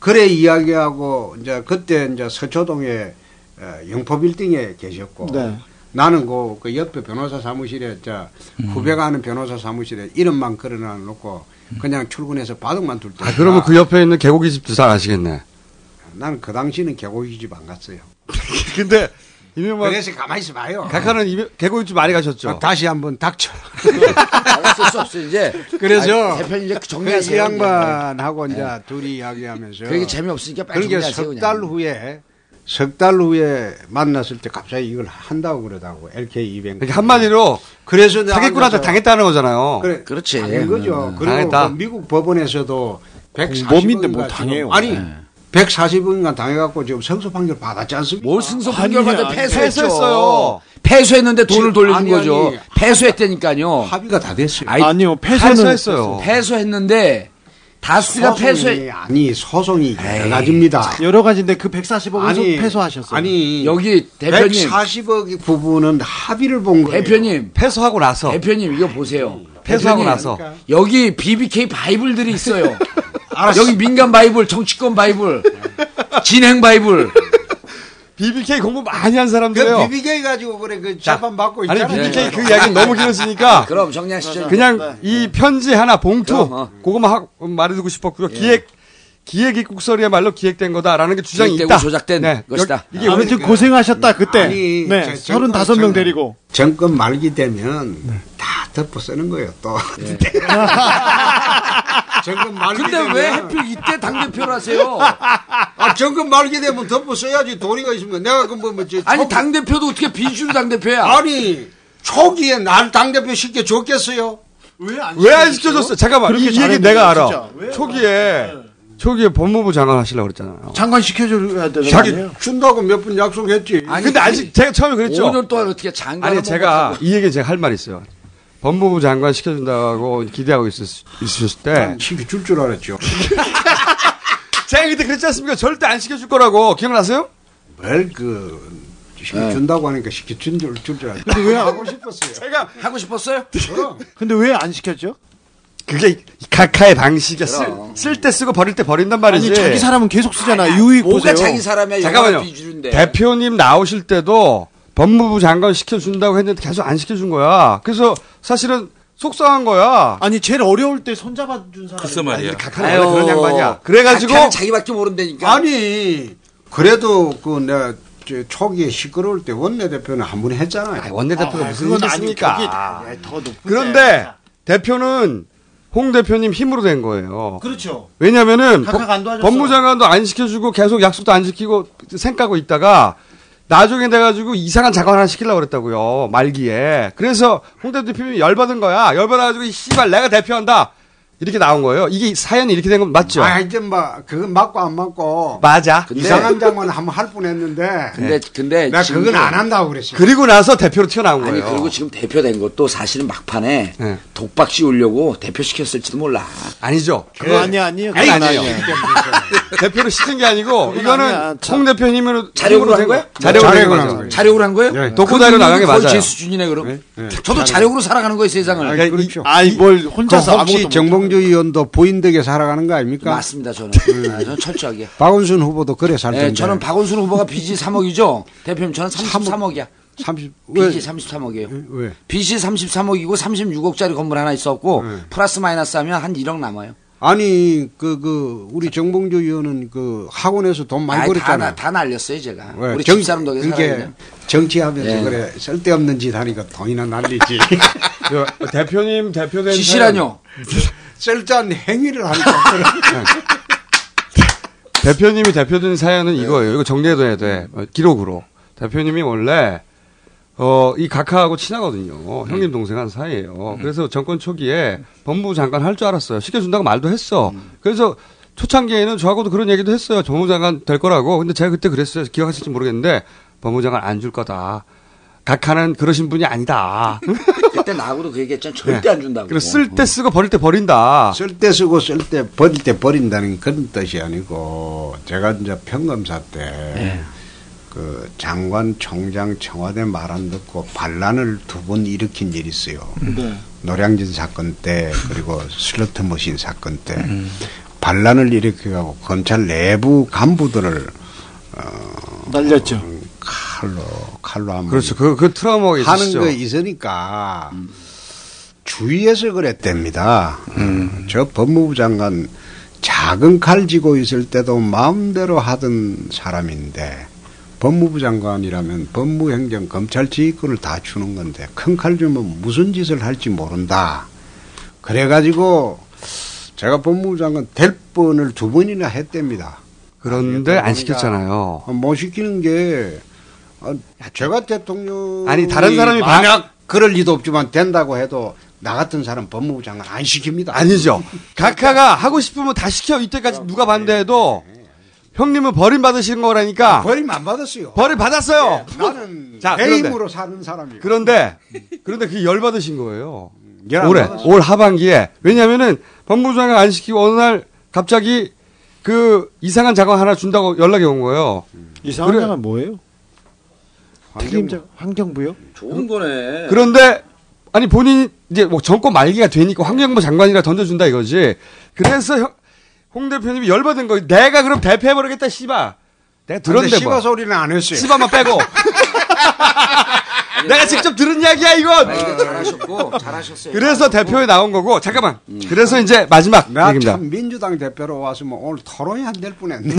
그래 이야기하고 이제 그때 이제 서초동에 어, 영포 빌딩에 계셨고 네. 나는 그, 그 옆에 변호사 사무실에 자 음. 후배가 하는 변호사 사무실에 이름만 걸어놔 놓고 그냥 출근해서 바둑만 둘 때. 음. 아, 그러면 그 옆에 있는 개고기 집도 잘 아시겠네. 나는 그 당시는 개고기 집 안 갔어요. 근데 이명박 그래서 가만히 있어 봐요. 각하는 이명- 개고기 집 많이 가셨죠. 아, 다시 한번 닥쳐. 어쩔 수 없어 이제. 그래서 아, 대표님 이제 그 정리하세요. 이 양반하고 네. 이제 둘이 이야기하면서 그게 재미없으니까 빨리 그러니까 정리하세요, 석 달 후에 석 달 후에 만났을 때 갑자기 이걸 한다고 그러다고 LK 이벤트 그러니까 한마디로 어. 그래서 사기꾼한테 당했다는 거잖아요. 그래, 그렇지. 당한 거죠. 음, 그리고 당했다. 그 미국 법원에서도 140 공범인데 뭐 원인가 지금- 당해요. 아니 네. 140원간 당해갖고 지금 성소 판결 받았지 않습니까? 뭘 승소 판결받아 패소했죠. 패소했어요. 패소했는데 돈을 지금- 돌려준 아니, 아니. 거죠. 패소했다니까요. 합의가 다 됐어요. 아니요, 패소는- 패소했어요. 패소했는데 다수가 소송이 패소해. 아니 소송이 여러 가지입니다. 여러 가지인데 그 140억을 좀 패소하셨어요. 아니 여기 대표님 140억 부분은 합의를 본 거예요. 대표님 패소하고 나서 대표님 이거 보세요. 패소하고 대표님, 나서. 여기 BBK 바이블들이 있어요. 여기 민간 바이블, 정치권 바이블, 진행 바이블. BBK 공부 많이 한 사람들이에요. 그 BBK 가지고 그래 그 재판 받고 아니 있잖아. BBK 그 이야기는 너무 길었으니까 그럼 정리하시죠. 네. 그냥 이 편지 하나 봉투 그거만 하- 말해두고 싶었고요. 기획 기획 입국설이야말로 기획된 거다라는 게 주장이 기획되고 있다. 네. 조작된 것이다. 이게 아무튼 우리- 고생하셨다 그때. 그 아니, 네, 저- 정권- 35명 데리고. 정권 말기 되면 네. 다 덮어 쓰는 거예요 또. 네. 정금 말기 근데 되면- 왜 하필 이때 당대표를 하세요? 아 정금 말기 되면 덮어 써야지 도리가 있습니다. 내가 그뭐뭐 아니, 당대표도 어떻게 비주류 당대표야? 아니 초기에 날 당대표 시켜 줬겠어요? 왜 안 시켜줬어? 잠깐만 이, 그렇게 이 얘기 잘했는데, 내가 알아. 진짜. 초기에 초기에 법무부 장관 하시려고 그랬잖아요. 장관 시켜줘야 되는 자기 준다고 몇 분 약속했지. 근데 아직 제가 처음에 그랬죠. 5년 동안 어떻게 장관 아니 제가 이 얘기 제가 할 말이 있어요. 법무부 장관 시켜준다고 기대하고 있었, 있으셨을 때 시켜 줄줄 알았죠. 제가 그때 그랬지 않습니까? 절대 안 시켜줄 거라고 기억나세요? 뭘그 시켜 준다고 하니까 시켜 준줄줄 알았죠. 근데 왜 안- 하고 싶었어요. 제가 하고 싶었어요? 근데 왜 안 시켰죠? 그게 각하의 방식이야. 쓸 때 쓰고 버릴 때 버린단 말이지. 아니 자기 사람은 계속 쓰잖아. 유익 보세요. 잠깐만요. 대표님 나오실 때도 법무부 장관 시켜준다고 했는데 계속 안 시켜준 거야. 그래서 사실은 속상한 거야. 아니 제일 어려울 때 손잡아 준 사람. 글쎄 말이야. 원래 그런 양반이야. 그래가지고- 각하는 자기밖에 모른다니까. 아니 그래도 그 내가 저 초기에 시끄러울 때 원내대표는 한 분 했잖아요. 원내대표가 무슨 일이 있습니까? 더 높은데. 그런데 예, 대표는 홍 대표님 힘으로 된 거예요. 그렇죠. 왜냐면은 각하가 안 도와줬어. 법무장관도 안 시켜주고 계속 약속도 안 지키고 생까고 있다가 나중에 돼가지고 이상한 작업 하나 시키려고 그랬다고요. 말기에. 그래서 홍대 대표님이 열받은 거야. 열받아가지고 이 씨발 내가 대표한다. 이렇게 나온 거예요. 이게 사연이 이렇게 된 건 맞죠? 아, 하여튼 뭐 그건 맞고 안 맞고 맞아. 이상한 장면 한번 할 뻔했는데. 근데- 근데 나 지금- 그건 안 한다고 그랬어. 그리고 나서 대표로 튀어나온 아니 거예요. 네. 그리고 지금 대표된 것도 사실은 막판에 독박 씌우려고 대표 시켰을지도 몰라. 아니죠. 그거 아니, 아니에요. 그건 아니에요. 대표로 시킨 게 아니고 이거는 홍 대표님으로 자력으로 한 거야? 자력으로 한 거예요. 자력으로 한 거예요? 예. 독고다이로 나간 게 거의 맞아요. 제 수준이네 그럼. 예. 저도 자력으로 살아가는 거예요 세상을. 그렇죠. 아, 뭘 아, 혼자서 아무것도 그 혹시 못 정봉주 의원도 부인덕에 살아가는 거 아닙니까? 맞습니다 저는. 네. 아, 저는 철저하게. 박원순 후보도 그래 네, 살 텐데. 예, 저는 박원순 후보가 빚이 3억이죠. 대표님 저는 33억이야. 30 빚이 33억이에요. 왜? 빚이 33억이고 36억짜리 건물 하나 있었고 플러스 마이너스 하면 한 1억 남아요. 아니 그 그 우리 정봉주 의원은 그 학원에서 돈 많이 아이, 다, 벌었잖아. 나- 다 날렸어요 제가. 왜? 우리 정- 집사람 덕에 그러니까 살아요. 정치하면서 예. 그래 쓸데없는 짓 하니까 돈이나 날리지. 대표님 대표된 지시라뇨. 쓸데없는 행위를 하니까. 대표님이 대표된 사연은 이거예요. 이거 정리해둬야 돼. 어, 기록으로. 대표님이 원래 어, 이 각하하고 친하거든요. 형님 동생 한 사이예요. 그래서 정권 초기에 법무부 장관 할 줄 알았어요. 시켜준다고 말도 했어. 그래서 초창기에는 저하고도 그런 얘기도 했어요. 법무부 장관 될 거라고. 근데 제가 그때 그랬어요. 기억하실지 모르겠는데 법무부 장관 안 줄 거다. 각하는 그러신 분이 아니다. 그때 나하고도 그 얘기했잖아. 절대 네. 안 준다고. 그래서 쓸 때 쓰고 버릴 때 버린다. 쓸 때 쓰고 쓸 때 버릴 때 버린다는 그런 뜻이 아니고 제가 이제 평검사 때 그 장관 총장 청와대 말 안 듣고 반란을 두 번 일으킨 일이 있어요. 네. 노량진 사건 때 그리고 슬로트 머신 사건 때 반란을 일으켜가고 검찰 내부 간부들을 날렸죠. 어, 음, 칼로 칼로 한번 그렇죠. 그, 그 트라우마가 하는 있으시죠. 거 있으니까 주위에서 그랬답니다. 음. 음, 저 법무부 장관 작은 칼 쥐고 있을 때도 마음대로 하던 사람인데 법무부 장관이라면 법무행정 검찰 지휘권을 다 주는 건데 큰 칼 주면 무슨 짓을 할지 모른다. 그래가지고 제가 법무부 장관 될 뻔을 두 번이나 했답니다. 그런데 안 시켰잖아요. 아, 못 시키는 게 아, 제가 대통령 아니, 다른 사람이 만약 그럴 리도 없지만 된다고 해도 나 같은 사람 법무부 장관 안 시킵니다. 아니죠. 각하가 하고 싶으면 다 시켜. 이때까지 누가 반대해도 네, 형님은 버림 받으시는 거라니까. 아, 버림 안 받았어요. 예, 버림 받았어요. 나는 자, 그런데. 배임으로 사는 사람이에요. 그런데 그런데 그게 열 받으신 거예요. 음, 열안 올해 받았어요. 올 하반기에 왜냐하면은 법무부장관 안 시키고 어느 날 갑자기 그 이상한 작업 하나 준다고 연락이 온 거예요. 이상한 그래- 장은 뭐예요? 책임자 환경부요? 좋은 거네. 그런데 아니 본인 이제 뭐 정권 말기가 되니까 환경부 장관이라 던져준다 이거지. 그래서 형- 홍 대표님이 열받은 거예요. 내가 그럼 대표해버리겠다 씨바. 내가 들었는데 근데 씨바 뭐. 소리는 안 했어요. 씨바만 빼고. 내가 직접 들은 이야기야 아, 이건. 이거 잘하셨고 잘하셨어요. 그래서 대표에 나온 거고 잠깐만. 음. 그래서 이제 마지막 나 얘기입니다. 참 민주당 대표로 왔으면 오늘 토론이 안 될 뻔했네.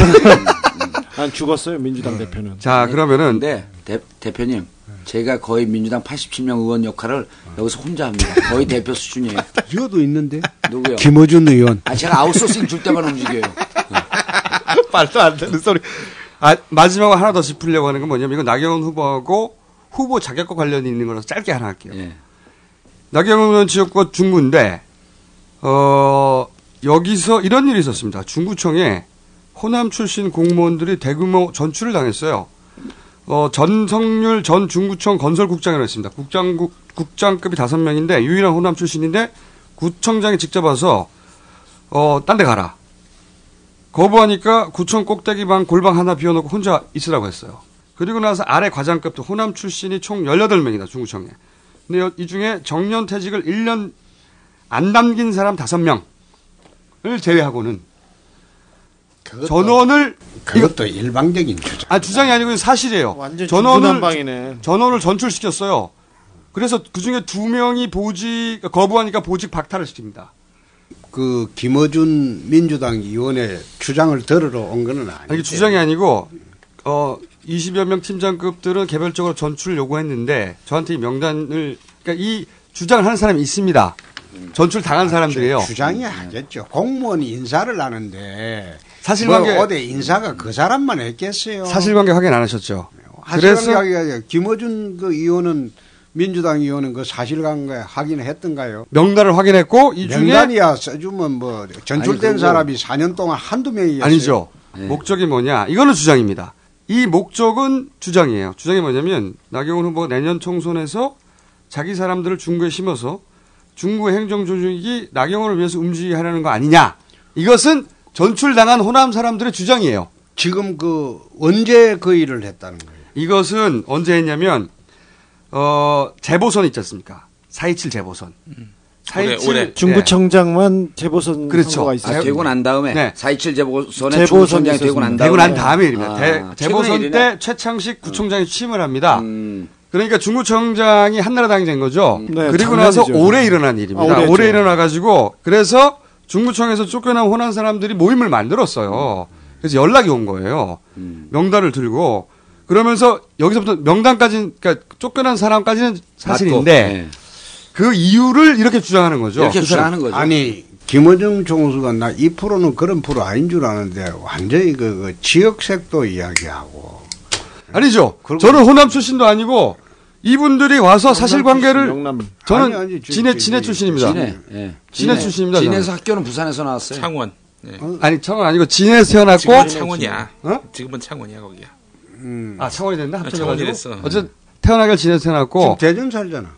난 죽었어요 민주당 네. 대표는. 자 그러면은 네 대, 대표님 제가 거의 민주당 87명 의원 역할을 여기서 혼자 합니다. 거의 대표 수준이에요. 저도 있는데. 누구요? 김어준 의원. 아 제가 아웃소싱 줄 때만 움직여요. 말도 안 되는 소리. 아, 마지막으로 하나 더 짚으려고 하는 건 뭐냐면 이건 나경원 후보하고 후보 자격과 관련이 있는 거라서 짧게 하나 할게요. 나경원 의원 지역구 중구인데 어 여기서 이런 일이 있었습니다. 중구청에 호남 출신 공무원들이 대규모 전출을 당했어요. 어, 전성률 전 중구청 건설국장이라고 했습니다. 국장국, 국장급이 다섯 명인데 유일한 호남 출신인데 구청장이 직접 와서 어, 딴 데 가라. 거부하니까 구청 꼭대기 방 골방 하나 비워놓고 혼자 있으라고 했어요. 그리고 나서 아래 과장급도 호남 출신이 총 18명이다, 중구청에. 근데 여- 이 중에 정년 퇴직을 1년 안 남긴 사람 5명을 제외하고는 전원을 그것도 일방적인 주장. 아 주장이 아니고 사실이에요. 완전 전원을 중구난방이네. 전원을 전출시켰어요. 그래서 그 중에 두 명이 보직 거부하니까 보직 박탈을 시킵니다. 그 김어준 민주당 의원의 주장을 들으러 온 거는 아니에요. 이게 주장이 아니고 어 20여 명 팀장급들은 개별적으로 전출을 요구했는데 저한테 이 명단을 그러니까 이 주장을 하는 사람이 있습니다. 전출 당한 사람들이에요. 아, 주장이 하겠죠. 공무원이 인사를 하는데 사실관계- 뭐 어디 인사가 그 사람만 했겠어요. 사실관계 확인 안 하셨죠? 그래서 그래서- 이야기가 아니라 김어준 그 의원은 민주당 의원은 그 사실관계 확인했던가요? 명단을 확인했고 이 중에 명단이야 써주면 뭐 전출된 아니, 그거- 사람이 4년 동안 한두 명이었어요. 아니죠. 네. 목적이 뭐냐? 이거는 주장입니다. 이 목적은 주장이에요. 주장이 뭐냐면 나경원 후보가 내년 총선에서 자기 사람들을 중구에 심어서 중구 행정조직이 나경원을 위해서 움직이게 하려는 거 아니냐? 이것은 전출당한 호남 사람들의 주장이에요. 지금 그 언제 그 일을 했다는 거예요? 이것은 언제 했냐면 어 재보선 있지 않습니까? 427 재보선. 4.27 중구청장만 재보선 선거가 있어요. 아, 되고 난 다음에 네. 4.27 재보선에 재보선이 중구청장이 되고 난 다음에 되고 난 다음에 일입니다. 아, 대- 최근의 재보선 일이네. 때 최창식 구청장이 취임을 합니다. 음. 그러니까 중구청장이 한나라당이 된 거죠. 네, 그리고 작년이죠. 나서 올해 일어난 일입니다. 아, 올해 올해 했죠. 일어나가지고 그래서 중구청에서 쫓겨난 호남 사람들이 모임을 만들었어요. 그래서 연락이 온 거예요. 음. 명단을 들고 그러면서 여기서부터 명단까지 그러니까 쫓겨난 사람까지는 사실인데 네. 그 이유를 이렇게 주장하는 거죠. 아니 김어중 총수가 나 이 프로는 그런 프로 아닌 줄 아는데 완전히 그, 그 지역색도 이야기하고 아니죠. 저는 호남 출신도 아니고 이분들이 와서 사실관계를 출신, 영남. 저는 아니, 아니, 저- 진해 저기- 진해 출신입니다. 예. 진해, 진해, 진해. 출신입니다. 예. 진에서 저는. 학교는 부산에서 나왔어요. 창원. 네. 아니 창원 아니고 진해에서 태어났고 어? 지금은 창원이야. 지금은 창원이야 거기야. 아 창원이 됐나 합쳐져 창원이 가지고. 됐어. 어쨌든 태어나길 진해에서 태어났고 지금 대전 살잖아.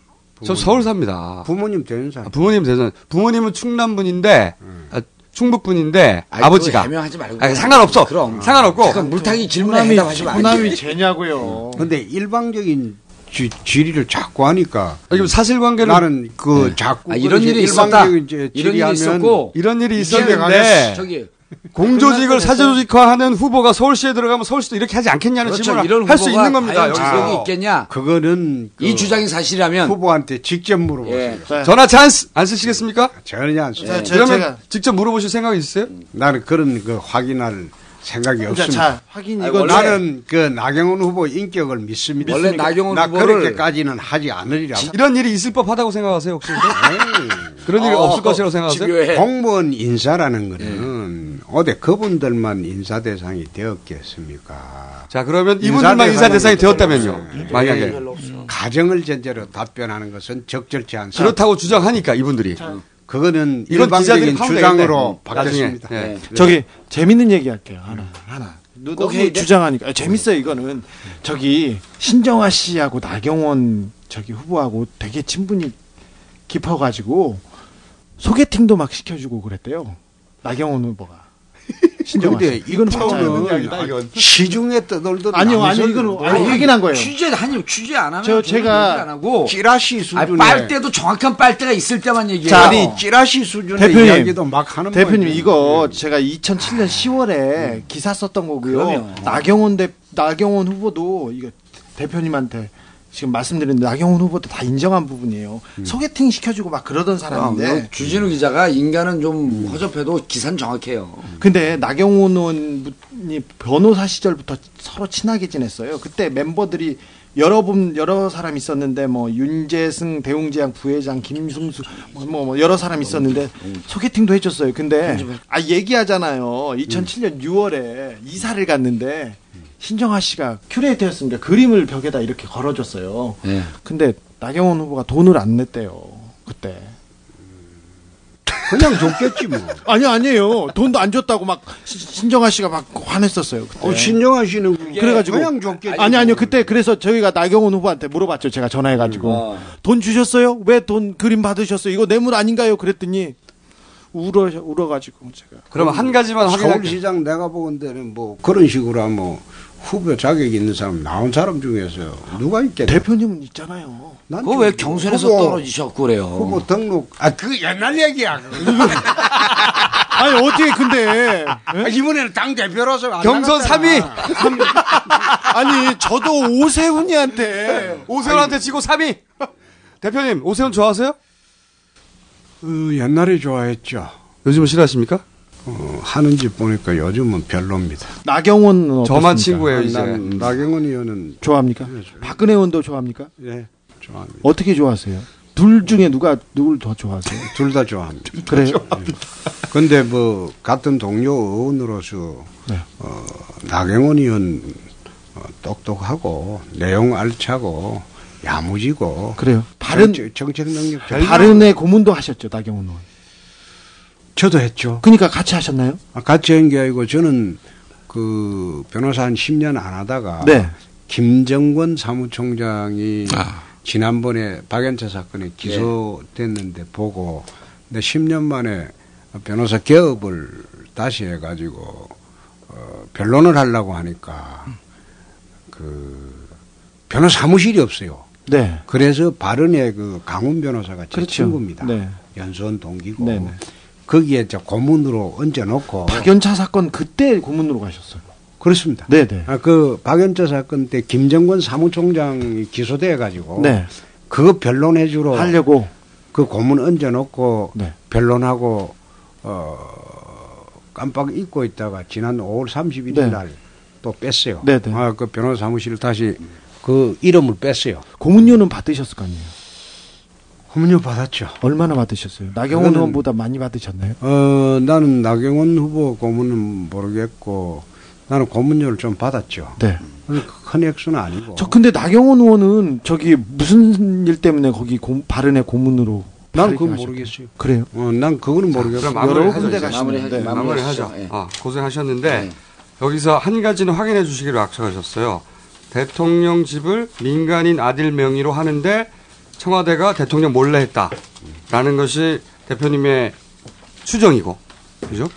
저 서울 삽니다. 아, 부모님 대전 음. 살. 부모님 대전. 부모님은 충남 분인데 아, 충북 분인데 아이, 아버지가 그거 해명하지 말고. 아니, 상관없어. 그럼. 상관없고. 잠깐 물타기 질문에 대답하시면 안 돼요. 쟤냐고요. 근데 일방적인 지, 질의를 자꾸 하니까 아니, 사실관계를 나는 그 자꾸 아, 이런 일이 있었다. 이런 일이 있었고 이런 일이 있었는데 저기 공조직을 사조직화하는 후보가 서울시에 들어가면 서울시도 이렇게 하지 않겠냐는 그렇죠. 이런 질문을 할 수 후보가 있는 겁니다. 과연 여기서. 어. 자격이 있겠냐? 그거는 이 주장이 사실이라면 후보한테 직접 예. 물어보세요. 전화 찬스 안 쓰시겠습니까? 전혀 안 쓰죠. 네, 저- 그러면 제가- 직접 물어보실 생각 있으세요? 나는 그런 그 확인할 생각이 자, 없습니다. 자, 확인 아니, 이건- 나는 그 나경원 후보 인격을 믿습니다. 원래 믿으니까 나경원 나 후보를- 그렇게까지는 하지 않으리라. 이런 일이 있을 법하다고 생각하세요 혹시? 그런 일이 어, 없을 것이라고 생각하세요? 공무원 인사라는 거는 어디 그분들만 인사 대상이 되었겠습니까? 예. 자 그러면 이분들만 인사 대상이 되었다면요. 만약에 가정을 전제로 답변하는 것은 적절치 않습니다. 그렇다고 주장하니까 이분들이 그거는 이건 일방적인 기자들이 파면 주장으로 되겠네. 나중에. 바뀌었습니다. 예. 저기 재밌는 얘기 할게요. 하나 하나. 너- 너무 오케이, 네. 주장하니까 아, 재밌어요 이거는 저기 신정아 씨하고 나경원 저기 후보하고 되게 친분이 깊어가지고 소개팅도 막 시켜주고 그랬대요. 나경원 후보가. 신정아 근데 아, 씨. 이건 진짜 있는 처음은 이야기다, 이건. 시중에 떠돌던 아니요, 아니요, 이건 아니, 얘기는 한 거예요. 취재 아니 취재 안 하면 저- 저는 제가 얘기 안 하고 찌라시 아, 수준의 빨대도 정확한 빨대가 있을 때만 얘기해요. 자, 아니 찌라시 수준의 대표님, 이야기도 막 하는 대표님 거예요. 이거 제가 2007년 10월에 음. 기사 썼던 거고요. 그럼요. 나경원 대 나경원 후보도 이거 대표님한테 지금 말씀드린 나경원 후보도 다 인정한 부분이에요. 소개팅 시켜주고 막 그러던 음. 아, 그럼 사람인데. 주진우 기자가 인간은 좀 허접해도 기사는 정확해요. 음. 근데 나경원 의원이 변호사 시절부터 서로 친하게 지냈어요. 그때 멤버들이 여러 분 여러 사람 있었는데 뭐 윤재승 대웅재양 부회장 김승수 뭐, 뭐, 뭐 여러 사람 어, 있었는데 소개팅도 해줬어요. 근데 아 얘기하잖아요. 음. 2007년 6월에 이사를 갔는데 신정아 씨가 큐레이터였으니까 그림을 벽에다 이렇게 걸어줬어요. 근데 나경원 후보가 돈을 안 냈대요. 그때. 그냥 줬겠지 뭐. 아니 아니에요. 돈도 안 줬다고 막 시- 신정아 씨가 막 화냈었어요. 그때. 어, 네. 신정아 씨는 그래가지고 그냥 줬겠지. 아니 아니요 그때 그래서 저희가 나경원 후보한테 물어봤죠. 제가 전화해가지고 그러니까. 돈 주셨어요? 왜 돈 그림 받으셨어요? 이거 뇌물 아닌가요? 그랬더니 울어 울어가지고 제가 아, 서울시장 내가 보건대는 뭐 그런 식으로 하면 후보 자격 있는 사람 나온 사람 중에서 누가 있겠냐? 대표님은 있잖아요. 그거 왜 경선에서 떨어지셨고 그래요? 후보 등록 아 그 옛날 얘기야. 아니 어떻게 근데 아, 이번에는 당 대표로서 안 경선 나갔잖아. 3위. 아니 저도 오세훈이한테 오세훈한테 지고 3위. 대표님 오세훈 좋아하세요? 어, 옛날에 좋아했죠. 요즘은 싫어하십니까? 어, 하는 짓 보니까 요즘은 별로입니다. 나경원 저만 친구예요, 이제. 난 나경원 의원은 네, 좋아합니까? 박근혜 의원도 좋아합니까? 예, 좋아합니다. 어떻게 좋아하세요? 둘 중에 누가 누굴 더 좋아하세요? 둘 다 좋아합니다. 예. 그래요? 근데 뭐 같은 동료 의원으로서 어, 나경원 의원 어, 똑똑하고 내용 알차고 야무지고 그래요. 바른- 정책, 정책 능력 별로- 발언의 고문도 하셨죠 나경원 의원. 저도 했죠. 그러니까 같이 하셨나요? 아, 같이 한 게 아니고 저는 그 변호사 한 10년 안 하다가 네. 김정권 사무총장이 아. 지난번에 박연차 사건에 네. 기소됐는데 보고 근데 10년 만에 변호사 개업을 다시 해가지고 어, 변론을 하려고 하니까 그 변호사 사무실이 없어요. 네. 그래서 발언의 그 강훈 변호사가 제 그렇죠. 친구입니다. 네. 연수원 동기고 거기에 이제 고문으로 얹어놓고 박연차 사건 그때 고문으로 가셨어요. 그렇습니다. 네네. 아, 그 박연차 사건 때 김정권 사무총장이 기소돼 가지고 네. 그거 변론해 주러 하려고 네. 그 고문 얹어놓고 변론하고 어 깜빡 잊고 있다가 지난 5월 31일 네. 날 또 뺐어요. 네네. 아, 그 변호사 사무실을 다시 그 이름을 뺐어요. 고문료는 받으셨을 거 아니에요. 고문료 받았죠. 얼마나 받으셨어요? 나경원 그거는- 의원보다 많이 받으셨나요? 어, 나는 나경원 후보 고문은 모르겠고 나는 고문료를 좀 받았죠. 네. 큰 액수는 아니고. 저 근데 나경원 의원은 저기 무슨 일 때문에 거기 고, 발언의 고문으로 난 다르게 그건 하셨- 모르겠어요. 그래요? 어, 난 그거는 모르겠어요. 그럼 여러 마무리 군데 하죠. 가시는데. 마무리 하죠. 아, 고생하셨는데 여기서 한 가지는 확인해 주시기로 약속하셨어요. 대통령 집을 민간인 아들 명의로 하는데 청와대가 대통령 몰래 했다라는 것이 대표님의 추정이고, 그죠?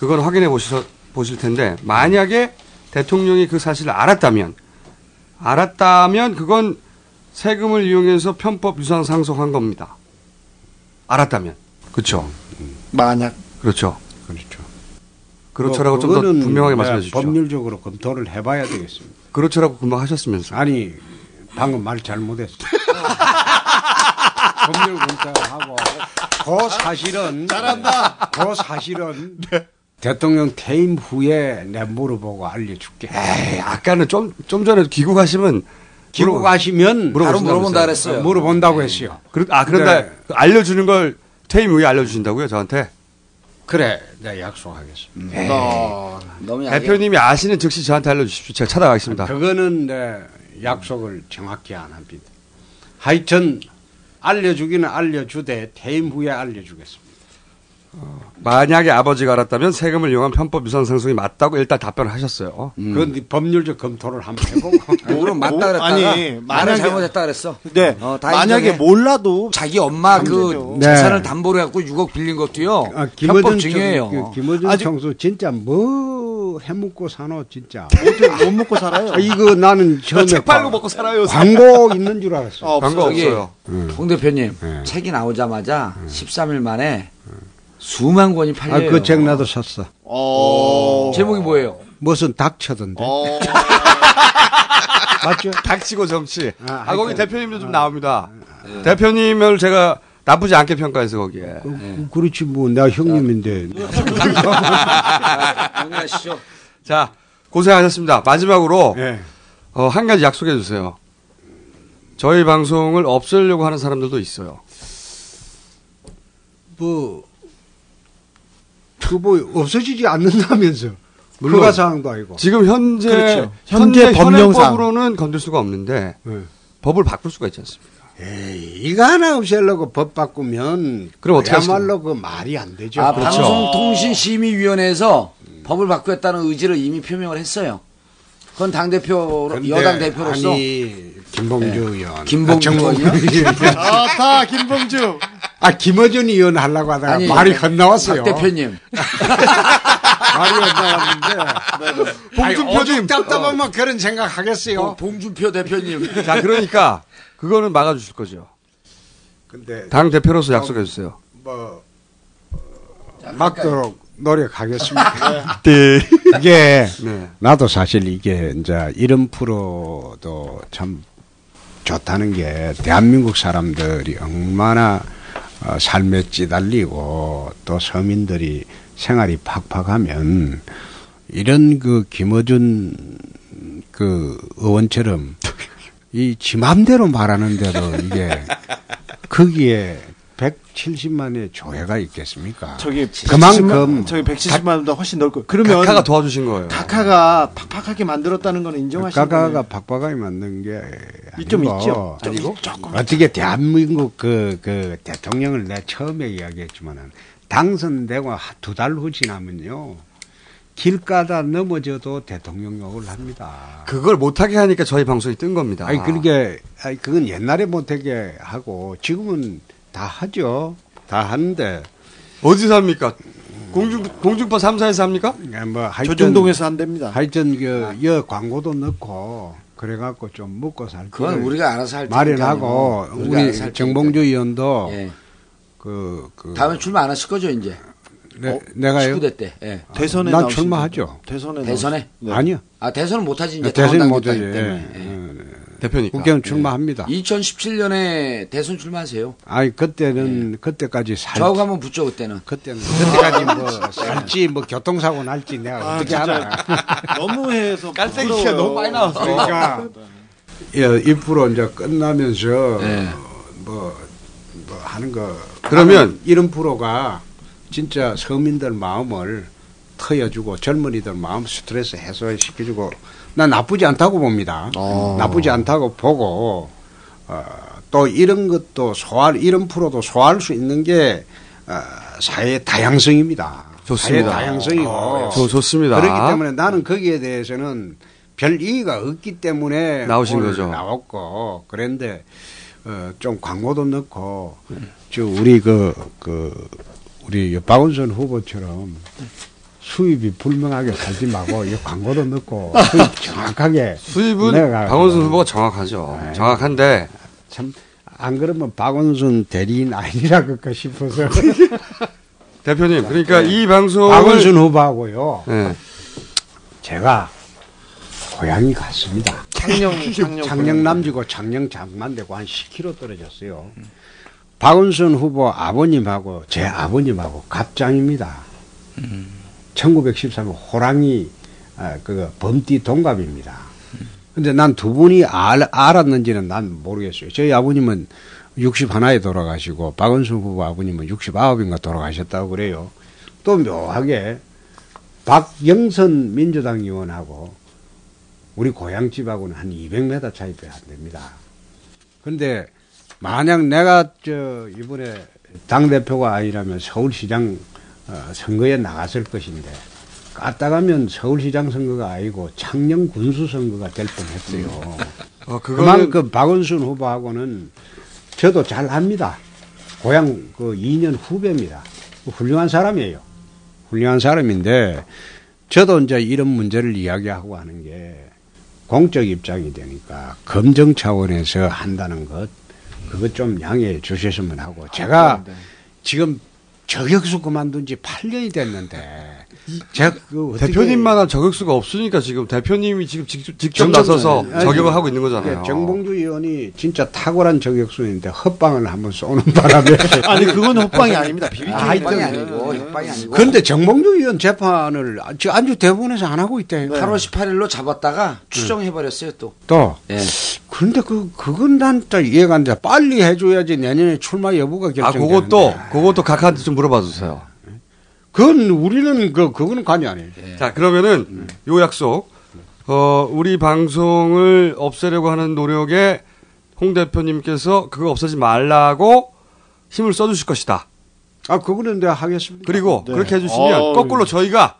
그건 확인해 보셔, 보실 텐데 만약에 대통령이 그 사실을 알았다면 알았다면 그건 세금을 이용해서 편법 유상 상속한 겁니다. 알았다면 그렇죠. 만약 그렇죠. 그렇죠. 그렇죠라고 좀 더뭐 그거는 예, 분명하게 말씀해 내가 주십시오. 법률적으로 검토를 해봐야 되겠습니다. 그렇죠라고 금방 하셨으면서. 아니 방금 말 잘못했어. 법률 검토하고 그 사실은 잘한다. 그 사실은 대통령 퇴임 후에 내 물어보고 알려줄게. 에이, 아까는 좀 좀 전에 귀국하시면 귀국하시면 물어보신다고 바로 물어본다 했어요. 그랬어요. 물어본다고 했어요. 그러, 아 그런데 네. 그 알려주는 걸 퇴임 후에 알려주신다고요 저한테? 그래, 내가 약속하겠어. 에이. 너 너무 약해. 대표님이 아시는 즉시 저한테 알려주십시오. 제가 찾아가겠습니다. 그거는 내 약속을 정확히 안 합니다. 하여튼 알려주기는 알려주되 퇴임 후에 알려주겠습니다. 만약에 아버지가 알았다면 세금을 이용한 편법 유산 상속이 맞다고 일단 답변하셨어요. 그건 네 법률적 검토를 한번 해보고. 그럼 맞다 그랬다가 아니, 말을 만약에- 잘못했다 그랬어. 네. 어, 다 만약에 인정해. 몰라도 자기 엄마 그 문제죠. 재산을 네. 담보로 해갖고 6억 빌린 것도요. 아, 편법 김어준 증여예요. 그러니까 청- 그 김어준 청소 진짜 뭐 해먹고 사노 진짜. 못 먹고 살아요. 아, 이거 나는 처음에 책 팔고 봐. 먹고 살아요. 광고 있는 줄 알았어. 저기, 아, 홍 대표님 네. 책이 나오자마자 13일 만에 수만 권이 팔려요. 아그 책 나도 샀어. 제목이 뭐예요? 무슨 닥쳐던데. 맞죠? 어. 닥치고 정치. 아, 하여튼. 아. 거기 대표님도 좀 나옵니다. 네. 대표님을 제가 나쁘지 않게 평가해서 거기에. 예. 그렇지 뭐 내가 형님인데. 정리하시죠. 자, 고생하셨습니다. 마지막으로 예. 어, 한 가지 약속해 주세요. 저희 방송을 없애려고 하는 사람들도 있어요. 뭐 그뭐 없어지지 않는다면서. 물론 물가 사항도 아니고. 지금 현재 그렇죠. 현재, 현재 법령상. 예. 현행법으로는 건들 수가 없는데 법을 바꿀 수가 있지 않습니까? 에이, 이거 하나 없애려고 법 바꾸면 그럼 어떻게 그야말로 그 말이 안 되죠. 아, 방송통신심의위원회에서 법을 바꾸겠다는 의지를 이미 표명을 했어요. 그건 당 대표 근데 여당 대표로서 네. 아니 김봉주 의원, 김봉주 아, 정봉주 의원이요? 의원. 아따 김봉주. 아 김어준 의원 하려고 하다가 아니, 말이 건너왔어요. 박 대표님. 말이 건너왔는데. 네. 봉준표 좀 답답하면 그런 생각 하겠어요. 봉준표 대표님. 자, 그러니까 그거는 막아 주실 거죠. 근데 어, 당 대표로서 약속해 주세요. 뭐 어, 막도록 노력하겠습니다. 네. 이게 네. 나도 사실 이게 이제 이런 프로도 참 좋다는 게 대한민국 사람들이 얼마나 어, 삶에 찌달리고 또 서민들이 생활이 팍팍하면 이런 그 김어준 그 의원처럼 이 지맘대로 말하는데도 이게 거기에 170만의 조회가 있겠습니까? 저기 그만큼 170만, 저기 170만 원보다 훨씬 넓고 그러면 각하가 도와주신 거예요. 각하가 팍팍하게 만들었다는 건 인정하시는 거예요. 가가가 박박하게 만든 게 아니고 좀 있죠? 좀 아니고 조금 어떻게 대한민국 그, 그 대통령을 내가 처음에 이야기했지만은 당선되고 두 달 후 지나면요 길가다 넘어져도 대통령 욕을 합니다. 그걸 못하게 하니까 저희 방송이 뜬 겁니다. 아니 그러니까, 그러게 아니 그건 옛날에 뭐 못하게 하고 지금은 다 하죠. 다 하는데 어디서 합니까? 공중 공중파 3사에서 합니까? 뭐 하여튼 조중동에서 안 됩니다. 하여튼 그여 광고도 넣고 그래갖고 좀 먹고 살 그건 길을 우리가 알아서 할 마련하고 테니까요. 우리가 알아서 할 우리 정봉주 의원도 예. 그, 그 다음에 출마 안 하실 거죠 이제? 내, 내가요 19대 때. 예. 대선에 난 나오신 출마하죠. 분. 대선에 대선에? 나오신- 네. 아니요. 아 대선은 못 하지 이제 네, 대선 당원당 못하 예. 입당이기 때문에. 예. 대표니까. 예. 국회의원 출마합니다. 2017년에 대선 출마하세요. 아니 그때는 그때까지 살 저하고 한번 붙죠 그때는. 그때는 그때까지 뭐 살지 뭐 교통사고 날지 내가 아, 어떻게 진짜 하나 너무해서 깔때기가 부끄러워요. 너무 많이 나왔어. 그러니까 예, 이 프로 이제 끝나면서 예. 네. 뭐, 뭐 하는 거 그러면 이런 프로가 진짜 서민들 마음을 터여주고 젊은이들 마음 스트레스 해소시켜주고 난 나쁘지 않다고 봅니다. 나쁘지 않다고 보고 어, 또 이런 것도 소화 이런 프로도 소화할 수 있는 게 어, 사회 다양성입니다. 좋습니다. 사회 다양성이고 아, 좋- 좋습니다. 그렇기 때문에 나는 거기에 대해서는 별 이의가 없기 때문에 나오신 오늘 거죠. 나왔고 그런데 어, 좀 광고도 넣고 저 우리 그, 그 우리 박원순 후보처럼 수입이 불명하게 살지 말고 이 광고도 넣고 수입 정확하게 수입은 내가 아, 예. 박원순 후보가 정확하죠. 정확한데 참 안 그러면 박원순 대리인 아니라 그까 싶어서 대표님 그러니까 네. 이 방송을 박원순 후보하고요 네. 제가 고향이 같습니다. 창녕 창녕 남지고 창녕 장만되고 한 10km 떨어졌어요. 박원순 후보 아버님하고 제 아버님하고 갑장입니다. 1913년 호랑이 아, 그 범띠 동갑입니다. 근데 난 두 분이 알, 알았는지는 난 모르겠어요. 저희 아버님은 61에 돌아가시고 박원순 후보 아버님은 69인가 돌아가셨다고 그래요. 또 묘하게 박영선 민주당 의원하고 우리 고향 집하고는 한 200m 차이밖에 안 됩니다. 그런데 만약 내가 저 이번에 당 대표가 아니라면 서울시장 어, 선거에 나갔을 것인데 까딱하면 서울시장 선거가 아니고 창녕 군수 선거가 될 뻔했어요. 어, 그거는 그만큼 박원순 후보하고는 저도 잘 압니다. 고향 그 2년 후배입니다. 뭐 훌륭한 사람이에요. 훌륭한 사람인데 저도 이제 이런 문제를 이야기하고 하는 게 공적 입장이 되니까 검증 차원에서 한다는 것 그것 좀 양해해 주셨으면 아, 하고 제가 지금 저격수 그만둔 지 8년이 됐는데 제가 그 어떻게- 대표님만한 저격수가 없으니까 지금 대표님이 지금 직접, 직접 정작- 나서서 아니, 저격을 하고 있는 거잖아요. 예, 정봉주 의원이 진짜 탁월한 저격수인데 헛방을 한번 쏘는 바람에 아니 그건 헛방이 아닙니다. 비비 아, 하여튼 협방이 아니고 협방이 아니고. 그런데 정봉주 의원 재판을 아- 저 안주 대본에서 안 하고 있대요. 네. 8월 18일로 잡았다가 네. 추정해 버렸어요 또. 또 예. 그런데 그 그건 난또 이해가 안 돼. 빨리 해줘야지 내년에 출마 여부가 아 결정되는데. 그것도 그것도 각하한테 좀 물어봐 주세요. 그건 우리는 그 그거는 관여 안 해요. 음. 자 그러면은 요 약속 어 우리 방송을 없애려고 하는 노력에 홍 대표님께서 그거 없애지 말라고 힘을 써주실 것이다. 아 그거는 내가 하겠습니다. 그리고 네. 음. 그렇게 해주시면 어, 거꾸로 저희가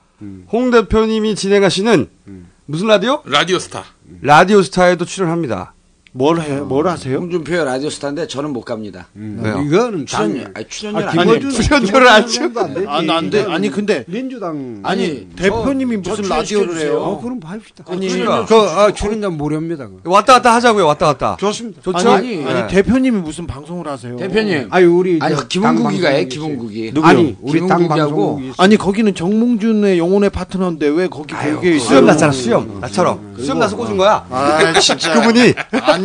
홍 대표님이 진행하시는 음. 무슨 라디오? 라디오스타. 라디오스타에도 출연합니다. 뭘 해? 뭘 하세요? 홍준표 라디오 스타인데 저는 못 갑니다. 음, 왜요? 이거는 출연료. 아니, 출연료 안 아니, 돼요. 출연료를 안 주고. 안, 안 돼. 아니, 근데. 민주당. 아니, 대표님이 저 무슨 출연 라디오를 해요? 시켜주세요. 어, 그럼 합시다. 아니, 그 아, 출연자 무료입니다. 그거. 왔다 갔다 하자고요. 왔다 갔다. 좋습니다. 좋죠. 아니, 아니, 대표님이 무슨 방송을 하세요? 네. 아니 우리 아니, 저 기본국이가 당 해, 방송국이 기본국이. 있어요. 아니 우리 당 방송국이 있어요. 아니 거기는 정몽준의 영혼의 파트너인데 왜 거기 거기에 있어요? 수염 났잖아, 수염. 나처럼. 수염 나서 꽂은 거야. 아 진짜. 네, 그분이.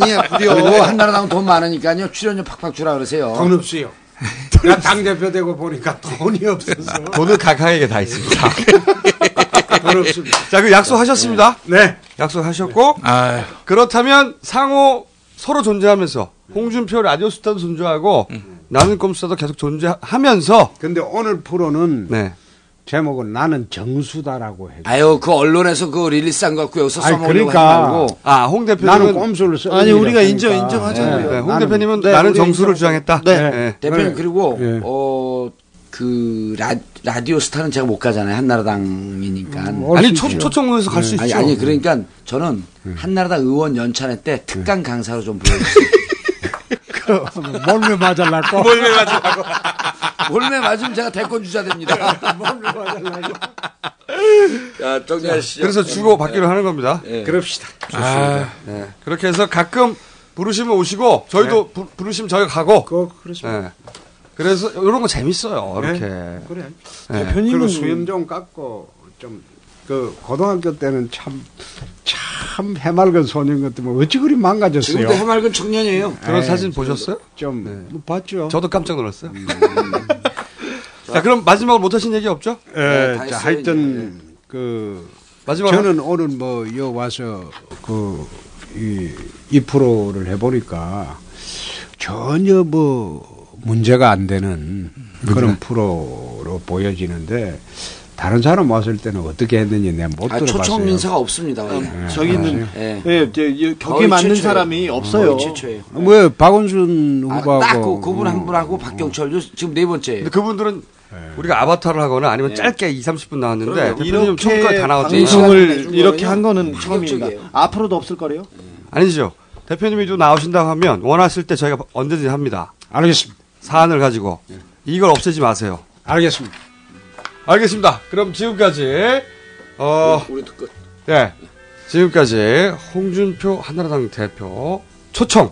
아니에요, 부려. 그리고 한나라당 돈 많으니까요 출연료 팍팍 주라 그러세요. 돈 없어요. 내가 당 대표 되고 보니까 돈이 없어서 돈은 각하에게 다 있습니다. 돈 없습니다. 자, 그 약속하셨습니다. 네. 약속하셨고 그렇다면 상호 서로 존재하면서 홍준표 라디오 스타도 존재하고 나는 꼼수도 계속 존재하면서 근데 오늘 프로는 네. 제목은 나는 정수다라고 해. 아유 그 언론에서 그 릴리스한 거 갖고 여기서 아니, 써먹으려고 하지 그러니까. 말고 아, 홍 대표님은 나는 꼼수를 써. 그러니까. 네, 홍 대표님은 나는 정수를 주장했다. 네. 네. 네. 대표님 그리고 어, 어그 라디오 스타는 제가 못 가잖아요 한나라당이니까. 음, 아니, 올 초- 수 있죠. 초청에서 갈수 아니, 있죠. 아니 그러니까 저는 한나라당 의원 연찬회 때 특강 강사로 좀 불러주세요. 몰매 맞을라고. 몰매 맞으라고. 몰매 맞으면 제가 대권 주자 됩니다. 몰매 맞으라고. 야, 정리하시죠. 그래서 주고 받기로 하는 겁니다. 예. 네. 그럽시다. 아. 좋습니다. 네. 그렇게 해서 가끔 부르시면 오시고 저희도 부, 부르시면 저희가 가고. 그렇습니다. 네. 그래서 이런 거 재밌어요. 이렇게. 네, 그래. 네. 그리고 수염 좀 깎고 좀 그 고등학교 때는 참. 참 해맑은 소년 같으면 어찌 그리 망가졌어요. 지금도 해맑은 청년이에요. 그런 에이, 사진 좀- 보셨어요? 네. 네. 좀뭐 봤죠. 음. 저도 깜짝 놀랐어요. 자, 그럼 마지막으로 못하신 얘기 없죠? 예, 자, 하여튼 그 마지막 저는 오늘 뭐 여 와서 그, 그이 이 프로를 해보니까 전혀 뭐 문제가 안 되는 그런 프로로 보여지는데 다른 사람 왔을 때는 어떻게 했는지 내가 못 아, 들어봤어요. 초청 인사가 없습니다. 원래. 저기 있는, 예. 예, 저, 이 격에 맞는 최초예요. 사람이 없어요. 거의 최초예요. 뭐 박원순 후보하고 뭐, 딱 그, 그분 음. 한 분하고 박경철 요- 지금 네 번째. 근데 그분들은 네. 우리가 아바타를 하거나 아니면 짧게 2, 30분 나왔는데 그럼요. 대표님 총까지 다 나왔잖아요. 방송을 이렇게 한 거는 처음입니다. 앞으로도 없을 거래요. 아니죠. 대표님이 좀 나오신다고 하면 원하실 때 저희가 언제든지 합니다. 알겠습니다. 사안을 가지고 이걸 없애지 마세요. 알겠습니다. 알겠습니다. 그럼 지금까지 어 우리도 끝. 네. 지금까지 홍준표 한나라당 대표 초청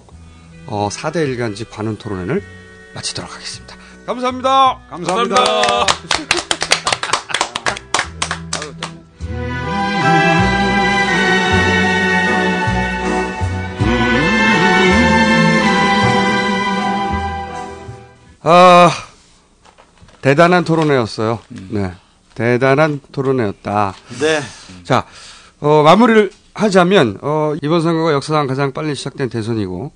어 4대 일간지 관훈 토론회를 마치도록 하겠습니다. 감사합니다. 감사합니다. 아, 대단한 토론회였어요. 네. 대단한 토론회였다. 네. 자, 어, 마무리를 하자면, 어, 이번 선거가 역사상 가장 빨리 시작된 대선이고,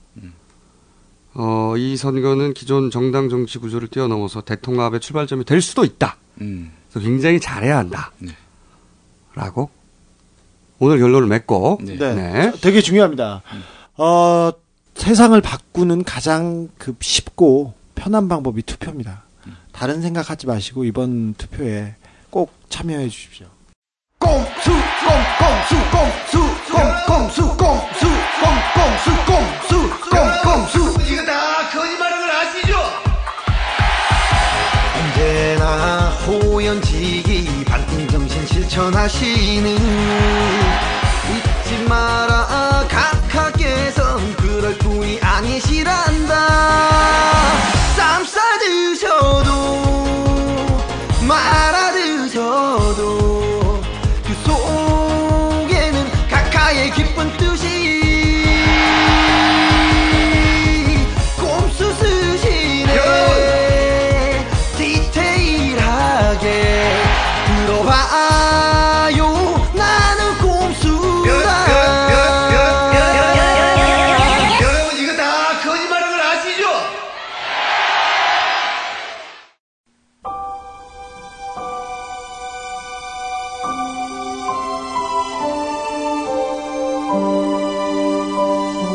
어, 이 선거는 기존 정당 정치 구조를 뛰어넘어서 대통합의 출발점이 될 수도 있다. 음. 그래서 굉장히 잘해야 한다. 네. 라고 오늘 결론을 맺고, 네. 저- 되게 중요합니다. 어, 세상을 바꾸는 가장 그 쉽고 편한 방법이 투표입니다. 다른 생각하지 마시고 이번 투표에 꼭 참여해 주십시오. 꼼수 꼼꼼수 꼼수 꼼꼼수 꼼수 꼼꼼수 꼼수 꼼꼼수 이거 다 거짓말하는 걸 아시죠? 언제나 호연지기 반정신 실천하시는 잊지 마라 각하께선 그럴 분이 아니시란다 쌈 싸드셔도 말아드셔도 그 속에는 각하의 기쁜 뜻이 꼼수 쓰시네 디테일하게 들어봐요 나는 꼼수다 여러분 이거 다 거짓말하는 걸 아시죠?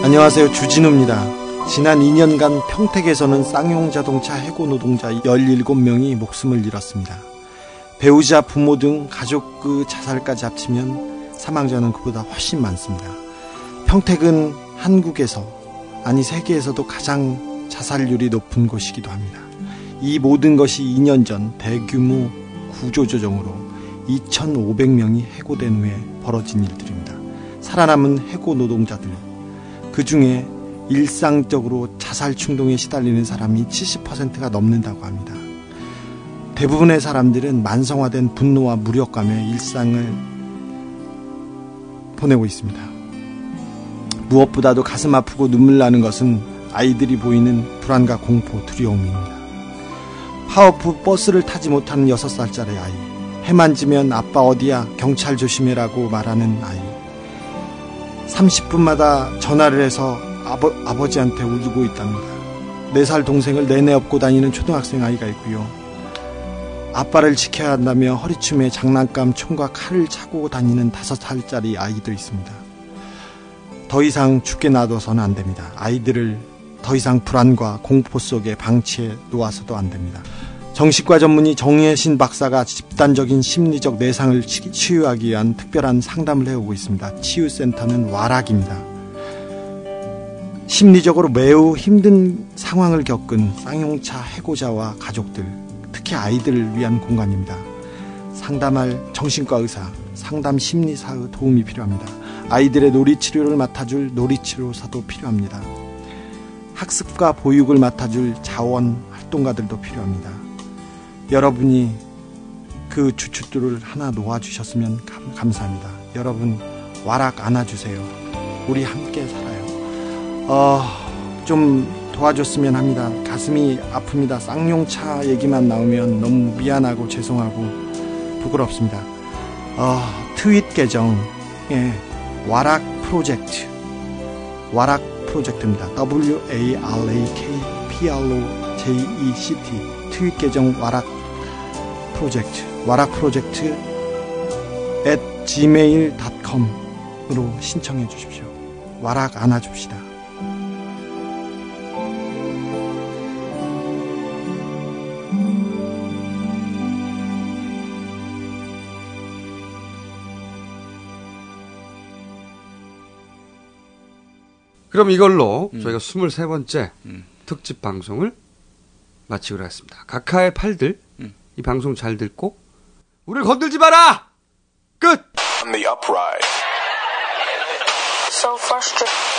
안녕하세요. 주진우입니다. 지난 2년간 평택에서는 쌍용 자동차 해고 노동자 17명이 목숨을 잃었습니다. 배우자, 부모 등 가족 그 자살까지 합치면 사망자는 그보다 훨씬 많습니다. 평택은 한국에서 아니 세계에서도 가장 자살률이 높은 곳이기도 합니다. 이 모든 것이 2년 전 대규모 구조조정으로 2,500명이 해고된 후에 벌어진 일들입니다. 살아남은 해고 노동자들 그 중에 일상적으로 자살 충동에 시달리는 사람이 70%가 넘는다고 합니다. 대부분의 사람들은 만성화된 분노와 무력감에 일상을 보내고 있습니다. 무엇보다도 가슴 아프고 눈물 나는 것은 아이들이 보이는 불안과 공포, 두려움입니다. 파워풀 버스를 타지 못하는 6살짜리 아이, 해만 지면 아빠 어디야, 경찰 조심해라고 말하는 아이, 30분마다 전화를 해서 아버, 아버지한테 울고 있답니다. 네 살 동생을 내내 업고 다니는 초등학생 아이가 있고요. 아빠를 지켜야 한다며 허리춤에 장난감 총과 칼을 차고 다니는 다섯 살짜리 아이도 있습니다. 더 이상 죽게 놔둬서는 안 됩니다. 아이들을 더 이상 불안과 공포 속에 방치해 놓아서도 안 됩니다. 정신과 전문의 정혜신 박사가 집단적인 심리적 내상을 치- 치유하기 위한 특별한 상담을 해오고 있습니다. 치유센터는 와락입니다. 심리적으로 매우 힘든 상황을 겪은 쌍용차 해고자와 가족들, 특히 아이들을 위한 공간입니다. 상담할 정신과 의사, 상담 심리사의 도움이 필요합니다. 아이들의 놀이치료를 맡아줄 놀이치료사도 필요합니다. 학습과 보육을 맡아줄 자원 활동가들도 필요합니다. 여러분이 그 주춧돌을 하나 놓아주셨으면 감- 감사합니다. 여러분 와락 안아주세요. 우리 함께 살아요. 어, 좀 도와줬으면 합니다. 가슴이 아픕니다. 쌍용차 얘기만 나오면 너무 미안하고 죄송하고 부끄럽습니다. 어, 트윗 계정 예, 와락 프로젝트 와락 프로젝트입니다. W A R A K P R O J E C T 트윗 계정 와락 프로젝트 와락 프로젝트 at gmail.com으로 신청해 주십시오. 와락 안아줍시다. 그럼 이걸로 저희가 23번째 특집 방송을 마치기로 했습니다. 각하의 팔들, 이 방송 잘 듣고, 우리를 건들지 마라! 끝! I'm the upright. So frustrated.